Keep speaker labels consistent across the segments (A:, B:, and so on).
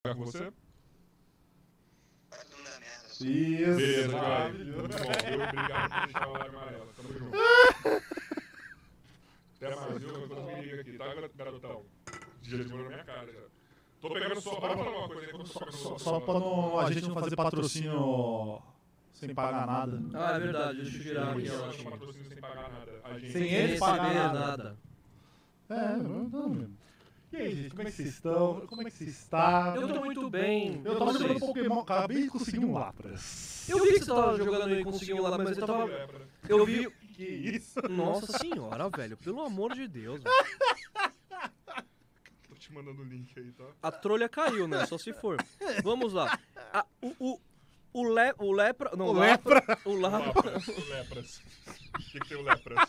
A: jogar Tá com você?
B: Isso.
A: Beleza, cara. Muito bom, viu? Obrigado por deixar o horário amarelo. Tamo junto. Até mais, viu? Quando me liga aqui, tá, garotão? Já demorou na minha cara já. Tô pegando só para falar uma coisa aí. quando
B: Só,
A: eu
B: só,
A: sou-
B: só pra não, a gente não fazer patrocínio sem pagar nada.
C: Ah, é verdade, deixa eu tirar aqui,
A: Eu
C: ó.
A: acho patrocínio sem pagar nada. A gente...
B: Sem
C: Sem
B: ele pagar
C: receber
B: nada.
C: nada.
B: É, não mesmo. E aí, gente, como é que vocês estão? Como é que vocês está?
C: Eu tô muito bem.
B: Eu um tava
C: vocês?
B: jogando Pokémon, acabei de conseguir um Lapras.
C: Eu vi que você tava jogando e conseguiu lá, mas eu tava. Eu vi.
B: Que isso?
C: Nossa senhora, velho, pelo amor de Deus. velho.
A: Tô te mandando o link aí, tá?
C: A trolha caiu, né? Só se for. Vamos lá. A- o, o, o, le, o lepra. Não,
B: O
C: lepra. O lepra.
A: Lepras, o Lepras. O que, que tem o Lepras?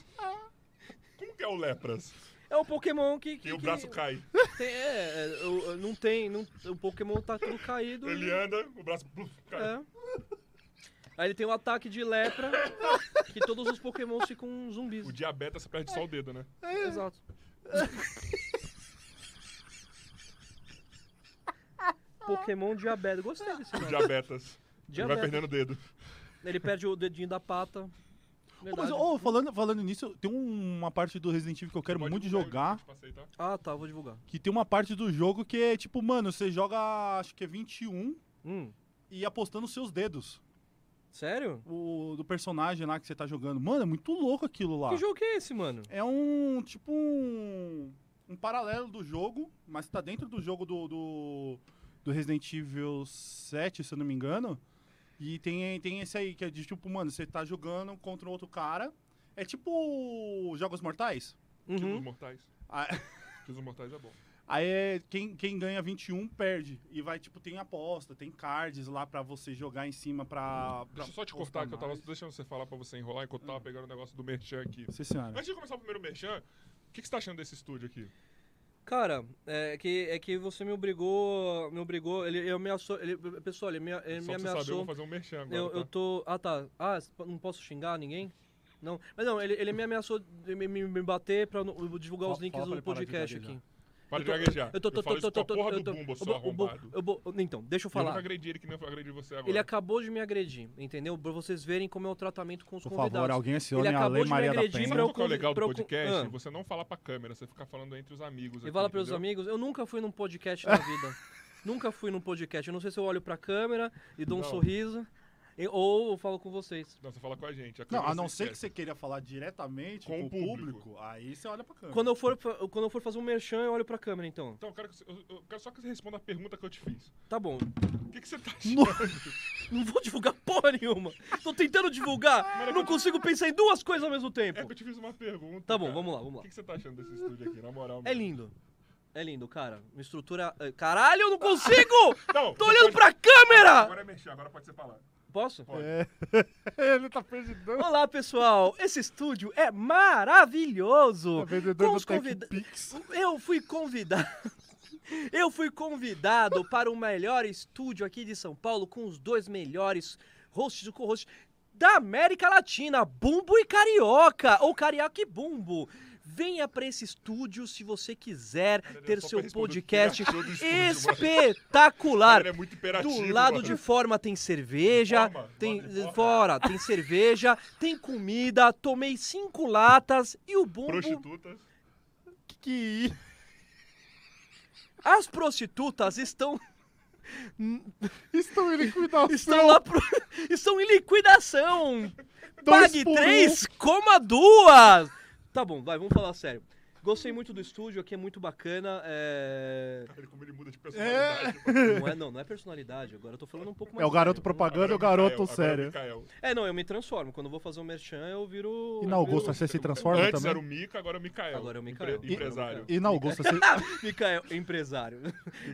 A: Como que é o Lepras?
C: É um Pokémon que.
A: Que o braço cai.
C: tem- é, é, o- não tem. Não, o Pokémon tá tudo caído. e-
A: Ele anda, o braço bluf, cai.
C: É. Aí ele tem um ataque de lepra que todos os Pokémon ficam zumbis. É.
A: O diabetes perde só o dedo, né?
C: Exato. Pokémon diabetes. Gostei desse
A: O
C: nome.
A: diabetes. Ele vai
C: Diabetes.
A: perdendo o dedo.
C: Ele perde o dedinho da pata.
B: Mas,
C: Verdade.
B: ô, falando, falando nisso, tem uma parte do Resident Evil que eu quero
A: Pode
B: muito
A: divulgar, eu
B: jogar.
A: te passei, tá?
C: Ah, tá, vou divulgar.
B: Que tem uma parte do jogo que é tipo, mano, você joga acho que é 21
C: Hum,
B: e apostando os seus dedos.
C: sério?
B: O do personagem lá que você tá jogando. Mano, é muito louco aquilo lá.
C: Que jogo que é esse, mano?
B: É um. Tipo um. Um paralelo do jogo, mas tá dentro do jogo do. do, do Resident Evil 7, se eu não me engano. E tem, tem esse aí, que é de tipo, mano, você tá jogando contra outro cara. É tipo. Jogos Mortais?
A: Que dos
C: Uhum.
A: mortais.
B: Ah,
A: Que dos mortais é bom.
B: Aí é quem, quem ganha 21 perde. E vai, tipo, tem aposta, tem cards lá pra você jogar em cima pra. pra
A: Deixa eu só te
B: apostar
A: cortar, que eu tava
B: mais.
A: deixando você falar pra você enrolar enquanto eu
C: Ah.
A: tava pegando o negócio do merchan aqui.
B: Sim,
C: É.
B: senhora.
A: Antes de começar o primeiro merchan, o que, que você tá achando desse estúdio aqui?
C: Cara, é que, é que você me obrigou. Me obrigou. Ele eu ameaçou. Ele, pessoal, ele É, me, ele
A: só pra
C: me
A: você saber, eu
C: ameaçou.
A: vou fazer um merchan agora,
C: Eu, eu
A: tá?
C: tô. Ah, tá. Ah, s- não posso xingar ninguém? Não. Mas não, ele, ele me ameaçou de me, me- me bater pra eu não- eu vou divulgar
B: Fa-
C: os links
B: fala pra
C: do
B: ele parar de
C: podcast
B: gaguejar.
C: aqui.
A: Para
C: eu
A: de
C: tô-
A: gaguejar.
C: Eu tô, tô,
A: eu falo
C: tô,
A: isso com
C: tô,
A: a
C: tô,
A: porra
C: eu
A: do
C: tô-
A: Bumbo,
C: eu
A: seu
C: vou- eu vou-
A: arrombado.
C: eu vou- Então, deixa eu
A: Eu nunca
C: falar.
A: agredi ele que nem eu agredi você agora.
C: Ele é acabou de me agredir, entendeu? Pra vocês verem como é o tratamento com os
B: Por
C: convidados.
B: favor, alguém acione
C: Ele
B: a
C: acabou
B: Lei
C: de me
B: Maria da
C: agredir,
B: Penha.
A: Sabe
C: pra eu
A: qual que é o legal do
C: pra eu con-
A: podcast?
C: Ah.
A: Você não falar pra câmera, você fica falando entre os amigos.
C: E
A: aqui,
C: fala pros
A: entendeu?
C: amigos, eu nunca fui num podcast na vida. nunca fui num podcast. Eu não sei se eu olho pra câmera e dou um
A: Não.
C: sorriso. e- ou eu falo com vocês.
A: Não, você fala com a gente.
B: Não,
A: câmera
B: a não
A: você
B: ser que
A: esquece.
B: você queira falar diretamente
A: Com
B: com,
A: o
B: o
A: público.
B: público, aí você olha pra câmera.
C: Quando eu for, fa- quando eu for fazer um merchan, eu olho pra câmera, então.
A: Então, eu quero, que você- eu- eu quero só que você responda a pergunta que eu te fiz.
C: Tá bom.
A: O que, que você tá achando?
C: Não vou divulgar porra nenhuma. Tô tentando divulgar. Não consigo pensar em duas coisas ao mesmo
A: é que
C: tempo.
A: eu te fiz uma pergunta.
C: Tá bom,
A: cara.
C: vamos lá, vamos lá.
A: O que, que você tá achando desse estúdio aqui, na moral?
C: É
A: mesmo?
C: lindo. É lindo, cara. Uma estrutura. eh, Caralho, eu não consigo!
A: Não,
C: Tô
A: Então, você pode-
C: olhando pra câmera!
A: Agora é mexer, agora pode ser falar.
C: Posso?
A: Pode.
B: Ele tá perdidão.
C: Olá, pessoal! Esse estúdio é maravilhoso!
B: O É vendedor
C: Com
B: Tá do
C: os convida-
B: TechPix.
C: Eu fui convidado. Eu fui convidado para o melhor estúdio aqui de São Paulo com os dois melhores hosts e co-hosts da América Latina, Bumbo e Carioca, ou Carioca e Bumbo. Venha para esse estúdio se você quiser
A: Deus,
C: ter
A: só pra
C: seu
A: responder o que
C: podcast
A: ele achou do estúdio, mano.
C: espetacular.
A: Ele é muito imperativo.
C: Do lado
A: mano.
C: de forma tem cerveja,
A: Forma?
C: tem eh,
A: Lado de forma?
C: fora, tem cerveja, tem comida, tomei cinco latas e o bumbo.
A: Prostitutas.
B: Que é isso?
C: As prostitutas estão
B: Estão ele cuidar
C: estão lá pro, estão em liquidação.
B: Dois
C: Pague
B: por um.
C: três, coma duas. Tá bom, vai, vamos falar sério. Gostei muito do estúdio, aqui é muito bacana. É...
A: Cara, como ele muda de personalidade.
C: Não é não, não é personalidade. Agora eu tô falando um pouco mais.
B: É o garoto
C: sério.
B: propaganda e o garoto sério.
C: É, não, eu me transformo. Quando eu vou fazer um merchan, eu viro.
B: E
C: eu
B: na Augusta
C: viro-
B: você se transforma
A: Antes era o
B: também?
A: Mica, agora é o Mikael.
C: Agora é o Mikael.
A: Empre- Empresário.
B: E na Augusta você.
C: Micael, empresário.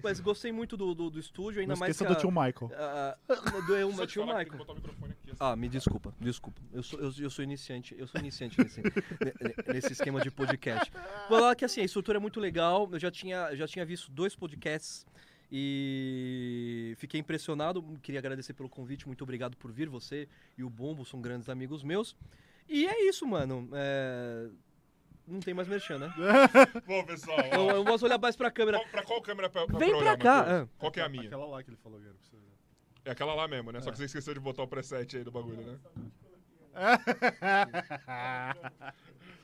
C: Mas gostei muito do, do, do estúdio, ainda
B: Não
C: mais.
B: esqueça
C: que
B: do tio Michael.
C: a, a, do eu,
A: Só te
C: tio
A: falar que tem que
C: Michael.
A: botar o microfone aqui, assim.
C: Ah, me desculpa, desculpa. Eu sou, eu, eu sou iniciante, eu sou iniciante nesse, ne- ne- nesse esquema de podcast. Vou falar que assim, a estrutura é muito legal. Eu já tinha, já tinha visto dois podcasts e fiquei impressionado. Queria agradecer pelo convite, muito obrigado por vir. Você e o Bombo são grandes amigos meus. E é isso, mano. É, Não tem mais merchan, né?
A: Bom, pessoal,
C: Eu,
A: ó,
C: eu posso olhar mais pra câmera.
A: qual, pra qual câmera é pra, pra
C: é Vem
A: pra olhar,
C: pra cá,
A: Matheus?
C: ah.
A: Qual que é a minha?
B: Aquela lá que ele falou que era pra você ver.
A: É aquela lá mesmo, né? Só que você esqueceu de botar o preset aí do bagulho, né?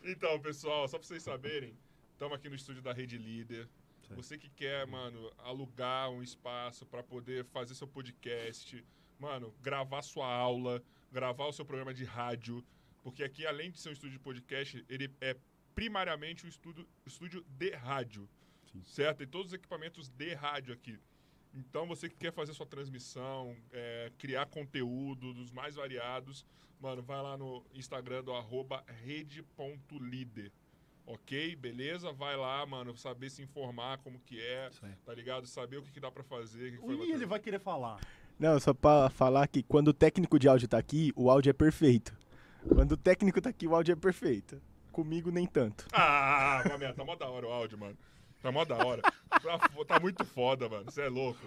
A: Então, pessoal, só pra vocês saberem, estamos aqui no estúdio da Rede Líder.
B: Sim.
A: Você que quer, mano, alugar um espaço pra poder fazer seu podcast, mano, gravar sua aula, gravar o seu programa de rádio, porque aqui, além de ser um estúdio de podcast, ele é primariamente um estúdio, estúdio de rádio,
B: Sim.
A: certo? Tem todos os equipamentos de rádio aqui. Então, você que quer fazer sua transmissão, é, criar conteúdo dos mais variados, mano, vai lá no Instagram do arroba rede.líder. Ok? Beleza? Vai lá, mano, saber se informar como que é,
B: Isso aí.
A: tá ligado? Saber o que, que dá pra fazer. O que que foi
B: Ui, ele
A: bacana.
B: vai querer falar.
D: Não, só pra falar que quando o técnico de áudio tá aqui, o áudio é perfeito. Quando o técnico tá aqui, o áudio é perfeito. Comigo, nem tanto.
A: Ah, mas, meu, tá mó da hora o áudio, mano. Tá mó da hora. Tá, fo- tá muito foda, mano. Você é louco.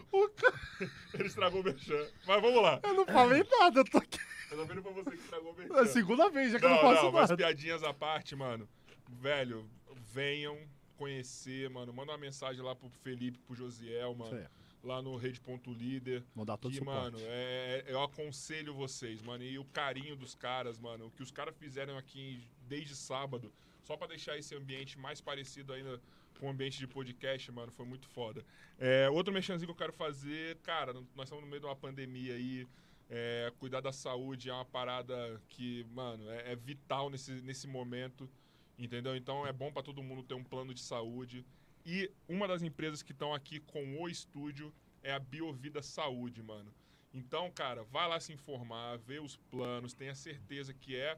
A: Ele estragou o merchan. Mas vamos lá.
B: Eu não falei nada, eu tô aqui.
A: Eu tô vendo pra você que estragou o merchan.
B: É a segunda vez já que eu
A: Não,
B: não
A: não,
B: faço
A: mas
B: nada.
A: piadinhas à parte, mano. Velho, venham conhecer, mano. Manda uma mensagem lá pro Felipe, pro Josiel, mano.
B: Isso aí.
A: Lá no Rede.líder.
B: Vou dar todo
A: Que,
B: suporte.
A: mano, é, eu aconselho vocês, mano. E o carinho dos caras, mano. O que os caras fizeram aqui desde sábado, só pra deixar esse ambiente mais parecido ainda com o ambiente de podcast, mano, foi muito foda. É, outro mexanzinho que eu quero fazer, cara, nós estamos no meio de uma pandemia aí. é, cuidar da saúde é uma parada que, mano, é, é vital nesse, nesse momento, entendeu? Então é bom pra todo mundo ter um plano de saúde. E uma das empresas que estão aqui com o estúdio é a Biovida Saúde, mano. Então, cara, vai lá se informar, vê os planos, tenha certeza que é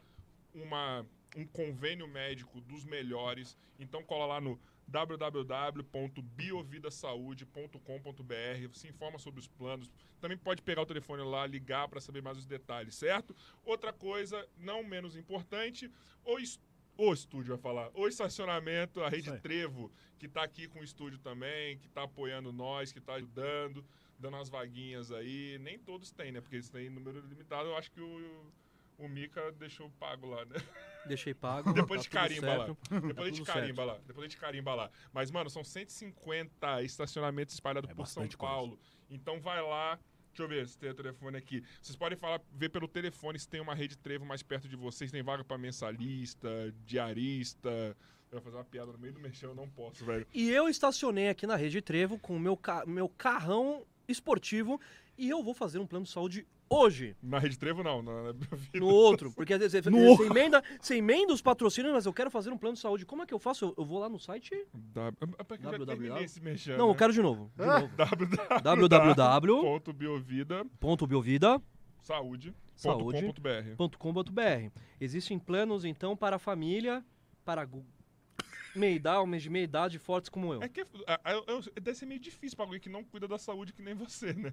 A: uma, um convênio médico dos melhores. Então, cola lá no www.biovidasaude.com.br, se informa sobre os planos. Também pode pegar o telefone lá, ligar para saber mais os detalhes, certo? Outra coisa, não menos importante, o, es- o estúdio vai falar, o estacionamento, a
B: Isso
A: Rede
B: aí.
A: Trevo, que tá aqui com o estúdio também, que tá apoiando nós, que tá ajudando, dando as vaguinhas aí. Nem todos têm, né? Porque eles têm número limitado. Eu acho que o, o Mika deixou pago lá, né?
C: Deixei pago.
A: Depois
C: tá
A: de
C: tudo
A: carimba lá.
C: certo. Tá
A: Depois a gente
C: tudo
A: carimba lá. Depois a gente carimba lá. Mas, mano, são 150 estacionamentos espalhados
B: É
A: por São
B: bastante coisa.
A: Paulo. Então vai lá. Deixa eu ver se tem o telefone aqui. Vocês podem falar, ver pelo telefone se tem uma rede trevo mais perto de vocês. Tem vaga pra mensalista, diarista. Eu ia fazer uma piada no meio do mexão, eu não posso, velho.
C: E eu estacionei aqui na Rede Trevo com o meu, ca- meu carrão esportivo e eu vou fazer um plano de saúde hoje,
A: Na rede trevo, não. Na, na
C: no outro. Porque às vezes você-
B: No-
C: você, emenda, você emenda os patrocínios, mas eu quero fazer um plano de saúde. Como é que eu faço? Eu, eu vou lá no site?
A: Da... Ah, pra que eu já
C: www?
A: terminei esse mexão,
C: Não,
A: né? tá.
C: eu quero de novo. De novo. www.biovida.com.br
A: www.biovidasaude.com.br
C: Saúde. Existem planos, então, para a família, para gu- meia idade, homens de meia idade fortes como eu.
A: É que é, é, é- é- deve ser meio difícil pra alguém que não cuida da saúde que nem você, né?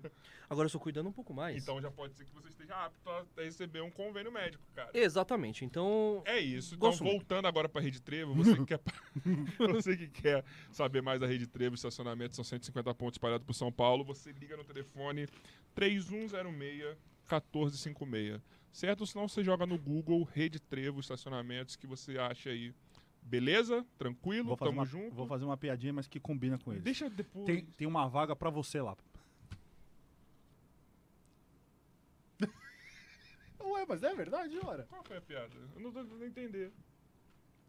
C: Agora eu estou cuidando um pouco
B: É
C: mais.
A: Então já pode ser que você esteja apto a receber um convênio médico, cara.
C: Exatamente. Então,
A: É isso. Então,
C: Gosto muito.
A: voltando agora pra Rede Trevo, você que, quer, você que quer saber mais da Rede Trevo, estacionamento são 150 pontos espalhados por São Paulo, você liga no telefone 3106-1456, certo? Ou senão você joga no Google Rede Trevo Estacionamentos que você acha aí. Beleza? Tranquilo?
B: Vou fazer,
A: Tamo
B: uma,
A: junto?
B: vou fazer uma piadinha, mas que combina com ele.
A: Deixa depois.
B: Tem, tem uma vaga pra você lá. Ué, mas é verdade, ora.
A: Qual foi a piada? Eu não tô tentando entender.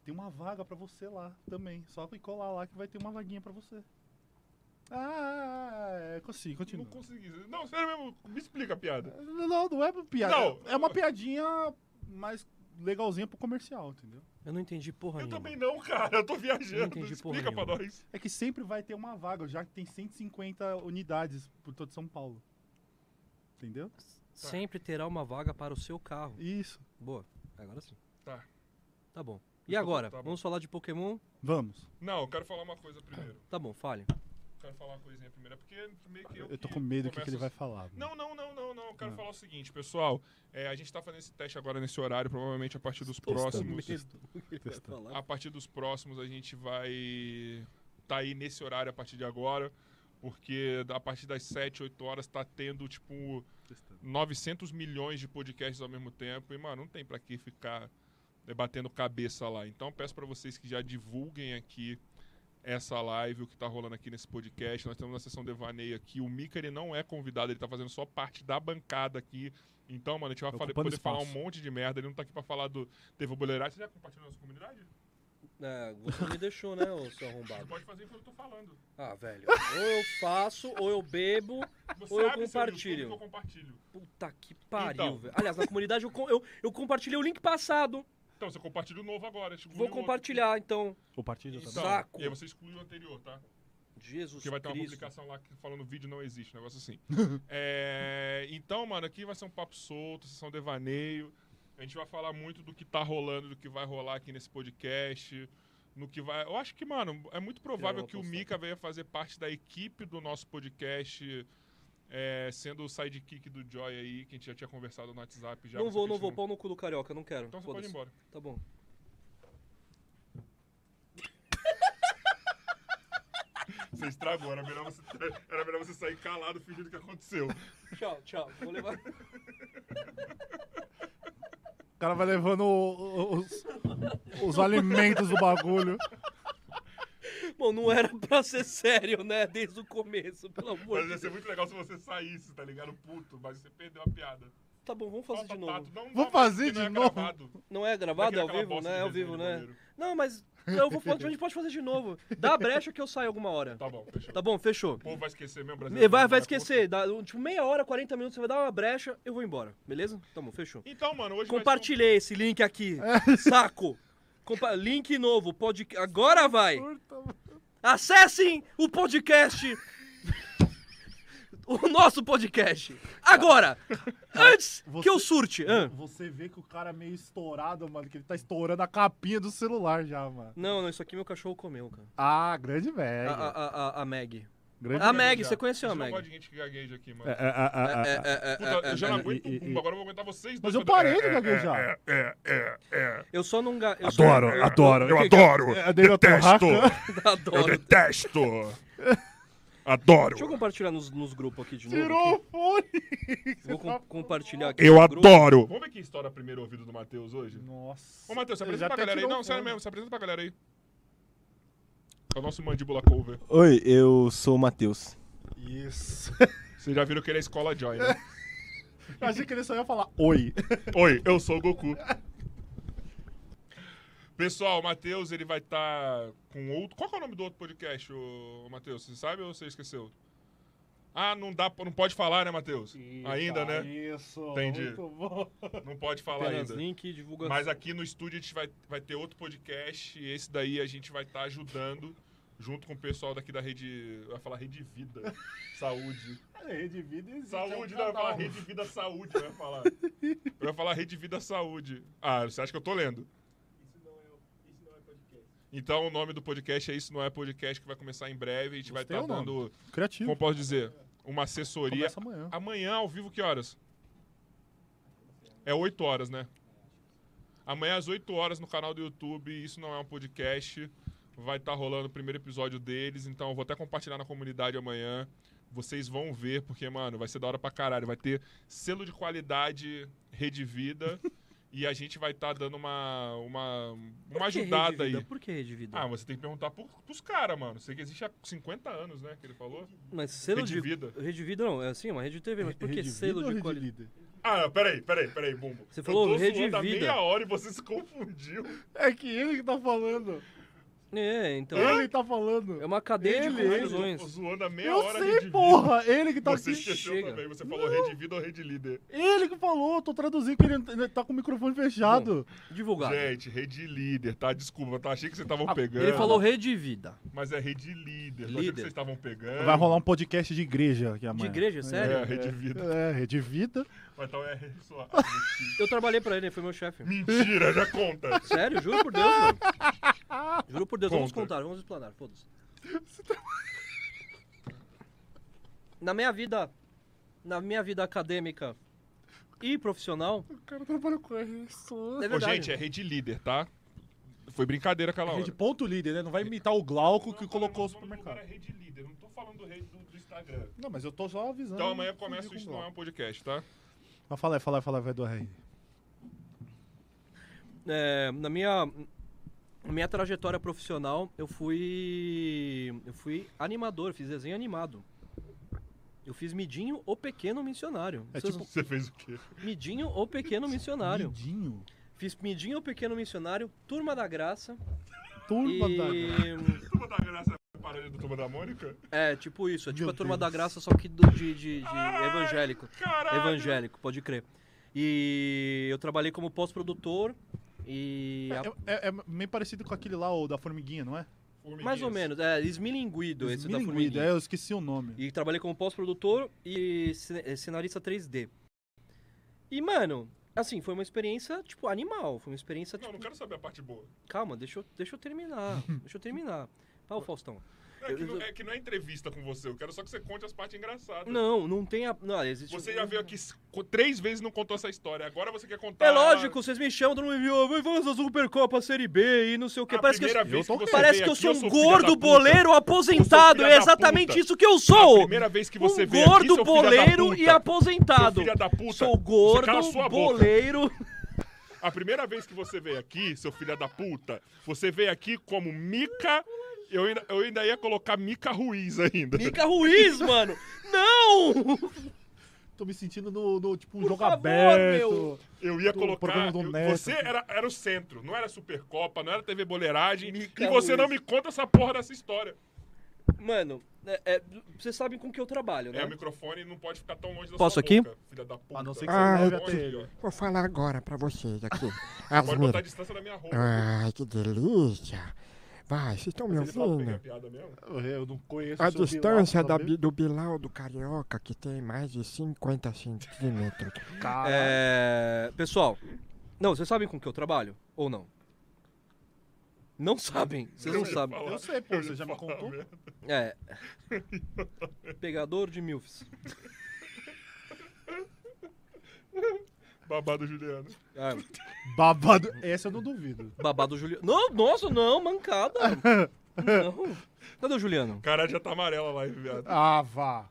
B: Tem uma vaga pra você lá também. Só que colar lá que vai ter uma vaguinha pra você. Ah, é, consigo,
A: Não
B: continua.
A: consegui. Não, sério mesmo, me explica a piada.
B: Não, não, não é piada.
A: Não.
B: É uma piadinha mais legalzinha pro comercial, entendeu?
C: eu não entendi porra
A: Eu
C: nenhuma.
A: também não, cara. Eu tô
C: Não
A: viajando.
C: entendi porra
A: explica pra
C: nenhuma.
A: nós.
B: É que sempre vai ter uma vaga, já que tem 150 unidades por todo São Paulo. Entendeu?
A: Tá.
C: Sempre terá uma vaga para o seu carro.
B: Isso.
C: Boa. Agora sim.
A: Tá.
C: Tá bom. E
A: Então,
C: agora?
A: tá bom.
C: Vamos falar de Pokémon?
B: Vamos.
A: Não, eu quero falar uma coisa primeiro.
C: Tá bom, fale.
A: Quero falar uma coisinha primeiro. é Porque meio que eu.
B: Eu tô
A: que
B: com medo do que,
A: começo
B: que ele
A: a-
B: vai Ah. falar.
A: Não, não, não, não, não. Eu quero
B: Não.
A: falar o seguinte, pessoal. É, a gente tá fazendo esse teste agora nesse horário, provavelmente a partir dos próximos. A partir dos próximos a gente vai tá aí nesse horário a partir de agora, porque a partir das 7, 8 horas tá tendo tipo 900 milhões de podcasts ao mesmo tempo e mano, não tem pra que ficar né, batendo cabeça lá. Então peço para vocês que já divulguem aqui essa live, o que está rolando aqui nesse podcast. Nós estamos na sessão devaneio aqui. O Mika ele não é convidado, ele está fazendo só parte da bancada aqui. Então, mano, a gente vai
B: Tá
A: falar-
B: ocupando
A: poder falar um
B: espaço.
A: monte de merda. Ele não tá aqui para falar do Devobulerate. Você já compartilhou na sua comunidade?
C: É, você me deixou, né, ô seu arrombado?
A: Pode fazer enquanto eu tô falando.
C: Ah, velho. Ou eu faço, ou eu bebo.
A: Você
C: Ou eu
A: abre seu
C: compartilho.
A: YouTube que eu compartilho.
C: Puta que pariu,
A: Então.
C: velho. Aliás, na comunidade eu, co- eu, eu compartilhei o link passado.
A: Então, você compartilha o novo agora. exclui
C: Vou
A: o outro.
C: compartilhar, então.
B: Compartilha
A: Então,
B: também.
C: Saco.
A: E aí você exclui o anterior, tá?
C: Jesus
A: Porque vai ter uma
C: Cristo.
A: publicação lá que falando vídeo não existe, um negócio assim. É, então, mano, aqui vai ser um papo solto, sessão devaneio. A gente vai falar muito do que tá rolando, do que vai rolar aqui nesse podcast. No que vai. Eu acho que, mano, é muito provável
C: vou
A: que o
C: postar.
A: Mika venha fazer parte da equipe do nosso podcast. é, sendo o sidekick do Joy aí, que a gente já tinha conversado no WhatsApp já.
C: não
A: mas
C: vou,
A: que a
C: não
A: gente
C: vou. Pau no cu do carioca, não quero.
A: Então você pode ir
C: Foda-se.
A: embora.
C: Tá bom.
A: Você estragou, era melhor você, era melhor você sair calado fingindo que aconteceu.
C: Tchau, tchau. Vou levar.
B: O cara vai levando o- o- os, os alimentos do bagulho.
C: Bom, não era pra ser sério, né? Desde o começo, pelo amor
A: Mas
C: de
A: ia
C: Deus.
A: ser muito legal se você saísse, tá ligado? Puto, mas você perdeu a piada.
C: Tá bom, vamos fazer de novo.
A: um Não, é
B: Vou fazer de novo?
C: Não é gravado? É ao vivo, né? É ao vivo, né? Não, mas eu vou, a gente pode fazer de novo. Dá a brecha que eu saio alguma hora.
A: Tá bom, fechou.
C: Tá bom, fechou.
A: O povo vai esquecer mesmo,
C: Me-
A: brasileiro.
C: Vai, vai esquecer. Dá, um, tipo, meia hora, 40 minutos, você vai dar uma brecha, eu vou embora. Beleza? Tá bom, fechou.
A: Então, mano, hoje
C: um Compartilhei esse link aqui. Saco. Compa- link novo. Pod... Agora vai. Acessem o podcast. o nosso podcast. Agora. Antes que eu surte. Ah.
B: Você vê que o cara é meio estourado, mano, que ele tá estourando a capinha do celular já, mano.
C: Não, não, isso aqui meu cachorro comeu, cara.
B: Ah, grande velho.
C: A, a, a, a Meg.
A: vai
B: grande
A: ser um-
C: A Meg,
A: Já.
C: você conheceu a
A: Isso não
C: Meg?
A: pode gente que gagueja aqui, mano.
B: É, é, é, é, é.
A: Puta, eu já não
B: é,
A: aguento
B: é,
A: o
B: é,
A: Pumba, agora eu vou aguentar vocês
B: Mas
A: dois.
B: eu
A: toda-
B: parei né, de
A: É, é,
B: gaguejar.
A: É, é, é, é.
C: Eu só não. ga- Eu só-
B: Adoro, adoro.
A: Eu adoro.
B: É, dei na
A: Detesto.
B: torraca.
A: Eu
C: Adoro.
A: detesto. Adoro.
C: Deixa eu compartilhar nos, nos grupos aqui de novo.
B: Tirou o fone.
C: aqui. Vou com- compartilhar aqui.
A: Eu
C: no grupo.
A: adoro. Vamos ver quem estoura primeiro o ouvido do Matheus hoje?
B: Nossa.
A: Ô, Matheus, se
B: Ele
A: apresenta
B: já
A: pra
B: até
A: galera aí.
B: tirou
A: Não,
B: o
A: sério
B: fone.
A: mesmo, se apresenta pra galera aí. É o nosso mandíbula cover.
D: Oi, eu sou o Matheus.
B: Isso.
A: Vocês já viram que ele é escola Joy, né?
B: Eu achei que ele só ia falar oi.
A: Oi, eu sou o Goku. Pessoal, o Matheus, ele vai estar com outro... Qual que é o nome do outro podcast, ô, ô, Matheus? Você sabe ou você esqueceu? Ah, não dá, não pode falar, né, Matheus? Ainda, né?
B: Isso.
A: Entendi.
B: Muito bom.
A: Não pode falar
C: Apenas
A: ainda.
C: link e divulgação.
A: Mas aqui no estúdio a gente vai, vai ter outro podcast e esse daí a gente vai estar ajudando junto com o pessoal daqui da rede. Vai falar Rede Vida. Saúde.
B: Rede Vida existe.
A: Saúde,
B: é um
A: não, vai
B: canal.
A: falar Rede Vida Saúde, vai falar. Vai falar Rede Vida Saúde. Ah, você acha que eu tô lendo? Então o nome do podcast é Isso Não É Podcast, que vai começar em breve. A gente vai
B: Gostei
A: estar
B: do nome.
A: dando,
B: Criativo.
A: como posso dizer, uma assessoria.
B: Começa amanhã.
A: Amanhã, ao vivo, que horas? É 8 horas, né? Amanhã às 8 horas no canal do YouTube, isso não é um podcast. Vai estar rolando o primeiro episódio deles, então eu vou até compartilhar na comunidade amanhã. Vocês vão ver, porque, mano, vai ser da hora pra caralho. Vai ter selo de qualidade Rede Vida. e a gente vai estar dando uma, uma,
C: Por
A: é uma
C: que
A: ajudada
C: Rede Vida?
A: aí.
C: Por que Rede Vida?
A: Ah, mas você tem que perguntar pro, pros caras, mano. Sei que existe há 50 anos, né? Que ele falou.
C: mas selo
A: Rede
C: de
A: Vida.
C: Rede Vida não, é assim, uma rede de TV, mas por que
B: Rede Vida
C: selo
B: ou
C: de
B: Rede
C: qualidade?
B: Líder?
A: Ah, não, peraí, peraí, peraí, Bumbo.
C: Você falou
A: eu tô
C: Rede
A: zoando há
C: Vida. Tipo,
A: meia hora e você se confundiu.
B: É que ele que tá falando.
C: É, então.
B: Ele tá falando.
C: É uma cadeia de
B: Ele, ele.
A: Eu
C: confusões.
A: tô zoando há meia
B: Eu
A: hora
B: sei,
A: Rede Vida.
B: porra! Ele que tá
A: Você
B: aqui.
A: esqueceu
C: Chega.
A: também, você falou Rede Vida ou Rede Líder.
B: Ele que falou, eu tô traduzindo que ele ele tá com o microfone fechado.
C: Divulgado.
A: Gente, Rede Líder, tá? Desculpa, tá? Achei que vocês estavam
B: Ah,
A: pegando.
C: Ele falou Rede Vida.
A: Mas é Rede Líder. Líder. Achei que
C: Líder.
A: vocês estavam pegando.
B: Vai rolar um podcast de igreja aqui amanhã.
C: De igreja, sério?
A: É, Rede Vida.
B: É, Rede Vida.
A: Mas então é Rede só.
C: Eu trabalhei pra ele, ele foi meu chefe.
A: Mentira, já conta.
C: Sério, juro por Deus, mano. Juro por Deus, vamos
A: Conta.
C: contar, vamos explanar, foda-se.
B: tá-
C: Na minha vida, na minha vida acadêmica e profissional,
B: O cara trabalha com isso.
C: é
A: Ô,
C: verdade.
A: gente, é Rede Líder, tá? Foi brincadeira aquela hora.
B: Rede Ponto Líder, né? Não vai imitar o Glauco que
A: Não,
B: colocou o
A: o nome do lugar
B: supermercado.
A: é Rede Líder, não tô falando do, rede- do- do Instagram.
B: Não, mas eu tô só avisando.
A: Então amanhã começa o
B: Fudido
A: Isso
B: com
A: Não É um Podcast, tá?
B: Mas fala aí, fala aí, fala aí, vai do R.
C: é, na minha na minha trajetória profissional, eu fui eu fui animador, fiz desenho animado. Eu fiz Midinho ou Pequeno Missionário.
B: É
C: Vocês-
B: tipo-
A: Você fez o quê?
C: Midinho ou Pequeno Missionário.
B: Lindinho.
C: Fiz Midinho ou Pequeno Missionário, Turma da Graça
B: Turma
C: e...
B: da
A: Turma da Graça é a paródia do Turma da Mônica?
C: É, tipo isso. É tipo
B: Meu
C: a Turma da
B: Deus.
C: Graça, só que do- de, de- de
A: Ai,
C: evangélico.
A: Caralho!
C: Evangélico, pode crer. E eu trabalhei como pós-produtor e... a-
B: É, é- é meio parecido com aquele lá, o da formiguinha, não é?
C: Mais ou
A: Formiguinhas.
C: menos, é, Esmilinguido, esse da
B: Esmilinguido,
C: Formiguinha.
B: é, eu esqueci o nome.
C: E trabalhei como pós-produtor e cine- eh, cenarista 3D. E, mano, assim, foi uma experiência, tipo, animal. Foi uma experiência,
A: Não,
C: tipo,
A: não quero saber a parte boa.
C: calma, deixa eu, deixa eu terminar. deixa eu terminar. Pá, o Faustão.
A: É que,
C: Eu-
A: não, é que não é entrevista com você, eu quero só que você conte as partes engraçadas.
C: Não, não tem a. Não, existe. um
A: Você já veio aqui s- co- três vezes e não contou essa história. Agora você quer contar.
C: É lógico, vocês me chamam, todo mundo me ouve, vamos fazer Supercopa, Série B e não sei o quê.
A: A
C: Parece que eu,
A: primeira
C: sou-
A: vez que você
C: parece
A: veio
C: que eu
A: aqui,
C: sou
A: eu
C: um
A: sou filha da
C: gordo
A: puta.
C: boleiro aposentado,
A: filha
C: é
A: da
C: exatamente
A: puta.
C: isso que eu
A: A
C: sou!
A: primeira vez que você
C: um
A: veio aqui,
C: gordo
A: seu filho da
C: boleiro
A: puta.
C: e aposentado.
A: Seu filho da puta.
C: Sou
A: Você cala
C: gordo,
A: sua boca.
C: boleiro.
A: A primeira vez que você veio aqui, seu filho da puta, você veio aqui como Mica. Eu ainda, eu ainda ia colocar Mica Ruiz ainda.
C: Mica Ruiz, mano! Não!
B: Tô me sentindo no, no, tipo, um
C: Por
B: jogo
C: favor,
B: aberto.
C: meu.
A: Eu ia
B: Do
A: colocar.
B: programa do
A: eu-
B: Neto.
A: você era, era o centro, não era Supercopa, não era TV Boleiragem.
C: Mica
A: e você
C: Ruiz.
A: não me conta essa porra dessa história.
C: Mano, é- é- vocês sabem com que eu trabalho, né?
A: É, o microfone não pode ficar tão longe da
C: Posso
A: sua
C: aqui? Ah,
A: boca, filha da puta.
B: A não ser que você
A: Tá
B: leve
A: longe,
B: até ele.
A: ó.
E: Vou falar agora pra vocês aqui.
A: Pode botar a
E: Asmir.
A: distância da minha roupa.
C: Ah,
E: Ai, que delícia. Vai, vocês estão me
A: Vocês falam que eu peguei a
E: ouvindo?
A: tá piada mesmo?
B: Eu não conheço
E: A
B: o seu
E: distância
B: Bilal,
E: da,
B: sabe?
E: bi- do Bilal do Carioca, que tem mais de 50 centímetros.
B: Ah.
C: É, Pessoal, não, vocês sabem com que eu trabalho? Ou não? Não sabem, vocês não
A: ia
C: sabem.
A: falar.
B: Eu sei, pô,
A: Eu
B: você
A: ia
B: já me
A: falar
B: contou.
A: mesmo.
C: É. Pegador de milfs.
A: Babado Juliano.
C: É,
B: Babado. Essa eu não duvido.
C: babado Juliano. Não, nossa, não, mancada. Não. Cadê o Juliano?
A: Caralho, já tá amarela lá, hein, viado.
B: Ah, vá.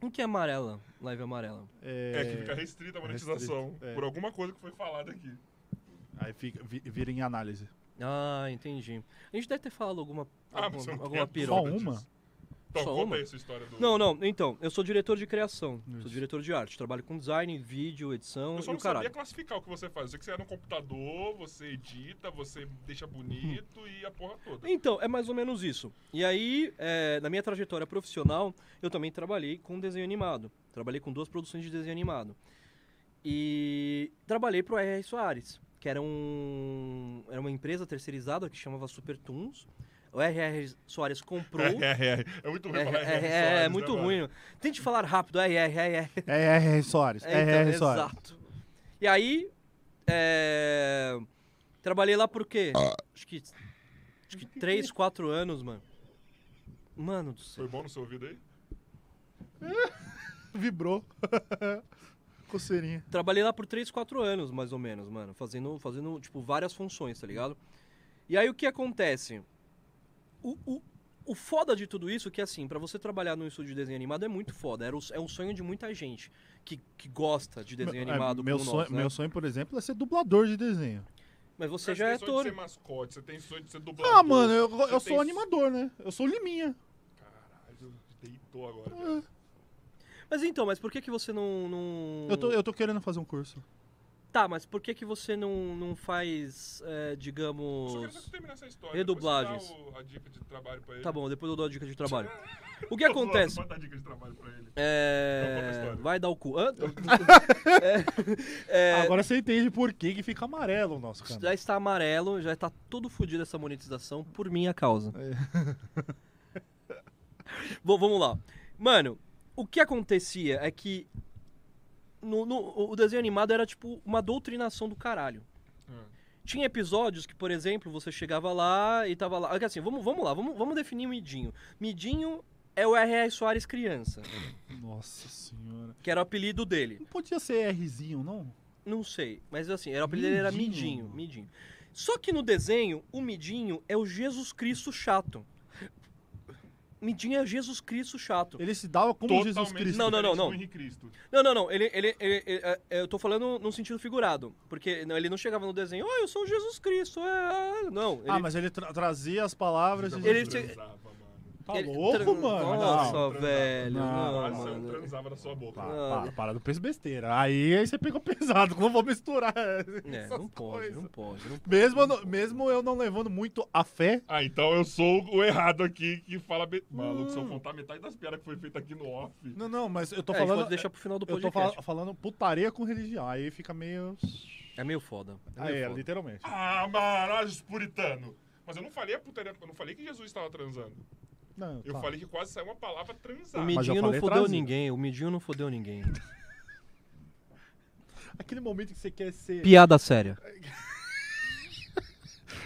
C: O que é amarela? Live amarela.
A: É, que fica restrita a monetização.
B: restrito, é.
A: Por alguma coisa que foi falada aqui.
B: Aí fica, vi- vira em análise.
C: Ah, entendi. A gente deve ter falado alguma,
A: Ah,
C: alguma,
A: mas eu não
C: alguma
A: quero
B: Só
C: piroca.
A: um.
B: uma?
A: disso. Então,
C: Só
A: conta
C: uma?
A: aí essa história do.
C: Não, não, então, eu sou diretor de criação,
B: Isso.
C: sou diretor de arte, trabalho com design, vídeo, edição
A: Eu só
C: e o
A: não sabia
C: caralho.
A: classificar o que você faz. Eu sei que você é no computador, você edita, você deixa bonito e a porra toda.
C: Então, é mais ou menos isso. E aí, é, na minha trajetória profissional, eu também trabalhei com desenho animado. Trabalhei com duas produções de desenho animado. E trabalhei pro R.R. Soares, que era, um, era uma empresa terceirizada que chamava Supertoons. O R.R. Soares comprou.
A: É, é, é. É muito ruim
C: É,
A: falar
C: é,
A: RR
C: é,
A: Soares,
C: é muito
A: né, mano?
C: ruim. Tente falar rápido. É, é, é, é.
B: É R.R. Soares.
C: É, então,
B: R.R. Soares.
C: exato. E aí, é, trabalhei lá por quê? Acho que, acho que 3, 4 anos, mano. Mano do céu.
A: Foi bom no seu ouvido aí?
B: Vibrou. Coceirinha.
C: Trabalhei lá por 3, 4 anos, mais ou menos, mano. Fazendo, fazendo tipo, várias funções, tá ligado? E aí, o que acontece? O, o, o foda de tudo isso é que, assim, pra você trabalhar num estúdio de desenho animado é muito foda. Era o- é um sonho de muita gente que, que gosta de desenho
B: Meu- é,
C: animado
B: meu,
C: como
B: sonho,
C: nós, né?
B: meu sonho, por exemplo, é ser dublador de desenho.
C: Mas você
A: Mas
C: já
A: tem
C: é
A: sonho de
C: ator.
A: ser mascote, você tem sonho de ser dublador.
B: Ah, mano, eu, eu
A: você
B: sou
A: tem-
B: animador, né? Eu sou liminha.
A: Caralho, deitou
B: Ah.
A: agora. viado.
C: Mas então, mas por que que você não... não...
B: Eu tô, eu tô querendo fazer um curso.
C: Tá, mas por que que você não, não faz, é,
A: Eu Só queria só
C: digamos...
A: terminar essa história.
C: Redublagens.
A: depois você dá o- A dica de trabalho pra ele.
C: Tá bom, depois eu dou a dica de trabalho. O que
A: Não, Luan,
C: acontece?
A: Pode dar dica de trabalho pra ele. Não, conta a
C: É...
A: história.
C: Vai dar o cu. Hã? É,
B: Ah, Agora você entende por que, que fica amarelo o nosso canal.
C: Já está amarelo, já está todo fodido essa monetização por minha causa. Bom, vamos lá. Mano, o que acontecia é que no, no- o desenho animado era tipo uma doutrinação do caralho.
A: Hum.
C: Tinha episódios que, por exemplo, você chegava lá e tava lá. é que Assim, vamos, vamos lá, vamos, vamos definir o Midinho. Midinho é o R.R. Soares Criança,
B: Nossa senhora.
C: que era o apelido dele.
B: Não podia ser Rzinho, não?
C: Não sei, mas assim, era o apelido dele era
B: Midinho.
C: Midinho, Midinho. Só que no desenho, o Midinho é o Jesus Cristo chato. Midinho é Jesus Cristo chato.
B: Ele se dava como
A: Totalmente
B: Um Jesus Cristo.
C: Não, não, não,
A: diferente
C: não.
A: do Henrique Cristo.
C: Não, não, não. Ele, ele, ele- ele- é, é, eu tô falando num sentido figurado. Porque não, ele não chegava no desenho, oh, eu sou Jesus Cristo. é, é", não. Ele,
B: Ah, mas ele tra- trazia as palavras de
C: Ele
B: Jesus.
C: tinha-
A: transava, mano.
B: Tá
C: ele-
B: louco,
C: tran-
B: mano?
C: Nossa,
A: Não,
C: velho.
B: não,
C: não,
A: Quase eu
C: Ah, mano.
A: transava na sua boca.
B: Para,
C: Ah.
B: para, para do peso besteira. Aí, aí você pegou pesado, como eu vou misturar
C: É,
B: essas
C: não pode,
B: coisas.
C: não pode, não pode.
B: Mesmo, eu não- mesmo eu não levando muito a fé,
A: Ah, então eu sou o errado aqui que fala. Be... Maluco, se eu contar metade das piadas que foi feita aqui no off.
B: Não, não, mas eu tô
C: É, a gente
B: falando.
C: pode deixar pro final do
B: eu tô
C: podcast.
B: fala- falando putaria com religião. Aí fica meio.
C: É meio foda. É
B: Aí,
C: meio
B: é,
C: foda.
B: literalmente.
A: Ah, mano, olha os puritano. Mas eu não falei a putaria, eu não falei que Jesus estava transando.
B: Não,
A: Eu
B: tá.
A: falei que quase saiu uma palavra
C: O
A: transar.
B: eu
C: Midinho não
B: falei
C: fodeu
B: trazido.
C: ninguém, o Midinho não fodeu ninguém.
B: Aquele momento que você quer ser.
C: Piada séria.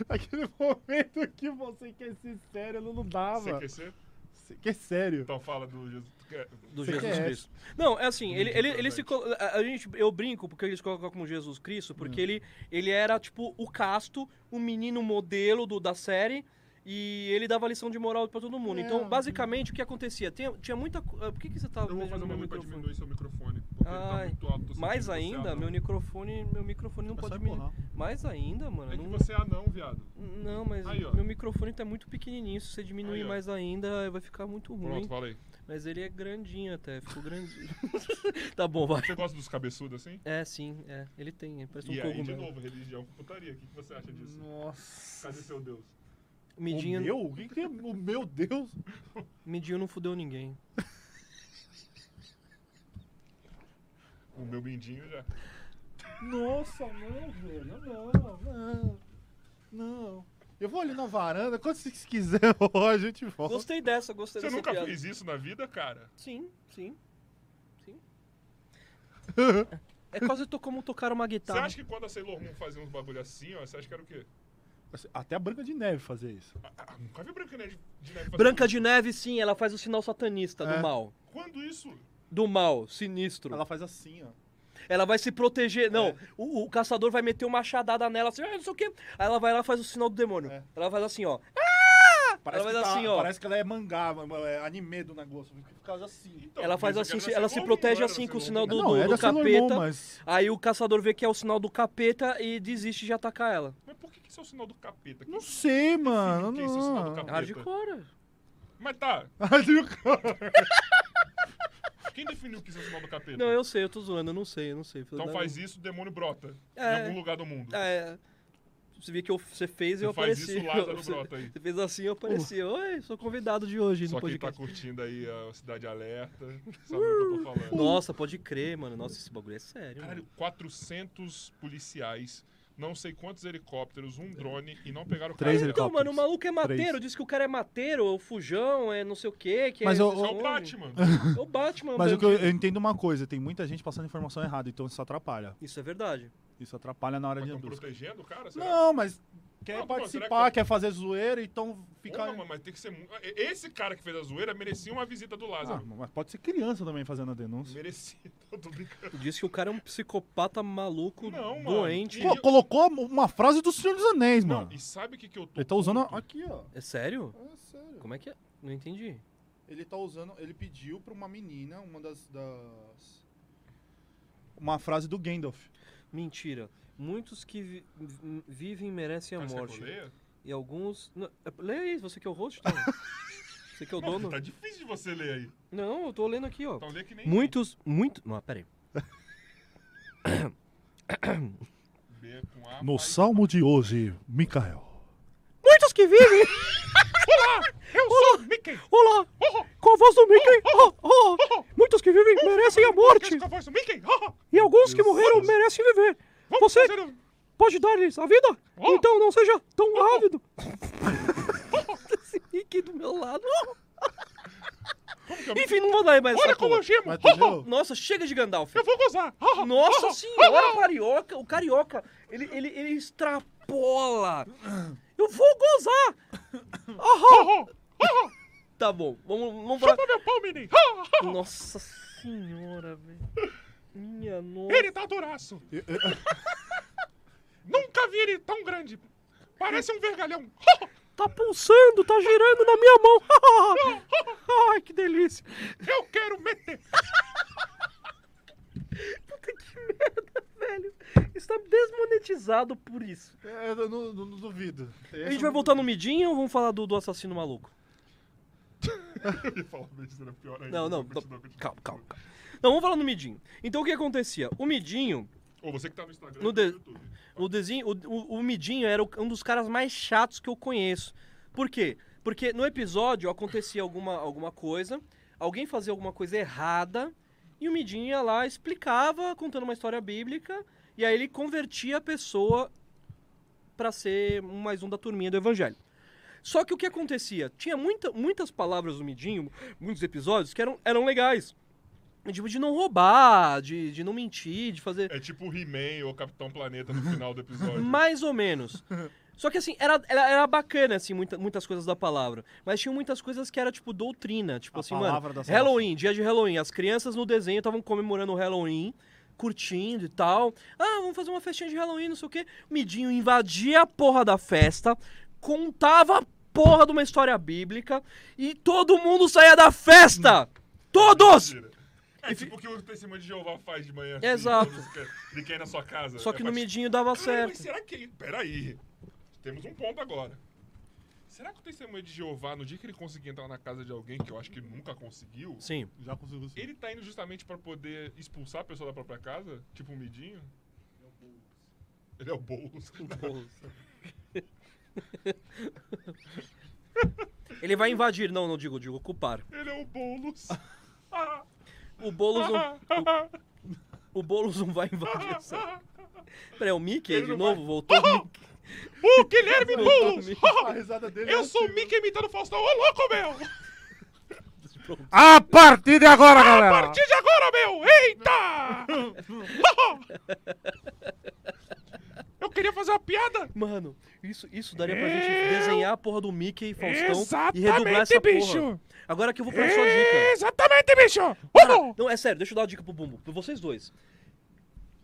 B: Aquele momento que você quer ser sério, não
A: Você
B: dava.
A: quer ser?
C: é
B: Você quer sério.
A: Então fala do Jesus. é- tu quer-
C: Do
B: Você
C: Jesus
B: quer
C: Cristo. Não, é assim, ele, ele, ele se
A: Exatamente.
C: colo- a, a gente Eu brinco porque eles colocam como Jesus Cristo, porque ele, ele era, tipo, o casto, o menino modelo do, da série. E ele dava lição de moral pra todo mundo. Então, basicamente, o que acontecia? Tinha, tinha muita. co- ah, Por que, que você tá
A: Eu vou
C: mexendo
A: fazer
C: no
A: um
C: meu
A: momento pra
C: microfone?
A: diminuir seu microfone. Porque
C: Ai,
A: ele tá muito alto. eu
C: Mais
A: senti que você é
C: ainda,
A: anão.
C: meu microfone, meu microfone não
B: É só
C: pode
B: empurrar.
C: diminuir. Mais ainda, mano.
A: É que
C: não-
A: você é anão, viado.
C: Hum? Não, mas
A: Aí, ó.
C: meu microfone tá muito pequenininho. Se você diminuir
A: Aí, ó.
C: mais ainda, vai ficar muito ruim.
A: Pronto, falei.
C: mas ele é grandinho até, ficou grandinho. tá bom, vai.
A: Você gosta dos cabeçudos assim?
C: É, sim, é. Ele tem, ele parece um
A: E aí, de
C: cogumelo.
A: novo, religião putaria. O que que você acha disso?
B: Nossa.
A: Cadê seu Deus?
B: O
C: Midinho,
B: meu? O que que tem? O meu Deus.
C: Midinho não fudeu ninguém.
A: O meu mindinho já.
B: Nossa, não, velho. Não, não. Não. Eu vou ali na varanda. Quando vocês quiserem, a gente volta.
C: Gostei dessa, gostei
A: Você
C: dessa
A: nunca
C: piada.
A: fez isso na vida, cara?
C: Sim, sim. Sim. é quase to- como tocar uma
A: Você
C: guitarra.
A: acha que quando a Sailor Moon fazia uns bagulho assim, ó, você acha que era o quê?
B: Assim, Até a Branca de Neve fazer isso.
A: Ah, ah, nunca vi Branca de Neve de Neve fazer
C: Branca
A: isso.
C: de Neve, sim, ela faz o sinal satanista
B: É.
C: do mal.
A: Quando isso?
C: Do mal, sinistro.
B: Ela faz assim, ó.
C: Ela vai se proteger.
A: É.
C: Não, o, o caçador vai meter uma machadada nela, assim, ah, não sei o quê. Aí ela vai lá e faz o sinal do demônio.
B: É.
C: Ela faz assim, ó.
B: Parece,
C: Ela
B: que
C: faz
B: tá-
C: assim, ó.
B: parece que ela é mangá, mano, é anime do negócio. Por causa assim.
A: Então,
C: Ela
A: mas
C: faz
A: isso aqui
C: assim,
A: era da
C: ela se
A: Sailor
C: protege
A: Moon, era
C: assim
A: da
C: com o
A: Sailor
C: sinal
A: Moon.
C: do- Não, é da Sailor Moon, capeta.
B: mas...
C: Aí o caçador vê que é o sinal do capeta e desiste de atacar ela.
A: Mas por que que isso é o sinal do capeta?
B: Não sei, mano.
A: que é esse sinal do
B: Não.
A: capeta?
C: Hardcore.
A: Mas tá, quem definiu que isso é o sinal do capeta?
C: Não, eu sei, eu tô zoando, eu não sei, eu não sei.
A: Então faz isso, o demônio brota. Em
C: um É.
A: algum lugar do mundo.
C: É. Você vê que eu- você fez e eu
A: Você faz
C: apareci.
A: isso, Lázaro
C: você,
A: brota aí.
C: você fez assim eu apareci. Oi, sou convidado de hoje
A: Só
C: no
A: quem tá
C: podcast.
A: curtindo aí a Cidade Alerta, sabe o que eu tô falando.
C: Nossa, pode crer, mano. Nossa, esse bagulho é sério.
A: Caralho,
C: mano.
A: 400 policiais, não sei quantos helicópteros, um drone e não pegaram
B: Três
A: carona.
C: Então, mano, o maluco é
B: Três.
C: mateiro, diz que o cara é mateiro, é o fujão, é não sei o quê, que
B: Mas
C: é...
B: eu-
A: Isso é o
C: esconde.
A: Batman.
C: É o Batman,
B: Mas o
C: velho.
B: que eu, eu entendo uma coisa, tem muita gente passando informação errada, então isso atrapalha.
C: Isso é verdade.
B: Isso atrapalha na hora
A: Mas
B: de
A: estão
B: busca.
A: protegendo o cara? Será?
B: Não, mas quer
A: Não, pô, será
B: participar,
A: que-
B: quer fazer zoeira, então
A: Porra,
B: fica...
A: mano, mas tem que ser. mu- é, Esse cara que fez a zoeira merecia uma visita do
B: Ah,
A: Lázaro.
B: mas pode ser criança também fazendo a denúncia.
A: Merecia. Eu tô brincando.
C: Diz que o cara é um psicopata maluco,
A: Não, mano.
C: doente.
A: Pô,
B: Pô, colocou uma frase do Senhor dos Anéis, mano.
A: Não, e sabe o que, que eu tô.
B: Ele tá usando...
A: puto?
B: a- Aqui, ó.
C: É sério?
B: É sério.
C: Como é que é? Não entendi.
B: Ele tá usando... Ele pediu pra uma menina, uma das... das- Uma frase do Gandalf.
C: Mentira. Muitos que vi- vi- vivem merecem a
A: Mas você é
C: morte.
A: coleia?
C: E alguns. Não, é- Leia aí, você que é o host, tá? Você que é o
A: Mano,
C: dono.
A: Tá difícil de você ler aí.
C: Não, eu tô lendo aqui, ó.
A: Então lê que nem.
C: Muitos. Muito. Não, peraí.
A: B com A.
B: No
A: faz-
B: Salmo de hoje, Micael.
C: Muitos que vivem.
A: Eu sou Mickey!
C: Olá! Com a voz do Mickey! Oh, oh. Muitos que vivem merecem a
A: Podcast
C: morte!
A: com a voz do Mickey! Oh,
C: E alguns que
B: Deus.
C: morreram merecem viver!
A: vamos
C: Você
A: fazer um-
C: pode dar-lhes a vida?
A: Oh.
C: Então não seja tão ávido! Esse Mickey do meu lado.
A: Como que eu-
C: Enfim, não vou dar mais
A: Olha
C: essa
A: como eu
C: porra.
A: gemo!
B: Mas
A: Oh,
B: entendeu?
C: Nossa, chega de Gandalf.
A: eu vou gozar! Oh,
C: Nossa
A: oh,
C: senhora, carioca. O carioca, ele, ele, ele extrapola. Eu vou gozar.
A: oh,
C: Ahá.
A: oh.
C: Tá bom, vamos, vamos pra...
A: Chupa meu pau, menino! Oh, oh.
C: Nossa senhora, velho. Minha nossa.
A: Ele tá duraço!
B: Eu- eu-
A: Nunca vi ele tão grande! Parece um vergalhão!
C: Tá pulsando, tá girando na minha mão. Ai, que delícia.
A: Eu quero meter.
C: Puta que merda, velho. Está desmonetizado por isso.
B: É, eu não, não- não duvido.
C: A gente tipo vai voltar no Midinho ou vamos falar do, do assassino maluco?
A: Eu ia falar besteira pior ainda.
C: Não, não.
A: Continua,
C: não.
A: continua.
C: Calma, calma, calma. Não, vamos falar no Midinho. Então o que acontecia? O Midinho,
A: Ô, você que tá no Instagram
C: No
A: e tá
C: de-
A: YouTube.
C: o, desenho, o, o- o Midinho era o- um dos caras mais chatos que eu conheço. Por quê? Porque no episódio acontecia alguma, alguma coisa, alguém fazia alguma coisa errada, e o Midinho ia lá, explicava, contando uma história bíblica, e aí ele convertia a pessoa pra ser um mais um da turminha do evangelho. Só que o que acontecia? Tinha muita, muitas palavras do Midinho, muitos episódios, que eram, eram legais. Tipo, de não roubar, de, de não mentir, de fazer.
A: É tipo o He-Man ou Capitão Planeta no final do episódio.
C: Mais ou menos. Só que assim, era, era, era bacana, assim, muita- muitas coisas da palavra. Mas tinha muitas coisas que era, tipo, doutrina. Tipo
B: A
C: assim, mano.
B: palavra da salvação.
C: Halloween, dia de Halloween. As crianças no desenho estavam comemorando o Halloween, curtindo e tal. Ah, vamos fazer uma festinha de Halloween, não sei o quê. O Midinho invadia a porra da festa, contava a porra de uma história bíblica e todo mundo saía da festa!
B: Hum.
C: Todos!
A: Mentira. É tipo o que o testemunho de Jeová faz de manhã. assim,
C: Exato.
A: todos que- De quem é na sua casa.
C: Só que
A: É
C: no
A: pra-
C: Midinho dava
A: Caralho, Mas
C: certo.
A: será que. Peraí. Temos um ponto agora. Será que o testemunho de Jeová, no dia que ele conseguir entrar na casa de alguém, que eu acho que nunca conseguiu,
C: Sim.
B: Já consigo.
A: ele tá indo justamente pra poder expulsar a pessoa da própria casa? Tipo um midinho? Ele é o Boulos. Ele é o Boulos.
C: Ele vai invadir. Não, não digo, digo, ocupar.
A: Ele é o Boulos. Ah,
C: O Boulos não,
A: ah, ah,
C: o Boulos não vai invadir essa.
A: ah.
C: Peraí, é o Mickey
A: Ele
C: de
A: não
C: novo? Voltou o Mickey.
A: é O Guilherme
C: Voltou o
A: Boulos!
C: Mickey.
B: A risada dele é
A: Eu sou o
B: assim,
A: Mickey imitando o Faustão, ô louco, meu! Ah!
B: A partir de agora,
A: A
B: galera!
A: partir de agora, meu! Eita! Eu queria fazer uma piada!
C: Mano, isso, isso daria pra gente desenhar a porra do Mickey e Faustão e
A: Exatamente,
C: redublar essa porra.
A: bicho!
C: Agora que eu vou pra sua dica.
A: Exatamente, bicho!
C: Cara,
A: Uhul!
C: não, é sério, deixa eu dar uma dica pro Bumbo, pra vocês dois.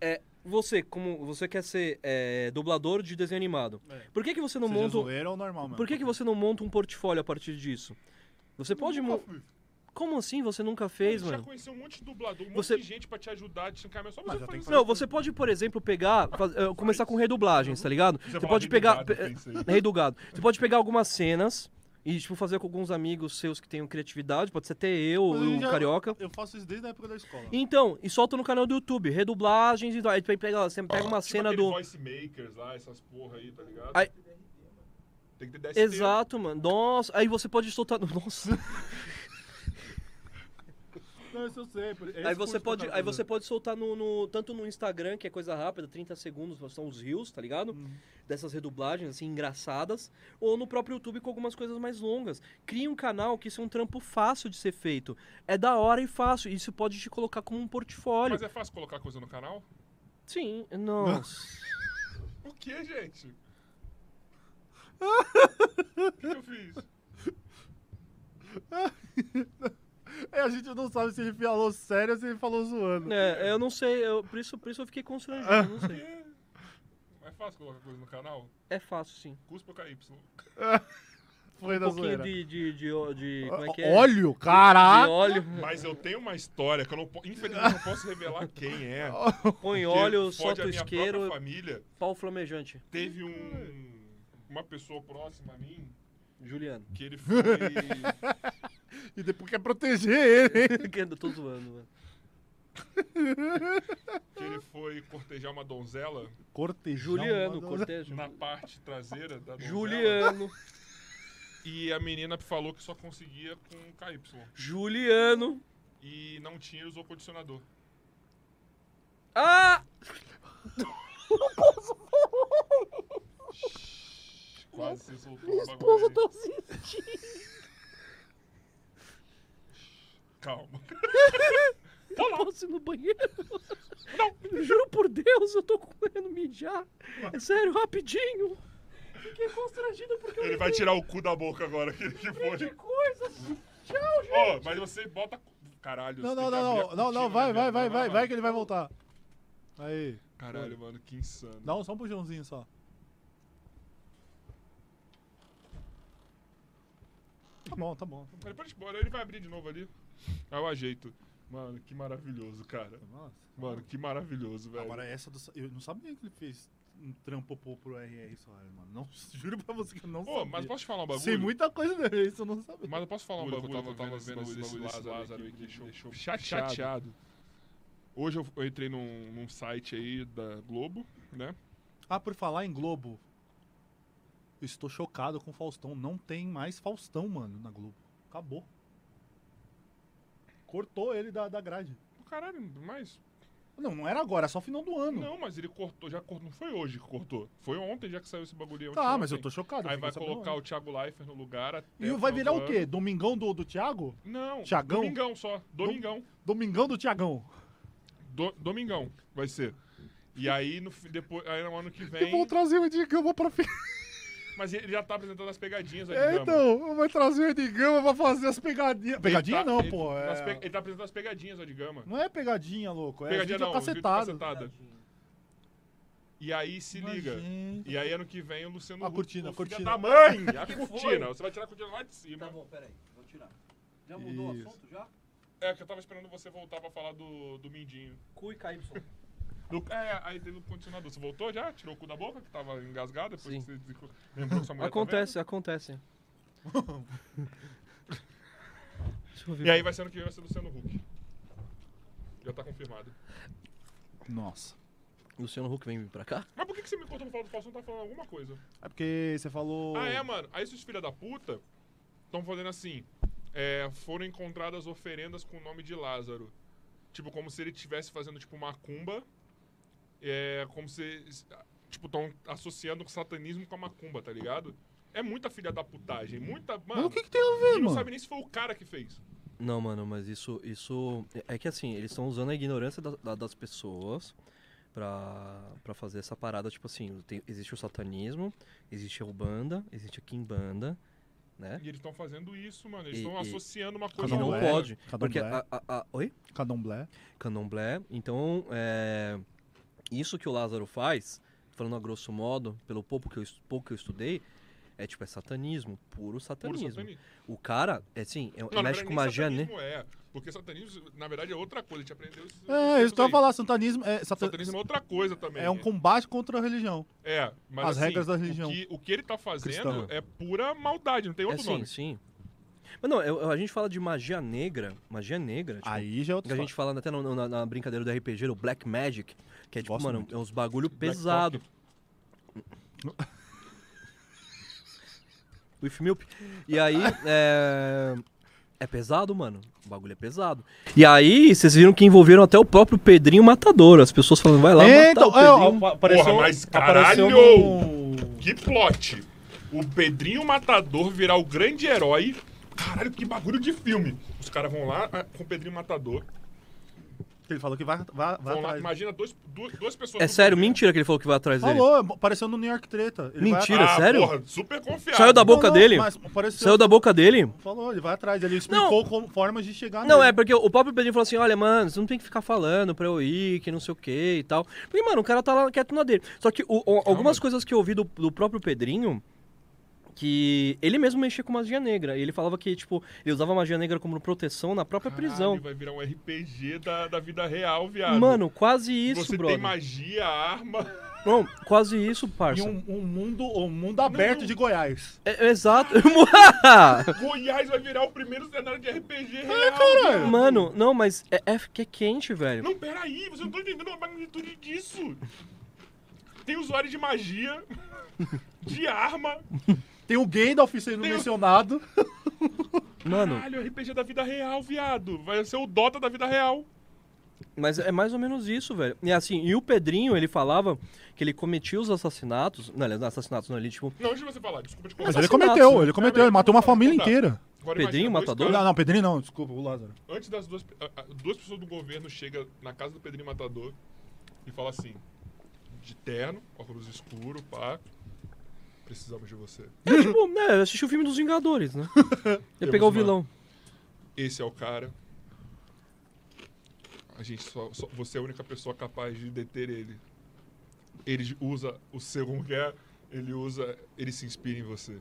C: É, você, como você quer ser é, dublador de desenho animado,
A: É.
C: por que que você não
B: Seja
C: monta...
B: zoeira ou normal mesmo.
C: Por que que você não monta um portfólio a partir disso? Você pode...
B: Nunca
C: mon-
B: fui.
C: Como assim você nunca fez,
A: já
C: mano?
A: conheceu um monte de dublador, um
C: Você-
A: monte de gente pra te ajudar, te encaminhar, só
B: Mas
A: você
B: eu
A: fazer
B: tenho
A: isso.
C: Não, você pode, por exemplo, pegar. faz- eh, começar com redublagens, tá ligado? Você,
A: fala
C: pode
A: rei do
C: pegar.
A: gado,
C: pe-
A: eu pensei.
C: Rei do gado. Você pode pegar algumas cenas e, tipo, fazer com alguns amigos seus que tenham criatividade. Pode ser até eu,
B: Mas eu
C: o
B: já-
C: Carioca.
B: Eu faço isso desde a época da escola.
C: Então, e solta no canal do YouTube, redublagens e tal. Aí tu pega, você pega uma
A: Tipo
C: cena
A: aquele
C: do.
A: Voice makers lá, essas porra aí, tá ligado?
C: Ai-
A: Tem que ter 10
C: Exato, mano. Nossa, aí você pode soltar. Nossa.
B: Não, isso eu sei. por- é esse
C: Aí
B: curso que
C: você
B: eu
C: pode,
B: tava
C: aí você
B: fazendo.
C: pode soltar no, no- tanto no Instagram, que é coisa rápida, 30 segundos, são os reels, tá ligado? Dessas redublagens assim engraçadas, ou no próprio YouTube com algumas coisas mais longas. Cria um canal que isso é um trampo fácil de ser feito. É da hora e fácil, isso pode te colocar como um portfólio.
A: Mas é fácil colocar coisa no canal?
C: Sim, não.
A: O que, gente? O que eu fiz?
B: É, a gente não sabe se ele falou sério ou se ele falou zoando.
C: É, eu não sei, eu- por isso, por isso eu fiquei constrangido, eu não sei.
A: É fácil colocar coisa no canal?
C: É fácil sim.
A: Cuspa ou KY?
B: Foi
C: Um
B: da
C: pouquinho
B: zoeira.
C: de, de, de, ó- de- como é que é?
B: Óleo?
C: De
B: Caraca!
C: óleo,
A: Mas eu tenho uma história que eu não po... infelizmente não posso revelar quem é.
C: põe
A: porque
C: óleo,
A: fode
C: solta
A: a
C: o
A: minha própria
C: isqueiro,
A: família
C: pau flamejante.
A: teve um uma pessoa próxima a mim
C: Juliano.
A: que ele foi
B: E depois quer proteger ele. hein?
C: Eu tô zoando, mano.
A: que ele foi cortejar uma donzela
B: Cortejão.
C: Juliano,
B: mano.
C: cortejo.
A: na parte traseira da donzela.
C: Juliano,
A: E a menina falou que só conseguia com KY
C: Juliano.
A: e não tinha usou condicionador.
C: Ah!
A: Quase se soltou Minha esposa tá
C: assim,
A: assistindo. Calma.
C: Eu posso ir no banheiro? Tá Não. Juro por Deus, eu tô comendo mijar. É sério, rapidinho. Fiquei constrangido porque eu
A: Ele vai tirar o cu da boca agora, que que foi.
C: de coisas. Tchau, gente.
A: Ó, mas você bota. Caralho,
B: Não,
A: você tem
B: não,
A: que abrir a
B: não, não, não,
A: cortina,
B: não,
A: né?
B: vai, vai, vai, vai, vai que ele vai voltar. Aí,
A: Caralho, mano, que insano.
B: dá um, só um puxãozinho só. Tá bom, tá bom.
A: Ele pode ir embora, ele vai abrir de novo ali. Aí eu ajeito. Mano, que maravilhoso, cara.
B: Nossa.
A: Mano, que maravilhoso, velho.
B: Agora essa do. Eu não sabia que ele fez um trampo pro, pro RR Soares, mano. Não, juro pra você que eu não
A: Pô,
B: sabia.
A: mas posso te falar um bagulho?
B: Sei muita coisa dele, isso eu não sabia.
A: Mas eu posso falar um
F: Bagulho
A: bagulho
F: que eu
A: que
F: tava
A: eu tava
F: vendo
A: vendo
F: esse
A: esse
F: bagulho desse
A: Lázaro,
F: Lázaro
A: aí
F: aí
A: que
F: que
A: me
F: me
A: deixou
F: deixou
A: chateado. Hoje eu, eu entrei num, num site aí da Globo, né?
B: Ah, por falar em Globo. Eu estou chocado com o Faustão. Não tem mais Faustão, mano, na Globo. Acabou. Cortou ele da, da grade.
A: Caralho, mas.
B: Não, não era agora, é só final do ano.
A: Não, mas ele cortou, já cortou. Não foi hoje que cortou. Foi ontem já que saiu esse bagulho. ontem,
B: tá, mas eu
A: ontem.
B: tô chocado.
A: assim.
B: eu
A: Aí
B: fiquei
A: vai
B: sabendo
A: colocar
B: agora.
A: o Thiago Leifert no lugar. até
B: E
A: final
B: vai virar
A: do
B: o
A: ano.
B: quê? Domingão do, do Thiago?
A: Não.
B: Thiagão?
A: Domingão só. Domingão.
B: Domingão do Thiagão.
A: Do- domingão vai ser. E aí, no, fi- depois, aí no ano que
B: Eu
A: vem.
B: vou trazer o Edgama pra fi-
A: Mas ele já tá apresentando as pegadinhas aí,
B: É,
A: digamos.
B: então, eu vou trazer o Edgama pra fazer as pegadinhas.
A: Ele
B: Pegadinha
A: tá-
B: não,
A: ele-
B: pô. é-
A: as pe- Ele tá apresentando as pegadinhas, ó, de gama.
B: Não é pegadinha, louco. É
A: Pegadinha
B: vídeo
A: não, os vídeos
B: cacetado.
A: cacetada. E aí se liga.
B: Imagina.
A: E aí ano que vem o Luciano
B: A
A: Huck,
B: cortina,
A: o
B: a
A: filho
B: cortina.
A: da mãe! A
C: Que
A: cortina.
C: foi?
A: Você vai tirar a cortina lá de cima.
C: Tá bom, peraí, vou tirar. Já mudou
B: Isso.
C: o assunto já?
A: É, que eu tava esperando você voltar pra falar do, do Mindinho.
C: Cu e KY.
A: Do- é, aí teve o condicionador. Você voltou já? Tirou o cu da boca, que tava engasgado depois
C: Sim.
A: que você desenco- lembrou que sua mulher tá
C: Acontece, acontece. Deixa eu
A: vendo.
C: ver.
A: E aí vai ser ano que vem, vai ser Luciano Huck. Já tá confirmado.
B: Nossa.
C: Luciano Huck vem pra cá?
A: Mas por que que você me contou pra falar do Faustão? Tá falando alguma coisa.
B: É porque você falou.
A: Ah, é, mano. Aí esses filha da puta estão fazendo assim. É, foram encontradas oferendas com o nome de Lázaro. Tipo, como se ele estivesse fazendo, tipo, macumba. É, como se... Tipo, estão associando o satanismo com a macumba, tá ligado? É muita filha da putagem. Muita... Mano,
B: Mas o que, que tem a ver,
A: e não
B: mano?
A: sabe nem se foi o cara que fez.
C: Não, mano, mas isso. isso é que assim, eles estão usando a ignorância da- da- das pessoas pra, pra fazer essa parada. Tipo assim, tem- existe o satanismo, existe a Ubanda, existe a Kimbanda, né?
A: E eles estão fazendo isso, mano. Eles
C: E-
A: estão
C: e-
A: associando uma
C: E
A: coisa...
C: não é
A: com
B: Candomblé.
C: pode.
A: um
B: Candomblé.
A: é.
C: Porque a- a- a- Oi?
B: Candomblé.
C: candomblé. Então, é, isso que o Lázaro faz, falando a grosso modo, pelo pouco que eu, es- pouco que eu estudei, é tipo, é satanismo, puro
A: Puro
C: satanismo.
A: satanismo.
C: O cara, é assim, é,
A: Não, na
C: mexe
A: verdade,
C: com
A: nem
C: magia, né?
A: satanismo é. Porque satanismo, na verdade, é outra coisa. A gente aprendeu isso.
B: É, isso que eu
A: aí.
B: ia falar, satanismo é, sata-
A: Satanismo é outra coisa também.
B: é um combate contra a religião.
C: Tipo,
A: É, mas
B: As
A: assim,
B: regras da
A: o
B: religião.
A: que- O que, ele tá fazendo
C: Cristã.
A: é pura maldade, não tem
C: É
A: outro
C: sim,
A: nome.
C: sim. Mas não, eu- eu- a gente fala de magia negra, magia negra, tipo,
B: Aí já é
C: que a
B: outro
C: gente fala até no- no- na, na brincadeira do RPG, o Black Magic, que é tipo,
B: Gosto
C: mano,
B: muito.
C: é uns bagulho
A: Black
C: pesado.
A: Né?
C: With milk. E aí, é... É pesado, mano. O bagulho é pesado. E aí, vocês viram que envolveram até o próprio Pedrinho Matador. As pessoas falando, vai lá
B: Então,
C: matar o
B: é,
C: Pedrinho.
B: ó, apareceu,
A: Porra, mas
B: apareceu
A: caralho!
B: no-
A: Que plot! O Pedrinho Matador virar o grande herói. Caralho, que bagulho de filme. Os caras vão lá ah, com o Pedrinho Matador.
B: Ele falou que vai, vai, vai
A: Vão lá,
B: atrás.
A: imagina dois, duas, duas pessoas.
C: É
A: do
C: sério,
A: Pedrinho.
C: mentira que ele falou que vai atrás dele.
B: Falou, apareceu no New York Treta. Ele vai
C: Mentira,
B: atrás.
A: ah,
C: sério?
A: Porra, super confiado.
C: Saiu da boca
B: Não, não,
C: dele?
B: mas apareceu-
C: Saiu da boca dele?
B: Falou, ele vai atrás. Ele explicou como, formas de chegar
C: Não,
B: nele.
C: é porque o próprio Pedrinho falou assim: olha, mano, você não tem que ficar falando pra eu ir, que não sei o que e tal. Porque, mano, o cara tá lá quieto na dele. Só que o- o- algumas coisas que eu ouvi do, do próprio Pedrinho. Que ele mesmo mexia com magia negra. E ele falava que, tipo, ele usava magia negra como proteção na própria
A: Caralho,
C: prisão.
A: Vai virar um RPG da, da vida real, viado.
C: Mano, quase isso,
A: Você
C: brother.
A: tem magia, arma.
C: Não, quase isso,
B: E
C: parça.
B: um, um mundo, um mundo aberto de Goiás.
C: É- é exato.
A: Goiás vai virar o primeiro cenário de RPG
C: É,
A: real. viado.
C: mano, não, mas é, é que é quente, velho.
A: Não, peraí, você não tá entendendo a magnitude disso. Tem usuário de magia, de arma,
B: Tem o Gandalf sendo
A: Tem o-
B: mencionado.
C: Mano,
A: caralho, RPG da vida real, viado. Vai ser o Dota da vida real.
C: Mas é mais ou menos isso, velho. E assim, e o Pedrinho, ele falava que ele cometia os assassinatos. Não, aliás, não assassinatos não, ele tipo.
A: Não, deixa você falar, desculpa te
B: Mas
A: cortar.
B: ele
C: Assassinato, né?
B: cometeu, ele cometeu, ele matou uma família inteira.
A: Agora
C: é Pedrinho,
A: imagina, dois
C: matador?
A: caras-
B: Então, Não, não, Pedrinho não, desculpa, o Lázaro.
A: antes das duas, a- a- duas pessoas do governo chega na casa do Pedrinho Matador e fala assim, de terno, óculos escuro, pá, precisamos de você.
C: É, tipo, né, eu assisti o filme dos Vingadores, né? Ia pegar o
A: Temos uma-
C: vilão.
A: Esse é o cara. A gente só, só- você é a única pessoa capaz de deter ele. Ele usa o seu como que é, ele usa, ele se inspira em você.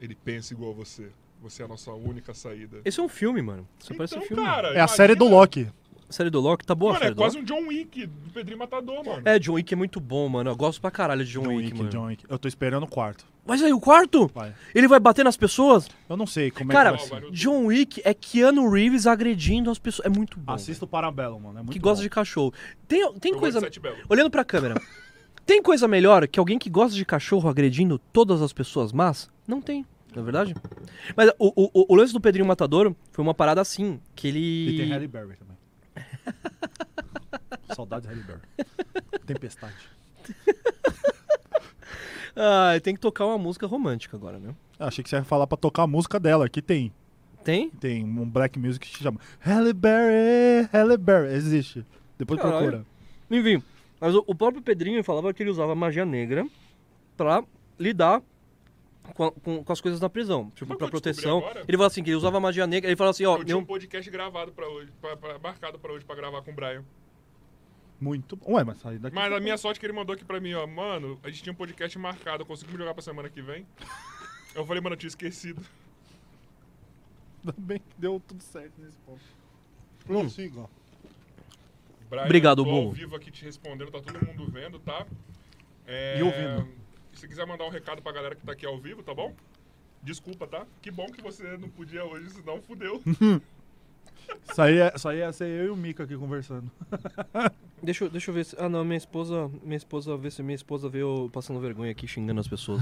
A: Ele pensa igual a você. Você é a nossa única saída.
C: Esse é um filme, mano. Isso parece um
A: Então,
C: filme.
A: cara,
B: É a série do
A: imagina-
B: Loki.
C: A série do Loki tá boa, a
A: Mano,
C: série
A: é
C: do Loki.
A: quase um John Wick do Pedrinho Matador, mano.
C: É, John Wick é muito bom, mano. Eu gosto pra caralho de John, Wick, mano.
B: John Wick. Eu tô esperando o quarto.
C: Mas aí, o quarto?
B: Vai.
C: Ele vai bater nas pessoas?
B: Eu não sei como
C: Cara,
B: é que vai ser.
A: ser?
C: John Wick é Keanu Reeves agredindo as pessoas. É muito bom.
B: Assista o Parabellum, mano. É muito
C: que gosta
B: bom.
C: de cachorro. Tem, tem
A: Eu gosto de
C: coisa.
A: Sete Belo.
C: Olhando pra câmera. Tem coisa melhor que alguém que gosta de cachorro agredindo todas as pessoas más? Não tem, não é verdade? Mas o, o- o- o lance do Pedrinho Matador foi uma parada assim, que
B: E tem Halle
C: ele...
B: Berry também. Saudades de Halle Berry. Tempestade.
C: Ah, tem que tocar uma música romântica agora, né?
B: Ah, achei que você ia falar pra tocar a música dela, que tem.
C: Tem?
B: Tem um black music que se chama Halle Berry, Halle Berry. Existe. Depois
C: Caralho.
B: procura.
C: Enfim, mas o, o próprio Pedrinho falava que ele usava magia negra pra lidar com, a- com- com as coisas na prisão. Tipo,
A: Sabe
C: pra
A: o que eu descobri
C: proteção.
A: agora?
C: Ele falava assim, que ele usava magia negra. Ele falava assim, ó...
A: Eu tinha
C: eu-
A: um podcast gravado pra hoje, pra, pra- marcado pra hoje pra gravar com o Brian.
B: Muito bom. Ué, mas sair daqui.
A: Mas a minha sorte é que ele mandou aqui pra mim, ó. Mano, a gente tinha um podcast marcado, eu consigo me jogar pra semana que vem? Eu falei, mano, eu tinha esquecido.
B: Ainda bem que deu tudo certo nesse ponto.
C: Hum.
B: Siga.
A: Brian,
C: Obrigado,
A: tô ao
C: Bubu.
A: vivo aqui te respondendo, tá todo mundo vendo, tá? É,
B: E ouvindo.
A: Se quiser mandar um recado pra galera que tá aqui ao vivo, tá bom? Desculpa, tá? Que bom que você não podia hoje, senão fudeu.
B: Isso aí, é, isso aí ia ser eu e o Mika aqui conversando.
C: Deixa, eu- deixa eu ver se... Ah, não, minha esposa... Minha esposa... Vê se minha esposa vê eu passando vergonha aqui, xingando as pessoas.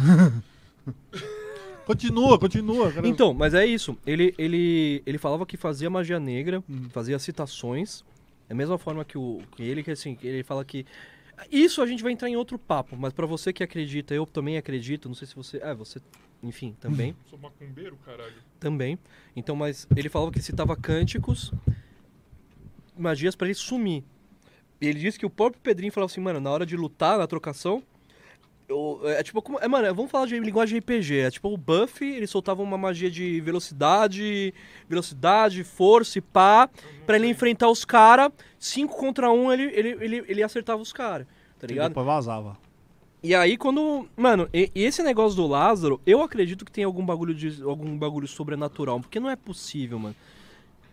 B: Continua, continua.
A: tá
B: Cara.
C: Então, mas é isso. Ele, ele, ele falava que fazia magia negra, fazia citações. Da mesma forma que, o, que ele, que assim, que ele fala que. Isso a gente vai entrar em outro papo, mas pra você que acredita, eu também acredito, não sei se você. É, você. Enfim, também.
A: Sou macumbeiro, caralho.
C: também. Então, mas ele falava que citava cânticos, magias pra ele sumir. E ele disse que o próprio Pedrinho falava assim, mano, na hora de lutar, na trocação. eu- é tipo, como, é, mano, vamos falar de linguagem RPG. É tipo o buff, ele soltava uma magia de velocidade, velocidade, força e pá, pra ele enfrentar os caras. Cinco contra um, ele, ele, ele, ele acertava os caras,
B: E
C: tá ligado?
B: depois vazava.
C: E aí quando, mano, e, e esse negócio do Lázaro, eu acredito que tem algum bagulho de algum bagulho sobrenatural, porque não é possível, mano.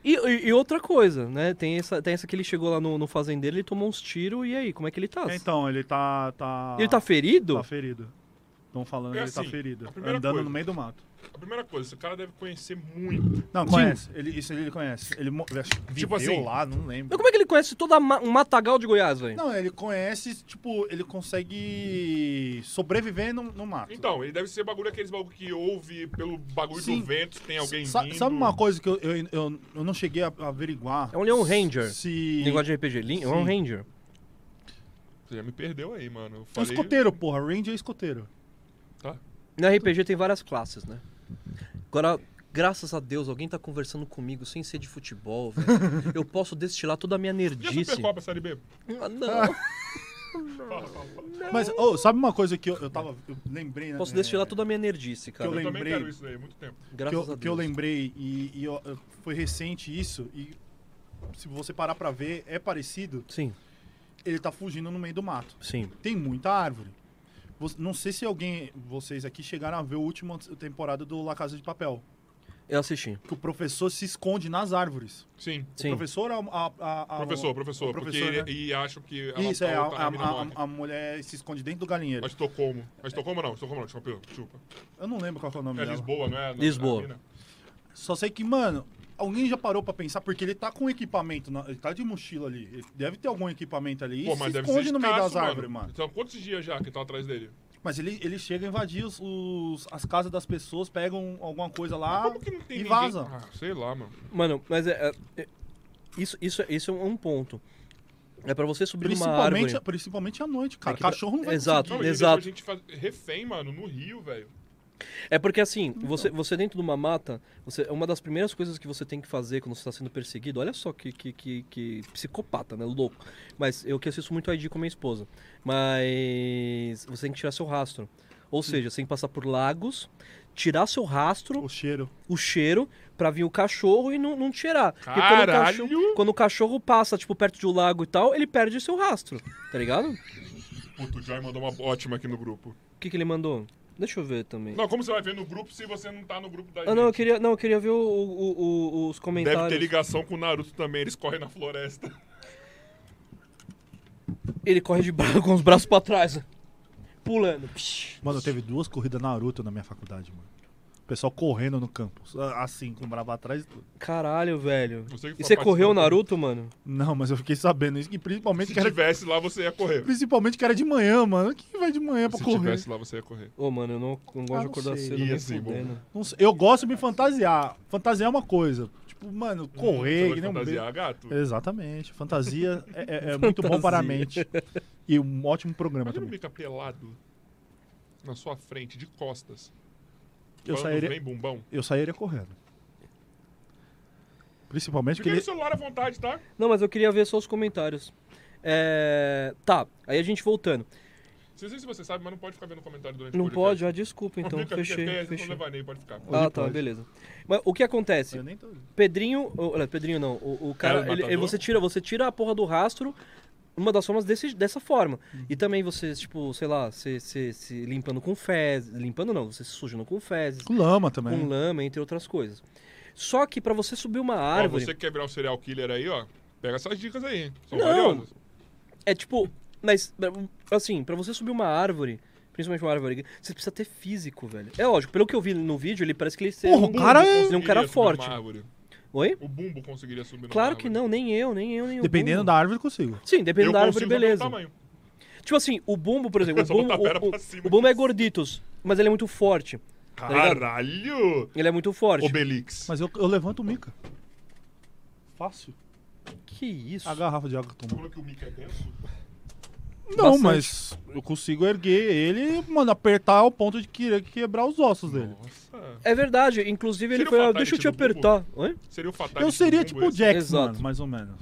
C: E, e- e outra coisa, né? Tem essa, tem essa que ele chegou lá no, no fazendeiro, ele tomou uns tiros e aí, como é que ele tá?
B: Então, ele tá. tá
C: ele tá ferido?
B: Tá ferido. Estão falando que
A: É
B: ele tá
A: assim,
B: ferido.
A: a primeira
B: Andando
A: coisa.
B: no meio do mato.
A: A primeira coisa, esse cara deve conhecer muito.
B: Não, conhece. Ele, isso ele conhece. Ele mo- acho que
A: Tipo
B: viveu
A: assim.
B: lá, não lembro.
C: Mas como é que ele conhece todo a ma- um matagal de Goiás, velho?
B: Não, ele conhece, tipo, ele consegue sobreviver no, no mato.
A: Então, ele deve ser bagulho aqueles bagulho que ouve pelo bagulho
B: Sim.
A: do vento, tem alguém
B: Sa-
A: vindo.
B: sabe uma coisa que eu, eu, eu, eu não cheguei a a averiguar?
C: É um Leão Ranger.
B: Se...
C: Negócio de RPG, Lin- é um
B: Sim.
C: Ranger.
A: Você já me perdeu aí, mano. Eu
B: É um
A: falei...
B: escoteiro, porra. Ranger é escoteiro.
C: No RPG tem várias classes, né? Agora, graças a Deus, alguém tá conversando comigo sem ser de futebol, velho. Eu posso destilar toda a minha
A: E a
C: nerdice.
A: Supercopa Série B?
C: Ah, não.
B: Mas, ô, sabe uma coisa que eu, eu tava... Eu lembrei, né?
C: Posso
B: é,
C: destilar toda a minha nerdice, cara.
B: Eu
A: Eu também
B: lembrei.
A: quero isso daí, há muito tempo.
C: Graças
B: que
C: a
B: eu,
C: Deus.
B: que eu lembrei e, e eu- eu- foi recente isso e se você parar pra ver é parecido
C: Sim,
B: ele tá fugindo no meio do mato
C: sim.
B: tem muita árvore Você- não sei se alguém vocês aqui chegaram a ver a última temporada do La Casa de Papel
C: Eu assisti.
B: que o professor se esconde nas árvores
A: Sim.
C: Sim.
B: o professor a, a- a- a-
A: professor,
B: Ah, o-
A: professor.
B: o
A: porque ele,
B: professor né?
A: e acho que ela
B: isso é a,
A: tá, tá,
B: a-
A: menina
B: a-
A: morre.
B: a mulher se esconde dentro do galinheiro
A: Mas Estocolmo. Mas Estocolmo não, Estocolmo não, desculpa. desculpa.
B: eu não lembro qual que é o nome
A: É
B: dela.
A: Lisboa, não é? Não,
C: Lisboa.
A: a mina?
B: Só sei que, mano, alguém já parou pra pensar, porque ele tá com equipamento, na- ele tá de mochila ali. Ele deve ter algum equipamento ali.
A: Pô,
B: e
A: mas
B: se
A: deve
B: esconde
A: ser
B: no meio
A: escasso,
B: das árvores, mano.
A: Então, quantos dias já que tá atrás dele?
B: Mas ele, ele chega a invadir os, os- as casas das pessoas, pegam alguma coisa lá.
A: Como que não tem
B: e
A: ninguém?
B: vaza.
A: Ah, sei lá, mano.
C: Mano, mas é. é- é- isso, isso, isso é um ponto. É pra você subir numa
B: Principalmente,
C: árvore.
B: principalmente à noite, cara.
C: É que-
B: Cachorro não vai
C: Exato.
A: Não, e
B: conseguir.
A: ele
C: Exato.
A: deixou a gente faz... refém, mano, no Rio, velho.
C: É porque assim,
B: Então.
C: você, você dentro de uma mata, você, é uma das primeiras coisas que você tem que fazer quando você tá sendo perseguido, olha só que, que, que, que psicopata, né? Louco. Mas eu que assisto muito ID com minha esposa. Mas você tem que tirar seu rastro. Ou seja, você tem que passar por lagos, tirar seu rastro,
B: O cheiro.
C: o cheiro pra vir o cachorro e não, não cheirar. Porque quando o,
A: Caralho!
C: cachorro, quando o cachorro passa, tipo, perto de um lago e tal, ele perde seu rastro, tá ligado?
A: Puto, o Joy mandou uma ótima aqui no grupo.
C: O que, que ele mandou? Deixa eu ver também.
A: Não, como você vai ver no grupo se você não tá no grupo da
C: Ah, não, eu
A: gente?
C: queria, não, eu queria ver o- o- o- os comentários.
A: Deve ter ligação com o Naruto também, eles correm na floresta.
C: Ele corre de braço com os braços pra trás. Pulando. Psh.
B: Mano, teve duas corridas Naruto na minha faculdade, mano. O pessoal correndo no campus. ah, Assim, com o brabo atrás. e tudo.
C: Caralho, velho.
A: Você que foi
C: E você correu o
A: participante,
C: Naruto, mano?
B: Não, mas eu fiquei sabendo isso. que principalmente
A: Se
B: que era,
A: tivesse lá, você ia correr.
B: principalmente que era de manhã, mano. Quem vai de
C: É
B: manhã pra
A: Se
B: correr?
A: tivesse lá, você ia correr.
C: Ô, mano, eu não, não gosto
B: Ah,
C: de
B: não
C: acordar
B: sei.
C: cedo
A: Ih,
C: nem
A: assim, bom.
C: fudendo.
B: Não sei, eu gosto de me fantasiar. Fantasiar é uma coisa. Tipo, mano, correr, que
A: Você
B: nem
A: vai
B: um beijo.
A: fantasiar gato?
B: Exatamente. Fantasia é, é- é muito bom
C: Fantasia.
B: para a mente. E um ótimo programa
A: Imagina o
B: também.
A: Mika pelado na sua frente, de costas.
B: Eu
A: falando
B: sairia,
A: bem bumbão.
B: eu sairia correndo. Principalmente porque
A: Fiquei no
B: ele.
A: celular à vontade, tá?
C: Não, mas eu queria ver só os comentários. É. Tá, aí a gente voltando.
A: Não sei se você sabe, mas não pode ficar vendo comentário durante
C: Não
A: o
C: pode?
A: podcast.
C: Ah, desculpa, então.
A: Fica, fica,
C: Fechei,
A: fica, Não
C: fechei.
A: levanei, pode ficar.
B: Hoje
C: Ah, tá,
B: pode.
C: beleza. Mas o que acontece?
B: Eu nem tô-
C: Pedrinho. oh, Olha, Pedrinho não. O, o cara.
A: Cara,
C: ele- ele-
A: matador?
C: você, tira, você tira a porra do rastro. Uma das formas desse, dessa forma.
B: Uhum.
C: E também você, tipo, sei lá, se, se, se limpando com fezes. Limpando não, você se sujando com fezes,
B: Com lama né?
C: com
B: também.
C: lama, entre outras coisas. Só que pra você subir uma
A: Ó,
C: árvore.
A: você que quer virar um serial killer aí, ó. Pega essas dicas aí. hein? São
C: Não.
A: valiosas.
C: É tipo. Mas, assim, pra você subir uma árvore. Principalmente uma árvore, você precisa ter físico, velho. É lógico, pelo que eu vi no vídeo, ele parece que ele
B: Porra, o cara é-
C: ele é um cara
A: Conseguiria subir numa
C: forte.
A: árvore.
C: Oi?
A: O bumbo conseguiria subir numa
C: Claro
A: árvore.
C: que não, nem eu, nem eu, nem o
B: Dependendo
C: Bumbo.
B: da árvore, eu consigo.
C: Sim, dependendo
A: Eu
C: da árvore,
A: consigo do meu
C: beleza.
A: tamanho.
C: Tipo assim, o Bumbo, por exemplo, o
A: Só botar
C: Bumbo,
A: a perna
C: o, o-
A: pra cima
C: o Bumbo é
A: aqui.
C: gordito, mas ele é muito forte. tá ligado?
A: Caralho!
C: Ele é muito forte.
A: Obelix.
B: Mas eu, eu levanto o mica. Fácil.
C: Que isso?
B: A garrafa de água que eu tomo.
A: Falou que o Mika é denso?
B: Não,
C: Bastante.
B: mas eu consigo erguer ele, mano, apertar ao ponto de querer quebrar os ossos dele.
A: Nossa.
C: É verdade, inclusive ele
A: Seria o
C: foi, ah,
A: Fatality
C: deixa eu te
A: do Bumbo?
C: apertar. Oi?
A: Seria o fatal.
B: Eu seria tipo o Jax,
C: Tá Exato.
B: mano, mais ou menos.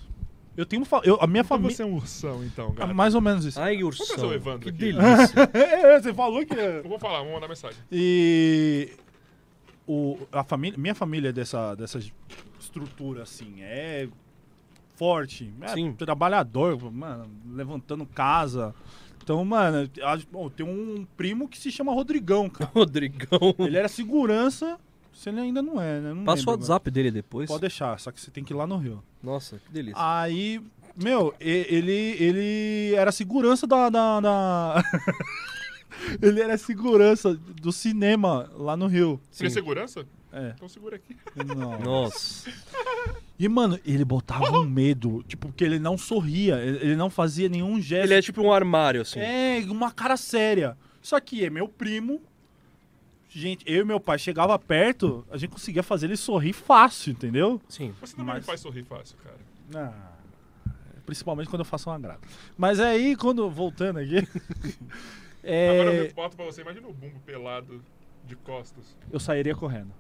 B: Eu tenho fa- eu, a minha
A: Então
B: família
A: você é um ursão, então,
B: é
A: gato.
B: mais ou menos isso.
C: Ai,
A: Vamos trazer
C: ursão.
A: é o Evandro
C: Ah, Que
A: aqui.
C: delícia.
B: É, você falou que
A: Eu vou falar, vamos mandar mensagem.
B: e o a família, minha família é dessa dessa estrutura assim, é forte, é
C: Sim.
B: trabalhador, mano, levantando casa. Então, mano, acho- bom, tem um primo que se chama Rodrigão, cara.
C: Rodrigão.
B: Ele é era segurança, se ele ainda não é, né? Não
C: Passa o
B: lembro agora.
C: WhatsApp dele depois.
B: Pode deixar, só que você tem que ir lá no Rio.
C: Nossa, que delícia.
B: Aí, meu, e- ele, ele era segurança da. da- da- ele era segurança do cinema lá no Rio.
A: Seria
C: Sim.
A: segurança?
B: É.
A: Então segura aqui.
B: Não.
C: Nossa.
B: E, mano, ele botava um medo. Tipo, porque ele não sorria, ele ele não fazia nenhum gesto.
C: Ele é tipo um armário, assim.
B: É, uma cara séria. Só que é meu primo. Gente, eu e meu pai chegava perto, a gente conseguia fazer ele sorrir fácil, entendeu?
C: Sim.
A: Você também
B: Mas-
A: me faz sorrir fácil, cara.
B: Ah, principalmente quando eu faço um agrado. Mas aí, quando. Voltando aqui. é,
A: Agora eu boto pra você, imagina o bumbo pelado de costas.
B: eu sairia correndo.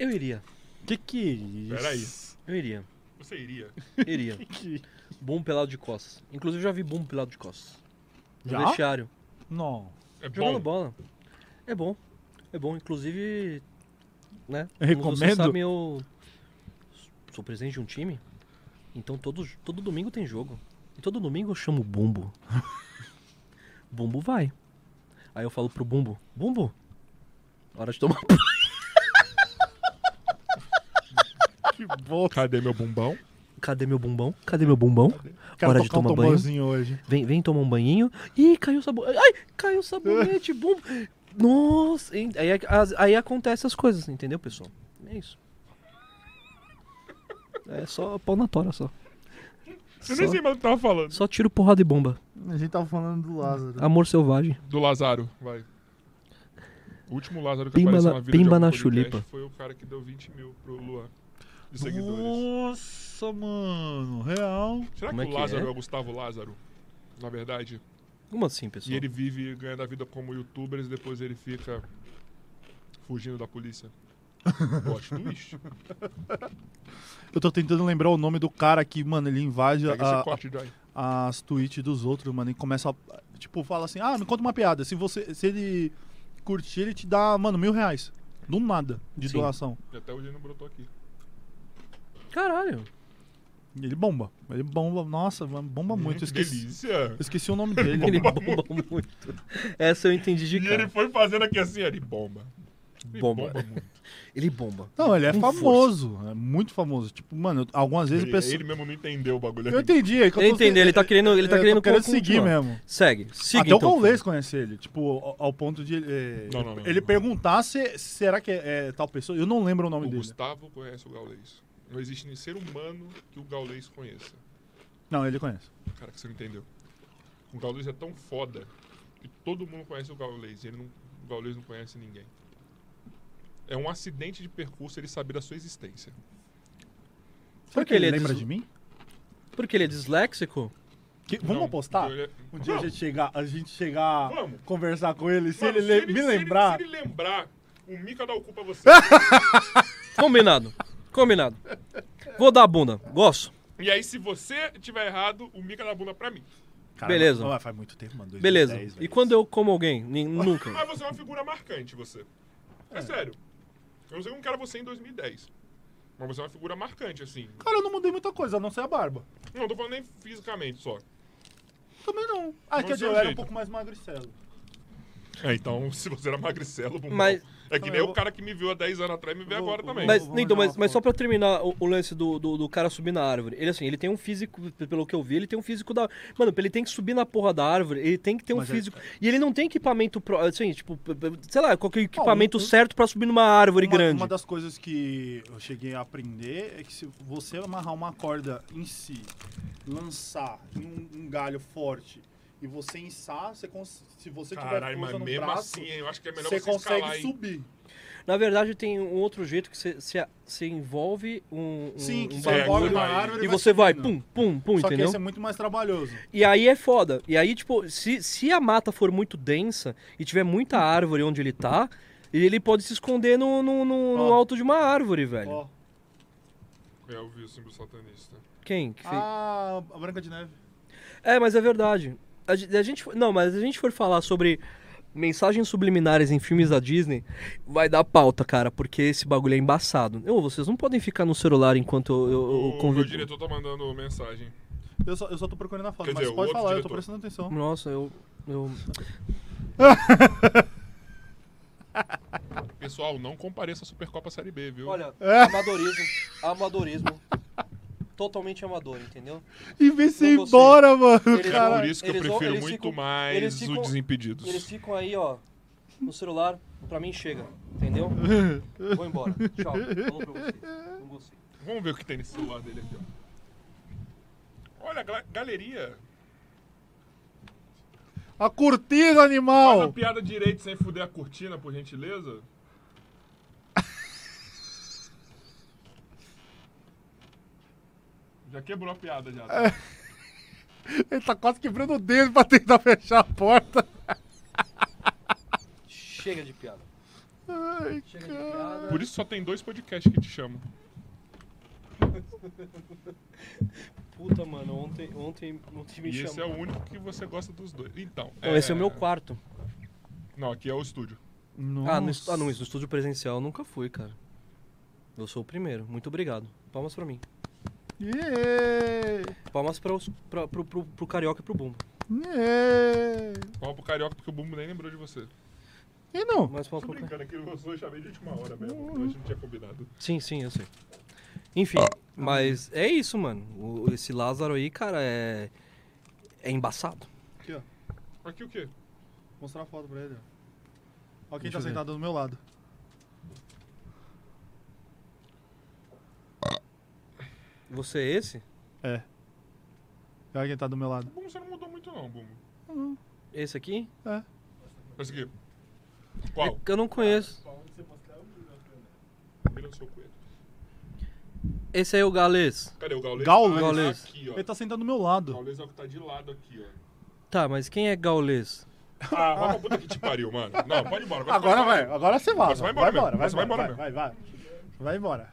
C: Eu iria,
B: Que que é isso?
A: Peraí.
C: eu iria,
A: Você iria.
C: iria.
B: Que-
C: Bom pelado de costas. Inclusive, eu já vi bom pelado de costas. No
B: Já?
C: vestiário.
B: Não.
A: É
C: Jogando
A: bom.
C: bola. É bom. É bom. Inclusive, né?
B: Eu
C: como Você
B: recomendo.
C: sabe, eu sou presidente de um time. Então todo, todo domingo tem jogo. E todo domingo eu chamo o Bumbo. Bumbo vai. Aí eu falo pro Bumbo, Bumbo, hora de tomar banho."
B: Que bom.
A: Cadê meu bumbão?
C: Cadê meu bumbão? Cadê meu bumbão? Hora de tomar
B: um
C: banho.
B: tamborzinho hoje.
C: Vem, vem tomar um banhinho. Ih, caiu o sabonete. Ai, caiu o sabonete, Bumbo. Nossa. hein? Aí, é, as- aí acontece as coisas, entendeu, pessoal? É isso. É só pau na tora, só.
A: Eu nem
C: Só-
A: sei mais o que tava falando.
C: Só tiro, porrada e bomba.
F: A gente tava falando do Lázaro.
C: Amor selvagem.
A: Do Lazaro, vai. O último Lázaro que
C: Pimba
A: apareceu
C: na-
A: na vida de
C: pimba
A: algum
C: na
A: podcast
C: chulipa.
A: foi o cara que deu 20 mil pro Luan de seguidores.
B: Nossa, mano. Real.
A: Será
C: Hum. Como
A: que
C: é
A: o
C: que
A: Lázaro
C: é?
A: é? o Gustavo Lázaro? Na verdade.
C: Como assim,
A: E
C: pessoal?
A: ele vive ganhando a vida como youtuber e depois ele fica fugindo da polícia. Plot twist.
B: Eu tô tentando lembrar o nome do cara que, mano, ele invade
A: Pega esse
B: a,
A: corte, Joy.
B: as tweets dos outros, mano, e começa a, tipo, fala assim, ah, me conta uma piada. Se você, se ele curtir, ele te dá, mano, mil reais. Do nada, de
C: Sim.
B: doação.
A: E até hoje ele não brotou aqui.
C: Caralho.
B: Ele bomba. Ele bomba. Nossa, bomba muito. Eu
A: Hum, Que
B: esqueci,
A: delícia.
B: eu esqueci o nome dele.
C: Ele bomba muito. Essa eu entendi de
A: E ele
C: cara.
A: foi fazendo aqui assim, ó, ele bomba. Ele
C: Bomba.
A: muito.
C: Ele bomba.
B: Não, ele é
C: Com
B: famoso. É muito famoso. Tipo, mano, eu- algumas vezes
A: Ele, é
B: o pessoal.
A: ele mesmo não entendeu o bagulho.
B: Eu entendi. É que eu
C: Eu
B: tô- é,
C: entendi, ele tá querendo, ele tá
B: eu tô
C: querendo,
B: querendo
C: con- continuar.
B: seguir mesmo.
C: Segue, siga
B: Até
C: então.
B: o Gaules conhece ele, tipo, ao, ao ponto de é,
A: Não, não, não,
B: ele
A: não.
B: perguntar se será que é, é tal pessoa. Eu não lembro o nome
A: O
B: dele.
A: Gustavo conhece o Gaulês. Não existe nem ser humano que o Gaulês conheça.
B: Não, ele conhece.
A: Cara, que você não entendeu. O Gaulês é tão foda que todo mundo conhece o Gaulês. Ele não, o Gaulês não conhece ninguém. É um acidente de percurso ele saber da sua existência.
B: Será
C: que
B: que
C: ele
B: ele,
C: é
B: lembra
C: des-
B: de mim?
C: Porque ele é disléxico?
B: Que- vamos
A: Não,
B: apostar?
A: então ele é-
B: Um dia a
A: Vamos.
B: gente chegar, a gente chegar,
A: Vamos.
B: conversar com ele, se,
A: Mano,
B: ele, lem- me
A: se
B: lembrar.
A: Se ele lembrar, o Mika dá o cu pra você.
C: Combinado. Combinado. Vou dar a bunda. Gosto.
A: e aí, se você tiver errado, o Mika dá a bunda pra mim.
B: Cara,
C: Beleza.
B: não, faz muito tempo, mano. 2010,
C: Beleza. E
B: velho.
C: quando eu como alguém? Nem- Nunca.
A: Mas você é uma figura marcante, você. É, sério. Eu não sei como que era você em 2010. Mas você é uma figura marcante, assim.
B: Cara, eu não mudei muita coisa, a não ser a barba.
A: Não, eu tô falando nem fisicamente só.
B: Também não. Ah,
A: Não sei
B: quer dizer,
A: o
B: eu era um
A: jeito.
B: pouco mais magricelo.
A: É, então, se você era magricelo, bumbum.
C: Mas-
A: É que
B: Ah,
A: nem
B: eu
A: o
B: vou-
A: cara que me viu há 10 anos atrás me vê
B: Eu vou-
A: agora também.
C: Mas,
B: Vamos
C: então,
B: dar uma
C: mas, mas só
B: foto.
C: pra terminar o, o lance do, do, do cara subir na árvore. Ele, assim, ele tem um físico, p- pelo que eu vi, ele tem um físico da... Mano, ele tem que subir na porra da árvore, ele tem que ter um
B: Mas é-
C: físico... E ele não tem equipamento, pro, assim, tipo, p- p- sei lá, qualquer equipamento
B: um-
C: certo pra subir numa árvore
B: Uma-
C: grande.
B: Uma das coisas que eu cheguei a aprender é que se você amarrar uma corda em si, lançar em um, um galho forte e você içar, você cons- se você tiver
A: Caralho,
B: força
A: mas
B: no
A: mesmo
B: braço,
A: assim, hein, eu acho que é melhor
B: você
A: você,
B: consegue
A: escalar, hein?
B: subir.
C: Na verdade, tem um outro jeito que você se, se envolve um... um-
B: Sim,
C: um
B: que
A: é,
B: você
C: bagulho,
B: envolve
A: você
B: uma
A: vai-
B: árvore
C: E você vai,
B: subindo.
C: pum, pum, pum,
B: Só que
C: entendeu?
B: esse é muito mais trabalhoso.
C: E aí é foda. E aí, tipo, se, se a mata for muito densa e tiver muita árvore onde ele tá, ele pode se esconder no, no, no- no
B: Ó.
C: alto de uma árvore, velho.
B: Ó,
A: É, eu vi o símbolo satanista.
C: Quem? que fez?
B: ah, a Branca de Neve.
C: É, mas é verdade. A, ge- a gente, for- não, mas a gente for falar sobre mensagens subliminares em filmes da Disney, vai dar pauta, cara, porque esse bagulho é embaçado. Ô, vocês não podem ficar no celular enquanto eu, eu, eu
A: o meu
C: convido.
A: diretor tá mandando mensagem.
B: Eu só, eu só tô procurando a foto,
A: Quer
B: mas
A: dizer, o
B: pode
A: outro
B: falar, eu tô
A: diretor.
B: prestando atenção.
C: Nossa, eu. eu...
A: Pessoal, não compareça à Supercopa Série B, viu?
C: Olha,
B: É.
C: amadorismo. Amadorismo. Totalmente amador, entendeu?
B: E vem se
C: Não gostei.
B: embora, mano.
A: é
C: Eles-
A: por
C: cara,
A: isso que eu
C: eles vão-
A: prefiro
C: eles
A: muito
C: ficam-
A: mais
C: eles ficam-
A: o Desimpedidos.
C: Eles ficam aí, ó, no celular, pra mim chega, entendeu? Vou embora. Tchau. Falou pra vocês. Não gostei.
A: Vamos ver o que tem nesse celular dele aqui, ó. Olha, gla- galeria.
B: A cortina,
A: Faz a
B: animal!
A: piada direito sem fuder a cortina, por gentileza. Já quebrou a piada, já. tá?
B: Ele tá quase quebrando o dedo pra tentar fechar a porta.
C: Ah, Chega de piada.
B: Ai,
C: Chega de piada.
A: Por isso só tem dois podcasts que te chamam.
C: Puta, mano, ontem, ontem, ontem me
A: e esse é
C: chamou.
A: o único que você gosta dos dois. Então.
C: Não, esse é o meu quarto.
A: Não, aqui é o estúdio.
C: Ah, no, estu- ah, não, isso, no estúdio presencial eu nunca fui, cara. Eu sou o primeiro. Muito obrigado. Palmas pra mim.
B: Yeah.
C: Palmas pra, os- pra, pro, pro, pro Carioca e pro Bumbo.
B: Yeah.
A: Fala pro carioca porque o Bumbo nem lembrou de você.
B: E não?
C: Mas palmas
A: Tô
C: pro Carioca.
A: brincando aqui, eu só chamei de última hora mesmo. A gente não tinha combinado.
C: Sim, sim, eu sei. Enfim, mas é isso, mano. O- esse Lázaro aí, cara, é. É embaçado.
B: Aqui, ó.
A: Aqui o quê?
B: Vou mostrar a foto pra ele. ó. Ó quem
C: Deixa eu
B: tá
C: ver.
B: sentado do meu lado.
C: Você é esse?
B: Olha quem tá do meu lado.
A: Bumbo, você não mudou muito não, Bumbo.
C: Esse aqui?
A: Esse aqui. Qual?
C: Eu não conheço.
A: Tá Mira no é seu coelho.
C: Esse aí é o galês.
A: Cadê o Gaules? Ah,
B: Gaules.
C: Gaules.
A: Aqui, ó.
B: Ele tá sentado do meu lado.
A: Gaules é o que tá de lado aqui, ó.
C: Tá, mas quem é gaulês?
A: Ah, vai pra puta que te pariu, mano. Não, pode ir embora.
B: Agora vai, agora você vai.
A: Mas vai embora mesmo, mas vai embora
B: vai, vai, vai. Vai embora.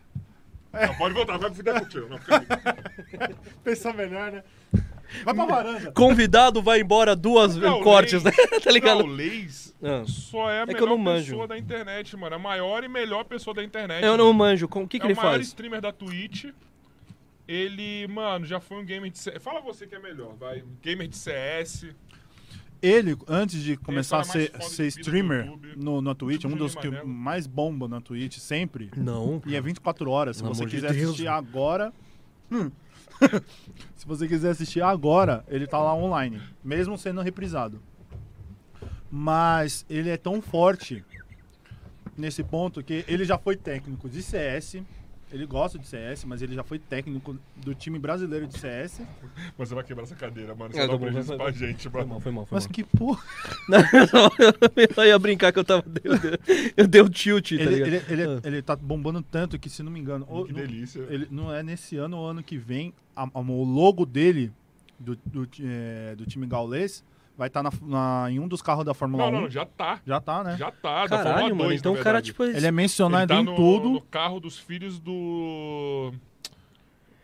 A: vai. Não, pode voltar, vai pro fuder contigo. Não, fica aqui.
B: Pensa melhor, né? Vai pra varanda.
C: Convidado vai embora duas
A: Gaulês.
C: cortes, né? tá ligado?
A: Gaulês
C: Ah,
A: só é a
C: que eu
A: melhor
C: não manjo.
A: pessoa da internet, mano. A maior e melhor pessoa da internet.
C: Ah. Eu
A: mano.
C: não manjo. com- O que,
A: É
C: que
A: o
C: ele
A: maior
C: faz?
A: streamer da Twitch. Ele, mano, já foi um gamer de CS. Fala você que é melhor, vai. Gamer de CS.
B: Ele, antes de começar a
A: fala mais
B: ser,
A: foda de
B: ser
A: vida do
B: streamer
A: YouTube.
B: no, na Twitch,
A: Tipo
B: um dos que
A: Juninho Magrelo.
B: mais bomba na Twitch sempre.
C: Não.
B: E é 24 horas. Se
C: Pelo
B: você
C: amor de
B: quiser
C: Deus,
B: assistir
C: mano.
B: agora. Hum. Se você quiser assistir agora, ele tá lá online. Mesmo sendo reprisado. Mas ele é tão forte nesse ponto que ele já foi técnico de CS. Ele gosta de CS, mas ele já foi técnico do time brasileiro de CS.
A: Mas Você vai quebrar essa cadeira, mano. Você
C: É,
A: dá
C: tá
A: um
C: bom,
A: prejuízo
C: vai,
A: pra
C: vai.
A: gente,
C: Foi
A: mano.
C: mal, foi mal, foi
B: Mas
C: mal.
B: que porra.
C: Não, eu ia brincar que eu tava. Eu dei, eu dei o tilt, tá
B: Ele,
C: ligado?
B: ele, ele,
C: Ah.
B: ele tá bombando tanto que, se não me engano, ou-
A: Que
B: não-
A: delícia.
B: ele não é nesse ano ou ano que vem, a- a- o logo dele, do, do, ti- eh, do time gaulês, vai estar em um dos carros da Fórmula
A: Não,
B: 1.
A: não, já tá.
B: Já tá, né?
A: Já tá, da Fórmula
C: Caralho,
A: 2,
C: mano. Então
A: na
C: o cara,
A: verdade.
C: tipo.
B: Ele é
A: Ele
B: mencionado
A: tá
B: em
A: no,
B: tudo.
A: no carro dos filhos do.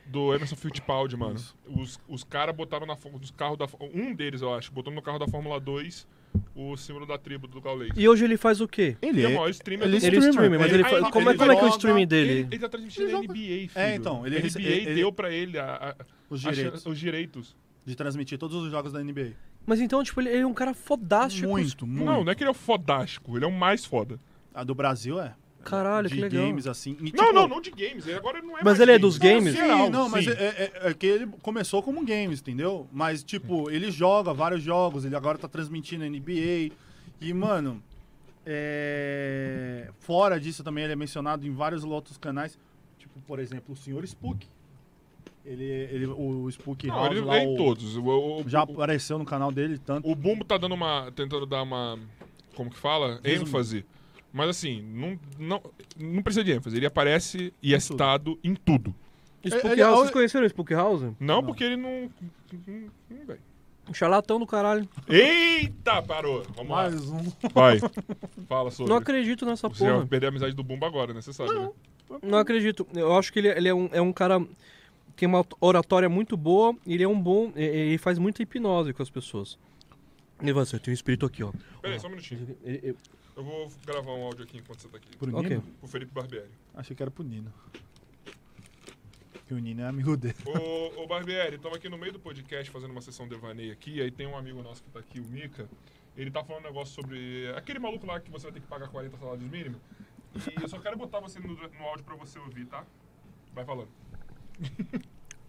A: Do Emerson Fittipaldi, mano. Os, os caras botaram na fó- dos carros da. fó- Um deles, eu acho, botou no carro da Fórmula 2 o símbolo da tribo do Gaulês.
C: E hoje ele faz o quê?
B: Ele
A: é o
B: é.
A: maior streamer
B: ele
A: do
C: Ele é streamer, mas ele,
A: Ele-
C: faz.
A: ele-
C: como, é-
A: ele
C: como é que é o
B: joga,
C: streaming
A: Ele,
C: dele?
A: ele tá transmitindo
B: Ele
A: na
B: joga-
A: NBA, filho.
B: É, então, ele
A: a
B: rece-
A: NBA
B: ele-
A: deu pra ele a- a- a-
B: Os
A: a chan-
B: direitos
A: os direitos.
B: de transmitir todos os jogos da NBA.
C: Mas então, tipo, ele ele é um cara fodástico.
B: Muito, muito.
A: Não, não é que ele é o fodástico, ele é o mais foda.
B: A do Brasil é.
C: Caralho,
B: de
C: que legal.
B: games, assim. E,
A: não,
B: tipo,
A: não, não de games. Ele agora não é
C: Mas
A: mais
C: ele é dos games?
A: Não,
B: Sim,
A: geral,
B: não, mas
A: sim.
B: é, é- é que ele começou como games, entendeu? Mas, tipo, ele joga vários jogos, ele agora tá transmitindo NBA. E, mano, é, fora disso também ele é mencionado em vários outros canais. Tipo, por exemplo, o Sr. Spook. Ele, ele, o Spook
A: Não,
B: House
A: ele
B: lá,
A: é em
B: o-
A: todos. O, o,
B: já
A: o-
B: apareceu no canal dele tanto.
A: o Bumbo tá dando uma. tentando dar uma. Como que fala?
B: Resumindo.
A: ênfase. Mas assim, não, não, não precisa de ênfase. Ele aparece e é
B: tudo.
A: citado em tudo.
C: Spook
B: Ele-
C: House,
B: ele-
C: vocês conheceram o Spook House?
A: Não,
B: Não.
A: porque ele não. não- não vem.
C: Um charlatão do caralho.
A: Eita, parou! Vamos lá.
F: Mais um.
A: Vai. Fala sobre.
C: Não acredito nessa
A: Você vai
C: porra.
A: perder a amizade do Bumbo agora, né? Você sabe, né?
C: Não acredito. Eu acho que ele, ele é, um, é um cara. Tem uma oratória muito boa, e ele é um bom. e- e- Ele faz muita hipnose com as pessoas. Ele vai assim, tem um espírito aqui, ó.
A: Peraí, só um minutinho.
C: Ele- ele-
A: Eu vou gravar um áudio aqui enquanto você tá aqui.
B: Pro Nino?
C: ok.
A: Pro Felipe Barbieri.
B: Achei que era pro Nino. Que o Nino é amigo dele.
A: Ô, ô Barbieri, estamos aqui no meio do podcast fazendo uma sessão devaneio aqui, aí tem um amigo nosso que tá aqui, o Mika, ele tá falando um negócio sobre aquele maluco lá que você vai ter que pagar 40 salários mínimos, e eu só quero botar você no, no áudio pra você ouvir, tá? Vai falando.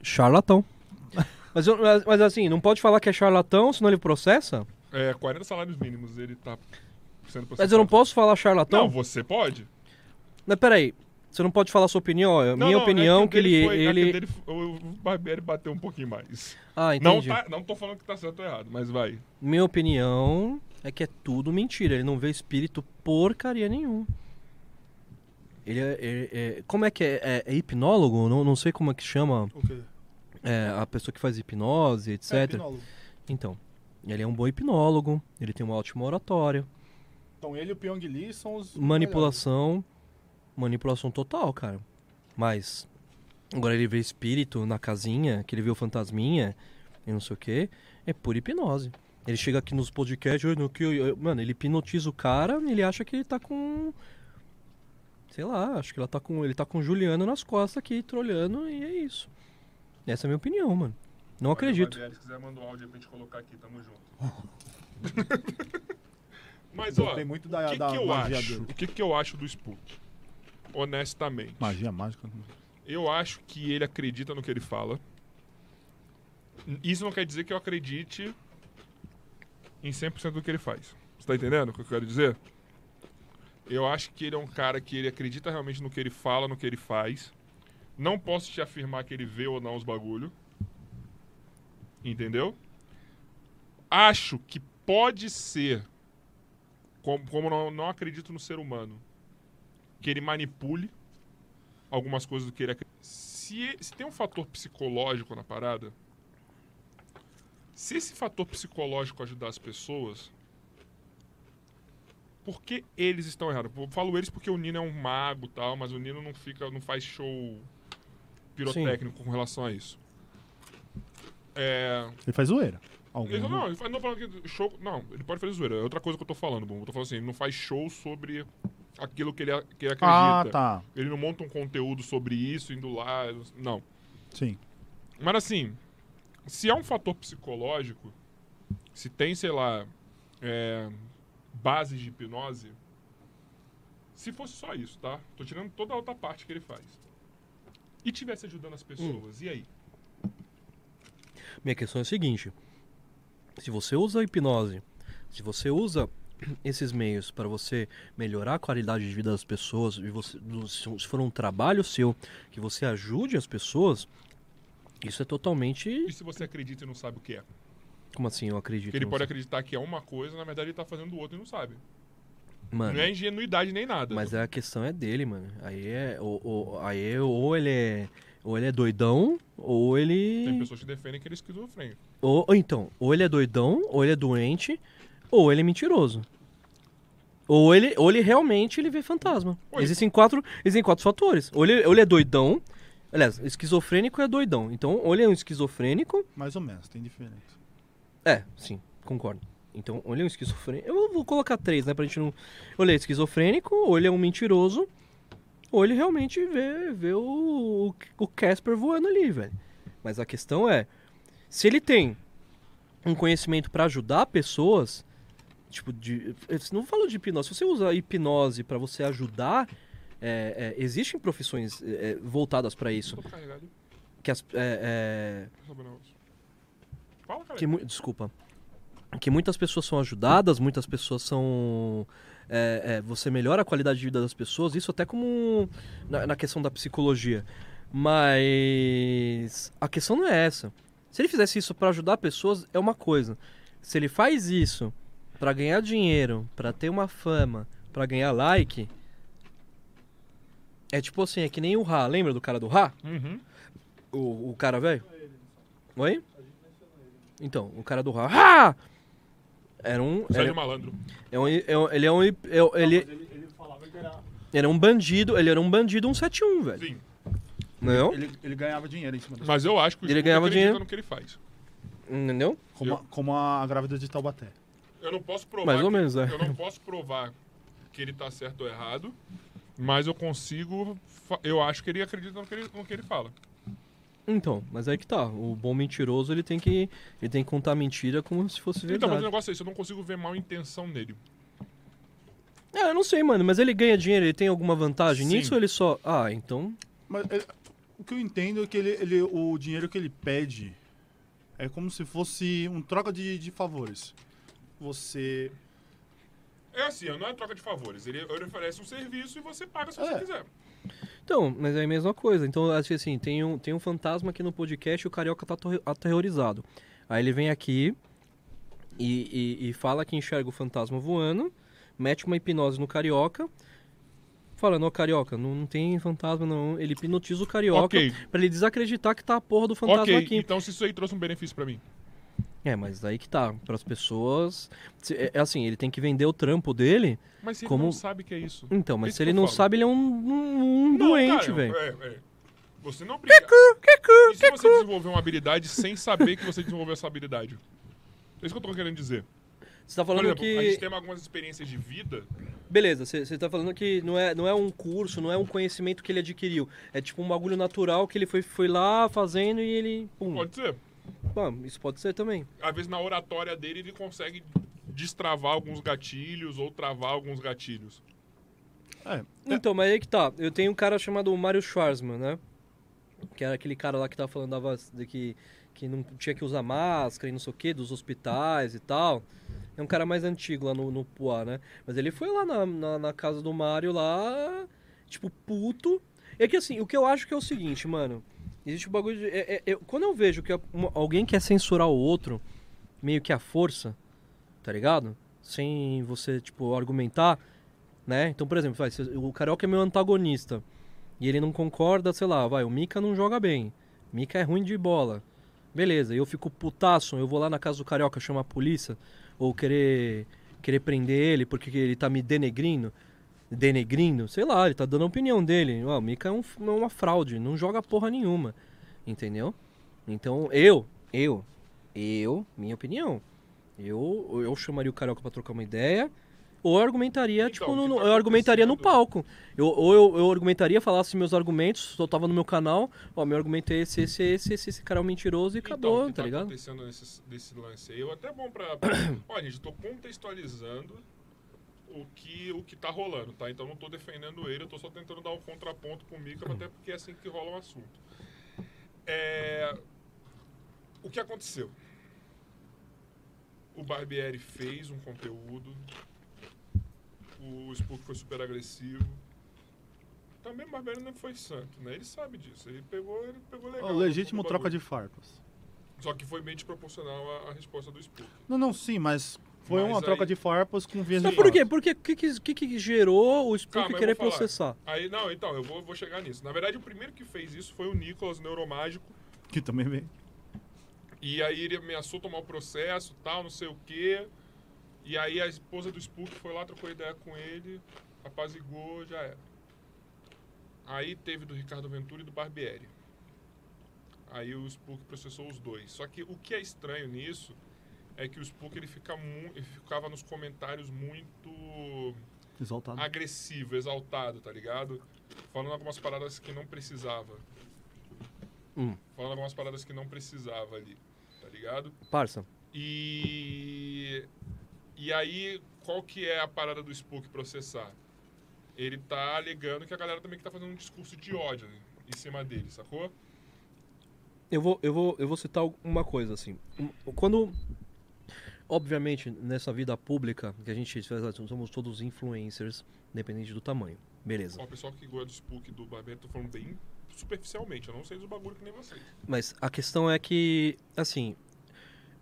C: Charlatão. Mas, eu- mas- mas assim, não pode falar que é charlatão, senão ele processa?
A: É, 40 salários mínimos ele tá sendo processado.
C: Mas eu não posso falar
A: Não,
C: charlatão?
A: você pode.
C: Mas peraí, você não pode falar sua opinião? ó,
A: Não,
C: Minha
A: não,
C: opinião
A: é o
C: que ele.
A: dele foi- é
C: ele...
A: que o dele f- o, o Barbieri bateu um pouquinho mais.
C: Ah,
A: Não,
C: entendi.
A: tá, não tô falando que tá certo ou errado, mas vai.
C: Minha opinião é que é tudo mentira. Ele não vê espírito porcaria nenhuma. Ele é. ele é- como é que é? É, é hipnólogo? Não, não sei como é que chama é, a pessoa que faz hipnose, etc.
B: É, hipnólogo.
C: então, ele é um bom hipnólogo, ele tem uma ótima oratória,
B: então ele e o Pyong Lee são os.
C: é manipulação. Manipulação total, cara. Mas. Agora ele vê espírito na casinha, que ele vê o fantasminha e não sei o que, é pura hipnose. Ele chega aqui nos podcasts, "Oi, no que eu- eu-" mano, ele hipnotiza o cara, ele acha que ele tá com. Sei lá, acho que ela tá com. Ele tá com o Juliano nas costas aqui, trolhando, e é isso. Essa é a minha opinião, mano. Não acredito.
A: Barbieri, se quiser, manda um áudio aí pra gente colocar aqui, tamo junto. Mas, ó,
B: Tem muito da,
A: o que,
B: da
A: que eu
B: magia
A: acho?
B: dele.
A: O que, que eu acho do Spook? Honestamente.
B: Magia mágica.
A: Eu acho que ele acredita no que ele fala. Isso não quer dizer que eu acredite em 100% do que ele faz. Você tá entendendo o que eu quero dizer? Eu acho que ele é um cara que ele acredita realmente no que ele fala, no que ele faz. Não posso te afirmar que ele vê ou não os bagulho. Entendeu? Acho que pode ser, como, como não, não acredito no ser humano, que ele manipule algumas coisas do que ele acredita. Se, se tem um fator psicológico na parada, se esse fator psicológico ajudar as pessoas, por que eles estão errados? Eu falo eles porque o Nino é um mago e tal, mas o Nino não fica, não faz show pirotécnico com relação a isso. É,
B: Ele faz zoeira. Algum.
A: ele, não, ele faz, não falando que show. Não, ele pode fazer zoeira. É outra coisa que eu tô falando, bom. Eu tô falando assim, ele não faz show sobre aquilo que ele, a- que ele acredita.
B: Ah, tá.
A: Ele não monta um conteúdo sobre isso, indo lá. Não.
B: Sim.
A: Mas assim, se é um fator psicológico, se tem, sei lá, é, bases de hipnose, se fosse só isso, tá? Tô tirando toda a outra parte que ele faz. E tivesse ajudando as pessoas, e aí?
C: Minha questão é a seguinte: se você usa a hipnose, se você usa esses meios para você melhorar a qualidade de vida das pessoas, e você, do- se se for um trabalho seu que você ajude as pessoas, isso é totalmente.
A: E se você acredita e não sabe o que é?
C: Como assim? Eu acredito.
A: Porque ele
C: não
A: pode
C: sei.
A: acreditar que é uma coisa, na verdade ele tá fazendo o outro e não sabe.
C: Mano,
A: Não é ingenuidade nem nada.
C: mas a questão é dele, mano. Aí é. Ou, ou- aí é- ou ele é. Ou ele é doidão, ou ele.
A: Tem pessoas que defendem que ele é esquizofrênico.
C: Ou, ou então, ou ele é doidão, ou ele é doente, ou ele é mentiroso. Ou ele, ou ele realmente ele vê fantasma.
A: Oi.
C: Existem quatro, existem quatro fatores. Ou ele, ou ele é doidão. Aliás, esquizofrênico é doidão. Então, ou ele é um esquizofrênico.
B: Mais ou menos, tem diferença.
C: É, sim, concordo. Então, ou ele é um esquizofrênico. Eu vou colocar três, né? Pra gente não. Ou ele é esquizofrênico, ou ele é um mentiroso, ou ele realmente vê, vê o, o Casper voando ali, velho. Mas a questão é: se ele tem um conhecimento pra ajudar pessoas, tipo, de. eu Não falo de hipnose. Se você usa a hipnose pra você ajudar. é, é, existem profissões é, é, voltadas pra isso.
A: Tô carregado.
C: Que as, é, é,
A: Deixa eu saber um negócio. Fala, cara.
C: que mu- desculpa que muitas pessoas são ajudadas muitas pessoas são é, é, você melhora a qualidade de vida das pessoas isso até como um- na, na questão da psicologia mas a questão não é essa se ele fizesse isso pra ajudar pessoas é uma coisa se ele faz isso pra ganhar dinheiro pra ter uma fama pra ganhar like é tipo assim é que nem o Ra lembra do cara do Ra
A: Uhum.
C: o, o cara velho? Oi? Então, o cara do Ra. Ah! Era um.
A: Sai de
C: Era,
A: malandro.
C: é um, é um- ele é um. é um- ele, era um bandido. Ele era um bandido 171, velho.
A: Sim.
C: Não?
B: Ele, ele ganhava dinheiro em cima disso.
A: Mas eu acho que o
C: Ele
A: Scooby
C: ganhava
A: acredita
C: dinheiro.
A: no que ele faz.
C: Entendeu?
B: Como, a- como a grávida de Taubaté.
A: Eu não posso provar.
C: Mais ou
A: que-
C: menos, é.
A: Eu não posso provar que ele tá certo ou errado, mas eu consigo. fa- Eu acho que ele acredita no que ele, no que ele fala.
C: Então, mas aí que tá. O bom mentiroso ele tem que. Ele tem que contar mentira como se fosse
A: Então, mas o
C: verdade.
A: negócio é isso, eu não consigo ver mal intenção nele.
C: É, eu não sei, mano. Mas ele ganha dinheiro, ele tem alguma vantagem
A: Sim.
C: nisso ou ele só. Ah, então.
B: Mas é, o que eu entendo é que ele, ele- o dinheiro que ele pede é como se fosse um troca de, de favores. Você.
A: É assim, não é troca de favores. Ele, ele oferece um serviço e você paga se você
B: É.
A: quiser.
C: Então, mas é a mesma coisa. Então, acho que assim, tem um, tem um fantasma aqui no podcast e o carioca tá ator- aterrorizado. Aí ele vem aqui e, e- e fala que enxerga o fantasma voando, mete uma hipnose no carioca, falando, ó, carioca, não, não tem fantasma não. Ele hipnotiza o carioca
A: Ok.
C: pra ele desacreditar que tá a porra do fantasma
A: ok,
C: aqui.
A: então se isso aí trouxe um benefício pra mim.
C: É, mas aí que tá. Pras pessoas. se- é- é assim, ele tem que vender o trampo dele.
A: Mas se ele
C: Como-
A: não sabe que é isso.
C: Então, mas
A: Isso
C: se
A: que
C: ele
A: eu
C: não
A: falo.
C: sabe, ele é um, um- um
A: Não,
C: doente,
A: cara,
C: velho.
A: É, é. Você não obriga. E se você desenvolver uma habilidade sem saber que você desenvolveu essa habilidade? É isso que eu tô querendo dizer.
C: Você tá
A: Por
C: falando
A: exemplo,
C: que.
A: a gente tem algumas experiências de vida.
C: Beleza, você tá falando que não é, não é um curso, não é um conhecimento que ele adquiriu. É tipo um bagulho natural que ele foi, foi lá fazendo e ele. Pum.
A: Pode ser.
C: Pam, isso pode ser também.
A: Às vezes na oratória dele ele consegue destravar alguns gatilhos ou travar alguns gatilhos.
C: Então, mas aí que tá. Eu tenho um cara chamado Mário Schwarzman, né? Que era aquele cara lá que tava falando da vac- de que, que não tinha que usar máscara e não sei o que, dos hospitais e tal. É um cara mais antigo lá no, no Puá, né? Mas ele foi lá na, na, na casa do Mário lá, tipo, puto. É que assim, o que eu acho que é o seguinte, mano. Existe o bagulho de. é- é- eu- quando eu vejo que uma- alguém quer censurar o outro, meio que à força, tá ligado? Sem você, tipo, argumentar né? Então, por exemplo, vai, se o Carioca é meu antagonista e ele não concorda, sei lá, vai, o Mika não joga bem, Mika é ruim de bola. Beleza, eu fico putaço, eu vou lá na casa do Carioca chamar a polícia ou querer querer prender ele porque ele tá me denegrindo, denegrindo, sei lá, ele tá dando a opinião dele. Ó, o Mika é, um, f- é uma fraude, não joga porra nenhuma, entendeu? Então, eu, eu, eu, minha opinião, eu, eu chamaria o Carioca pra trocar uma ideia, Ou eu argumentaria,
A: Então,
C: tipo,
A: o que
C: no-
A: tá
C: eu argumentaria no
A: acontecendo?
C: palco. Eu, ou eu, eu argumentaria, falasse meus argumentos, soltava no meu canal, ó, meu argumento é esse, esse, esse, esse, esse cara é um mentiroso e acabou,
A: Então, o que
C: tá ligado?
A: acontecendo nesse, desse lance aí? Eu até bom pra. Olha, gente, eu tô contextualizando o que, o que tá rolando, tá? Então eu não tô defendendo ele, eu tô só tentando dar um contraponto com o Micro, até porque é assim que rola o assunto. É, O que aconteceu? O Barbieri fez um conteúdo, o Spook foi super agressivo. Também o Barbieri não foi santo, né? Ele sabe disso. Ele pegou, ele pegou legal.
B: Ó, legítimo
A: no
B: troca
A: bagulho.
B: de farpas.
A: Só que foi bem desproporcional a, a resposta do Spook.
B: Não, não, sim, mas foi
A: Mas
B: uma
A: aí-
B: troca de farpas com vias
C: Mas
B: de
C: por quê?
B: fato.
C: Por quê? O que, que, que, que gerou o Spook
A: então, Calma, eu vou
C: querer
A: falar.
C: processar?
A: Aí, não, então, eu vou, vou chegar nisso. Na verdade, o primeiro que fez isso foi o Nicolas Neuromágico.
B: Que também vem.
A: E aí ele ameaçou tomar o processo, tal, não sei o quê. E aí a esposa do Spook foi lá, trocou ideia com ele, apazigou, já era. Aí teve do Ricardo Ventura e do Barbieri. Aí o Spook processou os dois. Só que o que é estranho nisso é que o Spook ele, fica mu- ele ficava nos comentários muito
B: Exaltado.
A: agressivo, exaltado, tá ligado? Falando algumas paradas que não precisava.
C: Hum.
A: Falando algumas paradas que não precisava ali, tá ligado?
C: Parça.
A: E. E aí, qual que é a parada do Spook processar? Ele tá alegando que a galera também que tá fazendo um discurso de ódio em cima dele, sacou?
C: Eu vou, eu vou, eu vou citar uma coisa assim. Um- Quando obviamente nessa vida pública que a gente faz, somos todos influencers, independente do tamanho. Beleza.
A: Ó, o pessoal que gosta do Spook e do Barbeiro, tô falando bem superficialmente, eu não sei dos bagulho que nem vocês.
C: Mas a questão é que, assim,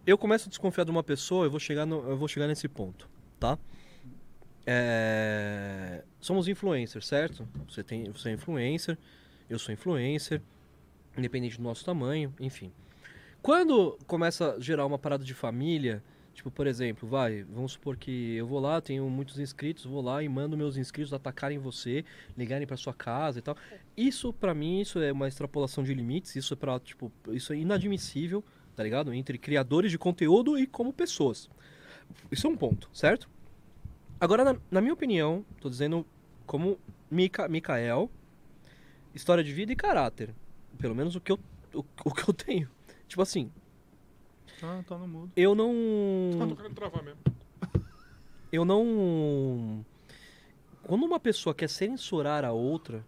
C: eu começo a desconfiar de uma pessoa, eu vou chegar, no- eu vou chegar nesse ponto, tá? É, Somos influencers, certo? Você, tem, você é influencer, eu sou influencer, independente do nosso tamanho, enfim. Quando começa a gerar uma parada de família, tipo, por exemplo, vai, vamos supor que eu vou lá, tenho muitos inscritos, vou lá e mando meus inscritos atacarem você, ligarem pra sua casa e tal. Isso, pra mim, isso é uma extrapolação de limites, isso é para tipo, isso é inadmissível, tá ligado? Entre criadores de conteúdo e como pessoas. Isso é um ponto, certo? Agora, na, na minha opinião, tô dizendo como Mica, Micael, história de vida e caráter. Pelo menos o que eu, o, o que eu tenho. Tipo assim,
B: Tá, tá no mudo.
C: eu
A: Ah,
C: não.
A: tô querendo travar mesmo.
C: Eu não. Quando uma pessoa quer censurar a outra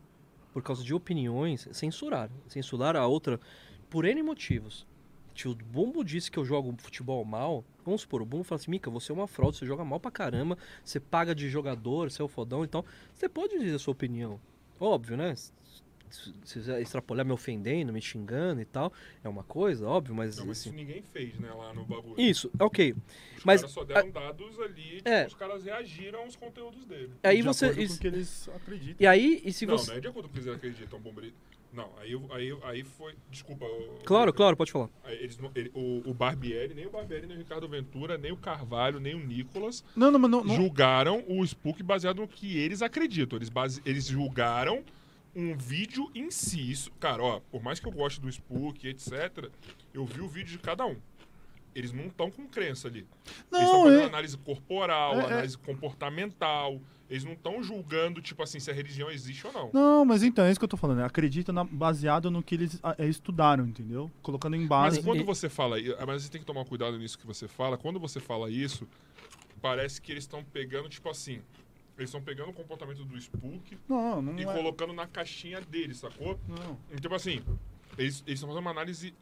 C: por causa de opiniões, censurar. Censurar a outra por N motivos. Tio, o Bumbo disse que eu jogo futebol mal. Vamos supor, o Bumbo fala assim: Mica, você é uma fraude, você joga mal pra caramba, você paga de jogador, você é o fodão, então você pode dizer a sua opinião. Óbvio, né? Se se você extrapolar me ofendendo, me xingando e tal, é uma coisa, óbvio, mas.
A: Não, mas
C: assim-
A: isso ninguém fez, né, lá no bagulho.
C: Isso, ok.
A: Os
C: Mas-
A: caras só deram dados ali, tipo,
C: É.
A: os caras reagiram aos conteúdos dele.
C: Aí
B: De
C: você.
B: acordo com
C: isso-
B: o que eles acreditam.
C: E aí, e se
A: não,
C: você.
A: não é de acordo com o que eles acreditam, Bombrito. Não, aí, eu- aí, eu- aí foi. Desculpa. eu-
C: Claro, claro, pode falar.
A: aí Eles, não- ele- o, o Barbieri, nem o Barbieri, nem o Ricardo Ventura, nem o Carvalho, nem o Nicolas
B: Não, não, mas não. não-
A: julgaram o Spook baseado no que eles acreditam. Eles, base, eles julgaram um vídeo em si. Isso, cara, ó, por mais que eu goste do Spook, etc., eu vi o vídeo de cada um. Eles não estão com crença ali. Eles estão
B: Não,
A: fazendo
B: é-
A: análise corporal,
B: É, é.
A: análise comportamental. Eles não estão julgando, tipo assim, se a religião existe ou não.
B: Não, mas então, é isso que eu tô falando. né? Acredita na- baseado no que eles ah, eh, estudaram, entendeu? Colocando em
A: Mas
B: base.
A: quando você fala isso, mas você tem que tomar cuidado nisso que você fala. Quando você fala isso, parece que eles estão pegando, tipo assim, eles estão pegando o comportamento do Spook
B: Não, não
A: e
B: é.
A: colocando na caixinha deles, sacou?
B: Não.
A: Tipo assim, eles eles estão fazendo uma análise.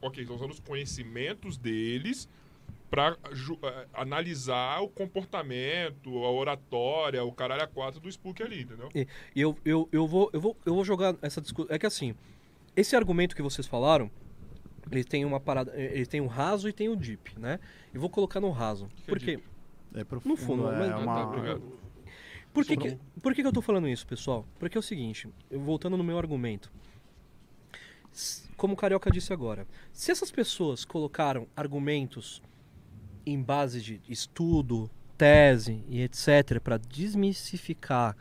A: Ok, estão usando os conhecimentos deles pra ju- eh, analisar o comportamento, a oratória, o caralho a quatro do Spook ali, entendeu?
C: E eu, eu, eu, vou, eu, vou, eu vou jogar essa discussão. É que assim, esse argumento que vocês falaram, ele tem uma parada. eh, Ele tem o raso e tem o deep, né? Eu vou colocar no raso.
A: que é
C: Por quê?
B: É
C: No
B: profundo.
C: fundo,
B: é
C: mas-
A: Ah, tá,
B: uma...
A: obrigado.
C: Por que,
A: Sobrou
C: que- por que, que eu tô falando isso, pessoal? Porque é o seguinte, eu- voltando no meu argumento. S- Como o Carioca disse agora, se essas pessoas colocaram argumentos em base de estudo, tese e etc., para desmistificar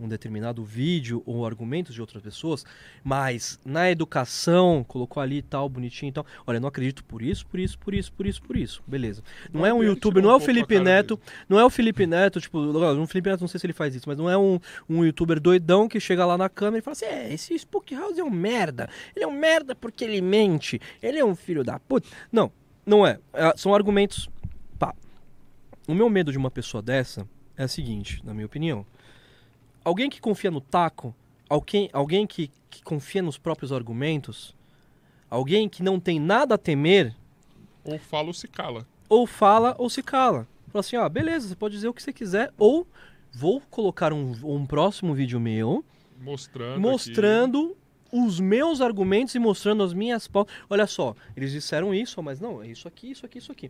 C: um determinado vídeo ou argumentos de outras pessoas, mas na educação colocou ali tal, bonitinho e tal. Olha, eu não acredito por isso, por isso, por isso, por isso, por isso. Beleza. Não
A: Bom,
C: é um
A: pior que
C: youtuber, não
A: tirou
C: é
A: um
C: o
A: pouco a
C: Felipe
A: cara
C: Neto, não é o Felipe Neto, tipo, um Felipe Neto, não sei se ele faz isso, mas não é um, um youtuber doidão que chega lá na câmera e fala assim: é, esse Spook House é um merda. Ele é um merda porque ele mente. Ele é um filho da puta. Não, não é. É, São argumentos. Pá. O meu medo de uma pessoa dessa é a seguinte, na minha opinião. Alguém que confia no taco, alguém, alguém que, que confia nos próprios argumentos, alguém que não tem nada a temer,
A: Ou fala ou se cala.
C: ou fala ou se cala. Fala assim, ó, beleza, você pode dizer o que você quiser, ou vou colocar um, um próximo vídeo meu
A: Mostrando.
C: mostrando os meus argumentos e mostrando as minhas pautas. Olha só, eles disseram isso, mas não, é isso aqui, isso aqui, isso aqui.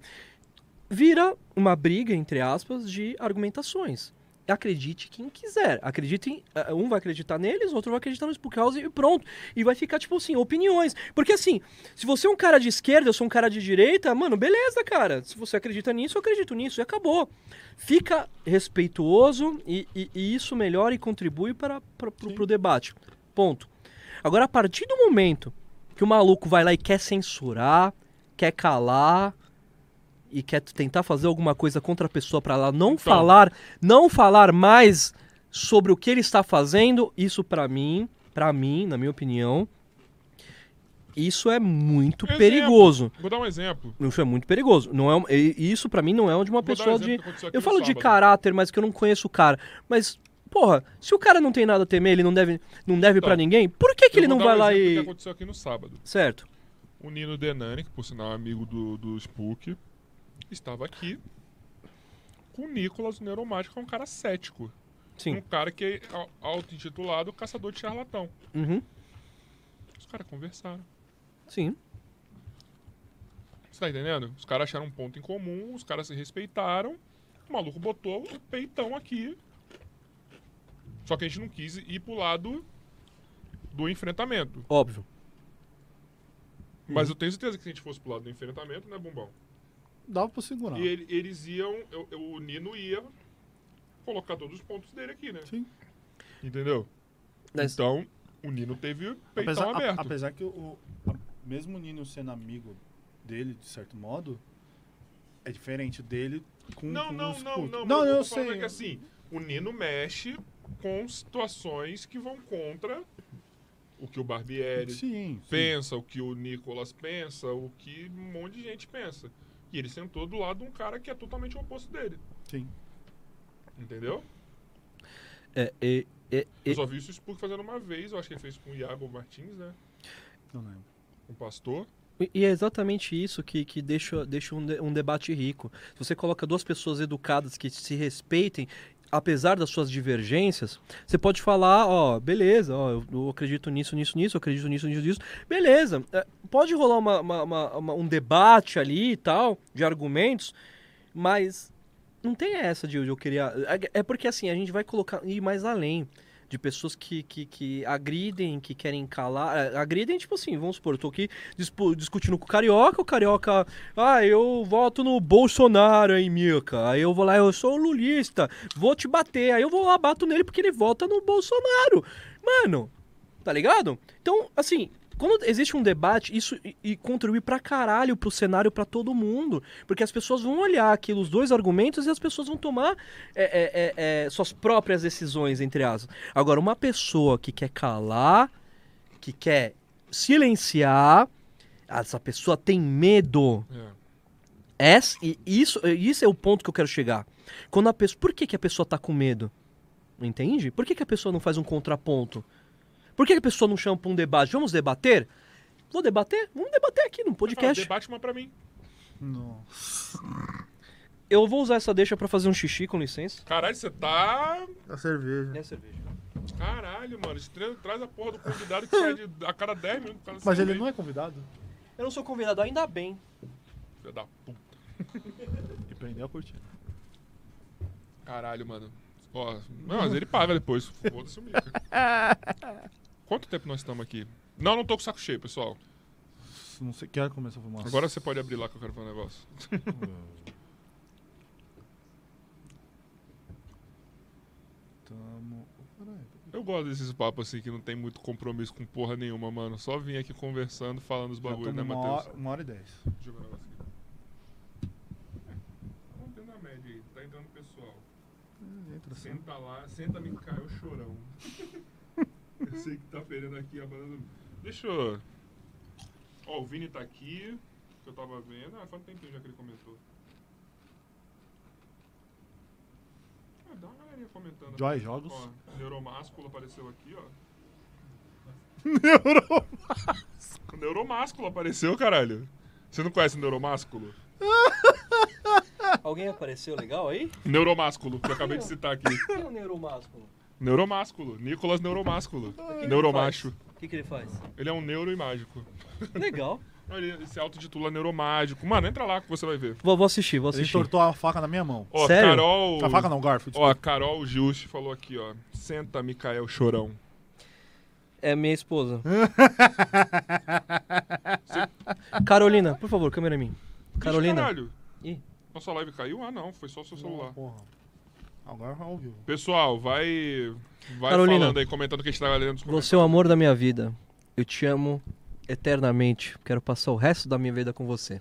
C: Vira uma briga, entre aspas, de argumentações. Acredite quem quiser. Acreditem, ah, um vai acreditar neles, outro vai acreditar no Spook House e pronto. E vai ficar, tipo assim, opiniões. Porque assim, se você é um cara de esquerda, eu sou um cara de direita, mano, beleza, cara. Se você acredita nisso, eu acredito nisso. E acabou. Fica respeituoso e, e- e isso melhora e contribui para, para, pro, pro debate. Ponto. Agora, a partir do momento que o maluco vai lá e quer censurar, quer calar e quer tentar fazer alguma coisa contra a pessoa para ela não
A: Então.
C: falar, não falar mais sobre o que ele está fazendo, isso para mim, para mim, na minha opinião, isso é muito
A: Exemplo.
C: perigoso.
A: Que... Vou dar um exemplo.
C: Isso é muito perigoso. Não é um- e- e isso pra mim não é onde
A: Vou
C: uma
A: dar um
C: pessoa
A: exemplo
C: de
A: que aconteceu aqui
C: eu
A: no
C: falo de
A: sábado.
C: caráter, mas que eu não conheço o cara. Mas, porra, se o cara não tem nada a temer, ele não deve, não deve
A: Então,
C: pra ninguém, por que, que
A: Eu
C: ele
A: vou
C: não
A: dar
C: vai
A: um
C: lá
A: exemplo do que
C: e.
A: aconteceu aqui no sábado.
C: Certo.
A: O Nino Denani, que por sinal é amigo do, do Spook, estava aqui com o Nicolas o Neuromático, que é um cara cético. Um
C: Sim.
A: cara que é au- auto-intitulado caçador de charlatão.
C: Uhum.
A: Os caras conversaram.
C: Sim.
A: Você tá entendendo? Os caras acharam um ponto em comum, os caras se respeitaram. O maluco botou o peitão aqui. Só que a gente não quis ir pro lado do enfrentamento.
C: Óbvio.
B: Uhum.
A: Mas eu tenho certeza que se a gente fosse pro lado do enfrentamento, né, Bumbão?
B: Dava pra segurar.
A: E ele- eles iam, eu- eu- o Nino ia colocar todos os pontos dele aqui, né?
B: Sim.
A: Entendeu?
C: Mas-
A: Então, o Nino teve o peitão
B: Apesar, a-
A: aberto.
B: apesar que o, o- a- mesmo o Nino sendo amigo dele, de certo modo, é diferente dele com
A: Não,
B: com
A: não,
B: os
A: não,
B: putos.
A: não.
B: Não,
A: mas
B: eu
A: tô falando
B: sei.
A: é que, assim, o Nino mexe com situações que vão contra o que o Barbieri
B: Sim, sim.
A: pensa, o que o Nicolas pensa, o que um monte de gente pensa. E ele sentou do lado de um cara que é totalmente o oposto dele.
B: Sim.
A: Entendeu?
C: É, é, é,
A: Eu
C: é,
A: só vi isso o Spook fazendo uma vez, eu acho que ele fez com o Iago Martins, né?
B: Não é. lembro.
A: Um pastor.
C: E é exatamente isso que, que deixa, deixa um, de- um debate rico. Se você coloca duas pessoas educadas que se respeitem, apesar das suas divergências, você pode falar, ó, beleza, ó, eu, eu acredito nisso, nisso, nisso, eu acredito nisso, nisso, nisso, beleza. É, pode rolar uma- uma- uma- uma- um debate ali e tal, de argumentos, mas não tem essa de eu queria... É é porque, assim, a gente vai colocar ir mais além de pessoas que, que, que agridem, que querem calar. eh, Agridem, tipo assim, vamos supor, eu tô aqui dispu- discutindo com o carioca, o carioca, ah, eu voto no Bolsonaro aí, Mica. Aí eu vou lá, eu sou lulista, vou te bater. Aí eu vou lá, bato nele porque ele vota no Bolsonaro. Mano, tá ligado? Então, assim. Quando existe um debate, isso e, e contribui pra caralho pro cenário pra todo mundo. Porque as pessoas vão olhar aquilo, os dois argumentos, e as pessoas vão tomar é, é, é, é, suas próprias decisões, entre aspas. Agora, uma pessoa que quer calar, que quer silenciar, essa pessoa tem medo.
A: É.
C: Essa, e isso, isso é o ponto que eu quero chegar. Quando a pessoa, por que, que a pessoa tá com medo? Entende? Por que, que a pessoa não faz um contraponto? Por que, que a pessoa não chama pra um debate? Vamos debater? Vou debater? Vamos debater aqui num
A: Fala,
C: podcast.
A: Ah, debate uma pra mim.
B: Nossa.
C: Eu vou usar essa deixa pra fazer um xixi, com licença.
A: Caralho, você tá.
F: A cerveja.
C: É cerveja.
A: Caralho, mano. Esse treino traz a porra do convidado que sai de, a cada 10 minutos. o Cara
B: Mas
A: sai
B: ele
A: bem.
B: não é convidado?
C: Eu não sou convidado, ainda bem.
B: é-
A: Filha da puta.
B: E prendeu a cortina.
A: Caralho, mano. Ó, não, mas ele paga depois. Foda-se o mico. Quanto tempo nós estamos aqui? Não, não tô com saco cheio, pessoal.
B: Não sei que hora começou a fumar.
A: Agora você pode abrir lá que eu quero falar um negócio.
B: Tamo... caralho.
A: Eu gosto desses papos assim que não tem muito compromisso com porra nenhuma, mano. Só vim aqui conversando, falando os
B: Já
A: bagulhos, né,
B: tamo uma
A: Matheus?
B: hora- Uma hora e dez.
A: Deixa eu ver o negócio aqui. É, tá mantendo a média aí, tá entrando pessoal.
B: É, Entra assim.
A: Senta lá, senta me caiu chorão. eu sei que tá perdendo aqui a banana. Deixa eu. Ó, o Vini tá aqui, que eu tava vendo. Ah, faz um tempinho já que ele comentou. Ah, dá uma galerinha comentando.
B: Joy Jogos.
A: Ó, neuromásculo apareceu aqui, ó.
B: Neuro.
A: O neuromásculo apareceu, caralho. Você não conhece o neuromásculo?
C: Alguém apareceu legal aí?
A: Neuromásculo, que eu acabei de citar aqui.
C: Quem é o neuromásculo?
A: Neuromásculo, Nicolas Neuromásculo. Neuromacho.
C: O que, que ele faz?
A: Ele é um neuro e mágico.
C: Legal.
A: Não, Ele se autotitula Neuromágico. Mano, entra lá que você vai ver.
C: Vou, vou assistir, vou
B: Ele
C: assistir.
B: entortou a faca na minha mão.
A: Ó,
C: Sério?
A: Carol.
B: A Tá faca não, Garfield.
A: Ó, a Carol Giusti falou aqui, ó. Senta, Micael Chorão.
C: É minha esposa. Carolina, por favor, câmera em mim.
A: Ixi,
C: Carolina.
A: caralho.
C: Ih.
A: Nossa live caiu? Ah, não. Foi só o seu celular.
B: Porra. Ah, Agora é ao vivo.
A: Pessoal, vai. Vai
C: Carolina.
A: falando aí, comentando o que a gente tá lendo nos comentários.
C: Você é o amor da minha vida. Eu te amo eternamente. Quero passar o resto da minha vida com você.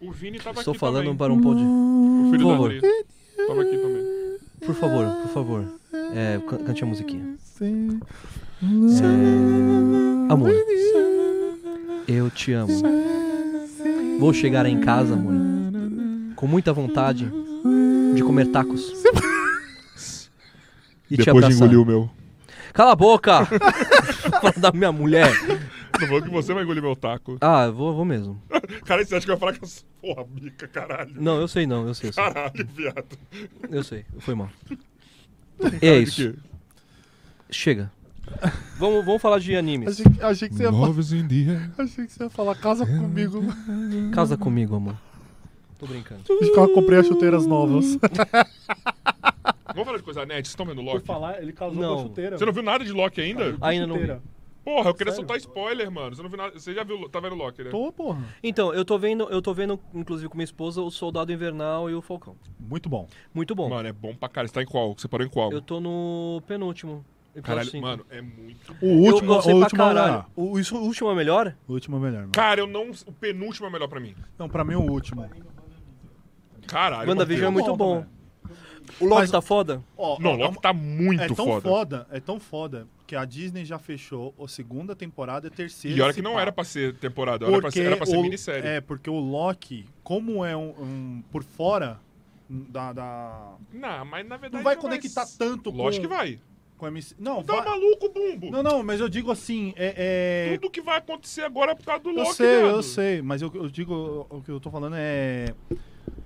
A: O Vini tava
C: Estou
A: aqui
C: falando
A: também.
C: para um pod.
A: O filho
C: Por
A: da
C: favor.
A: André. Tava aqui também.
C: Por favor, por favor. É, can- cante a musiquinha.
B: Sim.
C: É, amor, eu te amo. Vou chegar em casa, amor, com muita vontade de comer tacos. E te
A: Depois de
C: abraçar.
A: engolir o meu.
C: Cala a boca! Fala da minha mulher.
A: Tô falando que você vai engolir meu taco.
C: Ah, eu vou, vou mesmo.
A: Cara, você acha que eu ia falar com essa porra, bica, caralho.
C: Não, eu sei não, eu sei, eu sei.
A: Caralho, viado.
C: Eu sei, foi mal. E é
A: De
C: isso.
A: quê?
C: Chega. Vamos, vamos falar de animes.
B: Achei, que- achei que você ia falar.
A: Love is in the air.
B: Achei que você ia falar
G: É.
B: casa comigo.
C: Casa comigo, amor. Tô brincando.
B: Acho que eu comprei as chuteiras novas.
A: Vamos falar de coisa net? Vocês estão vendo
G: Por
A: Loki?
G: falar, ele casou
C: Não.
G: com a chuteira.
A: Você não viu nada de Loki ainda?
C: Ainda não vi.
G: Chuteira.
A: Porra, eu queria
G: Sério?
A: soltar spoiler, mano. Você não viu nada. Você já viu. Tá vendo Loki, né?
B: Tô, porra.
C: Então, eu tô vendo, eu tô vendo, inclusive, com minha esposa, o Soldado Invernal e o Falcão.
B: Muito bom.
C: Muito bom.
A: Mano, é bom pra caralho. Você tá em qual? Você parou em qual?
C: Eu tô no penúltimo. episódio
A: Caralho,
C: cinco.
A: mano, é muito.
B: O último,
C: eu gostei
B: o
C: pra
B: último é o
C: caralho.
B: melhor.
C: O, isso- o último é melhor?
B: O último é o melhor, mano.
A: Cara, eu não. O penúltimo é melhor pra mim.
B: Não, pra mim é o último.
A: Caralho.
C: WandaVision é
A: Matheus.
C: muito bom.
B: também.
C: O Loki
B: Mas-
C: tá foda?
B: Ó,
A: Não,
B: ó,
A: Loki tá muito
B: é, é tão
A: foda.
B: foda. é tão foda, que a Disney já fechou a segunda temporada e a terceira.
A: E olha
B: se
A: que não
B: pá.
A: era pra ser temporada, era pra
B: porque
A: ser, era pra ser
B: o,
A: minissérie.
B: É, porque o Loki, como é um, um- por fora da, da-
A: Não, mas na verdade.
B: Não vai conectar tanto
A: Lógico
B: com,
A: que vai.
B: com MC. Não,
A: Tá
B: vai-
A: maluco, bumbo.
B: não, não, mas eu digo assim, é... é-
A: Tudo que vai acontecer agora é por causa do
B: Eu
A: Loki,
B: sei, eu
A: viado.
B: sei, mas eu, eu digo, o que eu tô falando é.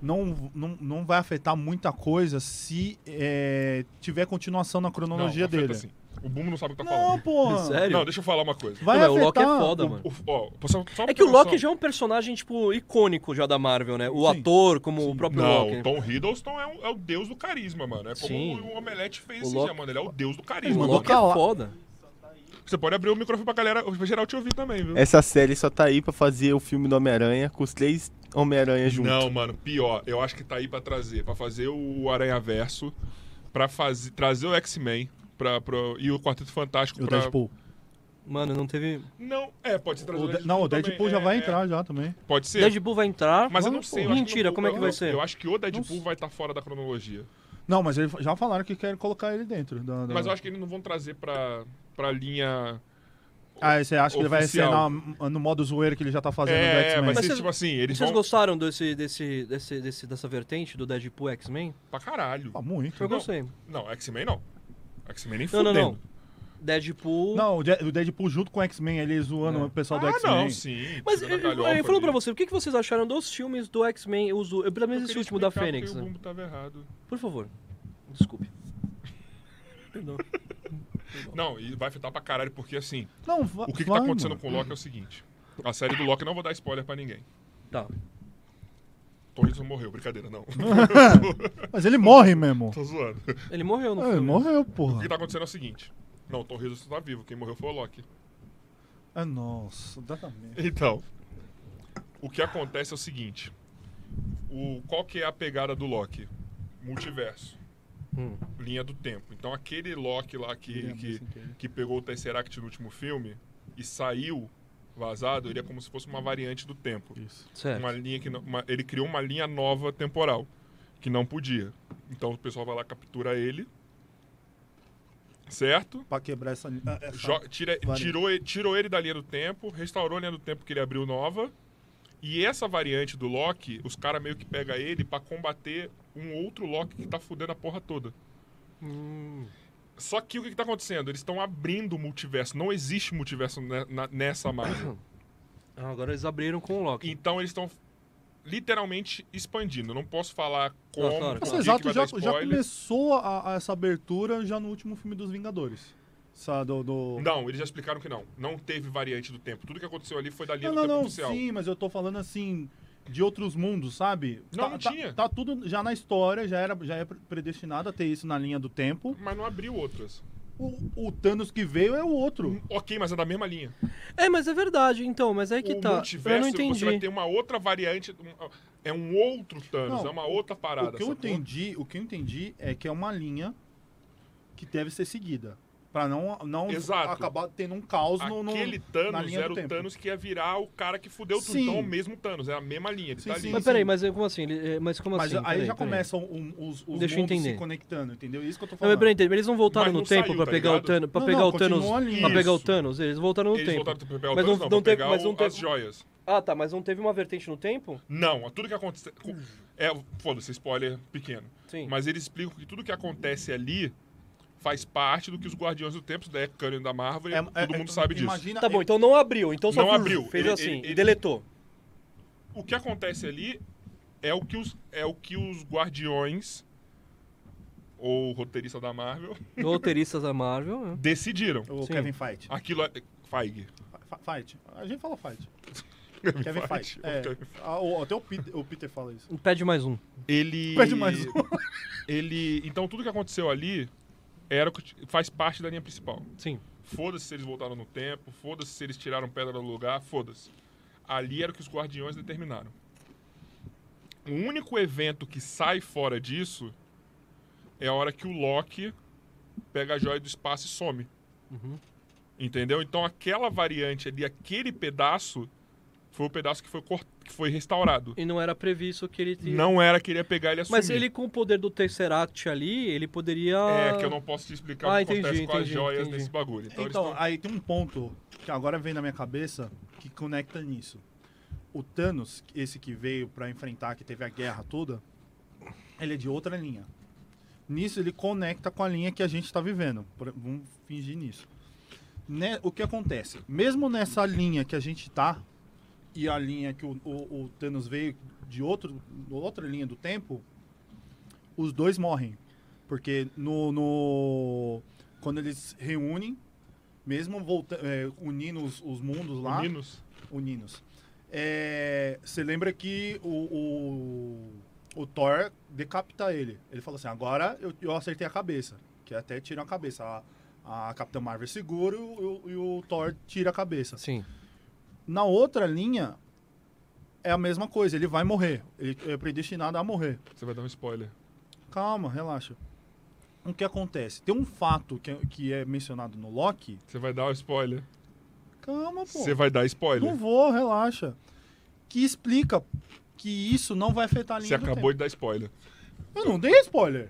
B: Não, não, não vai afetar muita coisa se é, tiver continuação na
A: Não,
B: cronologia
A: afeta
B: dele.
A: assim. O bumbo não sabe o que tá
B: Não,
A: falando.
B: pô.
C: É Sério?
A: Não, deixa eu falar uma coisa.
B: Vai
C: Não, mas o Loki
B: afetar.
C: é foda, mano.
A: O, ó, só, só
C: É que
A: pra
C: o
A: ter
C: Loki
A: noção.
C: já é um personagem, tipo, icônico já da Marvel, né? O
B: Sim.
C: ator, como é o próprio
A: Não,
C: Loki.
A: o Tom Hiddleston é, um- é o deus do carisma, mano. É como
C: Sim.
A: o Omelete fez
C: O
A: esse
C: Loki-
A: dia, mano. Ele é o deus do
C: O
A: carisma.
B: mandou
C: Loki é
B: calar.
C: foda.
A: Você pode abrir o microfone pra galera, pra geral te ouvir também,
B: É
A: viu?
D: Essa série só tá aí pra fazer o filme do Homem-Aranha com os três Homem-Aranha juntos.
A: Não, mano, pior. Eu acho que tá aí pra trazer, pra fazer o Aranha Verso, pra fazer, trazer o X-Men pra, pra- e o Quarteto Fantástico
B: E o
A: pra...
B: Deadpool.
C: Mano, não teve.
A: Não, é, pode ser trazer
B: O De- não, o Deadpool
A: também,
B: já
A: é,
B: vai
A: é.
B: entrar já também.
A: Pode ser?
C: Deadpool vai entrar.
A: Mas eu não
B: Mano,
A: sei.
B: pô.
A: eu acho
C: Mentira,
A: o-
C: como é que
A: eu-
C: vai ser?
A: Eu acho que o Deadpool
B: Não
A: vai estar fora da cronologia.
B: Não, mas eles já falaram que querem colocar ele dentro. Da, da-
A: Mas eu acho que eles não vão trazer pra, pra linha...
B: Ah, você acha que ele vai
A: Oficial.
B: cenar no modo zoeiro que ele já tá fazendo do
A: É,
B: X-Men?
A: vai
C: Mas
A: ser
C: vocês-
A: tipo assim, eles
C: Vocês
A: vão...
C: gostaram desse, desse, desse, desse- dessa vertente do Deadpool X-Men?
A: Pra caralho.
B: Ah, muito.
C: Eu
A: Não.
C: gostei.
A: Não, X-Men não. X-Men nem
C: Não,
A: fudendo.
C: não, não. Deadpool.
B: Não, o De- o Deadpool junto com o X-Men, ele zoando o pessoal do
A: Ah,
B: X-Men.
A: não, sim.
C: Mas eh,
A: tirando
C: eu,
A: a galhofa
C: eu falo pra
A: ali.
C: você, o que que vocês acharam dos filmes do X-Men? Eu uso- eu- Pelo
A: Eu
C: menos esse
A: queria
C: último da
A: explicar
C: Fênix.
A: porque
C: né?
A: O bumbo tava errado.
C: Por favor. Desculpe. Perdão.
A: Não, e vai afetar pra caralho, porque assim,
B: Não, va-
A: o que, que
B: vai,
A: tá acontecendo
B: mano.
A: com o Loki é o seguinte. A série do Loki, não vou dar spoiler pra ninguém.
C: Tá.
A: Tom Hiddleston morreu, brincadeira, não.
B: Mas ele morre mesmo.
A: Tô zoando.
C: Ele morreu no
B: Ah, Ele
C: filme.
B: morreu,
A: O
B: porra.
A: que tá acontecendo é o seguinte. Não, o Tom Hiddleston tá vivo, quem morreu foi o Loki.
B: Ah, nossa, dá também.
A: Então, o que acontece é o seguinte. O, qual que é a pegada do Loki? Multiverso.
C: Hum.
A: linha do tempo. Então aquele Loki lá
B: é
A: que, que, que pegou o Tesseract no último filme e saiu vazado, ele é como se fosse uma variante do tempo.
B: Isso.
C: Certo.
A: Uma linha que não- uma- ele criou uma linha nova temporal que não podia. Então o pessoal vai lá captura ele. Certo?
B: Pra quebrar essa. ah, essa-
A: Hum. Jo- tira-
B: variante.
A: tirou, ele- tirou ele da linha do tempo, restaurou a linha do tempo que ele abriu nova. E essa variante do Loki, os caras meio que pegam ele pra combater um outro Loki que tá fudendo a porra toda.
C: Hum.
A: Só que o que, que tá acontecendo? Eles estão abrindo o multiverso. Não existe multiverso ne- na- nessa Marvel.
C: Ah, agora eles abriram com o Loki.
A: Então eles estão literalmente expandindo. Eu Não posso falar como.
C: Não, claro,
A: por
B: Essa
A: que que
B: exato
A: vai
B: já,
A: dar
B: já
A: spoiler.
B: começou a- a essa abertura já no último filme dos Vingadores. Essa do- do...
A: Não, eles já explicaram que não. Não teve variante do tempo. Tudo que aconteceu ali foi da linha do
B: Não, não,
A: tempo
B: não,
A: oficial.
B: sim, mas eu tô falando assim, de outros mundos, sabe?
A: Não,
B: tá,
A: não
B: tá-
A: tinha.
B: Tá, tudo já na história, já era já é pre- predestinado a ter isso na linha do tempo.
A: Mas não abriu outras.
B: O, o Thanos que veio é o outro.
A: Ok, mas é da mesma linha.
C: É, mas é verdade, então, mas é que
A: o
C: tá. Eu não
A: multiverso, você vai
C: entendi.
A: ter uma outra variante. um- é um outro Thanos,
B: Não,
A: é uma outra parada.
B: o que eu
A: sacou?
B: entendi, o que eu entendi é que é uma linha que deve ser seguida Pra não não
A: Exato.
B: acabar tendo um caos no, no
A: Aquele
B: na
A: Thanos
B: linha do
A: era o
B: tempo.
A: Thanos que ia virar o cara que fudeu tudo.
B: Sim.
A: Então é o mesmo Thanos, é a mesma linha. Ele
B: Sim,
A: tá
B: sim.
A: ali.
C: Mas peraí, mas é- como assim? Ele- é, Mas como
B: Mas
C: assim?
B: aí
C: Peraí,
B: já
C: peraí.
B: começam um- os, os
C: Deixa eu
B: mundos se
C: entender.
B: conectando, entendeu? É Isso que eu tô
C: Não, mas
B: falando.
C: peraí, eles não voltaram
A: Mas
C: no
A: não
C: tempo
A: saiu,
C: pra
A: tá
C: pegar
A: ligado?
C: o Thanos, pra
B: Não,
C: pegar
B: não,
C: o Thanos,
B: continua a linha.
C: pra pegar o
A: Isso.
C: Thanos, eles voltaram no
A: Eles
C: tempo.
A: voltaram pro papel
C: Mas
A: Thanos,
C: não-
A: não, pra
C: não teve- um
A: pegar
C: mas
A: o-
C: não teve-
A: as joias.
C: Ah, tá, mas não teve uma vertente no tempo?
A: Não, tudo que acontece. É, foda-se, spoiler pequeno.
C: Sim.
A: Mas eles explicam que tudo que acontece ali faz parte do que os Guardiões do Tempo, da Canon da Marvel, e
B: É- é-
A: todo mundo
B: é-
A: sabe disso.
B: imagina-
C: Tá bom, então não abriu, então só
A: Não
C: fez
A: abriu, ele-
C: assim,
A: ele-
C: e
A: ele-
C: deletou.
A: O que acontece ali é o que os, é o que os Guardiões, ou o roteirista da Marvel,
C: Roteiristas da Marvel, né?
A: decidiram.
B: O
C: Sim.
B: Kevin Feige.
A: Aquilo é. Feige.
B: Fa- Fight. A gente fala fight. Kevin Fight. É.
A: Kevin
B: Ah, o- até o Peter, o Peter fala isso.
C: Pede mais um.
A: Ele.
B: Pede mais um.
A: Ele. Então tudo que aconteceu ali era o que t- faz parte da linha principal.
C: Sim.
A: Foda-se se eles voltaram no tempo, foda-se se eles tiraram pedra do lugar, foda-se. Ali era o que os guardiões determinaram. O único evento que sai fora disso é a hora que o Loki pega a joia do espaço e some.
C: Uhum.
A: Entendeu? Então aquela variante ali, aquele pedaço, foi o pedaço que foi, cort- que foi restaurado.
C: E não era previsto que ele...
A: Não era que ele ia pegar ele e assumir.
C: Mas ele com o poder do Tesseract ali, ele poderia...
A: É, que eu não posso te explicar
C: Ah,
A: o que acontece
C: entendi,
A: com as
C: entendi,
A: joias
C: entendi.
A: desse bagulho. Então, eles
B: Então,
A: tão-
B: aí tem um ponto que agora vem na minha cabeça que conecta nisso. O Thanos, esse que veio pra enfrentar, que teve a guerra toda, ele é de outra linha. Nisso ele conecta com a linha que a gente tá vivendo. Por- Vamos fingir nisso. Né, o que acontece? Mesmo nessa linha que a gente tá, e a linha que o, o- o Thanos veio de outro, outra linha do tempo, os dois morrem. Porque no, no- quando eles reúnem, mesmo volta, é, unindo os, os mundos lá,
A: meninos,
B: uninos, é, você lembra que o, o, o Thor decapita ele. Ele falou assim, agora eu, eu acertei a cabeça. Que até tira a cabeça. A, a Capitã Marvel segura e o, e o Thor tira a cabeça.
C: Sim.
B: Na outra linha, é a mesma coisa. Ele vai morrer. Ele é predestinado a morrer.
A: você vai dar um spoiler.
B: Calma, relaxa. O que acontece? Tem um fato que, que é mencionado no Loki.
A: Você vai dar um spoiler.
C: Ah,
B: Calma, pô.
A: Você vai dar
B: Não
A: spoiler.
B: vou, relaxa. Que explica que isso não vai afetar a linha
A: Você
B: do
A: acabou de dar spoiler.
B: tempo. Eu não dei spoiler.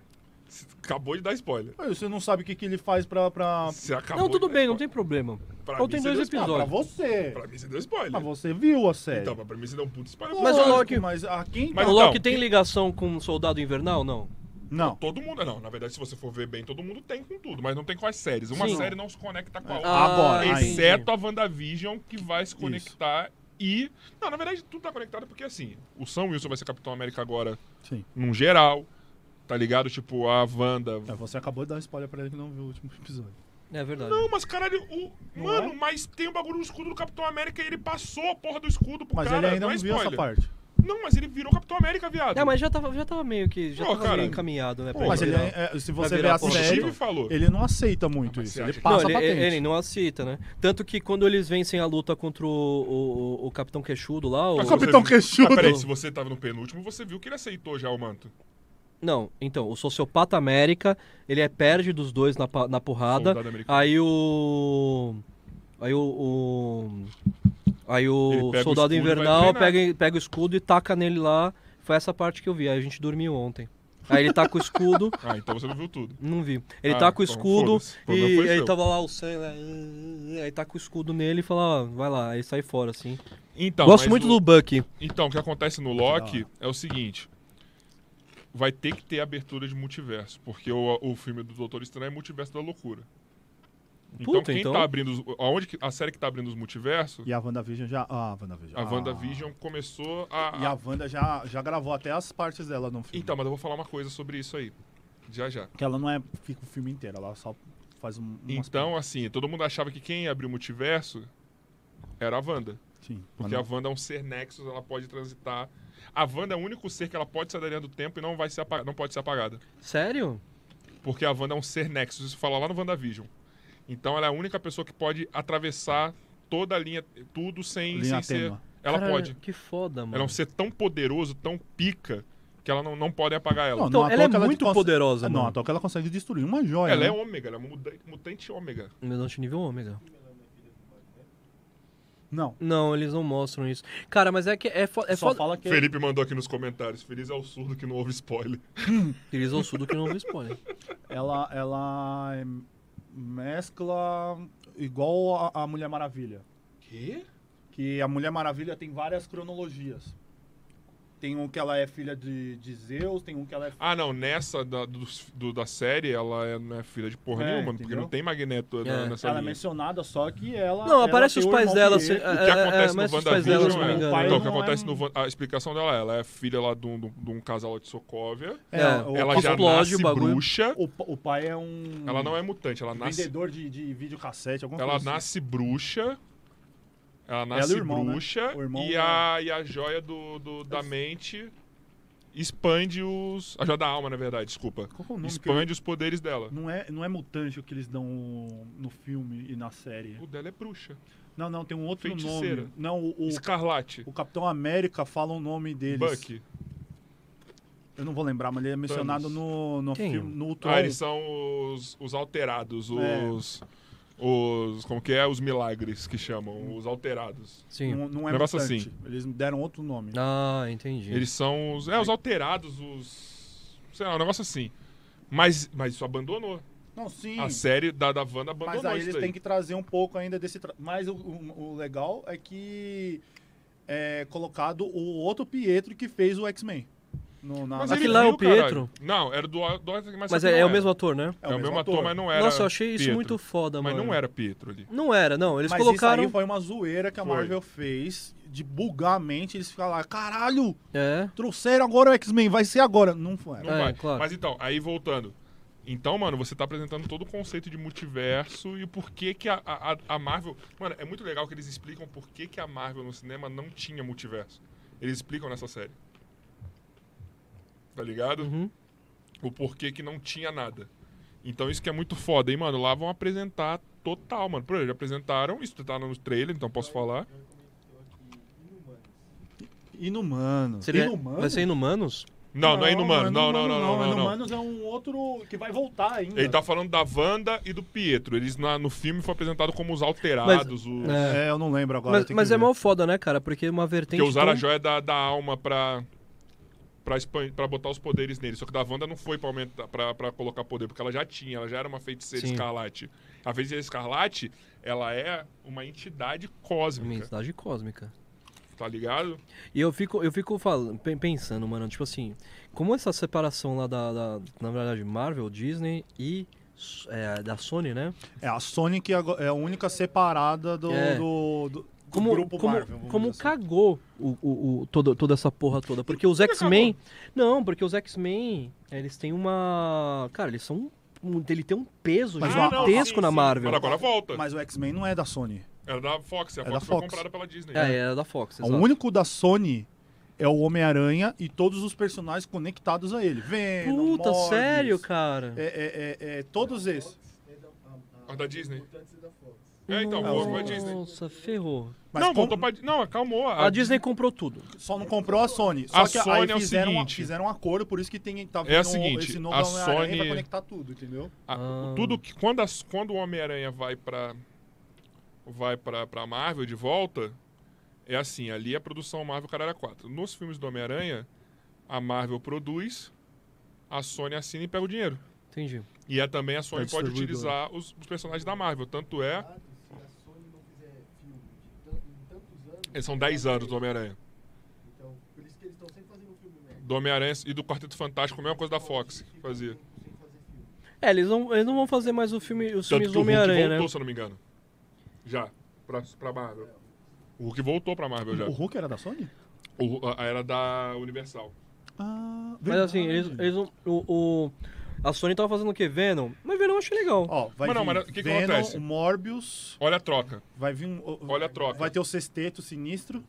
A: Você acabou de dar spoiler.
B: Aí Você não sabe o que, que ele faz pra... pra...
A: Você acabou
C: Não,
A: de
C: tudo
A: dar
C: bem, não
A: spoiler.
C: tem problema.
A: Pra
C: Ou
A: mim,
C: tem
A: você
C: dois
A: deu
B: Ah,
A: spoiler.
B: pra
C: episódios.
B: você.
A: Pra mim você deu spoiler.
B: Mas você viu a série.
A: Então, mas pra mim você deu um puto spoiler.
C: Mas o
B: Lógico,
C: Loki-
B: Mas a quem... tá-
A: Mas
C: o
A: então,
C: Loki tem
A: quem-
C: ligação com o Soldado Invernal, não?
B: Não.
A: Todo mundo... Não, na verdade, se você for ver bem, todo mundo tem com tudo. Mas não tem com as séries. Uma
C: Sim.
A: série não se conecta com a outra.
B: Agora,
C: Ah,
B: aí.
C: entendi.
A: Exceto a WandaVision, que vai se conectar e... Não, na verdade, tudo tá conectado porque, assim, o Sam Wilson vai ser Capitão América agora
B: Sim.
A: num geral, tá ligado? Tipo, a Wanda...
B: É, você acabou de dar um spoiler pra ele que não viu o último episódio.
C: É verdade.
A: Não, mas caralho, o...
B: Não
A: Mano,
B: é?
A: mas tem o bagulho do escudo do Capitão América e ele passou a porra do escudo pro
B: Mas
A: cara.
B: ele ainda
A: não é
B: não viu essa
A: spoiler.
B: parte.
A: Não, mas ele virou Capitão América, viado.
C: Não, mas já tava, já tava meio que. Já
A: Pô,
C: tava
A: cara.
C: meio encaminhado, né? pra
A: Pô,
B: Mas
C: ele
B: ele,
C: virar.
B: é- é, se
C: Vai
B: você vê
C: virar
B: a
A: O
C: ponto.
B: série,
A: Steve falou.
B: ele não aceita muito
A: mas
B: isso.
A: você
B: Ele
A: acha que-
B: passa
C: não,
B: a
C: ele,
B: patente.
C: ele não aceita, né? Tanto que quando eles vencem a luta contra o, o, o- o Capitão Queixudo lá, o,
A: Mas
B: Capitão
A: Ah, você-
B: Queixudo.
A: Mas peraí, se você tava no penúltimo, você viu que ele aceitou já o manto.
C: Não, então, o sociopata América, ele é perde dos dois na, pa- na porrada.
A: Soldado americano. Ah,
C: Aí o. Aí o. o- aí
A: Ele
C: o
A: pega o escudo
C: soldado
A: e vai
C: invernal
A: treinar.
C: pega, pega o escudo e taca nele lá. Foi essa parte que eu vi. Aí a gente dormiu ontem. Aí ele taca o escudo,
A: Ah, então você não viu tudo.
C: não vi. Ele
A: Ah,
C: taca o
A: então,
C: escudo
A: foda-se. O problema
C: e tá-
A: foi
C: aí
A: seu.
C: tava lá o sangue, né? aí taca o escudo nele e fala, ó, vai lá, aí sai fora assim.
A: Então,
C: Gosto
A: mas
C: muito
A: o-
C: do Bucky.
A: Então, o que acontece no Loki é o seguinte. Vai ter que ter abertura de multiverso, porque o, o filme do Doutor Estranho é multiverso da loucura. Então,
C: Puta,
A: quem
C: então.
A: tá abrindo. os- Aonde que- a série que tá abrindo os multiversos,
B: E a WandaVision já. Ah, a WandaVision.
A: a
B: ah.
A: WandaVision começou a.
B: E a Wanda já, já gravou até as partes dela no filme.
A: Então, mas eu vou falar uma coisa sobre isso aí. Já já.
B: Que ela não é. Fica o filme inteiro, ela só faz um. umas
A: Então, assim, todo mundo achava que quem abriu o multiverso era a Wanda.
B: partes. Sim,
A: Porque
B: mas
A: a Wanda é um ser Nexus, ela pode transitar. A Wanda é o único ser que ela pode sair da linha do tempo e não, vai ser apa- não pode ser apagada.
C: Sério?
A: Porque a Wanda é um ser Nexus, isso fala lá no WandaVision. Então ela é a única pessoa que pode atravessar toda a linha, tudo sem,
B: Linha
A: sem ser.
B: tênua.
A: Ela
C: Caralho,
A: pode.
C: Que foda, mano.
A: Ela é um ser tão poderoso, tão pica, que ela não, não pode apagar ela.
B: Não,
C: Então,
B: não à
C: ela
B: toa
C: é
B: que
C: muito
B: cons-
C: poderosa,
B: Ah, Não,
C: mano.
B: à toa que ela consegue destruir uma joia.
A: ela
B: né?
A: é ômega, ela é muda- mutante ômega.
C: Mutante nível ômega.
B: Não.
C: Não, eles não mostram isso. Cara, mas é que é, fo é
B: só
C: foda.
B: fala que.
A: Felipe mandou aqui nos comentários. Feliz é o surdo que não houve spoiler.
C: Eles vão sudo que não me spoiler.
B: Ela, ela é- mescla igual a, a Mulher Maravilha.
A: Quê?
B: Que a Mulher Maravilha tem várias cronologias. Tem um que ela é filha de, de Zeus, tem um que ela é
A: Ah, não, nessa da, dos- do- da série, ela é, não é filha de porra
B: É,
A: nenhuma, mano,
B: entendeu?
A: porque não tem magneto na-
C: É.
A: nessa
B: Ela é
A: linha.
B: mencionada, só que ela.
C: Não,
B: ela
C: aparece
B: tem
C: os
B: o
C: pais
B: irmão
C: dela.
B: que-
C: se-
A: O
C: é,
A: que
C: é,
A: acontece
C: mas
A: no
C: os pais dela, se
A: WandaVision
C: não me
A: é.
C: engano. né?
B: pai
A: Então, o que
B: não é
A: acontece no
B: um-
A: Wan- A explicação dela é: ela é filha lá de um, de um casal lá de Sokovia.
B: É,
C: É,
B: o,
A: Ela
C: que
A: já
C: explode
A: nasce
C: o bagulho.
A: bruxa.
B: o, pa- o pai é um.
A: Ela não é mutante, ela nasce.
B: Vendedor de, de videocassete, alguma
A: Ela
B: coisa. assim.
A: nasce bruxa. Ela
B: e o
A: nasce
B: irmão, né?
A: bruxa.
B: O irmão É
A: E, a, e a joia do, do- da mente expande os. A joia da alma, na verdade, desculpa.
B: Qual que é o nome que
A: Expande os poderes dela.
B: eu- Não é, não é mutante o que eles dão no filme e na série.
A: O dela é bruxa.
B: Não, não, tem um outro
A: Feiticeira.
B: nome. Não, o, o,
A: Escarlate.
B: o Capitão América fala o nome deles.
A: Bucky.
B: Eu não vou lembrar, mas ele é mencionado no, no
C: Quem?
B: filme, no Ultron.
A: Ah, eles são os, os alterados,
B: É.
A: os. Os. Como que é? Os milagres que
B: Hum.
A: chamam, os alterados.
C: Sim.
B: Não, não é
A: Negócio
B: mutante.
A: assim.
B: Eles deram outro nome.
C: Ah, entendi.
A: Eles são os. É, os alterados, os. Sei lá, um negócio assim. Mas, mas isso abandonou.
B: Não, sim.
A: A série da, da Wanda abandonou
B: Mas aí
A: isso
B: eles
A: daí.
B: têm que trazer um pouco ainda desse. tra- Mas o, o- o legal é que é colocado o outro Pietro que fez o X-Men. No- na-
A: Mas
B: na-
A: ele
C: Aquilo lá é
A: viu,
C: o
A: caralho.
C: Pietro?
A: Não, era do, do mas,
C: mas
A: só que
C: é, é
A: não
C: o
A: era.
C: mesmo ator, né?
A: É o mesmo ator, mas não era.
C: Nossa, eu achei isso
A: Pietro.
C: muito foda,
A: Mas
C: mano.
A: não era Pietro ali.
C: Não era, não. Eles
B: Mas
C: colocaram.
B: isso aí foi uma zoeira que a
A: Foi.
B: Marvel fez de bugar a mente. Eles ficam lá, caralho,
C: É.
B: trouxeram agora o X-Men, vai ser agora. Não foi.
A: Não
C: É,
A: vai.
C: claro.
A: Mas então, aí voltando. Então, mano, você tá apresentando todo o conceito de multiverso e o porquê que a, a, a Marvel. Mano, é muito legal que eles explicam por que que a Marvel no cinema não tinha multiverso. Eles explicam nessa série. Tá ligado?
C: Uhum.
A: O porquê que não tinha nada. Então isso que é muito foda, hein, mano? Lá vão apresentar total, mano. Por exemplo, já apresentaram, isso tá no trailer, então posso falar.
B: Inumano.
C: Seria...
B: Inumano?
C: Vai ser Inumanos?
A: Não, não, é inumano. Não, não, não, não, não, não.
B: Inumanos é um outro que vai voltar ainda.
A: Ele tá falando da Wanda e do Pietro. Eles na- no filme foi apresentado como os alterados, os.
B: É, eu não lembro agora.
C: Mas,
B: tem que
C: mas é
B: ver.
C: mal foda, né, cara? Porque uma vertente.
A: Que usaram a
C: tão-
A: joia da, da alma pra. Pra, expan- pra botar os poderes nele. Só que da Wanda não foi pra, aumentar, pra, pra colocar poder, porque ela já tinha, ela já era uma feiticeira
C: Sim.
A: escarlate. A feiticeira escarlate, ela é uma entidade
C: Uma
A: cósmica,
C: entidade cósmica.
A: tá ligado?
C: E eu fico, eu fico falando, pe- pensando, mano, tipo assim, como essa separação lá da, da- na verdade, Marvel, Disney e é, da Sony, né?
B: É, a Sony que ago- é a única separada do,
C: É.
B: do, do- do
C: Como,
B: grupo
C: como,
B: Marvel. vamos
C: como
B: dizer assim.
C: cagou o, o, o- todo, toda essa porra toda. Porque os X-Men. Não, porque os X-Men, eles têm uma. Cara, eles são. um- Ele tem um peso
B: Mas não,
C: gigantesco
A: Ah, sim,
C: na
A: sim.
C: Marvel.
A: Mas agora volta.
B: Mas o X-Men não é da Sony.
A: Era da Fox, a
B: É da
A: Fox foi
B: Fox.
A: comprada pela Disney.
C: É, era da Fox.
B: O
C: exato.
B: único da Sony é o Homem-Aranha e todos os personagens conectados a ele. Venom,
C: Puta,
B: Morbius,
C: sério, cara.
B: É, é, é, é, todos esses.
A: A da Disney. Ah, É, então,
B: Nossa.
A: foi a Disney.
C: Nossa, ferrou.
B: Mas
A: não,
B: com-
A: voltou pra. Di- Não, acalmou.
C: A Disney comprou tudo.
B: Só não comprou a Sony. Só
A: A
B: que
A: Sony
B: aí
A: é o
B: fizeram, um-
A: seguinte.
B: fizeram um acordo, por isso que tem, tá
A: É o
B: vindo
A: seguinte,
B: esse novo
A: a
B: Homem-Aranha
A: Sony-
B: vai conectar tudo, entendeu?
A: A-
C: Ah.
A: Tudo que quando, as- quando o Homem-Aranha vai pra vai pra, pra Marvel de volta, é assim, ali é a produção Marvel Caralho 4. Nos filmes do Homem-Aranha, a Marvel produz, a Sony assina e pega o dinheiro.
C: Entendi.
A: E é também a Sony
B: Pra
A: pode
B: distribuidora.
A: utilizar os, os personagens da Marvel, tanto é, eles são 10 anos do Homem-Aranha. Do Homem-Aranha e do Quarteto Fantástico, a mesma coisa da Fox que fazia.
C: É, eles não, eles não vão fazer mais o filme, os
A: Tanto
C: filmes
A: que
C: do
A: o Hulk
C: Homem-Aranha, né?
A: voltou, se eu não me engano. Já. Pra, pra Marvel. O Hulk voltou pra Marvel já.
B: O Hulk era da Sony?
A: O- a, a era da Universal.
B: Ah,
C: Mas assim, eles, eles não. O, o- a Sony tava fazendo o quê? Venom? Mas Venom eu achei legal.
B: Ó, vai
A: Mas não,
B: vir
A: mas o que que
B: Venom,
A: acontece?
B: o Morbius,
A: Olha a troca.
B: vai vir um...
A: Olha a troca.
B: Vai ter o Sexteto Sinistro,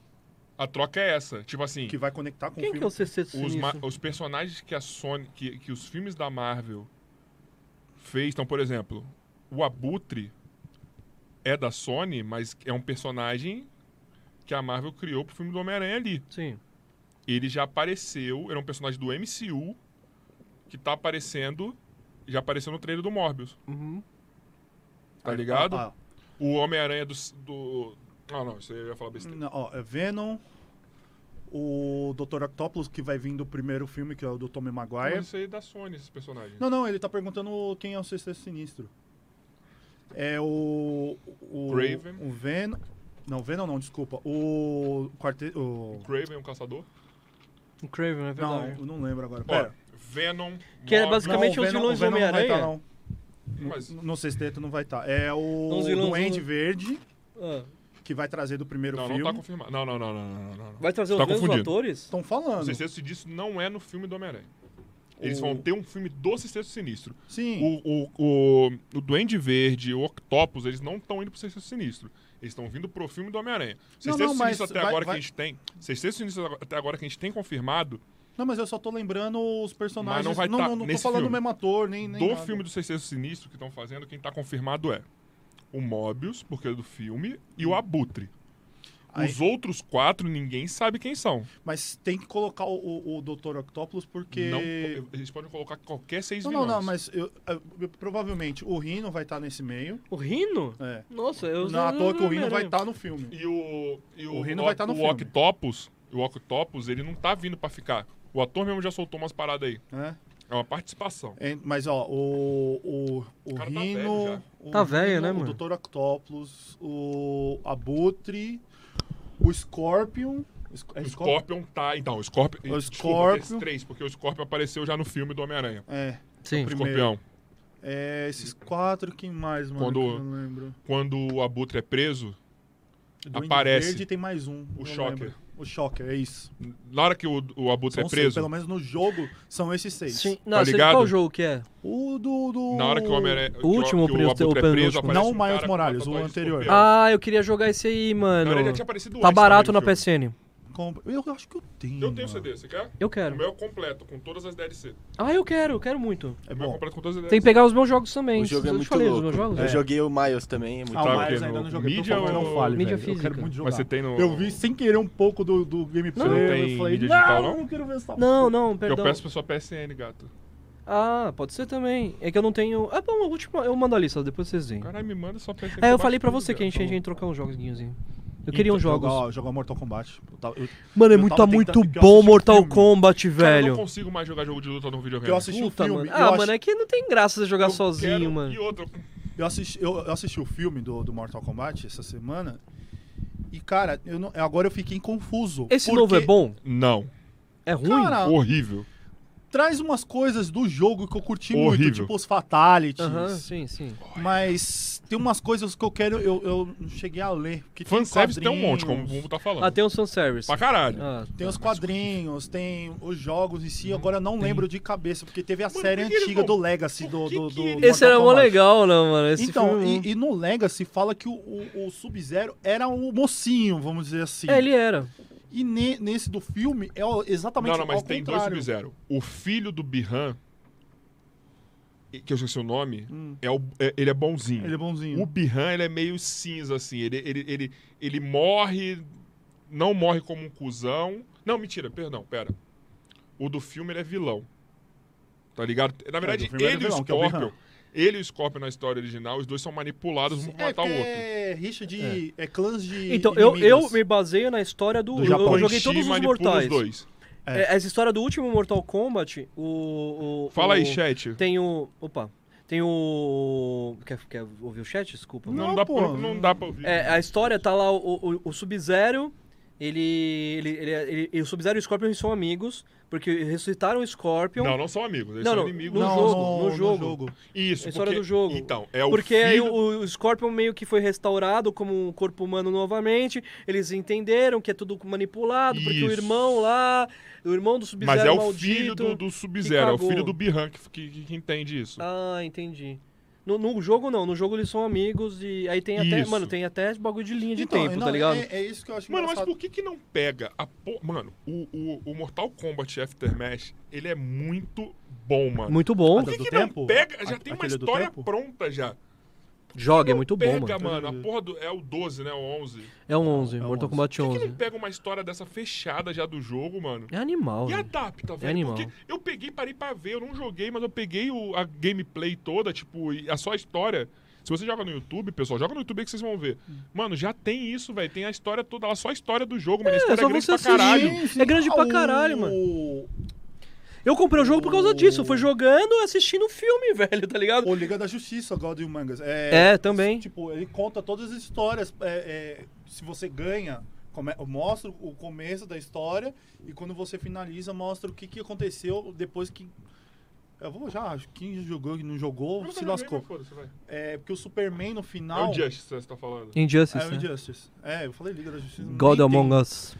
A: A troca é essa. Tipo assim,
B: que vai conectar com o
C: Quem
B: um filme.
C: que é o CC
A: os, ma-
C: Sinistro?
A: os personagens que a Sony. Que, que os filmes da Marvel fez. Então, por exemplo, o Abutre é da Sony, mas é um personagem que a Marvel criou pro filme do Homem-Aranha ali.
C: Sim.
A: ele já apareceu, era um personagem do MCU que tá aparecendo, já apareceu no trailer do Morbius,
C: Uhum.
A: tá ligado?
B: Ah,
A: O Homem-Aranha do, do... Ah, não, isso aí eu ia falar besteira.
B: não, ó, é Venom, o Dr. Octopus, que vai vir do primeiro filme, que é o do Tommy Maguire.
A: Mas isso aí é da Sony, esses personagens.
B: Não, não, ele tá perguntando quem é o Sexteto Sinistro. É o. o
A: Craven.
B: O Venom. Não, Venom não, desculpa. O. Quarteto. O...
A: Craven, o um Caçador.
C: O Craven, é
B: Não,
C: verdade.
B: eu não lembro agora.
A: Ó,
B: Pera.
A: Venom,
C: Que era
A: Morbius-
C: basicamente
B: não,
C: os
B: o Venom- o
C: vilões do
B: Venom não vai
C: Homem-Aranha.
B: tá, não.
A: Mas-
B: No- No sexteto não vai estar. É o
C: Os vilões
B: Duende
C: do-
B: Verde,
C: Ah,
B: que vai trazer do primeiro
A: Não, não
B: filme.
A: tá confirmado. Não, não, não, não, não, não. não.
C: vai trazer
A: Você tá
C: os mesmos
A: confundindo.
C: atores?
B: Estão
A: O
B: falando.
A: Sexteto Sinistro não é no filme do Homem-Aranha. Eles
B: O-
A: vão ter um filme do Sexteto Sinistro.
B: Sim.
A: O, o, o, o Duende Verde, o Octopus, eles não estão indo pro Sexteto Sinistro. Eles estão vindo pro filme do Homem-Aranha. Sexteto
B: não, mas
A: Sinistro até
B: vai-
A: agora
B: vai-
A: que a gente tem. Sexteto Sinistro ag- até agora que a gente tem confirmado
B: Não, mas eu só tô lembrando os personagens.
A: Mas não vai
B: não,
A: tá
B: não, não tô
A: nesse
B: falando
A: filme.
B: o mesmo ator, nem. nem
A: do
B: nada.
A: filme do Sexteto Sinistro que estão fazendo, quem tá confirmado é o Mobius, porque é do filme, e o Abutre.
B: Hum. Aí-
A: Os outros quatro, ninguém sabe quem são.
B: Mas tem que colocar o, o, o Dr. Octopus porque.
A: Não, eles podem colocar qualquer seis
B: Não, não,
A: vilões.
B: não, mas eu- eu- provavelmente o Rino vai estar nesse meio.
C: O Rino?
B: É.
C: Nossa, eu
B: Não, à toa que o Rino vai tá
C: Homem-Aranha.
B: estar no filme.
A: E o, e o,
B: O Rino
A: o-
B: vai tá no
A: o
B: filme.
A: Octopus, o Octopus, ele não tá vindo pra ficar. O ator mesmo já soltou umas paradas aí.
B: né?
A: É uma participação.
B: É, Mas, ó, o, o, o
A: cara tá velho
B: Rino.
A: já.
B: o
C: Tá velho, né,
B: Rhino,
C: mano?
B: O Dr. Octopus, o Abutre, o Scorpion. o Sc- é
A: O
B: Scorpion?
A: Scorpion tá. Então, o Scorpion.
B: O
A: desculpa,
B: Scorpion.
A: esses três, porque o Scorpion apareceu já no filme do Homem-Aranha.
B: É.
C: Sim.
B: Primeiro.
A: Escorpião.
B: É, esses quatro, quem mais, mano?
A: Quando-
B: que eu não lembro.
A: Quando o Abutre é preso,
B: Duende
A: aparece
B: Verde tem mais um. eu não
A: Shocker.
B: lembro. O Shocker, é isso.
A: na hora que o, o Abutre
B: São
A: é
B: seis,
A: preso,
B: pelo menos no jogo, são esses seis.
C: Sim. Não,
A: Tá
C: sei
A: ligado?
C: qual jogo que é?
B: O do. do-
A: na hora que o Homem-Aranha. que
C: último
A: que
C: preso,
A: Abutre
C: o
A: é
C: penúltimo.
A: aparece
B: Não
A: um
B: o
A: cara
B: Miles
A: com uma
B: Morales, o
A: tatuagem de
B: anterior.
A: escorpião.
C: Ah, eu queria jogar esse aí,
A: Na
C: mano.
A: verdade, ele já tinha aparecido
C: Tá
A: antes
C: barato na
A: também no filme.
C: PSN.
B: Com- Eu acho que eu tenho.
A: Eu tenho o
B: mano.
A: CD, você quer?
C: Eu
A: O
C: quero.
A: meu é completo, com todas as DLC.
C: Ah, eu quero, eu quero muito.
B: É
A: o meu é
B: bom.
A: completo com todas as DLC.
C: Tem que pegar os meus jogos também.
D: O jogo é
C: eu te
D: muito
C: falei dos
D: louco.
C: meus jogos?
D: Eu
C: É.
D: joguei o Miles também, é muito
B: Ah,
A: Tá,
B: o
A: o
B: Miles
A: quê?
B: ainda
A: No
B: não joguei, por
A: mídia
B: favor,
A: ou-
B: não fale,
C: Mídia
B: velho. Eu
C: física.
B: quero muito jogar.
A: Mas você tem no.
B: Eu vi sem querer um pouco do, do gameplay,
A: Não tem
B: eu falei,
A: mídia digital,
B: não,
A: não?
B: não quero ver
D: É.
B: essa
C: Não, não,
A: Eu
C: perdão.
A: peço pra sua PSN, gato.
C: Ah, pode ser também. É que eu não tenho. Ah, bom, eu, vou te... eu mando a lista, depois vocês veem.
A: Caralho, me manda sua PSN.
C: É, eu
A: baixo
C: falei pra
A: tudo,
C: você que a gente
A: velho.
C: ia trocar uns jogos, Guinhozinho. Eu queria uns jogos.
B: Jogar, Então, jogar Mortal Kombat. Eu tava- eu-
C: Mano, é
B: eu
C: muito,
B: tava
C: muito
B: tentando- porque eu
C: bom
B: assisti
C: Mortal
B: filme.
C: Kombat,
A: Cara, eu
C: velho.
A: não consigo mais jogar jogo de luta no videogame.
B: Eu assisti
C: Puta,
B: o filme.
C: mano.
B: eu
C: Ah,
B: acho-
C: mano, é que não tem graça você jogar
A: Eu
C: sozinho,
A: quero-
C: mano.
A: E outra,
B: Eu assisti, eu, eu assisti o filme do, do Mortal Kombat essa semana. E, cara, eu não- agora eu fiquei confuso.
C: Esse
B: porque,
C: novo é bom?
A: Não.
C: É ruim?
B: Cara,
A: Horrível.
B: traz umas coisas do jogo que eu curti
A: Horrível.
B: muito, tipo os fatalities.
C: Aham, sim, sim.
B: Mas tem umas coisas que eu quero. Eu, eu não cheguei a ler. Porque tem
A: Fanservice tem um monte, como o
B: quadrinhos,
A: Bumbo tá falando.
C: Ah, tem um fanservice.
A: Pra caralho.
C: Ah,
B: Tem os quadrinhos, tem os jogos em si, agora eu não lembro de cabeça, porque teve a
A: Mano,
B: série
A: por que eles
B: antiga
A: vão-
B: do Legacy do,
A: por que
B: do,
A: que
B: do
A: eles-
C: Esse
B: Mortal
C: era mó
B: Kombat.
C: legal, não, mano. Esse
B: então,
C: filme é bom.
B: e, e no Legacy fala que o, o- o Sub-Zero era o mocinho, vamos dizer assim.
C: É, ele era.
B: E ne- nesse do filme é o- exatamente
A: Não, não, mas
B: ao
A: tem dois
B: contrário.
A: Sub-Zero. O filho do Bihan, que eu esqueci o nome, é o, é- ele é bonzinho.
B: Hum. Ele é bonzinho.
A: O Birran, ele é meio cinza, assim. Ele, ele, ele, ele morre, não morre como um cuzão. Não, mentira, perdão, pera. O do filme, ele é vilão. Tá ligado? Na verdade,
B: do filme
A: ele,
B: ele é
A: e o
B: vilão, que é o
A: Scorpion...
B: Birhan.
A: ele e o Scorpion na história original, os dois são manipulados um pra
B: É,
A: matar o
B: porque
A: outro.
B: é rixa de. É, clãs de.
C: Então, eu, eu
B: inimigas.
C: me baseio na história do.
B: Do
C: eu-
B: Japão.
C: eu
A: Shang-Chi
C: joguei todos os
A: manipula
C: mortais.
A: dois.
B: É.
C: É, Essa história do último Mortal Kombat, o. o-
A: Fala aí,
C: o-
A: chat.
C: Tem o. Opa. Tem o. Quer, quer ouvir o chat? Desculpa.
A: Não,
B: Não,
A: dá
B: pô,
A: pra, não dá pra ouvir.
C: É, a história tá lá, o, o, o Sub-Zero, ele, ele, ele, ele- e O Sub-Zero e o Scorpion eles são amigos, porque ressuscitaram o Scorpion.
A: Não, é não são amigos, eles
C: Não,
A: são
C: não,
A: inimigos.
C: no
B: Não,
C: jogo, no jogo.
A: Isso,
C: A história
A: porque-
C: do jogo.
A: Então, é o
C: porque aí
A: filho...
C: o, o Scorpion meio que foi restaurado como um corpo humano novamente. Eles entenderam que é tudo manipulado, porque o
A: Isso.
C: irmão lá, o irmão do Sub-Zero
A: Mas é o
C: maldito.
A: filho do, do Sub-Zero, é o
C: cagou.
A: filho do Birran que, que, que entende isso.
C: Ah, entendi. No, no jogo não, no jogo eles são amigos e aí tem até,
A: Isso.
C: mano, tem até esse bagulho de linha de
B: Então,
C: tempo,
B: não,
C: tá ligado?
B: É, é isso que eu acho
A: Mano, mas
B: engraçado.
A: por que que não pega a po... Mano, o, o, o Mortal Kombat Aftermath, ele é muito bom, mano.
C: Muito bom.
A: Por que,
B: Do
A: que não
B: tempo?
A: pega? Já
B: A-
A: tem uma
B: aquele do
A: história
B: tempo?
A: pronta já.
C: Joga, é
A: Não
C: muito bom,
A: pega, mano.
C: mano.
A: A porra do... É o 12, né? O 11.
C: É um 11,
B: um
C: Mortal
B: 11.
C: Kombat
A: Por que, que
C: 11.
A: não pega uma história dessa fechada já do jogo, mano?
C: É animal,
A: E
C: velho.
A: adapta, velho.
C: É animal.
A: Porque eu peguei, parei pra ver, eu não joguei, mas eu peguei o- a gameplay toda, tipo, e a só a história. Se você joga no YouTube, pessoal, joga no YouTube aí que vocês vão ver. Mano, já tem isso, velho. Tem a história toda lá, só a história do jogo, mano. A
C: É,
A: história
C: só
A: é grande
C: você
A: pra caralho.
C: assistir. É grande
B: Ah,
C: pra caralho, mano.
B: mano.
C: Eu comprei o jogo por causa disso. Eu fui jogando, assistindo o filme, velho, tá ligado?
B: O Liga da Justiça, God of Mangas. É,
C: É, também.
B: Tipo, ele conta todas as histórias. é, é, se você ganha, come- mostra o começo da história e quando você finaliza, mostra o que, que aconteceu depois que. Eu vou já, acho que quem jogou e não
A: Eu
B: jogou
A: nunca
B: se
A: joguei, mas
B: lascou.
A: foda-se, vai.
B: É, porque o Superman no
A: É
B: final.
A: o Justice, você tá falando.
C: Injustice,
B: É o Injustice. É, eu falei Liga da Justiça. não
C: né? God
B: nem
C: Among
B: tem.
C: Us.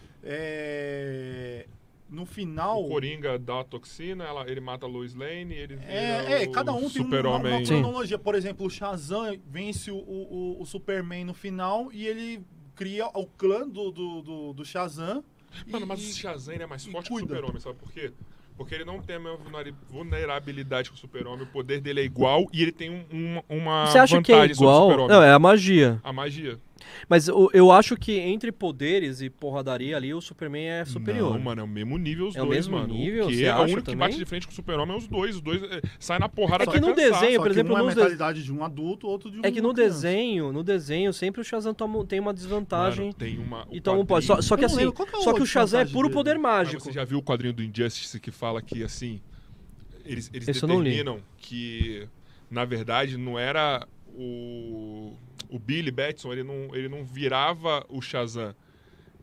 B: É. No
A: O
B: final.
A: Coringa dá a toxina, ela- ele mata a Lois Lane, ele vira
B: É, é,
A: o
B: cada um tem uma, uma
A: super-homem.
C: Sim.
B: cronologia. Por exemplo, o Shazam vence o, o, o Superman no final e ele cria o clã do, do, do, do Shazam.
A: Mano,
B: e-
A: mas
B: e-
A: o Shazam ele é mais
B: e
A: forte que o
B: cuida.
A: Super-Homem, sabe por quê? Porque ele não tem a mesma vulnera- vulnerabilidade que o Super-Homem, o poder dele é igual e ele tem um- uma, uma
C: Você acha que é
A: vantagem sobre o
C: igual?
A: Super-Homem.
C: Não, é a magia.
A: A magia.
C: Mas eu, eu acho que entre poderes e porradaria ali, o Superman é superior.
A: Não, mano, é o mesmo nível os
C: É o
A: dois,
C: mesmo
A: mano.
C: nível,
A: o
C: você
A: quê? A
C: acha
A: única que bate
C: também?
A: de frente com o Super-Homem é os dois. Os dois é, saem na porrada
C: É que
A: até
C: no
A: cansar.
C: desenho-
B: Só
C: por
B: que
C: exemplo,
B: um é a
C: nos
B: mentalidade de um adulto, outro de um
C: É que no
B: criança.
C: desenho, no desenho, sempre o Shazam toma- tem uma desvantagem.
A: Mano, tem uma. o
C: e toma um pode. Só,
A: quadrinho-
C: só que
B: Eu não
C: assim,
B: lembro, qual que é o
C: só que o
B: outro
C: Shazam é
B: vantagem
C: puro
B: dele?
C: poder
A: Mas
C: mágico.
A: Você já viu o quadrinho do Injustice que fala que assim. Eles, eles
C: Esse eu não li.
A: determinam que, na verdade, não era o. O Billy Batson, ele não, ele não virava o Shazam.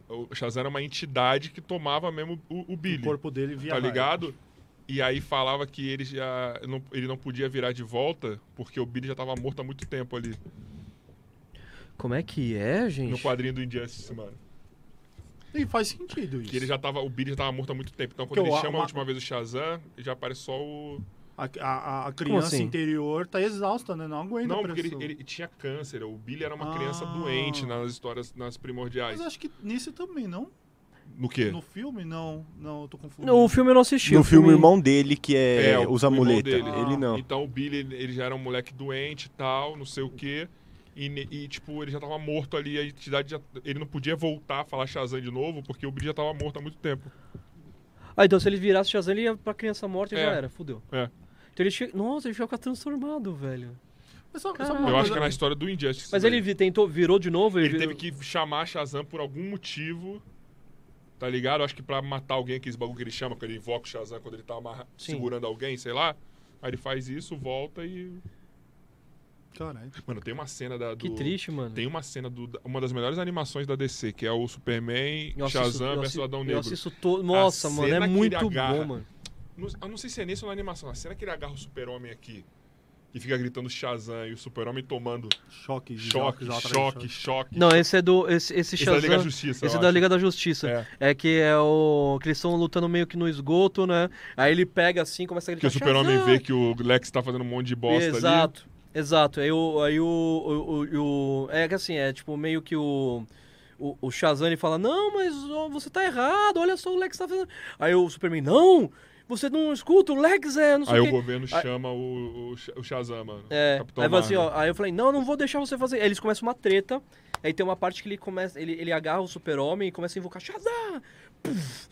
A: O Shazam era uma entidade que tomava mesmo o, o
B: O
A: Billy.
B: corpo dele via
A: tá
B: raio.
A: ligado? E aí falava que ele já não, ele não podia virar de volta porque o Billy já tava morto há muito tempo ali
C: Como é que é,
A: no
C: gente?
A: quadrinho do Injustice, mano.
B: E faz sentido isso.
A: Que ele já tava, o Billy já tava morto há muito tempo. Então quando
B: Porque
A: ele
B: o-
A: chama a
B: uma-
A: última vez o Shazam, já aparece só o
B: A, a, a criança
C: assim?
B: interior tá exausta, né? Não aguenta
A: Não,
B: a
A: porque ele,
B: pressão.
A: ele tinha câncer. O Billy era uma
B: Ah.
A: criança doente nas histórias nas primordiais.
B: Mas acho que nesse também, não?
A: No quê?
B: No filme, não. Não, eu tô confundindo.
C: No filme eu não assisti.
D: No
C: o
D: filme, o irmão dele que é,
A: o-
D: usa
A: o irmão
D: muleta.
C: Ah,
A: dele.
D: Ele não.
A: Então o Billy, ele- ele já era um moleque doente e tal, não sei o quê. E, ne- e, tipo, ele já tava morto ali, a entidade já, ele não podia voltar a falar Shazam de novo, porque o Billy já tava morto há muito tempo.
C: Ah, então se ele virasse Shazam, ele ia pra criança morta e
A: É.
C: já era, fudeu.
A: É.
C: Então ele chega. Nossa, ele fica transformado, velho.
B: Mas sabe- sabe
C: Caralho.
B: uma
A: Eu acho
B: coisa-
A: que é na história do Injustice.
C: Mas
A: velho.
C: ele vi- tentou, virou de novo
A: ele
C: virou-
A: teve que chamar Shazam por algum motivo. Tá ligado? Acho que pra matar alguém, aqueles bagulho que ele chama, quando ele invoca o Shazam quando ele tá amarra-
C: Sim.
A: segurando alguém, sei lá. Aí ele faz isso, volta e é
B: Caralho.
A: Mano, tem uma cena da. Do,
C: Que triste, mano.
A: Tem uma cena do. da- Uma das melhores animações da DC, que é o Superman,
C: Eu assisto-
A: Shazam
C: eu
A: versus
C: assi-
A: Adão
C: Eu
A: Negro.
C: assisto todo. Nossa, mano,
A: cena que
C: é
A: ele
C: muito bom,
A: agarra.
C: mano.
A: Não- eu não sei se é nesse ou na animação. A cena que ele agarra o Super-Homem aqui e fica gritando Shazam e o Super-Homem tomando
B: Choque.
A: choque,
B: exatamente,
A: choque, choque.
C: Não, esse é do. Esse, esse
A: Esse é da
C: Shazam.
A: Liga da Justiça.
C: esse
A: eu
C: é da
A: acho.
C: Liga da Justiça.
A: É.
C: É que é o. Que eles estão lutando meio que no esgoto, né? Aí ele pega assim, começa a
A: Que
C: gritar.
A: o Super-Homem
C: "Shazam!"
A: vê que o Lex tá fazendo um monte de bosta ali.
C: Exato. Exato. Aí o. Aí o, o, o- o- É que assim, é tipo meio que o. O, o Shazam ele fala: Não, mas ó, você tá errado, olha só o Lex tá fazendo. Aí o Superman: Não, Você não escuta o Lex, é, não sei
A: Aí
C: o
A: o
C: quê.
A: governo
C: Aí-
A: chama o, o, Sha- o Shazam, mano.
C: É,
A: Capitão
C: aí, eu falo assim,
A: Marvel.
C: ó, aí eu falei, não, não vou deixar você fazer. Aí eles começam uma treta, aí tem uma parte que ele começa, ele, ele agarra o super-homem e começa a invocar Shazam! Puf!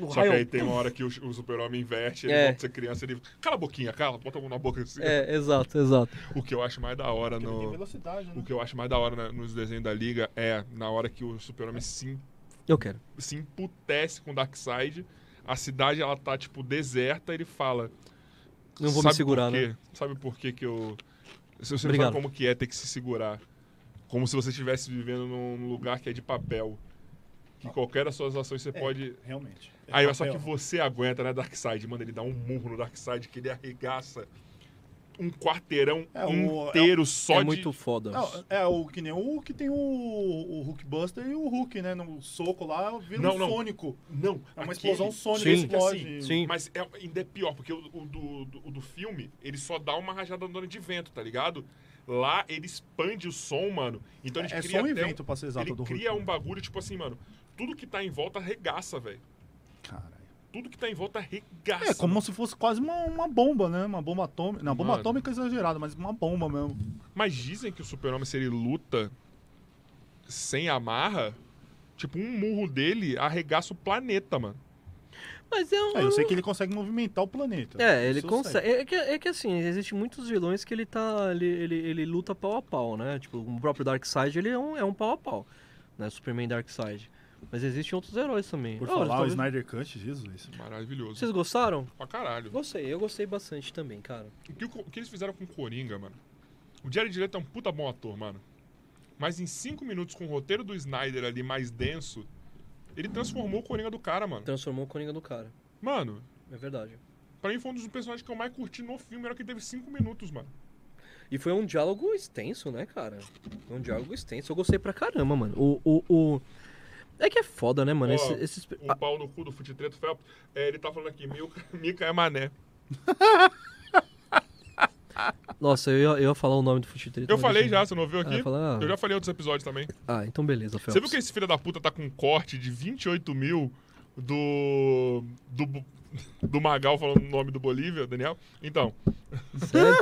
C: No
A: Só que
C: raio,
A: aí tem uma hora que o, o super-homem inverte, ele
C: É.
A: volta a ser criança, ele... Cala a boquinha, cala, bota a mão na boca. assim.
C: É, exato, exato.
A: O que eu acho mais da hora
B: Tem
A: no...
B: velocidade, né?
A: O que eu acho mais da hora na- nos desenhos da Liga é na hora que o super-homem se
C: Eu quero.
A: se emputece com o Darkseid. A cidade, ela tá, tipo, deserta. Ele fala...
C: Não vou me
A: "Sabe
C: segurar, né?
A: por quê? Sabe por que que eu... Você você não
C: Obrigado.
A: sabe como que é ter que se segurar. Como se você estivesse vivendo num lugar que é de papel. Que qualquer das suas ações você pode...
B: Realmente. É
A: Aí, só que
B: papel.
A: você aguenta, né, Darkseid? Mano, ele dá um murro no Darkseid que ele arregaça um quarteirão
B: É, o-
A: inteiro só
C: é
A: de...
C: muito foda.
B: Não, é o que nem o que tem o, o Hulkbuster e o Hulk, né? No soco lá, vira
A: Não,
B: um
A: não.
B: sônico.
A: Não,
B: É
A: aquele-
B: uma explosão sônica,
A: esse que é assim,
B: explode.
C: Sim.
A: Mas é- ainda é pior, porque o, o do, do- o do filme, ele só dá uma rajada dona de vento, tá ligado? Lá ele expande o som, mano. Então ele
B: É
A: cria
B: só um
A: até
B: evento pra ser exato
A: Ele
B: do Hulk. né?
A: cria um bagulho, tipo assim, mano, tudo que tá em volta arregaça, velho.
B: Caralho.
A: Tudo que tá em volta arregaça.
B: É como se fosse quase uma, uma bomba, né? Uma bomba atômica. Não, bomba
A: Mano.
B: atômica é exagerada, mas uma bomba mesmo.
A: Mas dizem que o super-homem, se ele luta sem amarra, tipo, um murro dele arregaça o planeta, mano.
C: Mas um eu,
B: É, eu sei que ele consegue movimentar o planeta.
C: É, ele
B: Então, Isso eu sei.
C: consegue. É que, é que assim, existem muitos vilões que ele tá. Ele, ele, ele luta pau a pau, né? Tipo, o próprio Darkseid ele é um, é um pau a pau. Né? Superman e Darkseid. Mas existem outros heróis também.
B: Por
C: Ah, olha,
B: falar, o
C: talvez-
B: Snyder Cut, Jesus.
A: Maravilhoso.
C: Vocês gostaram?
A: Pra caralho.
C: Gostei, eu gostei bastante também, cara.
A: O que, o que eles fizeram com o Coringa, mano? O Jared Leto é um puta bom ator, mano. Mas em cinco minutos, com o roteiro do Snyder ali mais denso, ele transformou o Coringa do cara, mano.
C: Transformou o Coringa do cara.
A: Mano,
C: É verdade.
A: pra mim foi um dos personagens que eu mais curti no filme, era o que teve cinco minutos, mano.
C: E foi um diálogo extenso, né, cara? Foi um diálogo extenso. Eu gostei pra caramba, mano. O. o, o... É que é foda, né, mano?
A: Ó,
C: Esse- esses...
A: O pau no cu do Futitreto Felps, é, ele tá falando aqui, Milka, Mica é mané.
C: Ah, Nossa, eu ia, eu ia falar o nome do Fuxitrito.
A: Eu falei já, você não ouviu
C: Ah,
A: aqui?
C: eu falar-
A: Eu já falei em outros episódios também.
C: Ah, então beleza, Felps.
A: Você viu que esse filho da puta tá com um corte de 28 mil do. do. Bu- do Magal falando o nome do Bolívia, Daniel? Então.
C: Sério?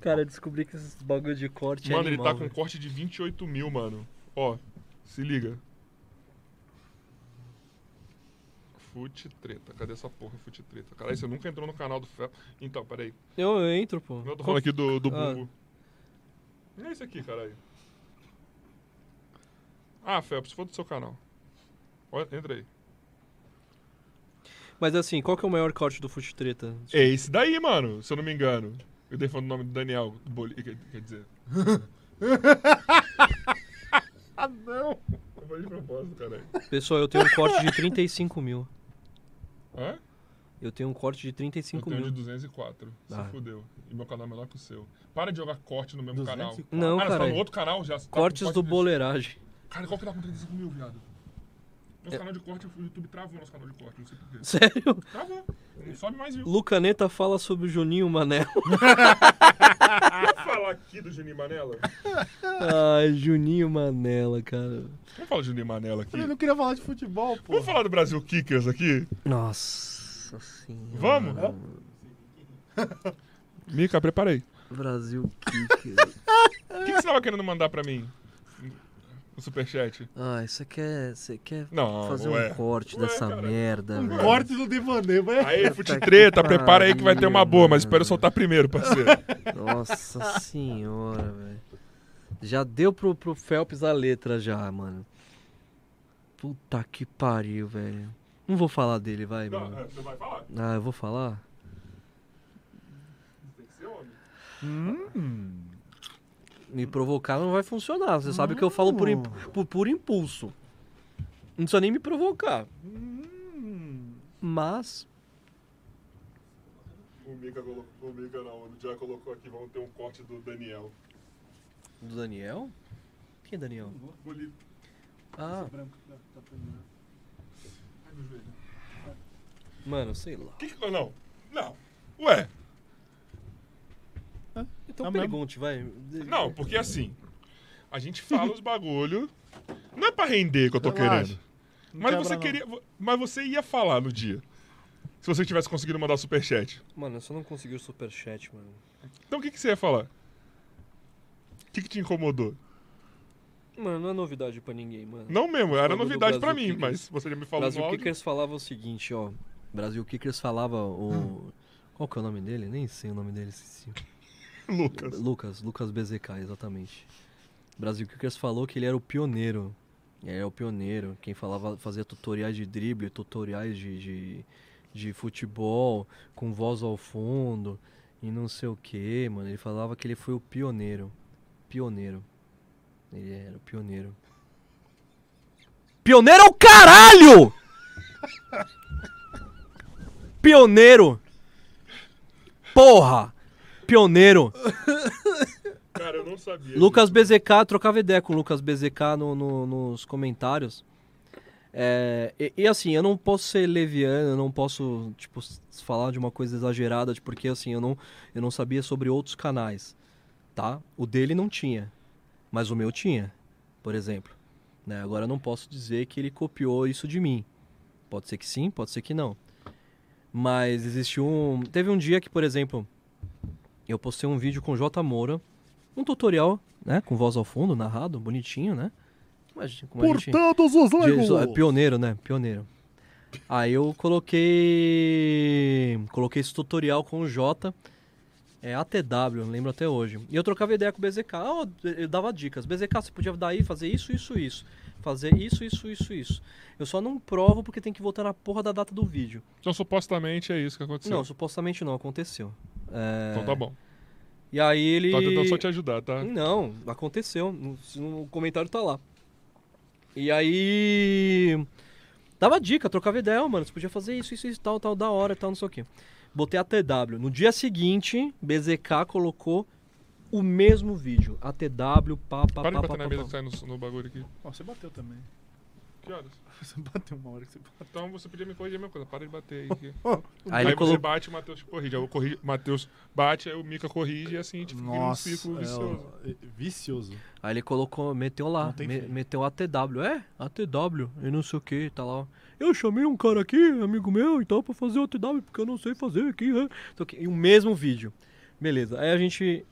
C: Cara, eu descobri que esses bagulho de corte
A: Mano,
C: é
A: ele
C: animal,
A: tá com um
C: velho.
A: corte de 28 mil, mano. Ó, se liga. Fute treta. Cadê essa porra, fute treta? Caralho, você nunca entrou no canal do Fel. Então, peraí.
C: Eu, eu entro, pô.
A: Não, eu tô falando
C: Qual-
A: aqui do, do
C: Ah.
A: bumbo. Não é isso aqui, caralho. Ah, Felps, se for do seu canal. Olha, entra aí.
C: Mas assim, qual que é o maior corte do Fute Treta?
A: É esse daí, mano, se eu não me engano. Eu dei falando o nome do Daniel, do Boli, quer, quer dizer. ah, não! Eu falei de propósito, caralho.
C: Pessoal, eu tenho um corte de 35 mil.
A: Hã?
C: Eu tenho um corte de
A: Eu
C: 35
A: tenho de
C: mil.
A: 204.
C: Ah.
A: Se fudeu. E meu canal é melhor que o seu. Para de jogar corte no mesmo canal.
B: 204.
C: Não,
A: ah, você tá
C: cara.
A: no outro canal já? Você tá com
C: Cortes
A: corte
C: do
A: de-
C: boleiragem.
A: Cara, qual que tá com 35 mil, viado? Nosso
C: É.
A: canal de corte, o YouTube travou nosso canal de corte, não sei porquê.
C: Sério?
A: Travou. Não sobe mais, viu?
C: Lucaneta fala sobre o Juninho Manel.
A: Vamos falar aqui do Juninho Manela?
C: Ai, Juninho Manela, cara.
A: Vamos falar do Juninho Manela aqui.
B: Eu não queria falar de futebol, pô.
A: Vamos falar do Brasil Kickers aqui?
C: Nossa senhora.
A: Vamos? Mica, preparei.
C: Brasil Kicker.
A: O que, que você tava querendo mandar pra mim? O superchat?
C: Ai, você quer, você quer
A: Não, é.
C: fazer
A: ué.
C: um corte
A: Ué,
C: dessa
A: cara. é.
C: merda, velho.
B: Cortes do é. Devaneio, vai.
A: Aí, fute treta,
C: que
A: prepara aí que vai ter uma boa, mas
C: pariu,
A: espero soltar primeiro, parceiro.
C: Nossa senhora, velho. Já deu pro, pro Phelps a letra já, mano. Puta que pariu, velho. Não vou falar dele, vai, mano.
A: você vai falar?
C: Ah, eu vou falar?
A: Tem que ser homem.
C: Me provocar não vai funcionar. Você sabe que eu falo por, imp- por, por impulso. Não precisa nem me provocar. Mas.
A: O Mica colocou, o Mica não, o Joy colocou aqui, vamos ter um corte do Daniel.
C: Do Daniel? Quem é Daniel? Ah, mano, sei lá.
A: Que que... Não, não. Ué,
C: Então
B: Tá mesmo.
C: pergunte, vai.
A: não, porque assim, a gente fala os bagulho, não é pra render que eu tô
B: Relaxa.
A: querendo. Mas
H: quebra,
A: você
H: não.
A: queria. vo- Mas você ia falar no dia. Se você tivesse conseguido mandar o superchat.
C: Mano, eu só não consegui o superchat, mano.
A: Então o que, que você ia falar? O que, que te incomodou?
C: Mano, não é novidade pra ninguém, mano.
A: Não mesmo, era
C: Incomodou
A: novidade
C: o
A: pra
C: Brasil
A: mim,
C: Kickers.
A: mas você já me falou
C: Brasil
A: no áudio.
C: Kickers falava é o seguinte, ó. Brasil Kickers falava o. Qual que é o nome dele? Nem sei o nome dele, esqueci.
A: Lucas.
C: Lucas, Lucas BZK, exatamente. Brasil Kickers falou que ele era o pioneiro. Ele era o pioneiro. Quem falava, fazia tutoriais de drible, tutoriais de, de, de futebol, com voz ao fundo e não sei o que, mano. Ele falava que ele foi o pioneiro. Pioneiro. Ele era o pioneiro. Pioneiro é o caralho! Pioneiro! Porra! Pioneiro!
A: Cara, eu não sabia.
C: Lucas BZK, eu trocava ideia com o Lucas BZK no- no- nos comentários. É, e, e assim, eu não posso ser leviano, eu não posso, tipo, s- falar de uma coisa exagerada, de- porque assim, eu não, eu não sabia sobre outros canais, tá? O dele não tinha, mas o meu tinha, por exemplo. né? Agora eu não posso dizer que ele copiou isso de mim. Pode ser que sim, pode ser que não. Mas existiu um... Teve um dia que, por exemplo, eu postei um vídeo com o J. Moura, um tutorial, né? Com voz ao fundo, narrado, bonitinho, né? Imagina como a gente-
B: todos os
C: Jesus, é Pioneiro, né? Pioneiro. Aí eu coloquei. Coloquei esse tutorial com o Jota. É ATW, eu lembro até hoje. E eu trocava ideia com o BZK. Ah, eu- eu dava dicas. BZK, você podia dar aí, fazer isso, isso, isso. Fazer isso, isso, isso, isso. Eu só não provo porque tem que voltar na porra da data do vídeo.
A: Então supostamente é isso que aconteceu.
C: Não, supostamente não, aconteceu. É, Hum.
A: Então tá bom.
C: E aí ele.
A: Tá tentando só te ajudar, tá?
C: Não, aconteceu. No- se não- O comentário tá lá. E aí. Dava dica, trocava ideia, "Ó, mano. Você podia fazer isso, isso, isso, tal, tal, da hora, tal, não sei o quê. Botei ATW. No dia seguinte, BZK colocou o mesmo vídeo. ATW, pá, pá, pá,
A: Para de
C: pá,
A: bater
C: pá,
A: na mesa que
C: pá.
A: sai no, no bagulho aqui.
H: Ó, você bateu também.
A: Que horas?
H: Você bateu uma hora que você bateu.
A: Então você podia me corrigir a mesma coisa. Para de bater aí. que-
C: Aí
A: Aí,
C: ele
A: você
C: colocou.
A: bate, o Matheus te corrige. Aí eu corri- Matheus bate, aí o Mika corrige e assim a gente fica num
H: Nossa,
A: ciclo
H: é,
A: vicioso.
H: ó, é, vicioso.
C: Aí ele colocou, meteu lá,
H: Não tem
C: me-
H: fim.
C: meteu ATW. É, ATW, e não sei o que, tá lá. Eu chamei um cara aqui, amigo meu, e tal, pra fazer ATW, porque eu não sei fazer aqui, né? Então, que- E o mesmo vídeo. Beleza, aí a gente.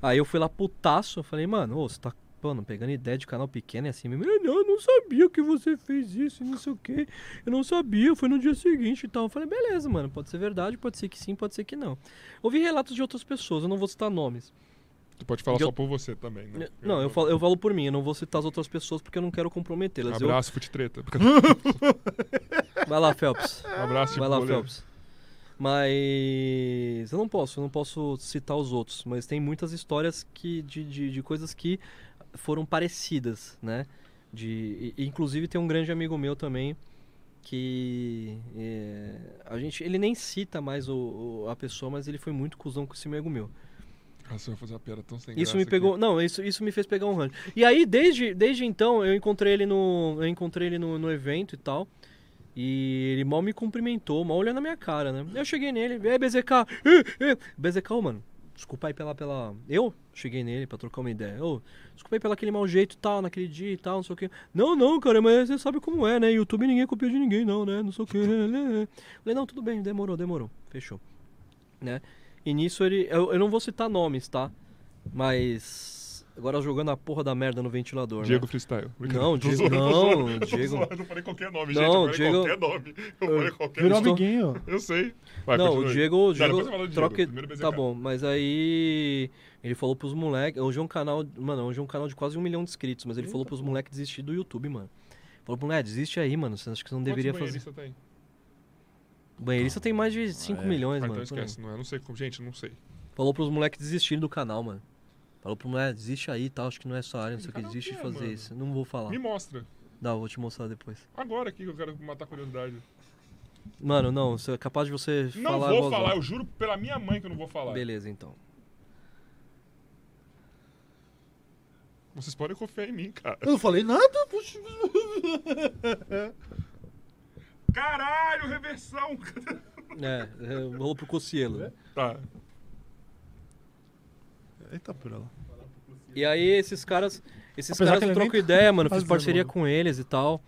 C: Aí eu fui lá putaço, eu falei, mano, ô, você tá mano, pegando ideia de canal pequeno é assim mesmo. "É, não, eu não sabia que você fez isso e não sei o que. Eu não sabia, foi no dia seguinte e tal. Eu falei, beleza, mano, pode ser verdade, pode ser que sim, pode ser que não. Ouvi relatos de outras pessoas, eu não vou citar nomes.
A: Tu pode falar
C: Eu-
A: só por você também, né?
C: Não, eu falo, eu falo por mim, eu não vou citar as outras pessoas porque eu não quero comprometê-las. Eu-
A: Um Abraço, fute treta. Um
C: Vai lá, Phelps.
A: Abraço,
C: Vai lá,
A: Tipo goleiro.
C: Phelps. Mas eu não posso, eu não posso citar os outros, mas tem muitas histórias que de, de, de coisas que foram parecidas, né? De, e- inclusive tem um grande amigo meu também que é, a gente, ele nem cita mais o- o- a pessoa, mas ele foi muito cuzão com esse amigo meu.
A: Nossa, eu vou fazer uma piada tão sem
C: Isso
A: graça
C: me
A: aqui.
C: pegou. Não, isso, isso me fez pegar um rancho. E aí, desde, desde então, eu encontrei ele no. Eu encontrei ele no, no evento e tal. E ele mal me cumprimentou, mal olhando na minha cara, né? Eu cheguei nele, e aí, BZK? Ih, ih." BZK, ô, mano, desculpa aí pela, pela. Eu cheguei nele pra trocar uma ideia. Ô, desculpa aí pelo aquele mau jeito e tal, naquele dia e tal, não sei o quê. Não, não, cara, mas você sabe como é, né? YouTube ninguém copia de ninguém, não, né? Não sei o quê. Eu Falei, não, tudo bem, demorou, demorou. Fechou. Né? E nisso ele. Eu, eu não vou citar nomes, tá? Mas. Agora jogando a porra da merda no ventilador.
A: Diego
C: né?
A: Freestyle.
C: Não,
A: Tô
C: Diego.
A: zoando, tô zoando.
C: Não,
A: Eu tô
C: Diego.
A: zoando, Eu não falei qualquer nome, gente.
C: Não,
A: Eu falei
C: Diego-
A: qualquer nome. Eu falei qualquer
F: Virou um
A: nome.
C: Estou-
F: amiguinho.
A: Eu sei. Vai,
C: não,
A: Ah, continua
C: o
A: aí.
C: Diego, o
A: Não,
C: Diego,
A: depois você fala do Diego,
C: troca,
A: primeiro BZK.
C: tá bom, mas aí ele falou pros moleques, hoje é um canal, mano, hoje é um canal de quase um milhão de inscritos, mas ele falou pros moleques desistir do YouTube, mano. Falou pro moleque, desiste aí, mano, você acha que você não
A: Quantos
C: deveria fazer.
A: banheiristas tem?
C: Banheirista tem mais de 5
A: Ah,
C: milhões,
A: então
C: mano. por aí.
A: esquece, não é? Não sei como. Gente, não sei.
C: Falou pros moleques desistirem do canal, mano. Falou pro moleque, desiste aí e tal, acho que não é sua área, não sei o que,
A: Canal
C: desiste
A: que
C: de
A: é,
C: fazer
A: mano?
C: isso. Não vou falar.
A: Me mostra.
C: Dá, eu vou te mostrar depois.
A: Agora aqui que eu quero matar a curiosidade.
C: Mano, não, você é capaz de você
A: Não
C: falar.
A: vou
C: voz
A: falar,
C: alta.
A: eu juro pela minha mãe que eu não vou falar.
C: Beleza, então.
A: Vocês podem confiar em mim, cara.
H: Eu não falei nada, puxa.
A: Caralho, reversão!
C: É, é, falou pro Cocielo.
A: Tá.
H: Eita, por ela.
C: E aí esses caras, esses
H: Apesar
C: caras
H: que
C: eu
H: ele
C: troco
H: nem
C: ideia, mano, fiz
H: fazendo,
C: parceria
H: mano.
C: com eles e tal.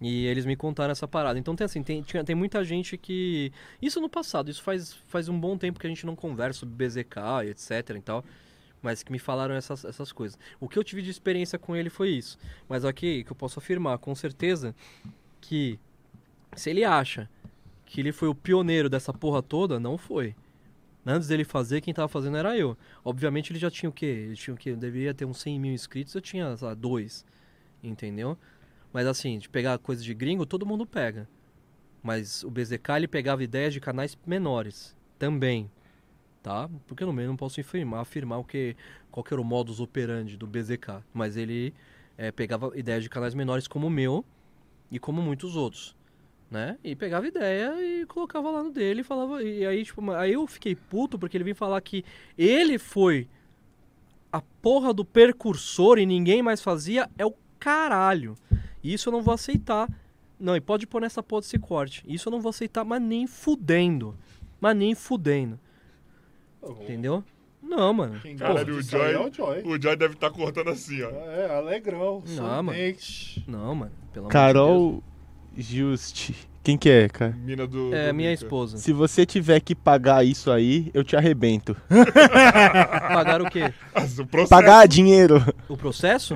C: E eles me contaram essa parada. Então tem assim, tem, tinha- tem muita gente que. Isso no passado, isso faz, faz um bom tempo que a gente não conversa sobre BZK e etc e tal. Mas que me falaram essas, essas coisas. O que eu tive de experiência com ele foi isso. Mas aqui que eu posso afirmar com certeza que se ele acha que ele foi o pioneiro dessa porra toda, não foi. Antes dele fazer, quem tava fazendo era eu. Obviamente ele já tinha o quê? Ele tinha o quê? Eu deveria ter uns 100 mil inscritos, eu tinha, sei lá, dois. Entendeu? Mas assim, de pegar coisa de gringo, todo mundo pega. Mas o BZK ele pegava ideias de canais menores também. Tá? Porque eu não, eu não posso afirmar, afirmar o que, qual que era o modus operandi do BZK. Mas ele eh, pegava ideias de canais menores como o meu e como muitos outros. Né? E pegava ideia e colocava lá no dele e falava. E aí, tipo, ma- aí eu fiquei puto porque ele vem falar que ele foi a porra do percursor e ninguém mais fazia. É o caralho. Isso eu não vou aceitar. Não, e pode pôr nessa porra desse corte. Isso eu não vou aceitar, mas nem fudendo. Mas nem fudendo. Entendeu? Não, mano.
H: Quem
A: Caralho,
H: gosta
A: o
H: disso
A: Joy-
H: aí é o Joy.
A: O Joy deve estar cortando assim, ó.
H: É, alegrão.
C: Não, mano.
H: sorridente.
C: Não, mano. Pelo amor de Deus.
D: Carol Juste. Quem que é, cara?
A: Mina do.
C: É,
A: do
C: minha
A: Mica.
C: esposa.
D: Se você tiver que pagar isso aí, eu te arrebento.
C: Pagaram o quê?
A: Mas Ah, o
C: Tá
A: processo-
D: Pagar dinheiro!
C: O processo?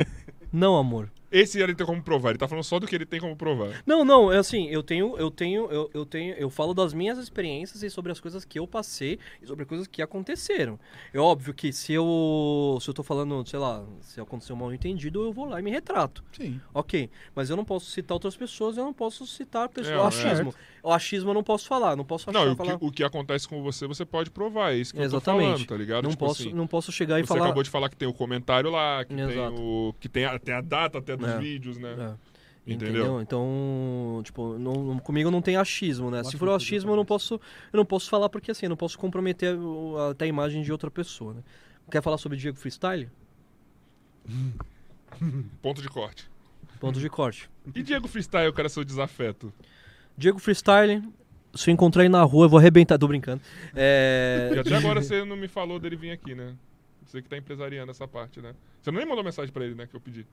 C: Não, amor.
A: Esse ele tem como provar. Ele tá falando só do que ele tem como provar.
C: Não, não, é assim, eu tenho, eu tenho, eu, eu tenho, eu falo das minhas experiências e sobre as coisas que eu passei e sobre coisas que aconteceram. É óbvio que se eu, se eu tô falando, sei lá, se aconteceu um mal entendido, eu vou lá e me retrato.
H: Sim.
C: Ok, mas eu não posso citar outras pessoas, eu não posso citar
A: É,
C: pessoas. o
A: é.
C: achismo. O achismo eu não posso falar, não posso achar,
A: Não, e o
C: falar.
A: que, o que acontece com você, você pode provar. É isso que eu tô
C: Exatamente.
A: falando, tá ligado?
C: não,
A: Tipo
C: posso,
A: assim,
C: não posso chegar e
A: Você
C: falar.
A: acabou de falar que tem o comentário lá, que tem
C: Exato.
A: o. que tem a, tem a data até dos
C: É.
A: vídeos, né?
C: É.
A: Entendeu?
C: Entendeu? Então, tipo, não, não- comigo não tem achismo, né? Se
H: Ótimo
C: for
H: tudo,
C: achismo, eu não posso, eu não posso falar porque assim, eu não posso comprometer o- até a imagem de outra pessoa, né? Quer falar sobre Diego Freestyle?
A: Ponto de corte.
C: Ponto de corte.
A: E Diego Freestyle, eu quero seu desafeto.
C: É, Diego Freestyle, se eu encontrar ele na rua, eu vou arrebentar, tô brincando. É,
A: E até agora você não me falou dele vir aqui, né? Você que tá empresariando essa parte, né? Você nem mandou mensagem pra ele, né? Que eu pedi.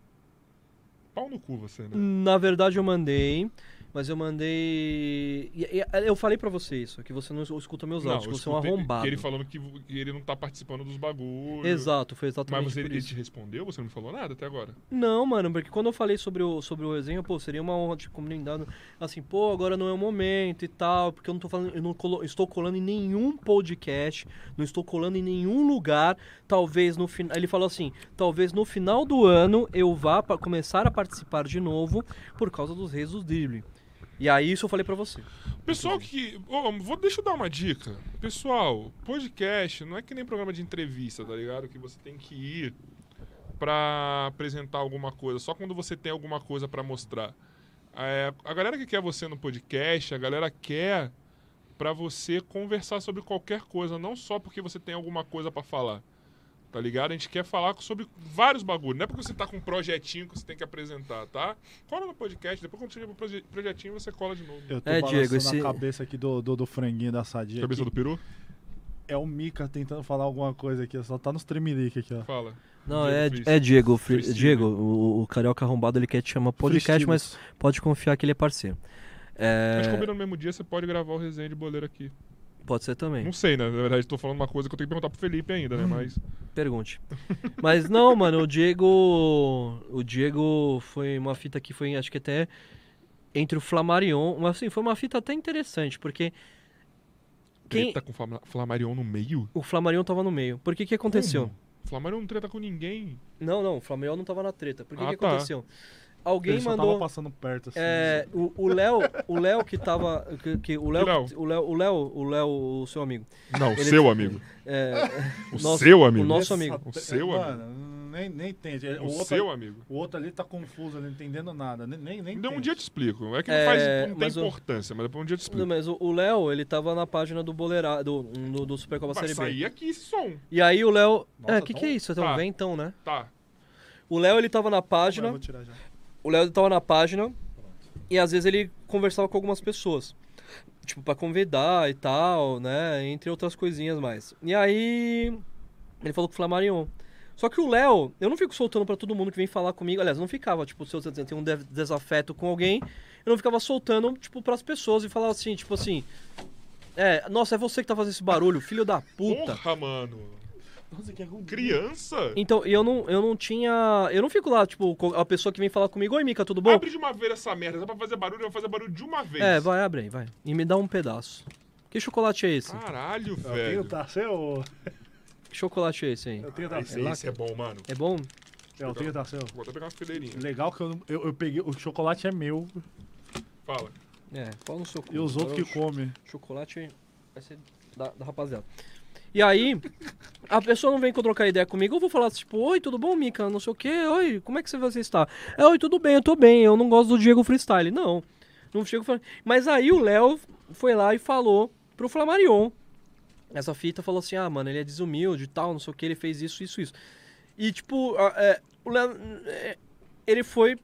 A: Pau no cu você, né?
C: Na verdade, eu mandei. Mas eu mandei. e- e- Eu falei pra você isso, que você não escuta meus áudios,
A: eu
C: que você é um
A: escutei
C: arrombado.
A: Que ele falando que, vo- que ele não tá participando dos bagulhos.
C: Exato, foi exatamente
A: Mas você,
C: por
A: ele
C: isso.
A: te respondeu? Você não me falou nada até agora?
C: Não, mano, porque quando eu falei sobre o, sobre o resenha, pô, seria uma honra tipo, de comunidade. Assim, pô, agora não é o momento e tal, porque eu não tô falando, eu não colo- estou colando em nenhum podcast, não estou colando em nenhum lugar. Talvez no final. Ele falou assim: talvez no final do ano eu vá pa- começar a participar de novo por causa dos reis do drible. E aí isso eu falei pra você.
A: Pessoal que. Ô, vou, deixa eu dar uma dica. Pessoal, podcast não é que nem programa de entrevista, tá ligado? Que você tem que ir pra apresentar alguma coisa. Só quando você tem alguma coisa pra mostrar. É, a galera que quer você no podcast, a galera quer pra você conversar sobre qualquer coisa, não só porque você tem alguma coisa pra falar. Tá ligado? A gente quer falar sobre vários bagulhos. Não é porque você tá com um projetinho que você tem que apresentar, tá? Cola no podcast, depois quando chega pro proje- projetinho você cola de novo.
H: Eu tô
C: É,
H: é,
C: Diego,
H: Diego,
C: esse-
H: a cabeça aqui do, do, do franguinho da sadia.
A: Cabeça do
H: aqui.
A: peru?
H: É o Mika tentando falar alguma coisa aqui, ó, só tá nos tremelique aqui, ó.
A: Fala.
C: Não,
A: Diego
C: é,
A: Freestyle.
C: é Diego. Fre-
A: Freestyle.
C: Diego, o, o Carioca Arrombado ele quer te chamar podcast, mas
H: Freestilos.
C: pode confiar que ele é parceiro. É,
A: A gente combina no mesmo dia, você pode gravar o resenha de boleiro aqui.
C: pode ser também.
A: Não sei, né? Na verdade, tô falando uma coisa que eu tenho que perguntar pro Felipe ainda,
C: Hum.
A: né? Mas.
C: Pergunte. Mas não, mano, o Diego. O Diego foi uma fita que foi, acho que até entre o Flamarion. Mas assim, foi uma fita até interessante, porque. Quem...
A: Treta com Flama- Flamarion no meio?
C: O Flamarion tava no meio. Por que que aconteceu?
A: Flamarion não treta com ninguém.
C: Não, não, o Flamarion não tava na treta. Por que
A: Ah,
C: que
A: tá.
C: aconteceu? Alguém
H: Ele só
C: mandou.
H: tava passando perto, assim.
C: É, o o Léo, o Léo que tava. que- que- o Léo,
A: Léo?
C: o Léo, o Léo, o Léo, o seu amigo.
A: Não, o
C: Ele-
A: seu amigo.
C: É,
A: O
C: nosso-
A: seu amigo.
C: o nosso
H: Essa
C: amigo.
A: O
H: tre-
A: seu
H: Mano, nem, nem entende.
A: O,
H: O, outro,
A: seu amigo.
H: o outro ali tá confuso, ele não entendendo nada. Nem, nem, nem
A: Então um
H: entende.
A: dia eu te explico. É que
C: É,
A: não faz. Não tem
C: mas o-
A: importância, mas depois um dia eu te
C: Não,
A: explico.
C: mas o- o Léo, ele tava na página do Boleirá, do, do, do Supercopa
A: Vai
C: Série B.
A: sair aqui esse som.
C: E aí o Léo.
H: Nossa,
C: É, o que,
H: tá
C: que é
H: um-
C: isso? Tem um
A: tá.
C: ventão, né?
A: Tá.
C: O Léo ele tava na
H: Mas
B: é
H: eu
C: página.
H: vou tirar já.
C: O Léo ele tava na página. E às vezes ele conversava com algumas pessoas. Tipo, pra convidar e tal, né? Entre outras coisinhas mais. E aí. Ele falou com o Flamarion. Só que o Léo, eu não fico soltando pra todo mundo que vem falar comigo. Aliás, eu não ficava, tipo, se você tem um de- desafeto com alguém, eu não ficava soltando, tipo, pras pessoas e falava assim, tipo assim. É, nossa, é você que tá fazendo esse barulho, filho da puta.
A: Porra, mano. Criança?
C: Então, eu não, eu não tinha. Eu não fico lá, tipo, co- a pessoa que vem falar comigo, oi, Mica, tudo bom?
A: Abre de uma vez essa merda. Dá pra fazer barulho, eu vou fazer barulho de uma vez.
C: É, vai, abre aí, vai. E me dá um pedaço. Que chocolate é
I: Ah.
C: esse?
A: Caralho,
I: Eu
A: velho.
I: tenho
H: Tá,
I: Tarcel?
C: Que chocolate é esse aí?
I: Eu tenho
A: Esse,
I: Tarcel.
A: esse é bom, mano.
C: É bom?
I: Eu tenho Tarcel.
A: Vou até pegar umas fileirinhas.
I: Legal que eu, não- eu, eu peguei. O chocolate é meu
A: Fala.
C: É, fala no seu cu.
I: e os outros
C: Agora
I: que comem.
C: o Chocolate vai ser da, da rapaziada. E aí, a pessoa não vem com trocar ideia comigo, eu vou falar tipo, oi, tudo bom, Mica? Não sei o quê, oi, como é que você está? É, oi, tudo bem, eu tô bem, eu não gosto do Diego Freestyle. Não, não chego falando. Mas aí o Léo foi lá e falou pro Flamarion. Essa fita falou assim, ah, mano, ele é desumilde e tal, não sei o que, ele fez isso, isso, isso. E tipo, a- é, o Léo, é, ele foi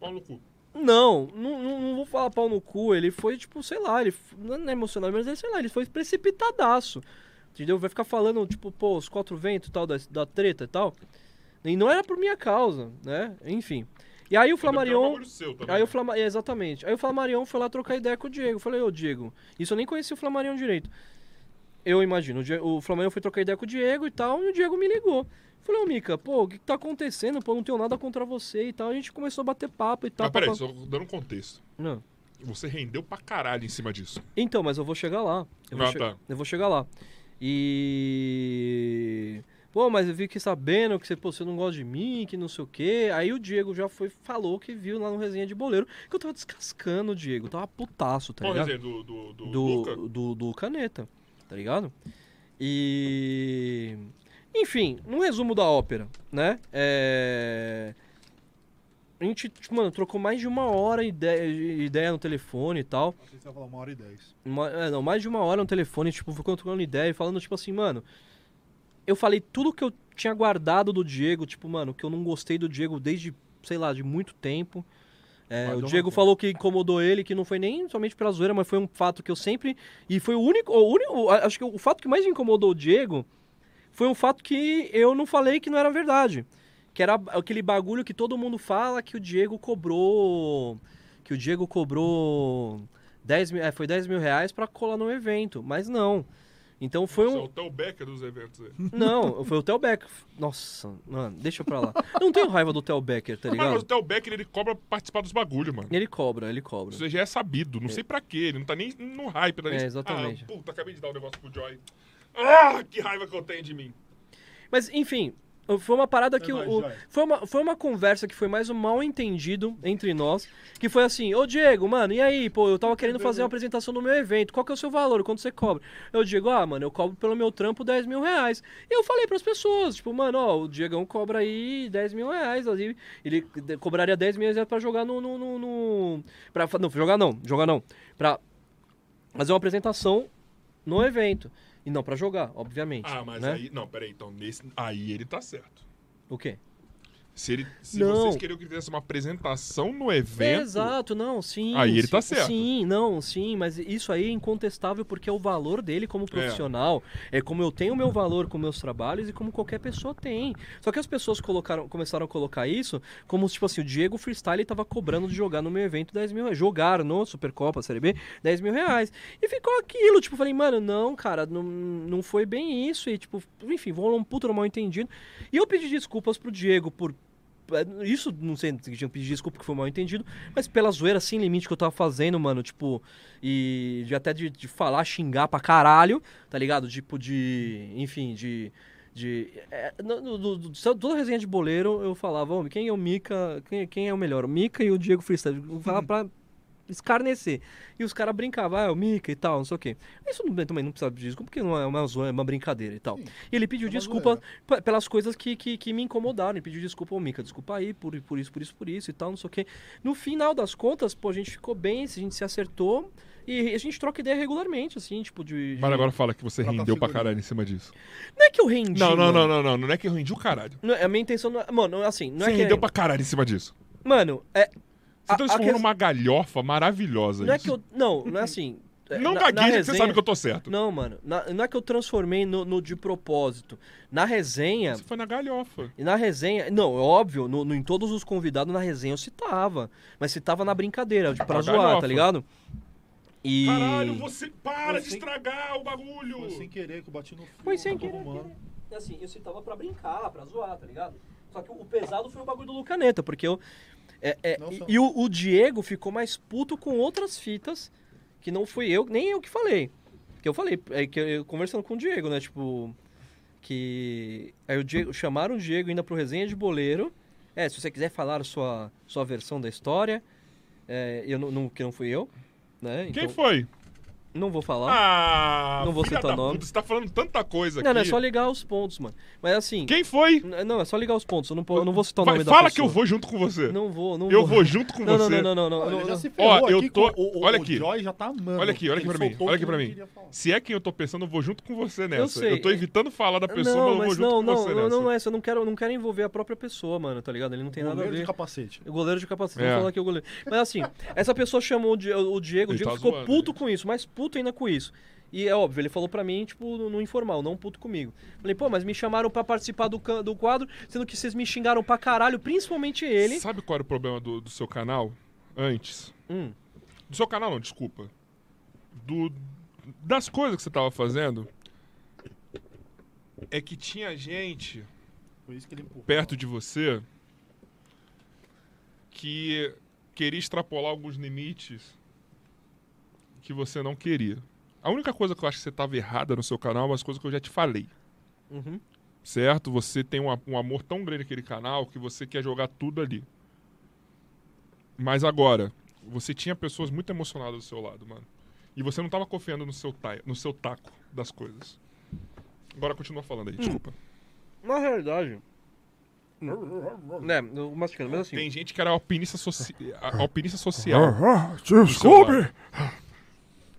A: Pau no cu.
C: não, não, não- não vou falar pau no cu. Ele foi, tipo, sei lá, ele f- não é emocional, mas ele, sei lá, ele foi precipitadaço. Entendeu? Vai ficar falando, tipo, pô, os quatro ventos e tal, da, da treta e tal. E não era por minha causa, né? Enfim. E
A: Deve
C: aí o
A: ter um
C: Flamarion.
A: bagulho seu também.
C: Aí o Flama... é, Exatamente. Aí o Flamarion foi lá trocar ideia com o Diego. Eu falei, ô Diego, isso eu nem conheci o Flamarion direito. Eu imagino. O, Die- o Flamarion foi trocar ideia com o Diego e tal, e o Diego me ligou. Eu Falei, ô Mica, pô, o que, que tá acontecendo? Pô, eu não tenho nada contra você e tal. A gente começou a bater papo e tal.
A: Mas peraí,
C: papá-
A: só dando um contexto.
C: Não.
A: Você rendeu pra caralho em cima disso.
C: Então, mas eu vou chegar lá. Eu vou,
A: Ah,
C: che-
A: tá.
C: eu vou chegar lá. E. Pô, mas eu vi que sabendo que você, pô, você não gosta de mim, que não sei o quê. Aí o Diego já foi, falou que viu lá no resenha de boleiro que eu tava descascando o Diego. eu Tava putaço, tá
A: Qual
C: ligado?
A: resenha? Do, do, do, Luca?
C: do, do, do Caneta, tá ligado? E. Enfim, um resumo da ópera, né? É. A gente, tipo, mano, trocou mais de uma hora ideia, ideia no telefone e tal.
I: Você vai falar uma hora e dez.
C: Uma- é, não, mais de uma hora no telefone, tipo, ficou trocando ideia e falando, tipo assim, mano. Eu falei tudo que eu tinha guardado do Diego, tipo, mano, que eu não gostei do Diego desde, sei lá, de muito tempo. É,
A: Guardou
C: o
A: uma
C: Diego
A: coisa.
C: falou que incomodou ele, que não foi nem somente pela zoeira, mas foi um fato que eu sempre. E foi o único. O único a- acho que o fato que mais incomodou o Diego foi um fato que eu não falei que não era verdade. Que era aquele bagulho que todo mundo fala que o Diego cobrou. Que o Diego cobrou. 10 mil, é, foi 10 mil reais pra colar no evento, mas não. Então foi
A: Você é
C: um.
A: o Theo Becker dos eventos aí.
C: Tá Não, foi o Theo Becker. Nossa, mano, deixa pra lá. Eu não tenho raiva do Theo Becker, tá
A: Mano, mas o
C: ligado?
A: Theo Becker, ele cobra pra participar dos bagulhos, mano.
C: Ele cobra, ele cobra.
A: Isso já é sabido, não sei pra quê, ele não tá nem no hype. Tá nem...
C: É, exatamente.
A: Ah, puta, acabei de dar um negócio pro Joy. Ah, que raiva que eu tenho de mim.
C: Mas, enfim, foi uma parada que.
I: É
C: o-
I: nóis,
C: o-
I: Joy.
C: foi, uma, foi uma conversa que foi mais um mal entendido entre nós. Que foi assim: Ô Diego, mano, e aí? Pô, eu tava querendo fazer
A: né?"
C: uma apresentação no meu evento. Qual que é o seu valor? Quanto você cobra? Eu Diego, ah, mano, eu cobro pelo meu trampo 10 mil reais. E eu falei pras pessoas: tipo, mano, ó, o Diegão cobra aí 10 mil reais. Aí ele de- cobraria 10 mil reais pra jogar no. no, no, no- pra, fa- não, jogar não, jogar não. Pra fazer uma apresentação no evento. E não pra jogar, obviamente.
A: Ah, mas
C: né?
A: aí. Não, peraí, então, nesse. Aí ele tá certo.
C: O quê?
A: Se, ele, se
C: Não.
A: vocês queriam que ele fizesse uma apresentação no evento.
C: Exato, não, sim.
A: Aí ele
C: sim,
A: tá certo.
C: Sim, não, sim, mas isso aí é incontestável porque é o valor dele como profissional. É, como eu tenho o meu valor com meus trabalhos e como qualquer pessoa tem. Só que as pessoas colocaram, começaram a colocar isso como, tipo assim, o Diego Freestyle tava cobrando de jogar no meu evento 10 mil reais. Jogar no Supercopa Série B 10 mil reais. E ficou aquilo, tipo, falei, mano, não, cara, não, não foi bem isso. E, tipo, enfim, vou um puto mal entendido. E eu pedi desculpas pro Diego por. eh, Isso, não sei, tinha que pedir desculpa que foi mal entendido, mas pela zoeira sem limite que eu tava fazendo, mano, tipo, e de até de, de falar, xingar pra caralho, tá ligado? Tipo, de. Enfim, de. De. É, no- no- do- do- do- toda resenha de boleiro eu falava, homem, quem é o Mica? Quem, quem é o melhor? O Mica e o Diego Freestyle. Eu Falava pra escarnecer. E os caras brincavam, ah, é o Mica e tal, não sei o quê. Isso não- também não precisava de desculpa, porque não é uma zoeira, é uma brincadeira e tal. e ele pediu desculpa pe- pelas coisas que, que, que me incomodaram. Ele pediu desculpa ao Mica, desculpa aí, por, por isso, por isso, por isso e tal, não sei o quê. No final das contas, pô, a gente ficou bem, a gente se acertou e a gente troca ideia regularmente, assim, tipo, de. de-
A: Mas agora fala que você
I: Troca
C: tá
A: rendeu pra
I: figurinha.
A: caralho em cima disso.
C: Não é que eu rendi.
A: Não, não,
C: mano.
A: não, não, não. Não é que eu rendi o caralho.
C: Não, a minha intenção não é. Mano, assim, não
A: você
C: é que.
A: rendeu pra caralho em cima disso.
C: Mano, é.
A: Você
C: a- a
A: transformou
C: questão-
A: numa galhofa maravilhosa.
C: Não é
A: isso.
C: que eu. Não, não é assim.
A: Não
C: na- na
A: gagueja que você
C: resenha-
A: sabe que eu tô certo.
C: Não, mano. na- não é que eu transformei no, no de propósito. Na resenha.
A: Você foi na galhofa.
C: E na resenha, não, é óbvio, no, no- em todos os convidados na resenha eu citava. Mas citava na brincadeira, de, pra
A: Pra
C: zoar,
A: galhofa.
C: tá ligado? E.
A: Caralho, você para
B: Foi
A: de
B: sem-
A: estragar o bagulho.
B: Foi sem querer que eu bati no fio.
C: Foi sem
B: eu tô
C: querer,
B: arrumando.
C: E assim, eu citava pra brincar, pra zoar, tá ligado? Só que o pesado foi o bagulho do Lucaneta, porque eu. é- é,
B: Não
C: e-
B: só-
C: e o, o Diego ficou mais puto com outras fitas que não fui eu, nem eu que falei. Que eu falei, é, que eu, conversando com o Diego, né? Tipo. Que. Aí o Diego, chamaram o Diego ainda pro resenha de boleiro. É, se você quiser falar a sua, sua versão da história, é, eu não, não- que não fui eu, né? Então,
A: Quem foi?
C: não vou falar.
A: Ah,
C: Não vou
A: filha
C: citar
A: da
C: nome.
A: puta, Você tá falando tanta coisa
C: não,
A: aqui.
C: não, é só ligar os pontos, mano. Mas assim.
A: Quem foi?
C: N- Não, é só ligar os pontos. Eu não, po- eu não vou citar o
A: Vai,
C: nome da
A: fala que
C: pessoa.
A: eu vou junto com você.
C: Não vou, não
A: eu vou junto com
C: Não, não,
A: você.
C: não, não, não, não,
B: Olha,
C: não,
B: ele já
C: não.
B: se ferrou
A: eu
B: aqui
A: tô-
B: com- o, o-
A: olha
B: o
A: aqui.
B: Joy já tá amando.
A: Olha aqui, olha aqui
B: Ele
A: pra mim,
B: soltou
A: olha
B: o
A: aqui
B: que
A: pra
B: não
A: mim.
B: queria falar.
A: Se é quem eu tô pensando, eu vou junto com você nessa.
C: sei,
A: tô
C: é-
A: evitando falar da pessoa,
C: não,
A: mas eu vou
C: mas
A: junto
C: não,
A: com
C: não,
A: você
C: não,
A: nessa.
C: não é isso. Eu não quero, eu não quero envolver a própria pessoa, mano, tá ligado? Ele não tem nada a
B: Goleiro
C: ver.
B: de capacete.
C: O goleiro de capacete.
A: É.
C: Vamos falar aqui o goleiro. Mas assim, essa pessoa chamou o Die- o Diego, o
A: Ele
C: Diego
A: tá
C: ficou
A: zoando,
C: puto com isso, mas puto ainda com isso. E é óbvio, ele falou pra mim, tipo, no, no informal, não puto comigo. Falei, pô, mas me chamaram pra participar do, can- do quadro, sendo que vocês me xingaram pra caralho, principalmente é ele.
A: Sabe qual era o problema do, do seu canal antes?
C: Hum.
A: Do seu canal não, desculpa. Do, das coisas que você tava fazendo, é que tinha gente
B: Foi isso que ele empurrou.
A: perto de você que queria extrapolar alguns limites que você não queria. A única coisa que eu acho que você estava errada no seu canal é umas coisas que eu já te falei.
C: Uhum.
A: Certo? Você tem um, a- um amor tão grande naquele canal que você quer jogar tudo ali. Mas agora, você tinha pessoas muito emocionadas do seu lado, mano. E você não tava confiando no seu, tai- no seu taco das coisas. Agora continua falando aí, desculpa.
C: Na realidade. Né, eu masticando, mas assim.
A: Tem gente que era alpinista, soci... a- alpinista social.
E: Ah, ah,
A: Do
E: desculpe! Ah,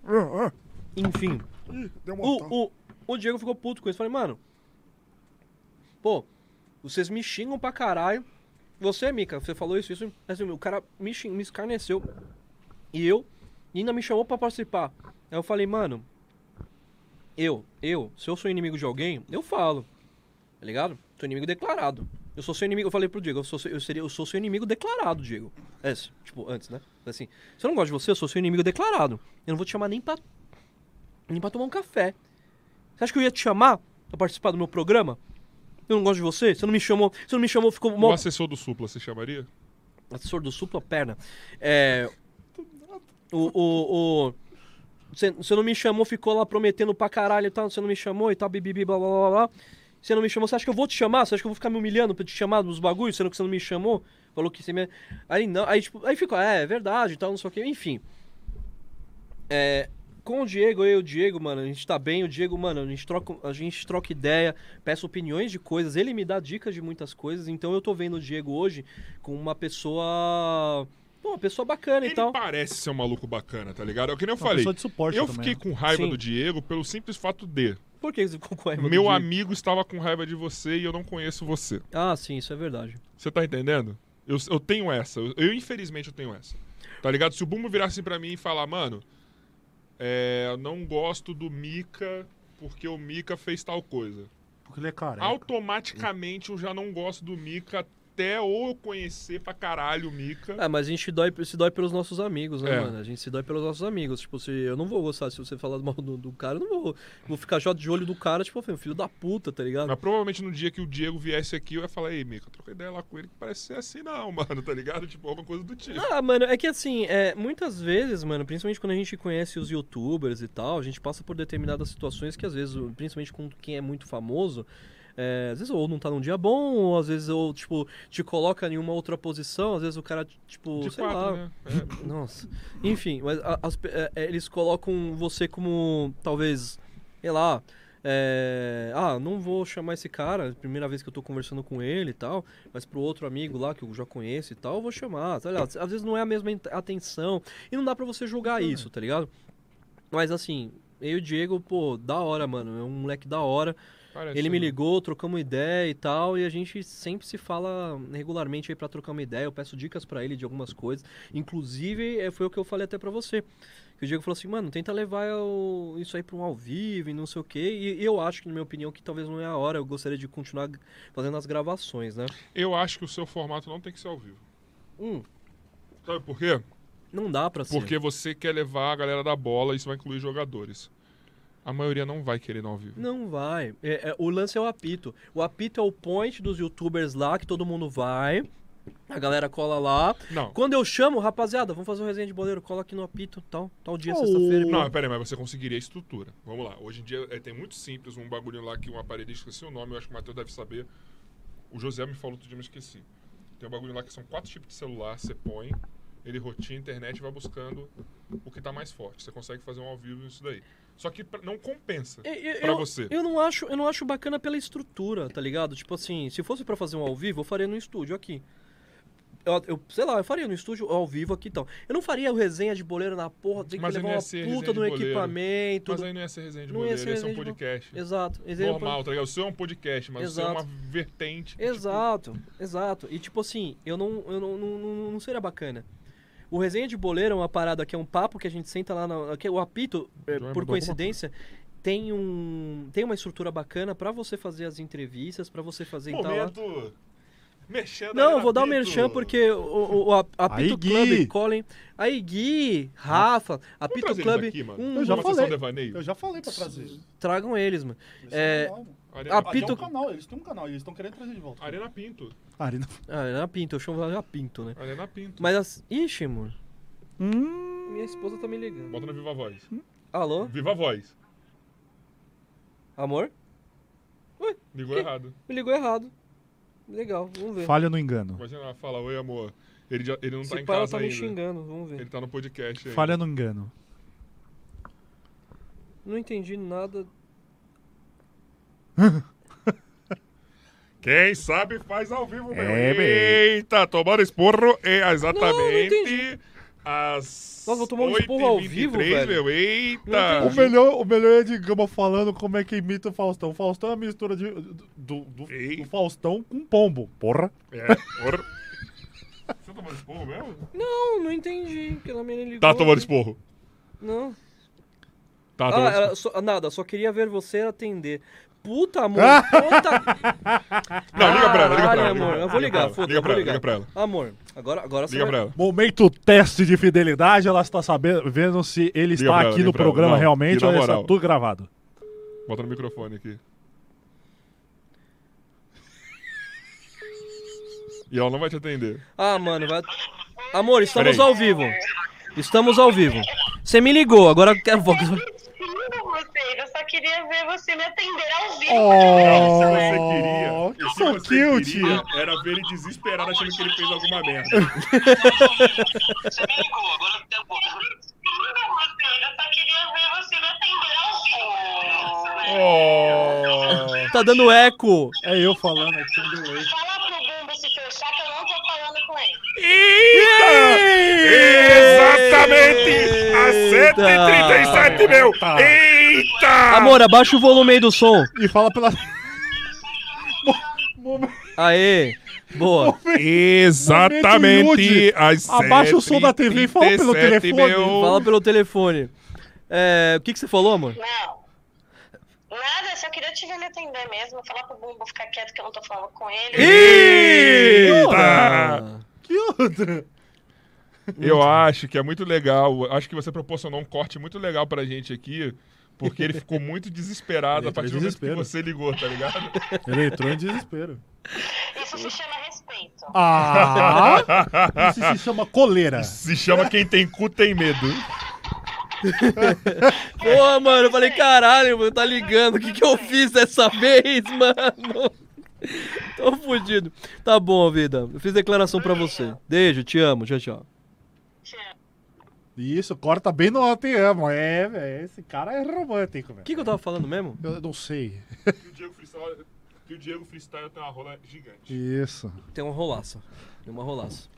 E: ah,
C: Enfim.
E: Deu uma tal.
C: O, o, o Diego ficou puto com isso. Falei, mano. Pô, vocês me xingam pra caralho. Você, Mica, você falou isso, isso. Assim, o cara me, xing- me escarneceu. E eu. E ainda me chamou pra participar. Aí eu falei, mano. Eu, eu, se eu sou inimigo de alguém, eu falo. Tá ligado? Sou inimigo declarado. Eu sou seu inimigo. Eu falei pro Diego, eu, sou, seu- eu, seria, eu sou seu inimigo declarado, Diego. É, tipo, antes, né? Assim, se eu não gosto de você, eu sou seu inimigo declarado. Eu não vou te chamar nem pra, nem pra tomar um café. Você acha que eu ia te chamar pra participar do meu programa? Eu não gosto de você? Você não me chamou, você não me chamou, ficou
A: O
C: mó...
A: Um assessor do Supla, você chamaria?
C: Assessor do supla perna. É. O. o, o você, você não me chamou, ficou lá prometendo pra caralho e tal. Você não me chamou e tal, bibibi, blá blá blá blá. Você não me chamou, você acha que eu vou te chamar? Você acha que eu vou ficar me humilhando pra te chamar nos bagulhos, sendo que você não me chamou? Falou que você me. Aí não, aí tipo, aí ficou, é, é verdade e tal, não sei o que, enfim. É, com o Diego, eu e o Diego, mano, a gente tá bem. O Diego, mano, a gente troca, a gente troca ideia, peço opiniões de coisas. Ele me dá dicas de muitas coisas. Então eu tô vendo o Diego hoje com uma pessoa. pô, uma pessoa bacana
A: Ele
C: e tal.
A: parece ser um maluco bacana, tá ligado? É o que nem eu
B: Uma
A: falei.
B: pessoa de suporte
A: Eu
B: também,
A: fiquei com raiva
C: Sim.
A: do Diego pelo simples fato de
C: Por que você ficou com raiva do
A: meu
C: Diego?
A: amigo estava com raiva de você e eu não conheço você.
C: Ah, sim, isso é verdade.
A: Você tá entendendo? Eu, eu tenho essa. Eu, eu, infelizmente, eu tenho essa. Tá ligado? Se o Bumbo virar assim pra mim e falar, mano, é, eu não gosto do Mika porque o Mika fez tal coisa.
B: né?
I: Porque ele é careca.
A: Automaticamente eu já não gosto do Mika até ou eu conhecer pra caralho o Mika.
C: Ah, mas a gente dói, se dói pelos nossos amigos, né,
A: É.
C: mano? A gente se dói pelos nossos amigos. Tipo, se eu não vou gostar se você falar mal do, do cara, eu não vou. Vou ficar já de olho do cara, tipo, filho da puta, tá ligado?
A: Mas provavelmente no dia que o Diego viesse aqui, eu ia falar, ei, Mica, troca ideia lá com ele que parece ser assim não, mano, tá ligado? Tipo, alguma coisa do tipo.
C: Ah, mano, é que assim, é, muitas vezes, mano, principalmente quando a gente conhece os youtubers e tal, a gente passa por determinadas situações que às vezes, o- principalmente com quem é muito famoso, é, às vezes ou não tá num dia bom, ou às vezes ou, tipo, te coloca em uma outra posição, às vezes o cara, tipo,
A: De
C: sei
A: quatro,
C: lá.
A: né?
C: Nossa. Enfim, mas a- as pe- é, é, eles colocam você como, talvez, sei lá. é, ah, não vou chamar esse cara, é primeira vez que eu tô conversando com ele e tal, mas pro outro amigo lá que eu já conheço e tal, eu vou chamar, tá ligado? Às vezes não é a mesma int- atenção e não dá pra você julgar isso, tá ligado? Mas assim, eu e o Diego, pô, da hora, mano, é um moleque da hora.
A: Parece
C: Ele
A: ser
C: me
A: mesmo.
C: ligou, trocamos uma ideia e tal, e a gente sempre se fala regularmente aí pra trocar uma ideia. Eu peço dicas pra ele de algumas coisas. Inclusive, é, foi o que eu falei até pra você. Que o Diego falou assim, mano, tenta levar o- isso aí pra um ao vivo e não sei o quê. E eu acho, que, na minha opinião, que talvez não é a hora. Eu gostaria de continuar g- fazendo as gravações, né?
A: Eu acho que o seu formato não tem que ser ao vivo.
C: Hum,
A: Sabe por quê?
C: não dá pra ser.
A: Porque você quer levar a galera da bola, isso vai incluir jogadores. A maioria não vai querer não ao vivo.
C: Não vai. É, é, o lance é o apito. O apito é o point dos youtubers lá, que todo mundo vai. A galera cola lá.
A: Não.
C: Quando eu chamo, rapaziada, vamos fazer um resenha de boleiro, cola aqui no apito, tal, tal dia,
A: Oh.
C: sexta-feira.
A: Não, peraí, mas você conseguiria a estrutura. Vamos lá. Hoje em dia é, tem muito simples um bagulho lá que um aparelhista, esqueci o nome, eu acho que o Matheus deve saber. O José me falou outro dia, mas esqueci. Tem um bagulho lá que são quatro tipos de celular, você põe, ele roteia a internet e vai buscando o que tá mais forte. Você consegue fazer um ao vivo nisso daí. Só que pra- não compensa.
C: Eu, eu-
A: Pra
C: eu-
A: você.
C: eu não acho, eu não acho bacana pela estrutura, tá ligado? Tipo assim, se fosse pra fazer um ao vivo, eu faria no estúdio aqui. Eu, eu- sei lá, eu faria no estúdio ao vivo aqui e tal. Eu não faria o resenha de boleiro na porra, tem que
A: Mas aí
C: levar
A: não ia
C: uma
A: ser
C: puta
A: resenha de
C: no
A: boleiro.
C: equipamento.
A: Mas aí não ia ser resenha de
C: Não ia
A: boleira,
C: ser
A: ia ser um
C: resenha de bo-
A: podcast.
C: Exato. resenha-
A: Normal, tá ligado? O seu é um podcast, mas o seu é
C: Exato.
A: uma vertente. que, tipo,
C: Exato, exato. E tipo assim, eu não, eu não, não, não- não seria bacana. O resenha de boleiro é uma parada que é um papo que a gente senta lá na. que o apito, é,
A: João mandou
C: por
A: alguma
C: coincidência, tem um. Tem uma estrutura bacana pra você fazer as entrevistas, pra você fazer então lá.
A: Momento. Mexendo
C: Não,
A: aí
C: eu
A: na
C: vou dar o
A: Pito.
C: merchan porque o, o, o a- Apito
B: Aí, Gui.
C: Club, Colin. Aí, Gui, Rafa,
A: Vamos
C: Apito
A: trazer
C: Club.
A: eles aqui, mano.
C: um-
A: Uma
B: já
A: sessão
B: falei.
A: devaneio.
B: Eu já falei pra trazer. Eles
C: Tragam eles, mano.
B: têm
C: É,
B: um canal, mano.
A: Arena,
C: a
B: Ah,
C: Pito-
B: tem um canal, eles têm um canal e eles estão querendo trazer de volta.
A: Arena Pinto.
B: Arena.
C: Ah, era Pinto, eu chamo ela de Pinto, né?
A: Arena Pinto.
C: Mas assim. Ixi, amor.
B: Hum,
C: Minha esposa tá me ligando.
A: Bota no Viva Voz.
C: Alô?
A: Viva Voz.
C: Amor?
A: Ligou errado.
C: Me ligou errado. Legal, vamos ver.
I: Falha no engano.
A: Imagina ela fala, oi amor. Ele, já, ele não tá
C: Se
A: em
C: pá, ela
A: casa
C: tá me
A: ainda.
C: xingando, vamos ver.
A: Ele tá no podcast aí.
I: Falha no engano.
C: Não entendi nada.
A: Quem sabe faz ao vivo, meu.
I: É, bem.
A: Eita, tomando esporro é
C: Não, não
A: exatamente
C: entendi.
A: às
C: Nossa, vou tomar um esporro ao vivo,
A: 8h23,
C: velho.
A: meu. Eita.
C: Não
I: O
C: entendi.
I: melhor, o melhor é de Gama falando como é que imita o Faustão. O Faustão é a mistura de, do, do-
A: Ei.
I: do Faustão com pombo. Porra.
A: É, porra. Você tá tomando esporro mesmo?
C: Não, não entendi, porque ela me ligou.
A: Tá tomando esporro.
C: Não.
A: Tá
C: Ah,
A: tomando esporro.
C: ela só- nada, só queria ver você atender. Puta, amor,
A: Não,
C: puta...
A: liga pra ela, liga pra
C: Caralho,
A: ela.
C: amor, eu vou
A: liga pra
C: ligar,
A: ela,
C: foda-se,
A: Liga pra ela,
C: eu vou
A: liga
C: ligar.
A: pra ela.
C: Amor, agora, agora você
A: Liga
C: vai-
A: pra ela.
I: Momento teste de fidelidade. Ela está sabendo, vendo se ele
A: Liga
I: está
A: pra ela,
I: aqui
A: liga
I: no
A: pra ela.
I: programa
A: Não, e
I: realmente
A: na
I: ou está
A: moral.
I: tudo gravado.
A: Bota no microfone aqui. E ela não vai te atender.
C: Ah, mano, vai... Amor, estamos
A: Peraí.
C: ao vivo. Estamos ao vivo. Você me ligou, agora eu quero...
J: Lindo você, eu só queria ver você me atender ao vivo.
A: Se
I: Oh,
A: você queria,
I: que
A: o
I: so
A: que você
I: cute.
A: queria era ver ele desesperado achando que ele fez alguma merda.
J: Você me ligou, agora tem um pouco. Lindo você, eu só queria ver você me atender ao vivo.
A: Oh.
C: Tá dando eco.
I: É eu um falando aqui do delay.
J: Fala pro Bumbo se fechar que eu não tô falando com ele.
A: Exatamente! A 137 meu! Eita!
C: Amor, abaixa o volume aí do som.
I: E fala pela.
C: Aê, boa.
A: Exatamente!
I: Momento
A: Às
I: Abaixa o som da TV e fala pelo
A: 137,
I: telefone.
A: meu.
C: Fala pelo telefone. É, o que, que você falou, amor?
J: Não. Nada, só queria te ver me atender mesmo. Falar pro Bumbo ficar quieto que eu não tô falando com ele.
A: Eita!
C: Ah,
I: Que outra?
A: Eu acho que é muito legal. Acho que você proporcionou um corte muito legal pra gente aqui. Porque ele ficou muito desesperado a partir do momento que
I: desespero.
A: você ligou, tá ligado?
I: Ele entrou em desespero.
J: Isso se chama respeito.
I: Ah! Isso se chama coleira.
A: Se chama Quem Tem Cu Tem Medo.
C: Pô, mano, eu falei, caralho, mano, tá ligando. O que, que eu fiz dessa vez, mano? Tô fudido. Tá bom, vida. Eu fiz declaração pra você. Beijo, te amo. Tchau, tchau.
I: Isso, corta bem no Te Amo. É, velho. Esse cara é romântico,
C: O
I: velho.
C: que, que eu tava falando mesmo?
I: Eu não sei.
A: Que o Diego Freestyle, que o Diego Freestyle tem uma rola gigante.
I: Isso.
C: Tem uma rolaça. Tem uma rolaça.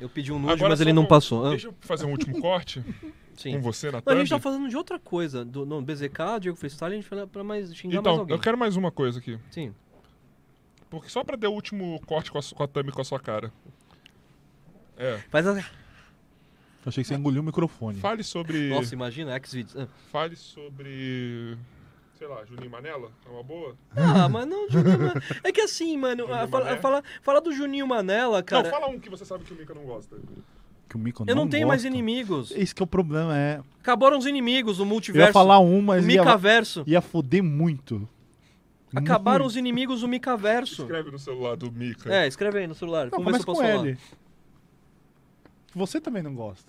C: Eu pedi um nude,
A: Agora
C: mas
A: só
C: ele não
A: com-
C: passou. Ah,
A: Deixa eu fazer um último corte
C: sim.
A: com você,
C: Não, a
A: Natan.
C: gente tá falando de outra coisa. Do, no BZK, Diego Freestyle, a gente fala pra mais xingar mais
A: Então,
C: alguém.
A: eu quero mais uma coisa aqui.
C: Sim.
A: Porque só pra dar o último corte com a, su- com a thumb com a sua cara. É.
C: Faz a...
I: Achei que você engoliu o microfone.
A: Fale sobre.
C: Nossa, imagina, Xvideos. Ah.
A: Fale sobre. Sei lá, Juninho Manela? É uma boa?
C: Ah, mas não, Juninho Manela. É que assim, mano,
A: Juninho
C: ah, fala,
A: Mané?
C: fala, fala do Juninho Manela, cara.
A: Não, fala um que você sabe que o Mika não gosta.
I: Que o Mico
C: Eu não, tenho mais
I: gosta.
C: inimigos.
I: Esse que é o problema, é.
C: Acabaram os inimigos, o
I: Eu
C: multiverso.
I: ia falar um, mas ia, Uhum.
C: Micaverso.
I: ia foder muito.
C: Acabaram os inimigos, o Micaverso.
A: Escreve no celular do Mika.
C: É, escreve aí no celular.
I: Não,
C: Vamos ver
I: começa
C: se eu
I: com
C: posso falar.
I: ele. Você também não gosta.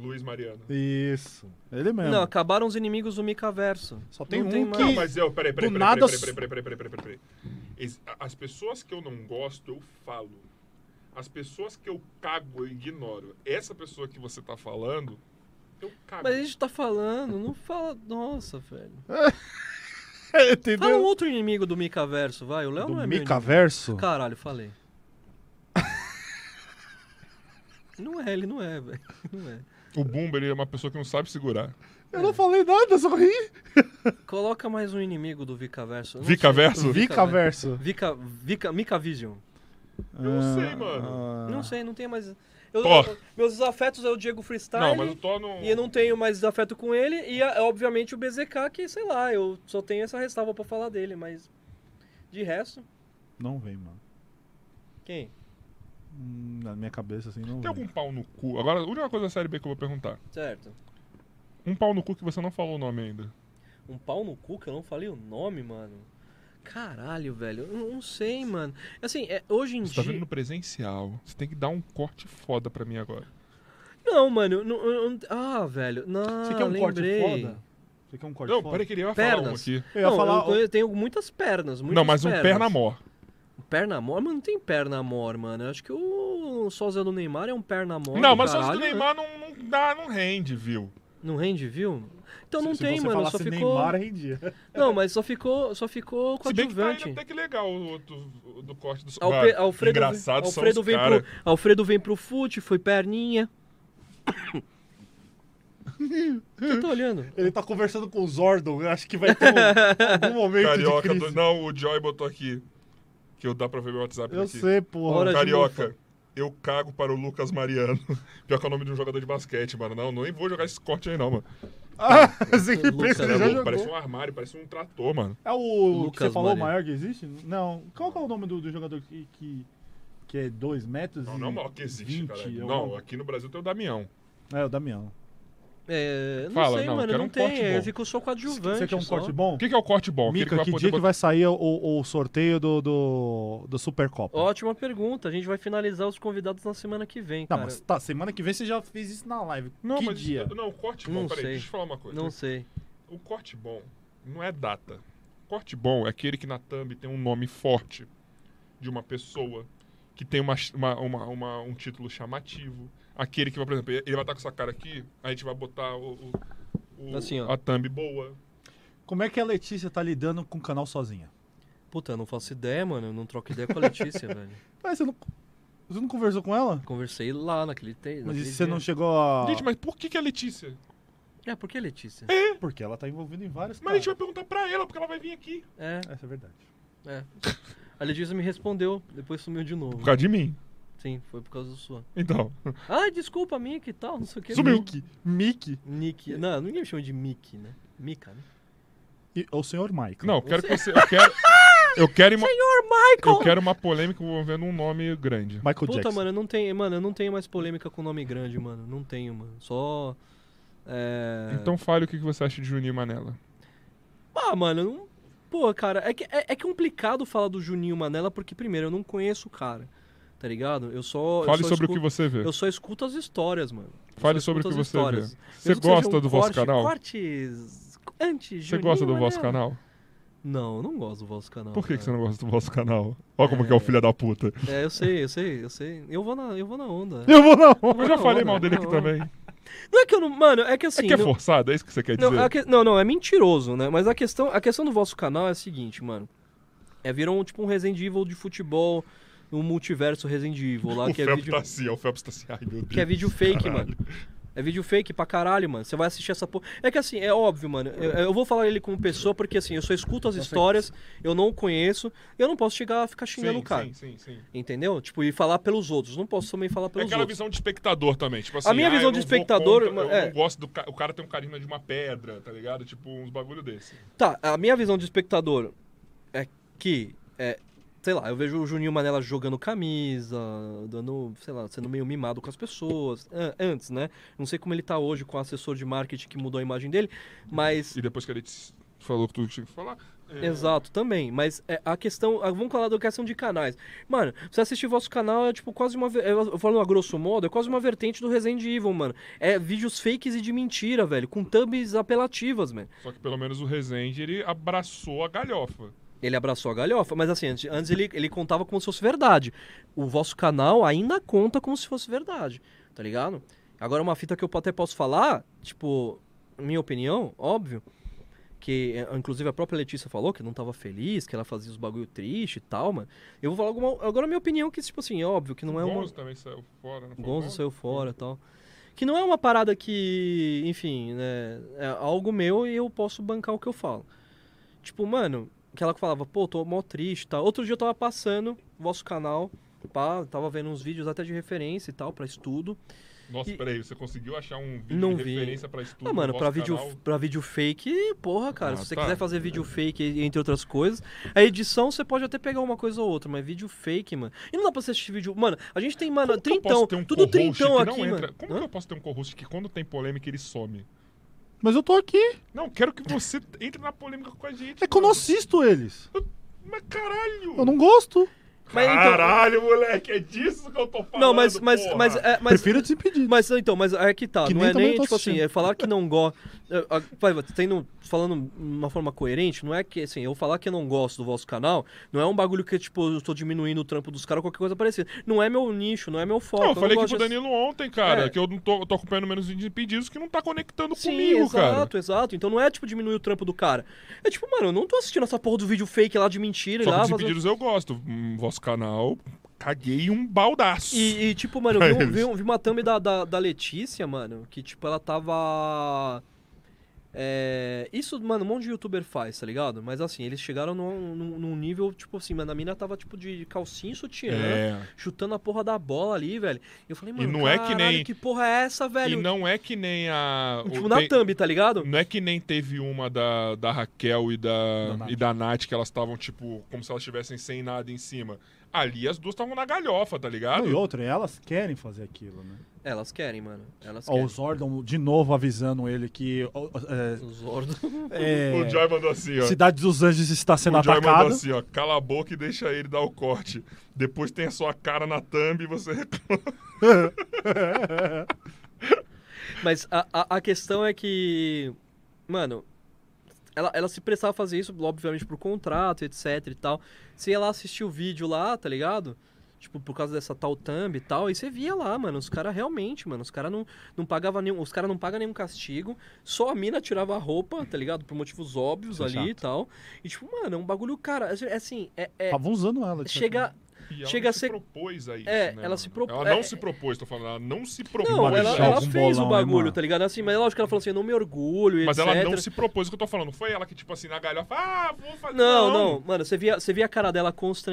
A: Luiz Mariano.
I: Isso. Ele mesmo.
C: Não, acabaram os inimigos do Micaverso.
I: Só tem
C: não
I: um
C: tem
I: que...
C: mais.
A: Não, mas eu, peraí, peraí,
I: do
A: peraí,
I: nada
A: peraí,
I: s-
A: peraí, peraí, peraí, peraí, peraí, peraí, peraí. Ex- a- As pessoas que eu não gosto, eu falo. As pessoas que eu cago, eu ignoro. Essa pessoa que você tá falando, eu cago.
C: Mas a gente tá falando, não fala. Nossa, velho. Fala um
I: Entendeu?
C: outro inimigo do Micaverso, vai. O Léo não é
I: Do
C: meu. inimigo.
I: Micaverso?
C: Caralho, falei. não é, ele não é, velho. Não é.
A: O Boomer ele é uma pessoa que não sabe segurar.
I: Eu não falei nada, só ri.
C: Coloca mais um inimigo do Vicaverso. Eu não sei.
A: Vicaverso?
I: Vicaverso.
C: Vica, Vica, Micavision.
A: Eu
I: Ah,
A: não sei, mano.
C: Não sei, não tenho mais. Eu-
A: Thor.
C: eu- meus afetos é o Diego Freestyle.
A: Não, mas eu tô no.
C: E eu não tenho mais afeto com ele. E, a- obviamente, o BZK, que sei lá, eu só tenho essa ressalva pra falar dele, mas. De resto,
I: Não vem, mano.
C: quem?
I: Hum, Na minha cabeça, assim, não
A: Tem
I: vem.
A: algum pau no cu? Agora, a única coisa da série B que eu vou perguntar.
C: Certo.
A: Um pau no cu que você não falou o nome ainda.
C: Um pau no cu que eu não falei o nome, mano. Caralho, velho. Eu não- não sei, mano. Assim, é, hoje em
A: Você tá
C: dia.
A: vendo no presencial. Você tem que dar um corte foda pra mim agora.
C: Não, mano. eu não- eu não- Ah, velho. Não,
I: Você quer um corte
C: lembrei.
I: foda? Você quer um corte
A: Não,
I: foda?
A: peraí, queria falar um
C: Pernas.
A: aqui.
I: Eu ia
C: não,
I: falar...
C: eu, eu tenho muitas pernas. Muitas
A: Não, mas um
C: pernas.
A: perna mó.
C: Perna mor? Mas não tem perna mor, mano. Eu acho que o sósia do Neymar é um perna mor.
A: Não, mas só
C: caralho,
A: se o Neymar não, não dá, não rende, viu?
C: né? Não rende, viu? Então não
I: se
C: tem,
I: você
C: mano.
I: falasse
C: Só ficou.
I: Neymar, é rendia.
C: Não, mas só ficou, só ficou
A: Se bem que tá
C: coadjuvante.
A: indo até que legal o outro o do corte do
C: Alpe-
A: Ah,
C: Alfredo, vem-
A: Engraçado são
C: Alfredo
A: os
C: vem
A: cara.
C: pro, Alfredo vem pro fute, foi perninha. Você tá olhando?
I: Ele tá conversando com o Zordon, eu acho que vai ter um, algum momento de
A: Carioca.
I: crise.
A: do- Não, o Joy botou aqui. Que eu dá pra ver meu WhatsApp
I: Eu
A: aqui.
I: sei, porra.
C: Hora de
A: Carioca. Eu cago para o Lucas Mariano. Pior que é o nome de um jogador de basquete, mano. Não, nem vou jogar esse corte aí, não, mano.
I: Assim que pensa,
C: Lucas,
I: ele
A: Cara,
I: já
A: é louco,
I: jogou.
A: parece um armário, parece um trator, mano.
I: É o que
C: Lucas
I: você falou, o
C: Maria.
I: maior que existe? Não. Qual que é o nome do, do jogador que, que, que é 2 metros
A: Não,
I: e
A: não, mano, que existe,
I: 20,
A: cara.
I: é o
A: Não,
I: nome?
A: aqui no Brasil tem o Damião.
I: É, o Damião.
C: É, não
A: Fala,
C: sei,
A: não,
C: mano.
A: quero
C: Não
A: um corte
C: tem. é,
A: bom.
C: Ficou só coadjuvante.
I: Você quer um
C: só.
I: corte bom?
A: O que, que é o corte bom? Aquele
I: Mica, que,
A: vai poder
I: dia que vai sair o, o- o sorteio do, do, do Supercopa?
C: Ótima pergunta. A gente vai finalizar os convidados na semana que vem,
I: não,
C: cara.
I: mas tá, semana que vem você já fez isso na live.
A: Não,
I: que
A: mas
I: dia?
A: não, o corte bom,
C: Não
A: peraí,
C: sei.
A: deixa eu te falar uma coisa.
C: Não sei.
A: O corte bom não é data. Corte bom é aquele que na thumb tem um nome forte de uma pessoa, que tem uma, ch- uma- uma- uma- um título chamativo. Aquele que vai, por exemplo, ele vai estar com essa cara aqui, a gente vai botar o, o- o-
C: Assim, ó.
A: a thumb boa.
I: Como é que a Letícia tá lidando com o canal sozinha?
C: Puta, eu não faço ideia, mano. Eu não troco ideia com a Letícia, velho.
I: Mas você não, você não conversou com ela?
C: Conversei lá naquele tempo.
I: Mas você não chegou a.
A: Gente, mas por que, que é Letícia?
C: É, por que Letícia?
I: Porque ela tá envolvida em várias
A: Mas a gente vai perguntar pra ela, porque ela vai vir aqui.
C: É,
I: Essa é verdade.
C: é. A Letícia me respondeu, depois sumiu de novo.
A: Por causa de mim.
C: Sim, foi por causa do sua.
A: Então.
C: Ai, desculpa, Mickey e tal, não sei o que.
A: Sumiu.
I: Mickey. Mickey.
C: Nick. Não, ninguém me chama de Mickey, né? Mica, né?
I: E, o senhor Michael.
A: Não, eu quero que você. Eu quero. Eu quero, uma,
C: Senhor Michael!
A: eu quero uma polêmica envolvendo um nome grande.
I: Michael
C: Puta,
I: Jackson.
C: mano, eu não tenho. Mano, eu não tenho mais polêmica com nome grande, mano. Não tenho, mano. Só. É.
A: Então fale o que que você acha de Juninho Manela.
C: Ah, mano, eu não... pô, cara, é, que, é, é complicado falar do Juninho Manela porque, primeiro, eu não conheço o cara, tá ligado? Eu só.
A: Fale
C: eu só
A: sobre o que
C: escuto-
A: você vê.
C: Eu só escuto as histórias, mano. Eu
A: Fale
C: só
A: sobre o
C: escuto
A: que
C: as
A: você
C: histórias.
A: vê. Você
C: Mesmo que seja
A: gosta
C: um
A: do vosso
C: corte-
A: canal?
C: Cortes anti
A: Você gosta do vosso canal?
C: Não, eu não gosto do vosso canal.
A: Por que, que você
C: cara.
A: não gosta do vosso canal? Olha como que é o filho da puta.
C: É, eu sei, eu sei, eu sei. Eu vou na, eu vou na onda.
I: Eu vou não.
C: vou
A: Eu já
C: na
A: falei
C: onda,
A: mal
C: eu
A: dele
C: vou
A: aqui
C: na
A: também.
C: Não é que eu não. Mano, é que
A: É
C: assim.
A: que é
C: não-
A: forçado, é isso que você quer dizer?
C: Não, a que- não, não, é mentiroso, né? Mas a questão, a questão do vosso canal é a seguinte, mano. É, virou um, tipo um Resident Evil de futebol no multiverso Resident Evil lá,
A: O
C: que é
A: Phelps
C: vídeo.
A: tá assim, ó. O Phelps tá assim. Ai, meu Deus.
C: Que é vídeo fake,
A: Caralho.
C: mano. É vídeo fake pra caralho, mano. Você vai assistir essa porra. É que assim, é óbvio, mano. Eu, eu vou falar ele como pessoa, porque assim, eu só escuto as histórias, eu não o conheço, eu não posso chegar a ficar xingando
A: sim,
C: o cara.
A: sim, sim, sim.
C: Entendeu? Tipo, e falar pelos outros. Não posso também falar
A: É
C: pelos
A: aquela
C: outros.
A: visão de espectador também. Tipo assim,
C: minha
A: ah, eu
C: visão de
A: não vou
C: espectador,
A: contra-
C: mano,
A: eu
C: é.
A: não gosto do ca... O cara tem um carisma de uma pedra, tá ligado? Tipo, uns bagulho desse.
C: Tá, a minha visão de espectador é que. É, sei lá, eu vejo o Juninho Manela jogando camisa, dando, sei lá, sendo meio mimado com as pessoas. an- Antes, né? Não sei como ele tá hoje com o assessor de marketing que mudou a imagem dele, mas.
A: E depois que ele te falou tudo que tinha que falar. é,
C: Exato, também. Mas é, a questão. ah, Vamos falar da questão de canais. Mano, você assistir vosso canal é tipo quase uma. ve- Eu, falando a grosso modo, é quase uma vertente do Resident Evil, mano. É vídeos fakes e de mentira, velho. Com thumbs apelativas, mano.
A: Só que pelo menos o Rezende, ele abraçou a galhofa.
C: Ele abraçou a galhofa, mas assim, antes, antes ele, ele contava como se fosse verdade. O vosso canal ainda conta como se fosse verdade, tá ligado? Agora, uma fita que eu até posso falar, tipo, minha opinião, óbvio, que eh, inclusive a própria Letícia falou que não tava feliz, que ela fazia os bagulho triste e tal, mano. Eu vou falar alguma. Agora, minha opinião, que, tipo assim, óbvio, que não é
A: o
C: uma.
A: Gonzo também saiu fora, não foi?
C: Gonzo saiu fora e tal. Que não é uma parada que, enfim, né, é algo meu e eu posso bancar o que eu falo. Tipo, mano, que ela falava, pô, tô mó triste e tal. Outro dia eu tava passando o vosso canal, pá, tava vendo uns vídeos até de referência e tal, pra estudo.
A: Nossa,
C: E-
A: peraí, você conseguiu achar um vídeo
C: Não
A: de
C: vi.
A: referência pra estudo?
C: ah, mano,
A: no
C: pra
A: vosso
C: vídeo,
A: canal?
C: pra vídeo fake, porra, cara,
A: Ah,
C: se você
A: tá.
C: quiser fazer vídeo fake, entre outras coisas. A edição você pode até pegar uma coisa ou outra, mas vídeo fake, mano. E não dá pra você assistir vídeo. Mano, a gente tem, mano,
A: Como que eu
C: trintão.
A: posso ter um
C: tudo
A: co-host
C: trintão
A: que não
C: aqui,
A: entra-
C: mano.
A: Como
C: Hã?
A: que eu posso ter um co-host que quando tem polêmica ele some?
H: Mas eu tô aqui.
A: Não, quero que você entre na polêmica com a gente.
H: É que eu não
A: mano.
H: assisto eles.
A: Mas caralho!
H: Eu não gosto.
C: Mas então-
A: Caralho, moleque, é disso que eu tô falando.
C: Não, mas, mas,
A: porra.
C: mas, é, mas
H: Prefiro desimpedido.
C: Mas então, mas é que tá,
H: Que
C: não
H: nem
C: é
H: também
C: nem,
H: tô
C: tipo assim,
H: assistindo.
C: é falar que não é, gosta. Tendo, falando de uma forma coerente, não é que assim, eu falar que eu não gosto do vosso canal, não é um bagulho que, tipo, eu tô diminuindo o trampo dos caras ou qualquer coisa parecida. Não é meu nicho, não é meu foco.
A: Não, eu
C: não
A: falei aqui
C: gosto
A: pro
C: desse-
A: Danilo ontem, cara,
C: É.
A: que eu não tô, eu tô acompanhando menos impedidos que não tá conectando
C: Sim,
A: comigo,
C: exato,
A: cara.
C: exato. Então não é tipo diminuir o trampo do cara. É tipo, mano, eu não tô assistindo essa porra do vídeo fake lá de mentira e
A: Só
C: lá.
A: que
C: fazendo-
A: Desimpedidos eu gosto. Hum, vosso canal, caguei um baldaço.
C: E, e, tipo, mano, eu vi, um-
A: Mas-
C: vi um- vi uma thumb da, da, da Letícia, mano, que, tipo, ela tava. É, isso, mano, um monte de youtuber faz, tá ligado? Mas assim, eles chegaram num, num, num nível, tipo assim, mano, a mina tava, tipo, de calcinha e sutiã,
A: É.
C: chutando a porra da bola ali, velho. E eu falei, mano,
A: não é que
C: caralho,
A: nem-
C: que porra é essa,
A: E
C: velho?
A: não é que nem a.
C: tipo,
A: o-
C: na
A: tem-
C: thumb, tá ligado?
A: Não é que nem teve uma da, da Raquel e da, e da Nath, que elas estavam, tipo, como se elas estivessem sem nada em cima. Ali as duas estavam na galhofa, tá ligado?
H: E outra, elas querem fazer aquilo, né?
C: Elas querem, mano. Elas
H: Ó,
C: querem.
H: o Zordon de novo avisando ele que. ó, ó, é,
C: Os ordos.
H: é,
A: O Joy mandou assim, ó.
H: Cidade dos Anjos está sendo
A: o Joy mandou
H: atacada.
A: assim, ó. Cala a boca e deixa ele dar o corte. Depois tem a sua cara na thumb e você reclama.
C: Mas a, a, a questão é que, mano, ela, ela se prestava a fazer isso, obviamente, por contrato, etc e tal. Se ela assistir o vídeo lá, tá ligado? Tipo, por causa dessa tal thumb e tal, e você via lá, mano, os caras realmente, mano, os caras não, não pagava nenhum, os caras não pagam nenhum castigo, só a mina tirava a roupa, tá ligado? Por motivos óbvios ali e tal. E tipo, mano, é um bagulho, cara, é assim, é, é
H: Estavam usando ela. de certo
C: chega,
A: E ela
C: Chega
A: não
C: a
A: se
C: ser-
A: propôs a isso,
C: É,
A: né,
C: ela se
A: mano?
C: propo-
A: Ela não
C: é-
A: se propôs, tô falando. Ela não se propôs.
C: não, ela,
H: deixar
C: ela
H: algum
C: fez
H: bolão,
C: o
H: né,
C: bagulho,
H: mano?
C: tá ligado? Assim, mas é lógico que ela falou assim, eu não me orgulho,
A: Mas
C: etc.
A: ela não se propôs, o que eu tô falando. Foi ela que, tipo assim, na galhofa, ah, vou fazer.
C: Não, não, mano, você via, você via a cara dela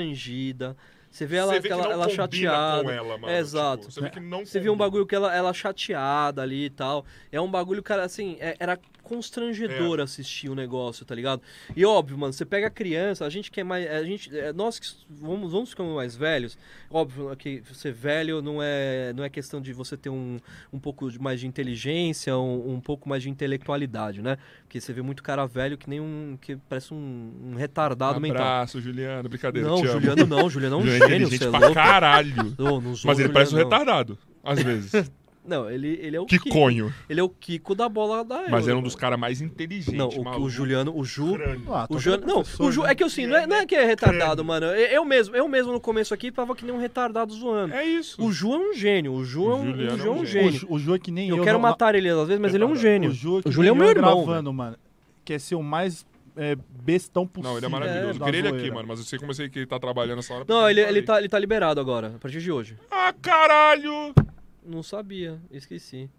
C: constrangida, você vê ela,
A: você vê que
C: ela,
A: não
C: ela
A: combina
C: chateada.
A: com ela, mano.
C: Exato.
A: Tipo, você vê que não
C: Você vê um
A: combina.
C: bagulho que ela, ela chateada ali e tal. É um bagulho, cara, assim, é- era
A: É.
C: constrangedor assistir o negócio, tá ligado? E óbvio, mano, você pega a criança, a gente que é mais. A gente, é, nós que vamos, vamos ficando mais velhos, óbvio que ser velho não é, não é questão de você ter um, um pouco de- mais de inteligência, um, um pouco mais de intelectualidade, né? Porque você vê muito cara velho que nem um. que parece um, um retardado mental.
A: Abraço, Juliano. Brincadeira,
C: não,
A: te amo.
C: Juliano não, Juliano é um
A: Juliano é
C: gênio, você é
A: inteligente
C: louco.
A: pra caralho.
C: Não, não zoa
A: Mas
C: o
A: ele parece um
C: Juliano, não.
A: retardado, às vezes.
C: Não, ele, ele é o
A: que
C: Kiko.
A: conho.
C: Ele é o Kiko da bola da Euro.
A: Mas era um dos
C: mano.
A: caras mais inteligentes,
C: É, Não, o- o,
A: maluco.
C: Juliano, o Ju.
A: Crânio.
I: tá
H: Ah, tô
C: O Ju,
H: vendo
C: não,
H: professor,
C: o Ju,
H: né?
C: é que assim, não é, não é que é retardado, mano. Eu eu mesmo, eu mesmo no começo aqui tava que nem um retardado zoando.
A: É isso.
C: O Ju é um gênio, o Ju é um,
A: Juliano
C: o Ju é um
H: O,
C: gênio.
H: Ju- o Ju é que nem
C: Eu
H: eu.
C: quero
H: na-
C: matar ele às vezes, mas ele é um
A: Retardado.
C: gênio.
H: O Ju é que
C: O Ju é
H: nem
C: meu
H: eu
C: irmão,
H: gravando, mano. Quer ser o mais é, bestão possível.
A: Não, ele é maravilhoso.
H: da
A: Queria ele aqui,
H: zoeira.
A: mano, mas eu sei como eu sei que ele tá trabalhando essa hora.
C: Não,
A: porque
C: ele,
A: eu falei.
C: ele, tá, ele tá liberado agora, a partir de hoje.
A: Ah, caralho!
C: Não sabia, esqueci.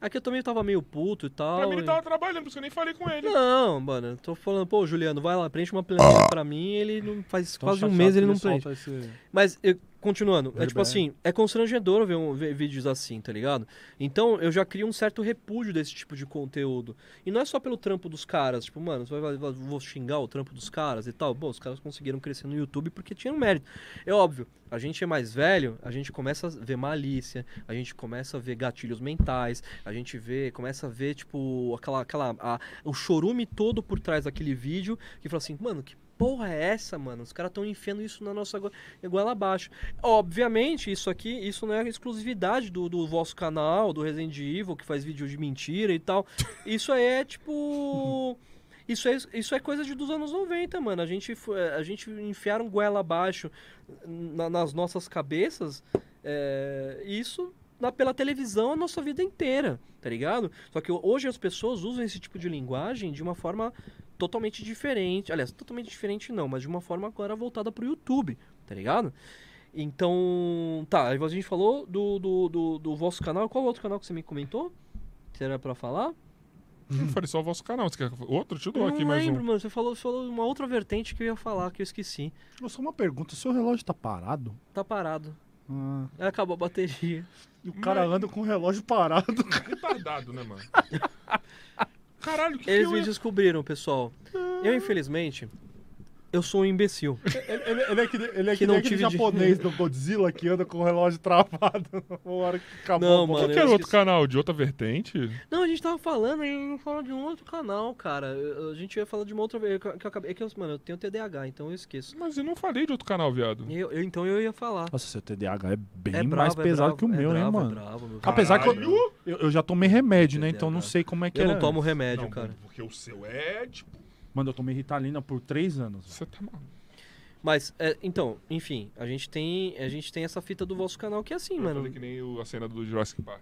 C: Aqui eu também tava meio puto e tal.
A: Pra mim
C: e-
A: ele tava trabalhando, por isso que eu nem falei com ele.
C: Não, mano, tô falando, pô, Juliano, vai lá, preenche uma planilha pra mim, ele não faz
H: Então,
C: quase um
H: chateado
C: mês
H: que
C: ele não preenche.
H: solta esse-
C: Mas, eu- continuando, é
H: Libera.
C: tipo assim, é constrangedor ver, um- ver vídeos assim, tá ligado? Então eu já crio um certo repúdio desse tipo de conteúdo. E não é só pelo trampo dos caras, tipo, mano, você vai, vai- vou xingar o trampo dos caras e tal. Bom, os caras conseguiram crescer no YouTube porque tinham mérito. É óbvio, a gente é mais velho, a gente começa a ver malícia, a gente começa a ver gatilhos mentais, a gente vê, começa a ver, tipo, aquela, aquela, a- o chorume todo por trás daquele vídeo que fala assim, mano, que porra é essa, mano? Os caras estão enfiando isso na nossa go- goela abaixo. Obviamente, isso aqui, isso não é exclusividade do, do vosso canal, do Resident Evil, que faz vídeo de mentira e tal. Isso aí é tipo. Isso é, isso é coisa de, dos anos 90, mano. A gente, fo- a gente enfiaram goela abaixo na- nas nossas cabeças. é, isso na- pela televisão a nossa vida inteira, tá ligado? Só que hoje as pessoas usam esse tipo de linguagem de uma forma totalmente diferente. Aliás, totalmente diferente não, mas de uma forma agora voltada pro YouTube, tá ligado? Então, tá, aí a gente falou do, do, do, do vosso canal. Qual outro canal que você me comentou? Que era pra falar?
A: Eu falei só o vosso canal. Você quer outro? Te dou
C: Eu
A: aqui
C: não
A: mais
C: lembro,
A: um.
C: mano. Você falou, você falou uma outra vertente que eu ia falar, que eu esqueci.
H: Só uma pergunta, o seu relógio tá parado?
C: Tá parado.
A: Ah.
C: Aí Acabou a bateria.
H: E o cara anda com o relógio parado.
A: Retardado, né, mano? Caralho, o que, que
C: Eles
A: eu
C: me
A: ia...
C: descobriram, pessoal. Eu, infelizmente, eu sou um imbecil.
H: ele, ele- ele é que, ele é
C: Que
H: que,
C: não
H: nem aquele
C: tive de-
H: japonês do Godzilla que anda com o relógio travado na hora que acabou.
C: Não,
H: a bomba.
A: Qual
C: mano,
A: que
C: né? eu
A: era outro
C: esqueci.
A: canal? De outra vertente?
C: Não, a gente tava falando, a gente falou de um outro canal, cara. Eu- A gente ia falar de uma outra vez. Que eu acabei, é que eu, mano, eu tenho TDAH, então eu esqueço.
A: Mas eu não falei de outro canal, viado.
C: Eu, eu- então eu ia falar.
H: Nossa, seu TDAH é bem
C: é bravo,
H: mais
C: é
H: pesado
C: bravo,
H: que o
C: é
H: meu, né,
C: bravo, é
H: mano?
C: bravo, meu cara.
H: Apesar que eu,
A: Caralho.
H: eu, eu já tomei remédio, né?
C: TDAH.
H: Então não sei como é que
C: Eu
H: é.
C: não tomo remédio,
A: não, né?
C: cara.
A: porque o seu é, tipo...
H: Mano, eu tomei Ritalina por três anos.
A: Você tá maluco.
C: Mas, é, então, enfim, a gente tem a gente tem essa fita do vosso canal que é assim,
A: Eu
C: mano.
A: falei que nem o- a cena do Jurassic Park.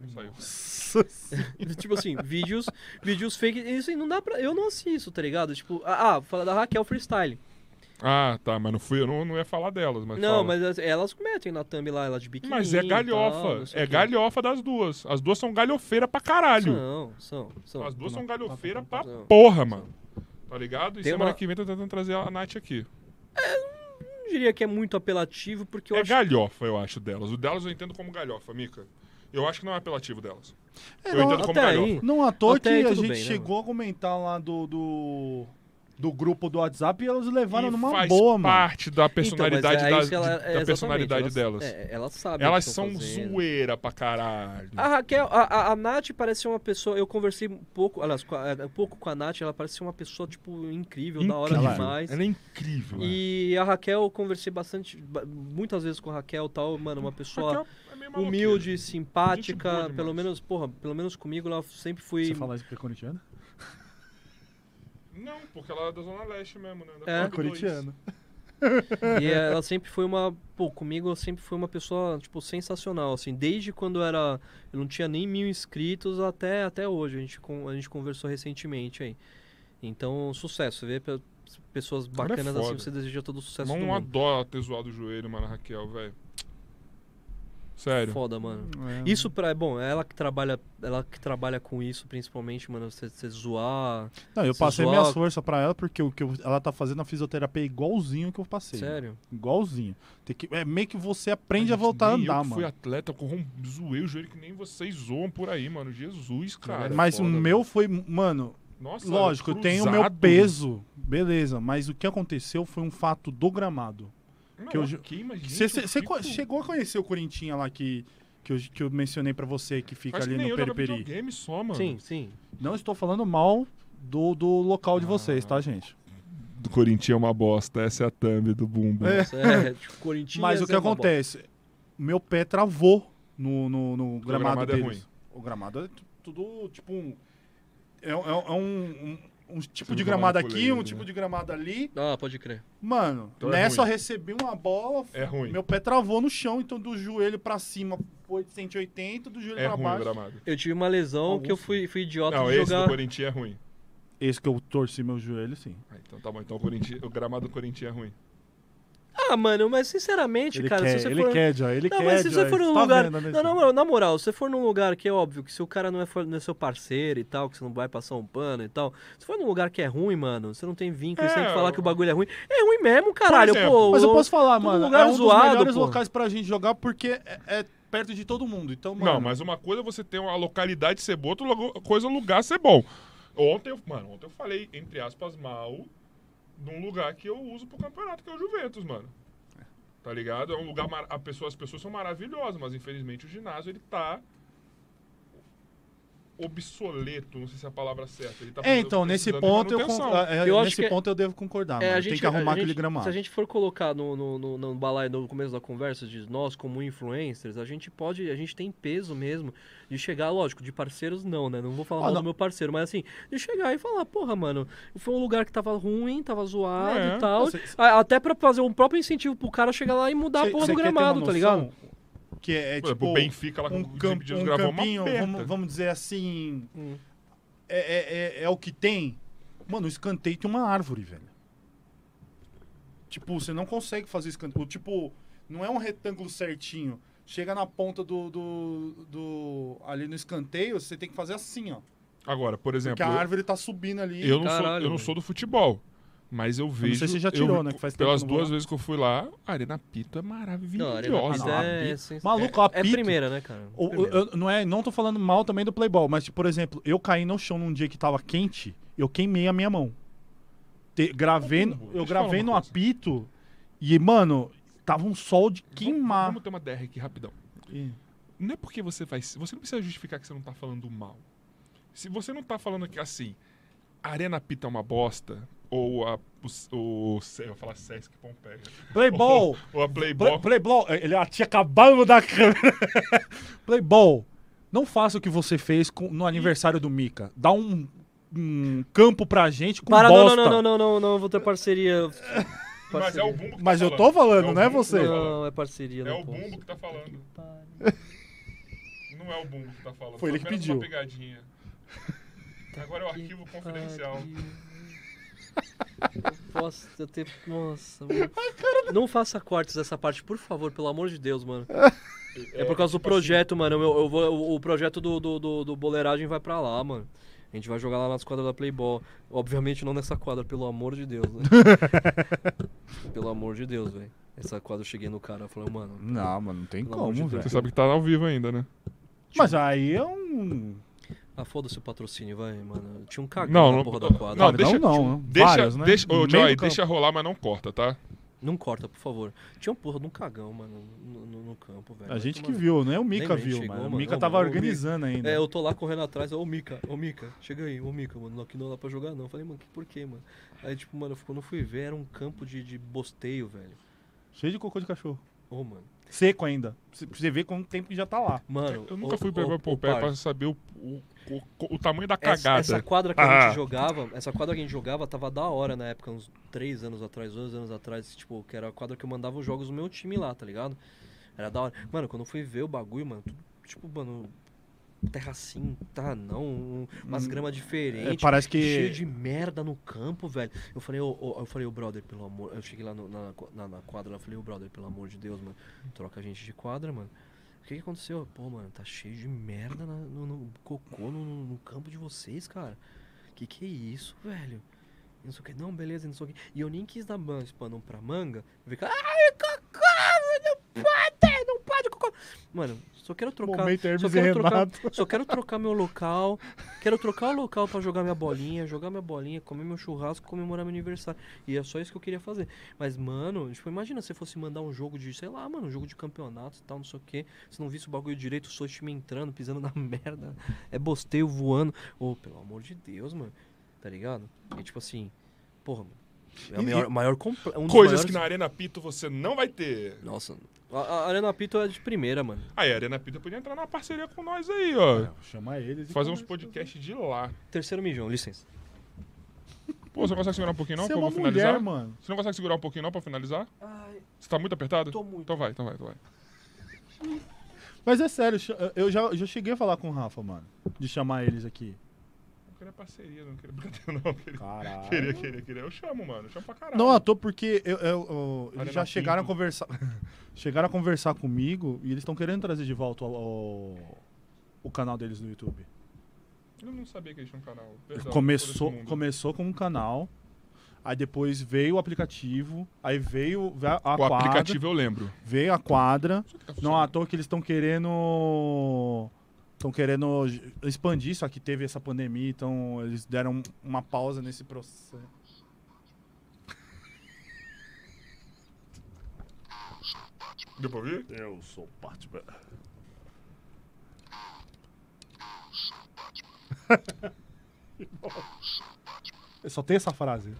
A: Não saiu.
C: tipo assim, vídeos, vídeos fake. Isso aí não dá pra. Eu não assisto, tá ligado? Tipo, ah, ah, fala da Raquel Freestyle.
A: Ah, tá, mas não fui, eu não, não ia falar delas, mas fala.
C: não, mas as- elas metem na thumb lá, ela de biquíni.
A: Mas é
C: e tal,
A: galhofa.
C: não sei
A: é
C: o quê.
A: galhofa das duas. As duas são galhofeira pra caralho.
C: São, são, são.
A: As duas são galhofeira pra
C: Não.
A: porra, mano. Tá ligado? E
C: Tem
A: semana
C: uma-
A: que vem tô tentando trazer a Nath aqui.
C: Eu não diria que é muito apelativo, porque eu
A: é
C: acho.
A: galhofa, eu acho, delas. O delas eu entendo como galhofa, Mica. Eu acho que não é apelativo delas. eu
H: É, não,
A: entendo como
C: Então, Até aí,
A: galhofa.
H: Não à toa
C: Até
H: que
C: aí
H: a
C: tudo
H: gente
C: bem, né,
H: chegou a comentar lá do, do, do grupo do WhatsApp e elas levaram
A: E
H: numa
A: faz
H: boa, mano.
A: parte da personalidade,
C: então, mas é
A: da,
C: isso que ela- é,
A: da
C: exatamente,
A: personalidade
C: elas,
A: delas.
C: É, elas sabem. o que
A: Elas
C: tão
A: são
C: fazendo. Ah,
A: zoeira pra caralho.
C: A Raquel, a, a, a Nath parece ser uma pessoa. Eu conversei um pouco, aliás, com a- um pouco com a Nath, ela parece ser uma pessoa, tipo, incrível, da hora
A: Incrível.
C: demais.
A: Ela é incrível.
C: E a Raquel, eu conversei bastante, ba- muitas vezes com a Raquel e tal, mano, uma pessoa
A: Raquel é meio maloqueira.
C: humilde,
A: Gente
C: simpática,
A: boa demais.
C: pelo menos, porra, pelo menos comigo ela sempre foi.
H: Você fala isso porque é corintiano?
A: Não, porque ela é da Zona Leste mesmo, né? Da
C: É.
A: Flávio
H: Corintiano.
C: E é, ela sempre foi uma. Pô, comigo ela sempre foi uma pessoa, tipo, sensacional, assim. Desde quando eu era. Eu não tinha nem mil inscritos até, até hoje. A gente, con- a gente conversou recentemente aí. Então, sucesso. Você vê pe- pessoas
A: Cara, é
C: bacanas assim,
A: foda.
C: você deseja todo o sucesso do
A: Não
C: mundo.
A: adora ter zoado o joelho, mano, a Raquel, velho. Sério.
C: Foda, mano. Isso pra. é Bom, ela que trabalha. Ela que trabalha com isso, principalmente, mano, você, você zoar.
H: Não, eu
C: Se
H: passei
C: zoar-
H: minhas forças pra ela porque o que eu- ela tá fazendo a fisioterapia é igualzinho que eu passei. mano.
C: Sério.
H: Igualzinho. Tem que, é meio que você aprende a
A: Gente,
H: voltar a
A: nem
H: andar,
A: eu que Fui
H: mano.
A: atleta, eu corrom- zoei o joelho que nem vocês zoam por aí, mano. Jesus, cara.
H: Mas
C: é foda,
H: o meu foi, mano,
A: Nossa,
H: lógico,
A: era
H: tem o meu
A: cruzado.
H: peso, beleza, mas o que aconteceu foi um fato do gramado.
A: Não,
H: que eu
A: ok,
H: ju-
A: mas, tipo, gente,
H: Você
A: eu
H: você
A: fico-
H: co- chegou a conhecer o Corintinha lá que, que, eu, que eu mencionei pra você, que fica
A: Faz que
H: ali
A: nem
H: no
A: eu jogar
H: Periperi.
A: videogame só, mano.
C: Sim, sim.
H: Não estou falando mal do, do local de vocês,
A: Ah.
H: tá, gente?
A: Do Corinthians é uma bosta, essa é a thumb do Bumbo.
H: É.
C: Sério. é, Corinthians.
H: Mas o que
C: é uma bosta.
H: acontece? Meu pé travou no, no, no gramado,
A: gramado é
H: deles. O gramado é tu- tudo tipo um. É, um- é um- é um, um, um tipo
A: Tudo
H: de gramado
A: gramado
H: aqui, um
A: colorido,
H: tipo
A: né?
H: de gramado ali.
C: Ah, pode crer.
H: Mano,
A: Então é
H: nessa
A: ruim.
H: eu recebi uma bola,
A: É ruim.
H: meu pé travou no chão, então do joelho pra cima foi de 180, do joelho
A: É
H: pra
A: ruim o
H: baixo.
A: gramado.
C: Eu tive uma lesão que eu fui, fui idiota
A: Não,
C: de
A: esse
C: jogar.
A: do Corinthians é ruim.
B: Esse que eu torci meu joelho, sim.
A: Ah, então tá bom, então o, Corinthians- o gramado do Corinthians é ruim.
C: Ah, mano, mas sinceramente,
K: Ele
C: cara,
K: quer,
C: se você
K: ele
C: for.
K: quer, Joy, ele
C: não,
K: quer,
C: mas se você
K: Joy,
C: for num
K: tá
C: lugar.
K: vendo, né,
C: não,
K: Joy?
C: não, na moral, se você for num lugar que é óbvio que se o cara não é, for- não é seu parceiro e tal, que você não vai passar um pano e tal. Se for num lugar que é ruim, mano, você não tem vínculo, você tem que
A: É,
C: falar que o
A: eu-
C: bagulho é ruim. É ruim mesmo, caralho,
A: exemplo,
C: pô.
B: Mas eu
C: o-
B: posso falar,
C: todo
B: mano.
C: lugar
B: é um
C: zoado,
B: dos melhores
C: pô.
B: locais pra gente jogar porque é, é perto de todo mundo. Então, mano.
A: Não, mas uma coisa é você ter uma localidade ser boa, outra lo- coisa é o lugar ser bom. Ontem, eu- mano, ontem eu falei, entre aspas, mal de um lugar que eu uso pro campeonato, que é o Juventus, mano. Tá ligado? É um lugar. mar- A pessoa, as pessoas são maravilhosas, mas infelizmente o ginásio ele tá. obsoleto, não sei se é a palavra certa. Ele tá
B: É, então,
A: precisando
B: nesse
A: de
B: ponto eu,
A: manutenção.
B: con- é,
C: Eu acho
B: nesse
C: que-
B: ponto eu devo concordar,
C: É,
B: Ah, mano.
C: a gente,
B: Tem que arrumar
C: a
B: aquele
C: gente-
B: gramado.
C: Se a gente for colocar no, no, no, no balai no começo da conversa de nós como influencers, a gente pode, a gente tem peso mesmo de chegar, lógico, de parceiros não, né? Não vou falar
B: Ah,
C: mal
B: não.
C: do meu parceiro, mas assim, de chegar e falar, porra, mano, foi um lugar que tava ruim, tava zoado
A: É.
C: e tal.
B: Não, cê- cê-
C: A- Até pra fazer um próprio incentivo pro cara chegar lá e mudar a
B: Cê-
C: porra
B: cê
C: do
B: quer ter uma
C: gramado, tá
B: noção?
C: ligado?
B: Que é, é
A: Por exemplo,
B: tipo
A: o Benfica lá com
B: um,
A: o
B: camp,
A: Felipe Dias
B: um
A: gravou uma
B: campinho,
A: aperta.
B: vamos, vamos dizer assim,
C: Hum.
B: é, é- é- é o que tem. Mano, o escanteio tem uma árvore, velho. Tipo, você não consegue fazer escanteio. Tipo, não é um retângulo certinho. Chega na ponta do, do, do- Ali no escanteio, você tem que fazer assim, ó.
A: Agora, por
B: Porque
A: exemplo,
B: a árvore tá subindo ali.
A: É, eu não, sou,
C: Caralho,
A: eu não
C: velho.
A: sou do futebol. Mas eu vejo.
B: sei se já tirou,
A: eu-
B: né, que faz tempo
A: pelas
B: que eu não vou
A: duas
B: lá.
A: vezes que eu fui lá, a Arena Pito é maravilhosa.
C: Não, a Arena Pita
A: A
C: é,
A: Pito-
C: sens-
B: Maluco, a
C: é
B: Pito-
C: primeira, né, cara?
B: O- o-
C: Primeira.
B: eu- não, é, não tô falando mal também do Playboy, mas, por exemplo, eu caí no chão num dia que tava quente, eu queimei a minha mão. Te- gravei,
A: Ô, Bumbo,
B: eu
A: deixa eu
B: gravei
A: falar
B: no
A: uma coisa.
B: apito e, mano, tava um sol de
A: Vamos,
B: queimar.
A: vamos ter uma DR aqui rapidão.
B: Ih.
A: Não é porque você vai. Você não precisa justificar que você não tá falando mal. Se você não tá falando que assim, a Arena Pita é uma bosta, ou a. O, o, eu ia falar Sesc Pompeia.
K: Playball!
A: Ou a Playboy.
K: Play- Playball!
B: eh,
K: Ele ela tinha acabado da câmera.
B: Playball, não faça o que você fez com- no aniversário do Mika. Dá um, um campo pra gente com
C: Para, não,
B: bosta.
C: não, não, não, não, não, eu vou ter parceria.
A: Mas é o Bumbo que tá
K: Mas eu tô falando,
A: É o
B: né,
K: não é
A: Bumbo que
K: você?
A: tá falando.
C: Não, é parceria,
A: É
C: não
A: o
C: posso.
A: Bumbo que tá falando. Não é o Bumbo que tá falando.
K: Foi ele que
A: apenas
K: pediu.
A: Uma pegadinha. Agora é o arquivo confidencial.
C: Eu posso eu ter. Nossa, mano. Não faça cortes dessa parte, por favor, pelo amor de Deus, mano. É por
A: tipo
C: causa do
A: assim
C: projeto, mano. Eu, eu vou, o- o projeto do, do, do, do Boleiragem vai pra lá, mano. A gente vai jogar lá nas quadras da Playboy. Obviamente não nessa quadra, pelo amor de Deus, né? pelo amor de Deus, velho. Essa quadra eu cheguei no cara e falei, mano.
B: Não, mano, não tem
C: Pelo amor de
B: como,
C: Deus.
B: velho.
A: Você sabe que tá ao vivo ainda, né?
B: Mas aí é um.
C: Ah, foda-se o patrocínio, vai, mano. Tinha um cagão
A: Não,
C: na
A: não-
C: porra da quadra.
A: Não, deixa-
B: não, né?
A: Deixa,
B: Várias, né?
A: deixa,
B: No
A: ô,
B: meio
A: Joy,
B: do campo.
A: deixa rolar, mas não corta, tá?
C: Não corta, por favor. Tinha um porra de um cagão, mano, no, no- no campo, velho.
B: A
C: Vai
B: gente que
C: tomar-
B: viu, né? O Mika
C: Nem
B: viu,
C: chegou,
B: mano. O
C: mano.
B: Mika
C: Ô,
B: tava
C: mano, ô,
B: organizando ainda.
C: É, eu tô lá correndo atrás, ô Mika, ô Mika, chega aí, ô Mika, mano, aqui não dá pra jogar não. Eu Falei, mano, que por quê, mano? Aí, tipo, mano, eu fui- quando eu fui ver, era um campo de, de bosteio, velho.
B: Cheio de cocô de cachorro.
C: Ô, mano.
B: Seco ainda. Pra você ver quanto tempo que já tá lá.
C: Mano,
A: Eu nunca
C: ô-
A: fui
C: ô-
A: pra
C: ô,
A: Pompeia pra
C: parça,
A: saber o, o, o, o tamanho da
C: essa,
A: cagada.
C: essa é quadra que a
A: Ah.
C: gente jogava, essa quadra que a gente jogava tava da hora na época, uns 3 anos atrás, 2 anos atrás, tipo, que era a quadra que eu mandava os jogos do meu time lá, tá ligado? Era da hora. Mano, quando eu fui ver o bagulho, mano, tudo, tipo, mano, terra assim, tá não, um- umas gramas
B: É,
C: diferentes.
B: parece que.
C: Cheio de merda no campo, velho. Eu falei, ô, ô, eu falei, ô brother, pelo amor. Eu cheguei lá no- na, na, na quadra, lá, eu falei, ô brother, pelo amor de Deus, mano. Troca a gente de quadra, mano. O que, que aconteceu? Pô, mano, tá cheio de merda na- no, no cocô no, no- no campo de vocês, cara. Que que é isso, velho? E Não sei o que, não, beleza, não sei o que. E eu nem quis dar ban, espanão pra manga. Eu fiquei, ai, cocô, não pode, não pode, cocô. Mano, só quero trocar.
B: é
K: Momento
C: Só
K: Hermes e
C: quero, trocar,
K: Renato.
C: só quero trocar meu local. Quero trocar o local pra jogar minha bolinha, jogar minha bolinha, comer meu churrasco, comemorar meu aniversário. E é só isso que eu queria fazer. Mas, mano, tipo, imagina se fosse mandar um jogo de, sei lá, mano, um jogo de campeonato e tal, não sei o quê. Se não visse o bagulho direito, o seu time entrando, pisando na merda. É bosteio voando. Ô, pelo amor de Deus, mano. Tá ligado? E tipo assim, porra, mano. É o
B: E-
C: maior, maior compl- um dos
A: Coisas
C: maiores-
A: que na Arena Pito você não vai ter.
C: Nossa, a, a Arena Pito é de primeira, mano.
A: Aí, a Arena Pita podia entrar numa parceria com nós aí, ó.
B: Chama eles. e
A: Fazer uns
B: conversa.
A: podcasts de lá.
C: Terceiro mijão, licença.
A: Pô, você consegue segurar um pouquinho não
B: Você
A: pra
B: é
A: eu
B: uma
A: vou
B: mulher,
A: finalizar?
B: mano.
A: Você não consegue segurar um pouquinho não pra eu finalizar?
C: Ai,
A: Você tá muito apertado?
C: tô muito.
A: Então vai, então vai, então vai.
B: Mas é sério, ch- eu já, eu já cheguei a falar com o Rafa, mano. De chamar eles aqui.
A: queria parceria, não queria brincadeira, não. Queria,
B: Caralho.
A: queria, queria, queria. Eu chamo, mano. Eu chamo pra caralho.
B: Não, à toa porque eu, eu- eu- eles
A: Arena
B: já chegaram a
A: Pinto.
B: conversar. chegaram a conversar comigo e eles estão querendo trazer de volta o, o- o canal deles no YouTube.
A: Eu não sabia que eles tinham um canal. Perdão,
B: começou,
A: todo esse mundo.
B: começou como um canal, aí depois veio o aplicativo, aí veio a, a
A: O
B: quadra.
A: aplicativo eu lembro.
B: Veio a quadra.
A: Isso aqui tá
B: Não
A: funcionando.
B: à toa que eles estão querendo. Estão querendo j- expandir, só que teve essa pandemia, então eles deram uma pausa nesse processo.
A: Deu pra ouvir?
L: Eu sou Batman.
B: Eu só tenho essa frase.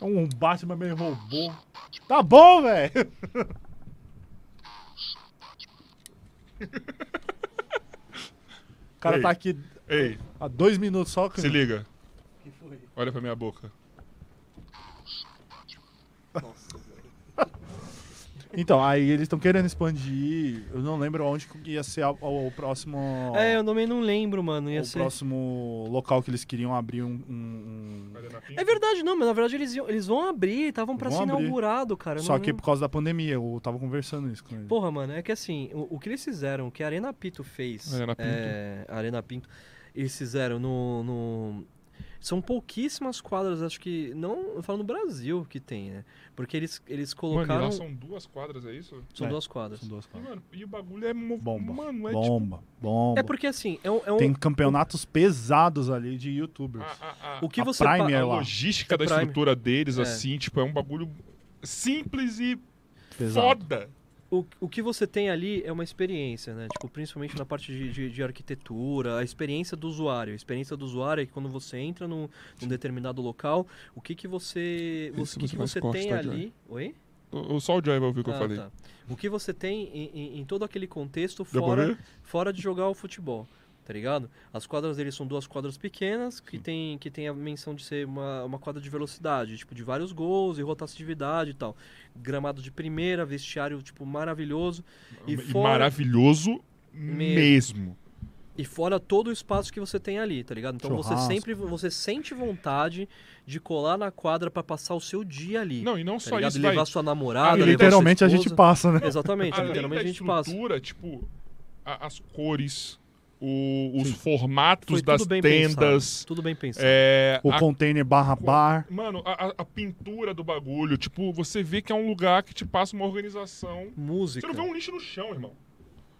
L: É um Batman meio robô.
B: Tá bom, velho! O cara
A: Ei.
B: tá aqui
A: Ei,
B: há dois minutos só.
A: se liga.
C: que foi?
A: Olha pra minha boca.
B: Então, aí eles estão querendo expandir. Eu não lembro onde que ia ser a- o, o próximo.
C: É, eu também não lembro, mano. Ia
B: o
C: ser...
B: próximo local que eles queriam abrir um. um- um-
A: Arena Pinto.
C: É verdade, não, mas na verdade eles, iam- eles vão abrir, estavam pra
B: Vão
C: ser
B: abrir.
C: inaugurado, cara. eu
B: Só
C: não
B: que
C: lembro.
B: por causa da pandemia, eu tava conversando isso com eles.
C: Porra, mano, é que assim, o, o que eles fizeram, o que a Arena Pito fez.
A: Arena Pinto.
C: é, a Arena Pinto. Eles fizeram no, no- São pouquíssimas quadras, acho que. Não. Eu falo no Brasil que tem, né? Porque eles, eles
A: Mano, e
C: colocaram.
A: lá
C: são
A: são duas quadras, é isso?
B: É,
C: duas quadras.
B: São duas
A: E,
B: palavras.
A: mano, e o bagulho é... Mov...
B: Bomba.
A: Mano, é
B: bomba, bomba.
C: tipo É porque assim, é um. é um-
B: Tem campeonatos pesados ali de youtubers.
A: tipo... A, a, a,
C: Ah, o que
B: a
C: você. pa-
B: Prime é
A: a
B: lá.
A: logística
C: É
A: da
C: Prime.
A: estrutura deles,
C: É.
A: assim, tipo, é um bagulho simples e
B: Pesado.
A: foda.
C: o, o que você tem ali é uma experiência, né? Tipo, principalmente na parte de, de, de arquitetura, a experiência do usuário. A experiência do usuário é que quando você entra num, num determinado local, o que que você.
M: Isso
C: o que,
M: você
C: que
M: faz
C: você
M: corte,
C: tem
M: tá,
C: ali. Oi?
A: O, o- só o Joy vai ouvir é o que eu
C: Ah,
A: falei.
C: tá. O que você tem em, em- em todo aquele contexto
A: Deu pra
C: fora,
A: ver?
C: fora de jogar o futebol. Tá ligado? As quadras deles são duas quadras pequenas que tem, que tem a menção de ser uma, uma quadra de velocidade, tipo, de vários gols e rotatividade e tal. Gramado de primeira, vestiário, tipo, maravilhoso. E
A: E,
C: fora-
A: maravilhoso mesmo.
C: E fora todo o espaço que você tem ali, tá ligado? Então você
B: Churrasco.
C: sempre você sente vontade de colar na quadra pra passar o seu dia ali.
A: Não, e não
C: tá
A: só
C: ligado?
A: isso,
C: levar
A: vai.
C: sua namorada,
A: Ah,
C: levar
B: Literalmente
C: sua
B: a gente
C: esposa.
B: passa, né?
C: Exatamente,
A: Além da
C: literalmente a gente passa.
A: estrutura, tipo, a- as cores, o- os formatos
C: Foi
A: das
C: tudo bem
A: tendas,
C: pensado. Tudo bem pensado.
A: é,
B: O
A: a-
B: container barra bar.
A: mano, a, a- a pintura do bagulho. Tipo, você vê que é um lugar que te passa uma organização. Você
C: Música. Tá
A: não vê um lixo no chão, irmão.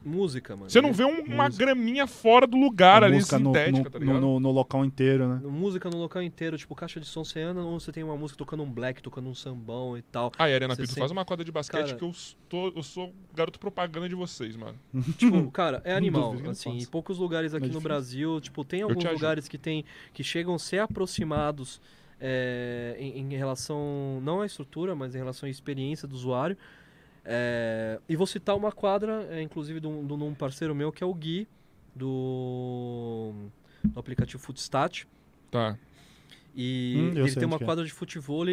C: Música, mano.
A: Você não vê um- uma graminha fora do lugar ali,
B: música no,
A: sintética,
B: no-
A: tá
B: no,
A: ligado?
B: no- no local inteiro, né?
C: Música no local inteiro, tipo caixa de som, você anda, você tem uma música tocando um black, tocando um sambão e tal.
A: Ah, e Arena
C: Você
A: Pito,
C: sente-
A: faz uma quadra de basquete
C: Cara-
A: que eu, estou, eu sou garoto propaganda de vocês, mano.
C: Tipo, cara, é animal.
B: duvido que Uhum. não
C: Assim,
B: faça.
C: em poucos lugares aqui no Brasil, tipo, tem alguns
A: ajudo.
C: lugares que tem que chegam a ser aproximados é, em, em relação não à estrutura, mas em relação à experiência do usuário. É, e vou citar uma quadra, é, inclusive, de um, de um parceiro meu que é o Gui do, do aplicativo Footstat.
A: Tá.
C: E
B: Hum, eu
C: ele
B: sei onde
C: tem uma
B: que é.
C: quadra de futebol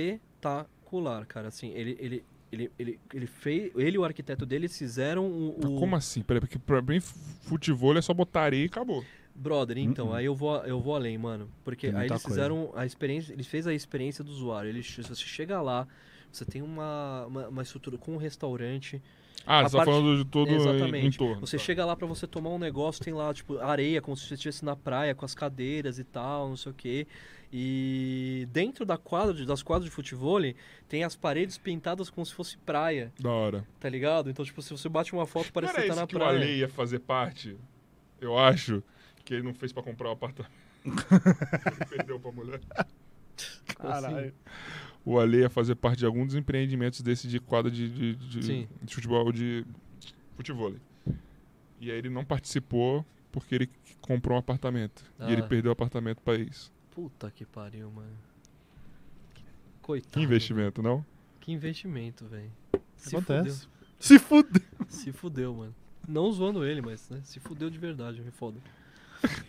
C: espetacular, cara. Assim, ele, ele, ele, ele, ele fez. Ele e o arquiteto dele fizeram o.
B: Tá
C: o-
A: Como assim? Peraí, porque pra mim futebol é só botar areia e acabou.
C: Brother, então, aí eu vou, eu vou além, mano. Porque
B: Hum, Tem
C: aí
B: muita
C: eles
B: coisa.
C: fizeram a experiência. Eles fez a experiência do usuário. Eles, você chega lá, você tem uma, uma, uma estrutura com um restaurante.
A: Ah,
C: A
A: você tá
C: parte-
A: falando de todo em, em
C: Exatamente.
A: torno.
C: Você
A: tá.
C: chega lá pra você tomar um negócio, tem lá, tipo, areia, como se você estivesse na praia, com as cadeiras e tal, não sei o quê. E dentro da quadra, de- das quadras de futebol, tem as paredes pintadas como se fosse praia,
A: Da hora.
C: tá ligado? Então, tipo, se você bate uma foto,
A: Não
C: parece que
A: era
C: você tá
A: esse
C: na
A: que o
C: praia.
A: Ale ia fazer parte? Eu acho que ele não fez pra comprar o apartamento. ele perdeu pra mulher.
C: Assim,
B: Caralho.
A: O Ale ia fazer parte de algum dos empreendimentos desse de quadra de, de, de-
C: Sim.
A: de futebol de futebol. E aí ele não participou porque ele comprou um apartamento.
C: Ah.
A: E ele perdeu o apartamento pra isso.
C: Puta que pariu, mano. Que- Coitado.
A: Que investimento, não?
C: Que investimento, velho. Se
B: Acontece.
C: fudeu.
B: Se fudeu.
C: Se fudeu, mano. Não zoando ele, mas, né? Se fudeu de verdade, me foda.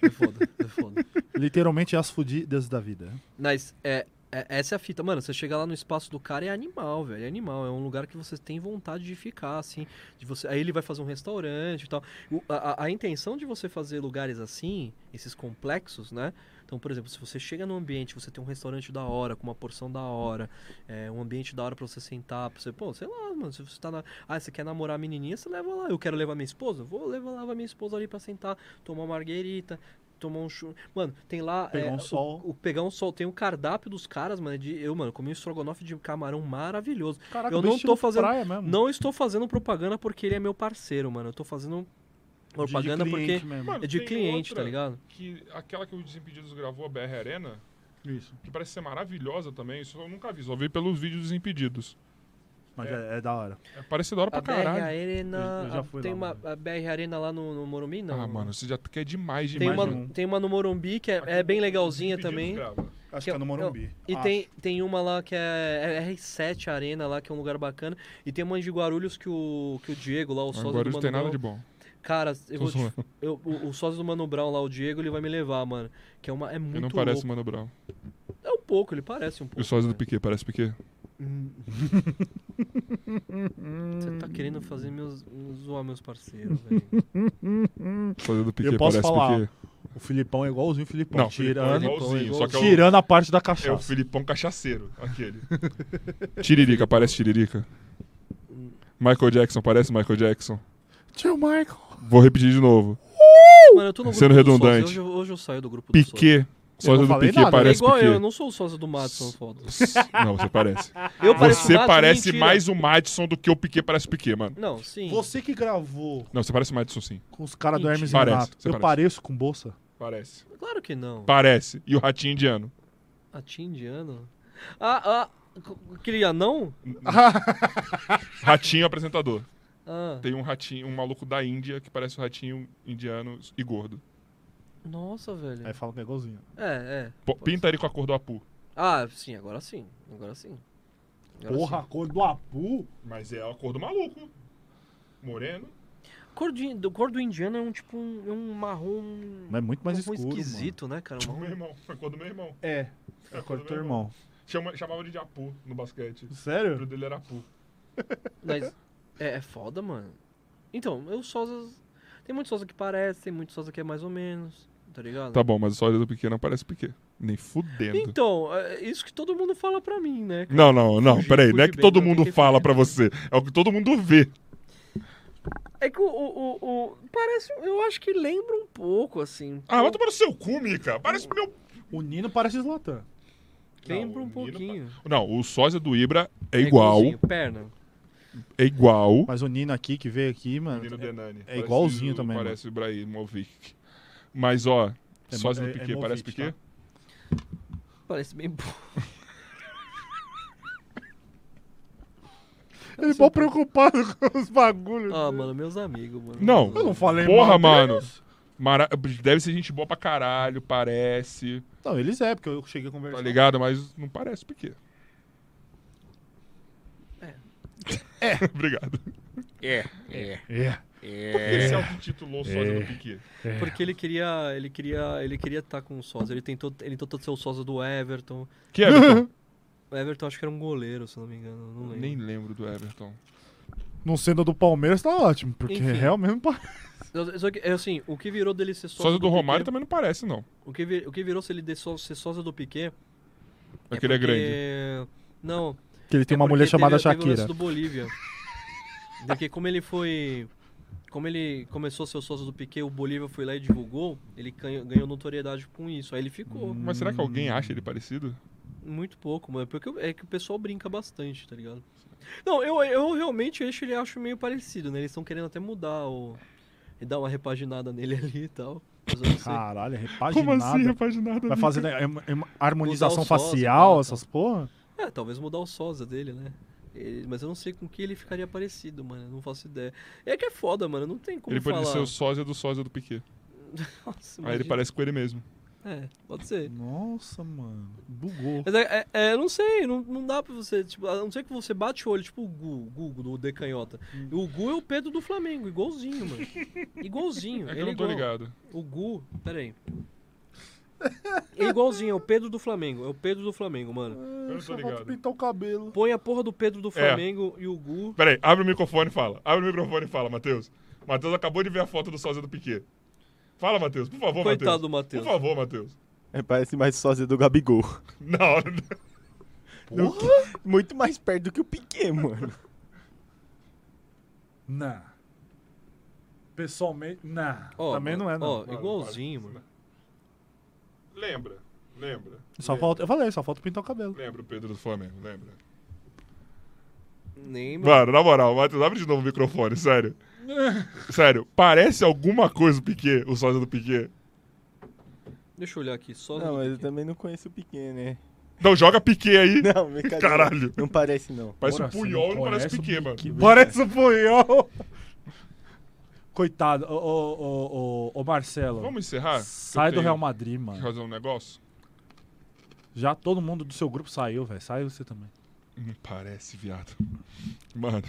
C: Me foda, me foda.
B: Literalmente as fudidas da vida.
C: Mas, é, É- essa é a fita. Mano, você chega lá no espaço do cara, é animal, velho. É animal. É um lugar que você tem vontade de ficar, assim. De você... Aí ele vai fazer um restaurante e tal. O- a, a- a intenção de você fazer lugares assim, esses complexos, né? Então, por exemplo, se você chega num ambiente, você tem um restaurante da hora, com uma porção da hora, é, um ambiente da hora pra você sentar, pra você, pô, sei lá, mano, se você tá na. Ah, você quer namorar a menininha, você leva lá. Eu quero levar minha esposa? Vou levar lá, vai minha esposa ali pra sentar, tomar uma marguerita, tomar um churro. Mano, tem lá.
H: Pegar
C: é,
H: um
C: o-
H: sol.
C: O, pegar um sol. Tem o cardápio dos caras, mano. De, eu, mano, comi um estrogonofe de camarão maravilhoso.
H: Caraca,
C: eu
H: bem
C: não
H: estilo
C: tô fazendo.
H: praia mesmo.
C: Não estou fazendo propaganda porque ele é meu parceiro, mano. Eu tô fazendo propaganda porque.
A: Mano,
C: É de
A: tem
C: cliente,
A: outra
C: tá ligado?
A: Que, aquela que o Desimpedidos gravou, a BR Arena,
H: Isso.
A: que parece ser maravilhosa também. Isso eu nunca vi, só vi pelos vídeos dos Impedidos.
H: Mas é, é da hora.
A: É, parece da hora
C: A é
A: pra
C: BR
A: caralho.
C: Arena.
H: Eu já
C: a-
H: fui
C: tem
H: lá,
C: uma,
H: mano.
C: a BR Arena lá no, no Morumbi? Não. né?
A: Ah, mano, você já quer demais,
C: Tem
A: demais.
C: uma,
A: mano.
C: tem uma no Morumbi que é, é
A: um
C: bem legalzinha também.
A: Desimpedidos grava.
H: Acho que,
C: Que eu-
H: é no Morumbi.
C: E
H: Acho.
C: tem, tem uma lá que é é R7 Arena lá, que é um lugar bacana. E tem uma de Guarulhos que o, que o Diego lá, o sócio
A: Agora
C: do
A: não
C: Mano
A: tem nada
C: Brown-
A: de bom.
C: Cara, eu
A: Tô
C: vou te-
A: zoando.
C: eu- o, o sócio do Mano Brown lá, o Diego, ele vai me levar, mano. Que é uma. É muito
A: Ele não parece
C: louco.
A: Mano Brown.
C: É um pouco, ele parece um pouco.
A: E o sócio do
C: cara.
A: Piquet, parece Piquet?
C: Você tá querendo fazer meus. um, zoar meus parceiros, velho.
A: O sócio do Piquet parece
H: posso falar.
A: Piquet.
H: O Filipão é igualzinho o Filipão.
A: Não, o Filipão é
H: tirando,
A: igualzinho, só que é o-
H: tirando a parte
A: É
H: da
A: o
H: cachaça.
A: Filipão cachaceiro, aquele. Tiririca, parece Tiririca. Michael Jackson, parece Michael Jackson.
H: Tio Michael.
A: Vou repetir de novo.
C: Mano, eu tô no grupo
A: Sendo
C: do sócio,
A: redundante.
C: Hoje, eu- hoje eu saio do grupo do sócio.
A: Piquet. Sócio do
H: falei
A: Piquet
H: nada,
C: É
A: parece
C: igual eu, eu
A: Piquet.
C: não sou o sócio do Madison, foda.
A: Não, você parece.
C: Eu pareço
A: Você
C: o Madison,
A: parece
C: mentira.
A: mais o Madison do que o Piquet parece o Piquet, mano.
C: Não, sim.
H: Você que gravou
A: Não, você parece o Madison sim.
H: com os caras do Hermes e
A: Parece,
H: Renato.
A: você
H: Eu
A: parece.
H: pareço com bolsa?
A: Parece.
C: Claro que não.
A: Parece. E o ratinho indiano.
C: A Tim indiano? Ah, ah. c- Aquele anão?
A: Ratinho apresentador.
C: Ah.
A: Tem um ratinho, um maluco da Índia que parece um ratinho indiano e gordo.
C: Nossa, velho.
H: Aí fala que é igualzinho.
C: É, é.
A: Pô, pinta ele com a cor do Apu.
C: Ah, sim, agora sim. Agora sim. Agora
H: Porra, a cor do Apu.
A: Mas é a cor do maluco. Moreno. É
C: sim. Cor de- do cor do indiano é um tipo um, é um marrom.
H: Mas é muito mais
C: marrom
H: escuro, mano.
C: esquisito, né, cara? Um
A: Meu
C: marrom-
A: irmão. A cor do meu irmão.
H: É, é a cor do teu irmão.
A: Chama- chamava ele de Apu no basquete. O
H: Sério?
A: apelido dele era Apu.
C: Mas é, é foda, mano. Então, eu sósas. Tem muito sosa que parece, tem muito sosa que é mais ou menos, tá ligado?
A: Tá bom, mas o sócio do Piquet não parece Piquet. Nem fudendo.
C: Então, é isso que todo mundo fala pra mim, né? cara?
A: Não, não, não,
C: Fugi-
A: peraí, não é
C: fugi
A: que
C: bem,
A: todo
C: eu
A: mundo
C: fiquei
A: fala
C: fugindo.
A: pra você, é o que todo mundo vê.
C: É que o, o, o, o- Parece. Eu acho que lembra um pouco, assim.
A: Ah, vai tomar no seu cu, Mica, parece meu...
H: O Nino parece Zlatan.
C: Lembra
A: Não, o
C: um
A: Nino
C: pouquinho.
A: Não, o sósia do Ibra é
C: É
A: igual,
C: igualzinho, Perna.
A: é igual.
H: Mas o Nino aqui, que veio aqui, mano.
A: Menino Denani.
H: é igualzinho também, mano.
A: Parece o Ibrahimovic. Mas, ó,
H: É mo-
A: sósia
H: é-
A: do
H: é
A: Piquet, parece
H: Movic,
A: Piquet?
C: Parece bem bom.
H: Ele é mal preocupado com os bagulhos.
C: Ah, mano, meus amigos, mano.
A: Não.
H: Eu não falei
A: Porra,
H: mal
A: mano.
H: deles.
A: Mara- Deve ser gente boa pra caralho, parece,
H: Não, eles é, porque eu cheguei a conversar.
A: tá ligado? Mas não parece Piquet. É. É. Obrigado.
H: É.
A: Por que esse auto-intitulou sósia do Piquet?
C: Porque ele queria. Ele queria. Ele queria estar com o Sosa. Ele tentou, ele tentou ser o Sosa do Everton.
A: Que é, Everton?
C: O Everton acho que era um goleiro, se não me engano. Não lembro.
A: Nem lembro do Everton.
H: Não sendo do Palmeiras, tá ótimo, porque
C: Enfim.
H: realmente parece.
C: Eu- Só que, é assim, o que virou dele ser sócio
A: Sósia do Romário
C: Piquet,
A: também não parece, não.
H: É
C: o, que vi- o que virou se ele de só- ser sócio do Piquet...
A: É que ele é grande.
C: grande. Não.
H: Que ele tem
C: é
H: uma
C: porque
H: mulher
C: teve-
H: chamada
C: teve o lance
H: Shakira.
C: do Bolívia. Porque como ele foi... Como ele começou a ser o sócio do Piquet, o Bolívia foi lá e divulgou, ele ganhou, ganhou notoriedade com isso. Aí ele ficou.
H: Hum.
A: Mas será que alguém acha ele parecido?
C: Muito pouco, mano. Porque eu- é que o pessoal brinca bastante, tá ligado? Não, eu, eu realmente acho, ele acho meio parecido, né? Eles estão querendo até mudar o. E dar uma repaginada nele ali e tal. Mas eu não
B: Ah,
C: sei.
H: Caralho, é repaginado.
A: Como assim, repaginado?
H: Vai fazer né, em- em- harmonização
C: Usar o
H: facial,
C: sócio,
H: essas porra?
C: É, talvez mudar o Sosa dele, né? Ele- mas eu não sei com que ele ficaria parecido, mano. Eu não faço ideia. É que é foda, mano. Não tem como
A: Ele
C: falar.
A: poderia ser o sósia do sósia do Piquet.
C: Nossa,
A: Aí ele
C: imagina.
A: parece com ele mesmo.
C: É, pode ser.
H: Nossa, mano. Bugou.
C: Mas é, é- é, eu não sei, não, não dá pra você, tipo, a não ser que você bate o olho, tipo o Gu, o Gu do Decanhota. O Gu é o Pedro do Flamengo, igualzinho, mano. Igualzinho.
A: É que
C: ele
A: eu não tô
C: igual.
A: ligado.
C: O Gu, peraí. É igualzinho, é o Pedro do Flamengo. É o Pedro do Flamengo, mano.
A: Eu não tô
I: Só falta
A: ligado.
I: pintar o cabelo.
C: Põe a porra do Pedro
A: É.
C: do Flamengo e o Gu.
A: Peraí, abre o microfone e fala. Abre o microfone e fala, Matheus. Matheus acabou de ver a foto do sósia do Piquet. Fala, Matheus, por favor, Matheus.
C: Coitado do Matheus.
A: Por favor, Matheus.
D: É, parece mais sósia do Gabigol.
A: Não,
D: Do que- muito mais perto do que o Piquet, mano.
I: Não. Pessoalmente, não.
C: Ó,
I: Também não é, não.
C: Ó, igualzinho, mano.
A: lembra, lembra.
I: Só falta, eu falei, só falta pintar o cabelo.
A: Lembra o Pedro do Flamengo, lembra.
C: Nem, mano.
A: Mano, na moral, Matheus, abre de novo o microfone, sério. sério, parece alguma coisa o Piquet, o sósia do Piquet.
C: Deixa eu olhar aqui, só.
D: Não, mas eu também não conheço o Piquet, né?
A: Não, joga Piquet aí.
D: Não, brincadeira.
A: Caralho.
D: Não parece, não.
A: Parece
I: Ora,
A: o
I: você não
A: Puyol, não parece
I: conhece o
A: Piquet, mano.
I: Parece um o Puyol. Coitado, ô, ô, ô, ô, ô, Marcelo.
A: Vamos encerrar?
I: sai
A: Eu
I: do
A: tenho
I: Real Madrid,
A: que
I: mano.
A: fazer um negócio?
I: Já todo mundo do seu grupo saiu, velho. Saiu você também.
A: Não parece, viado. Mano.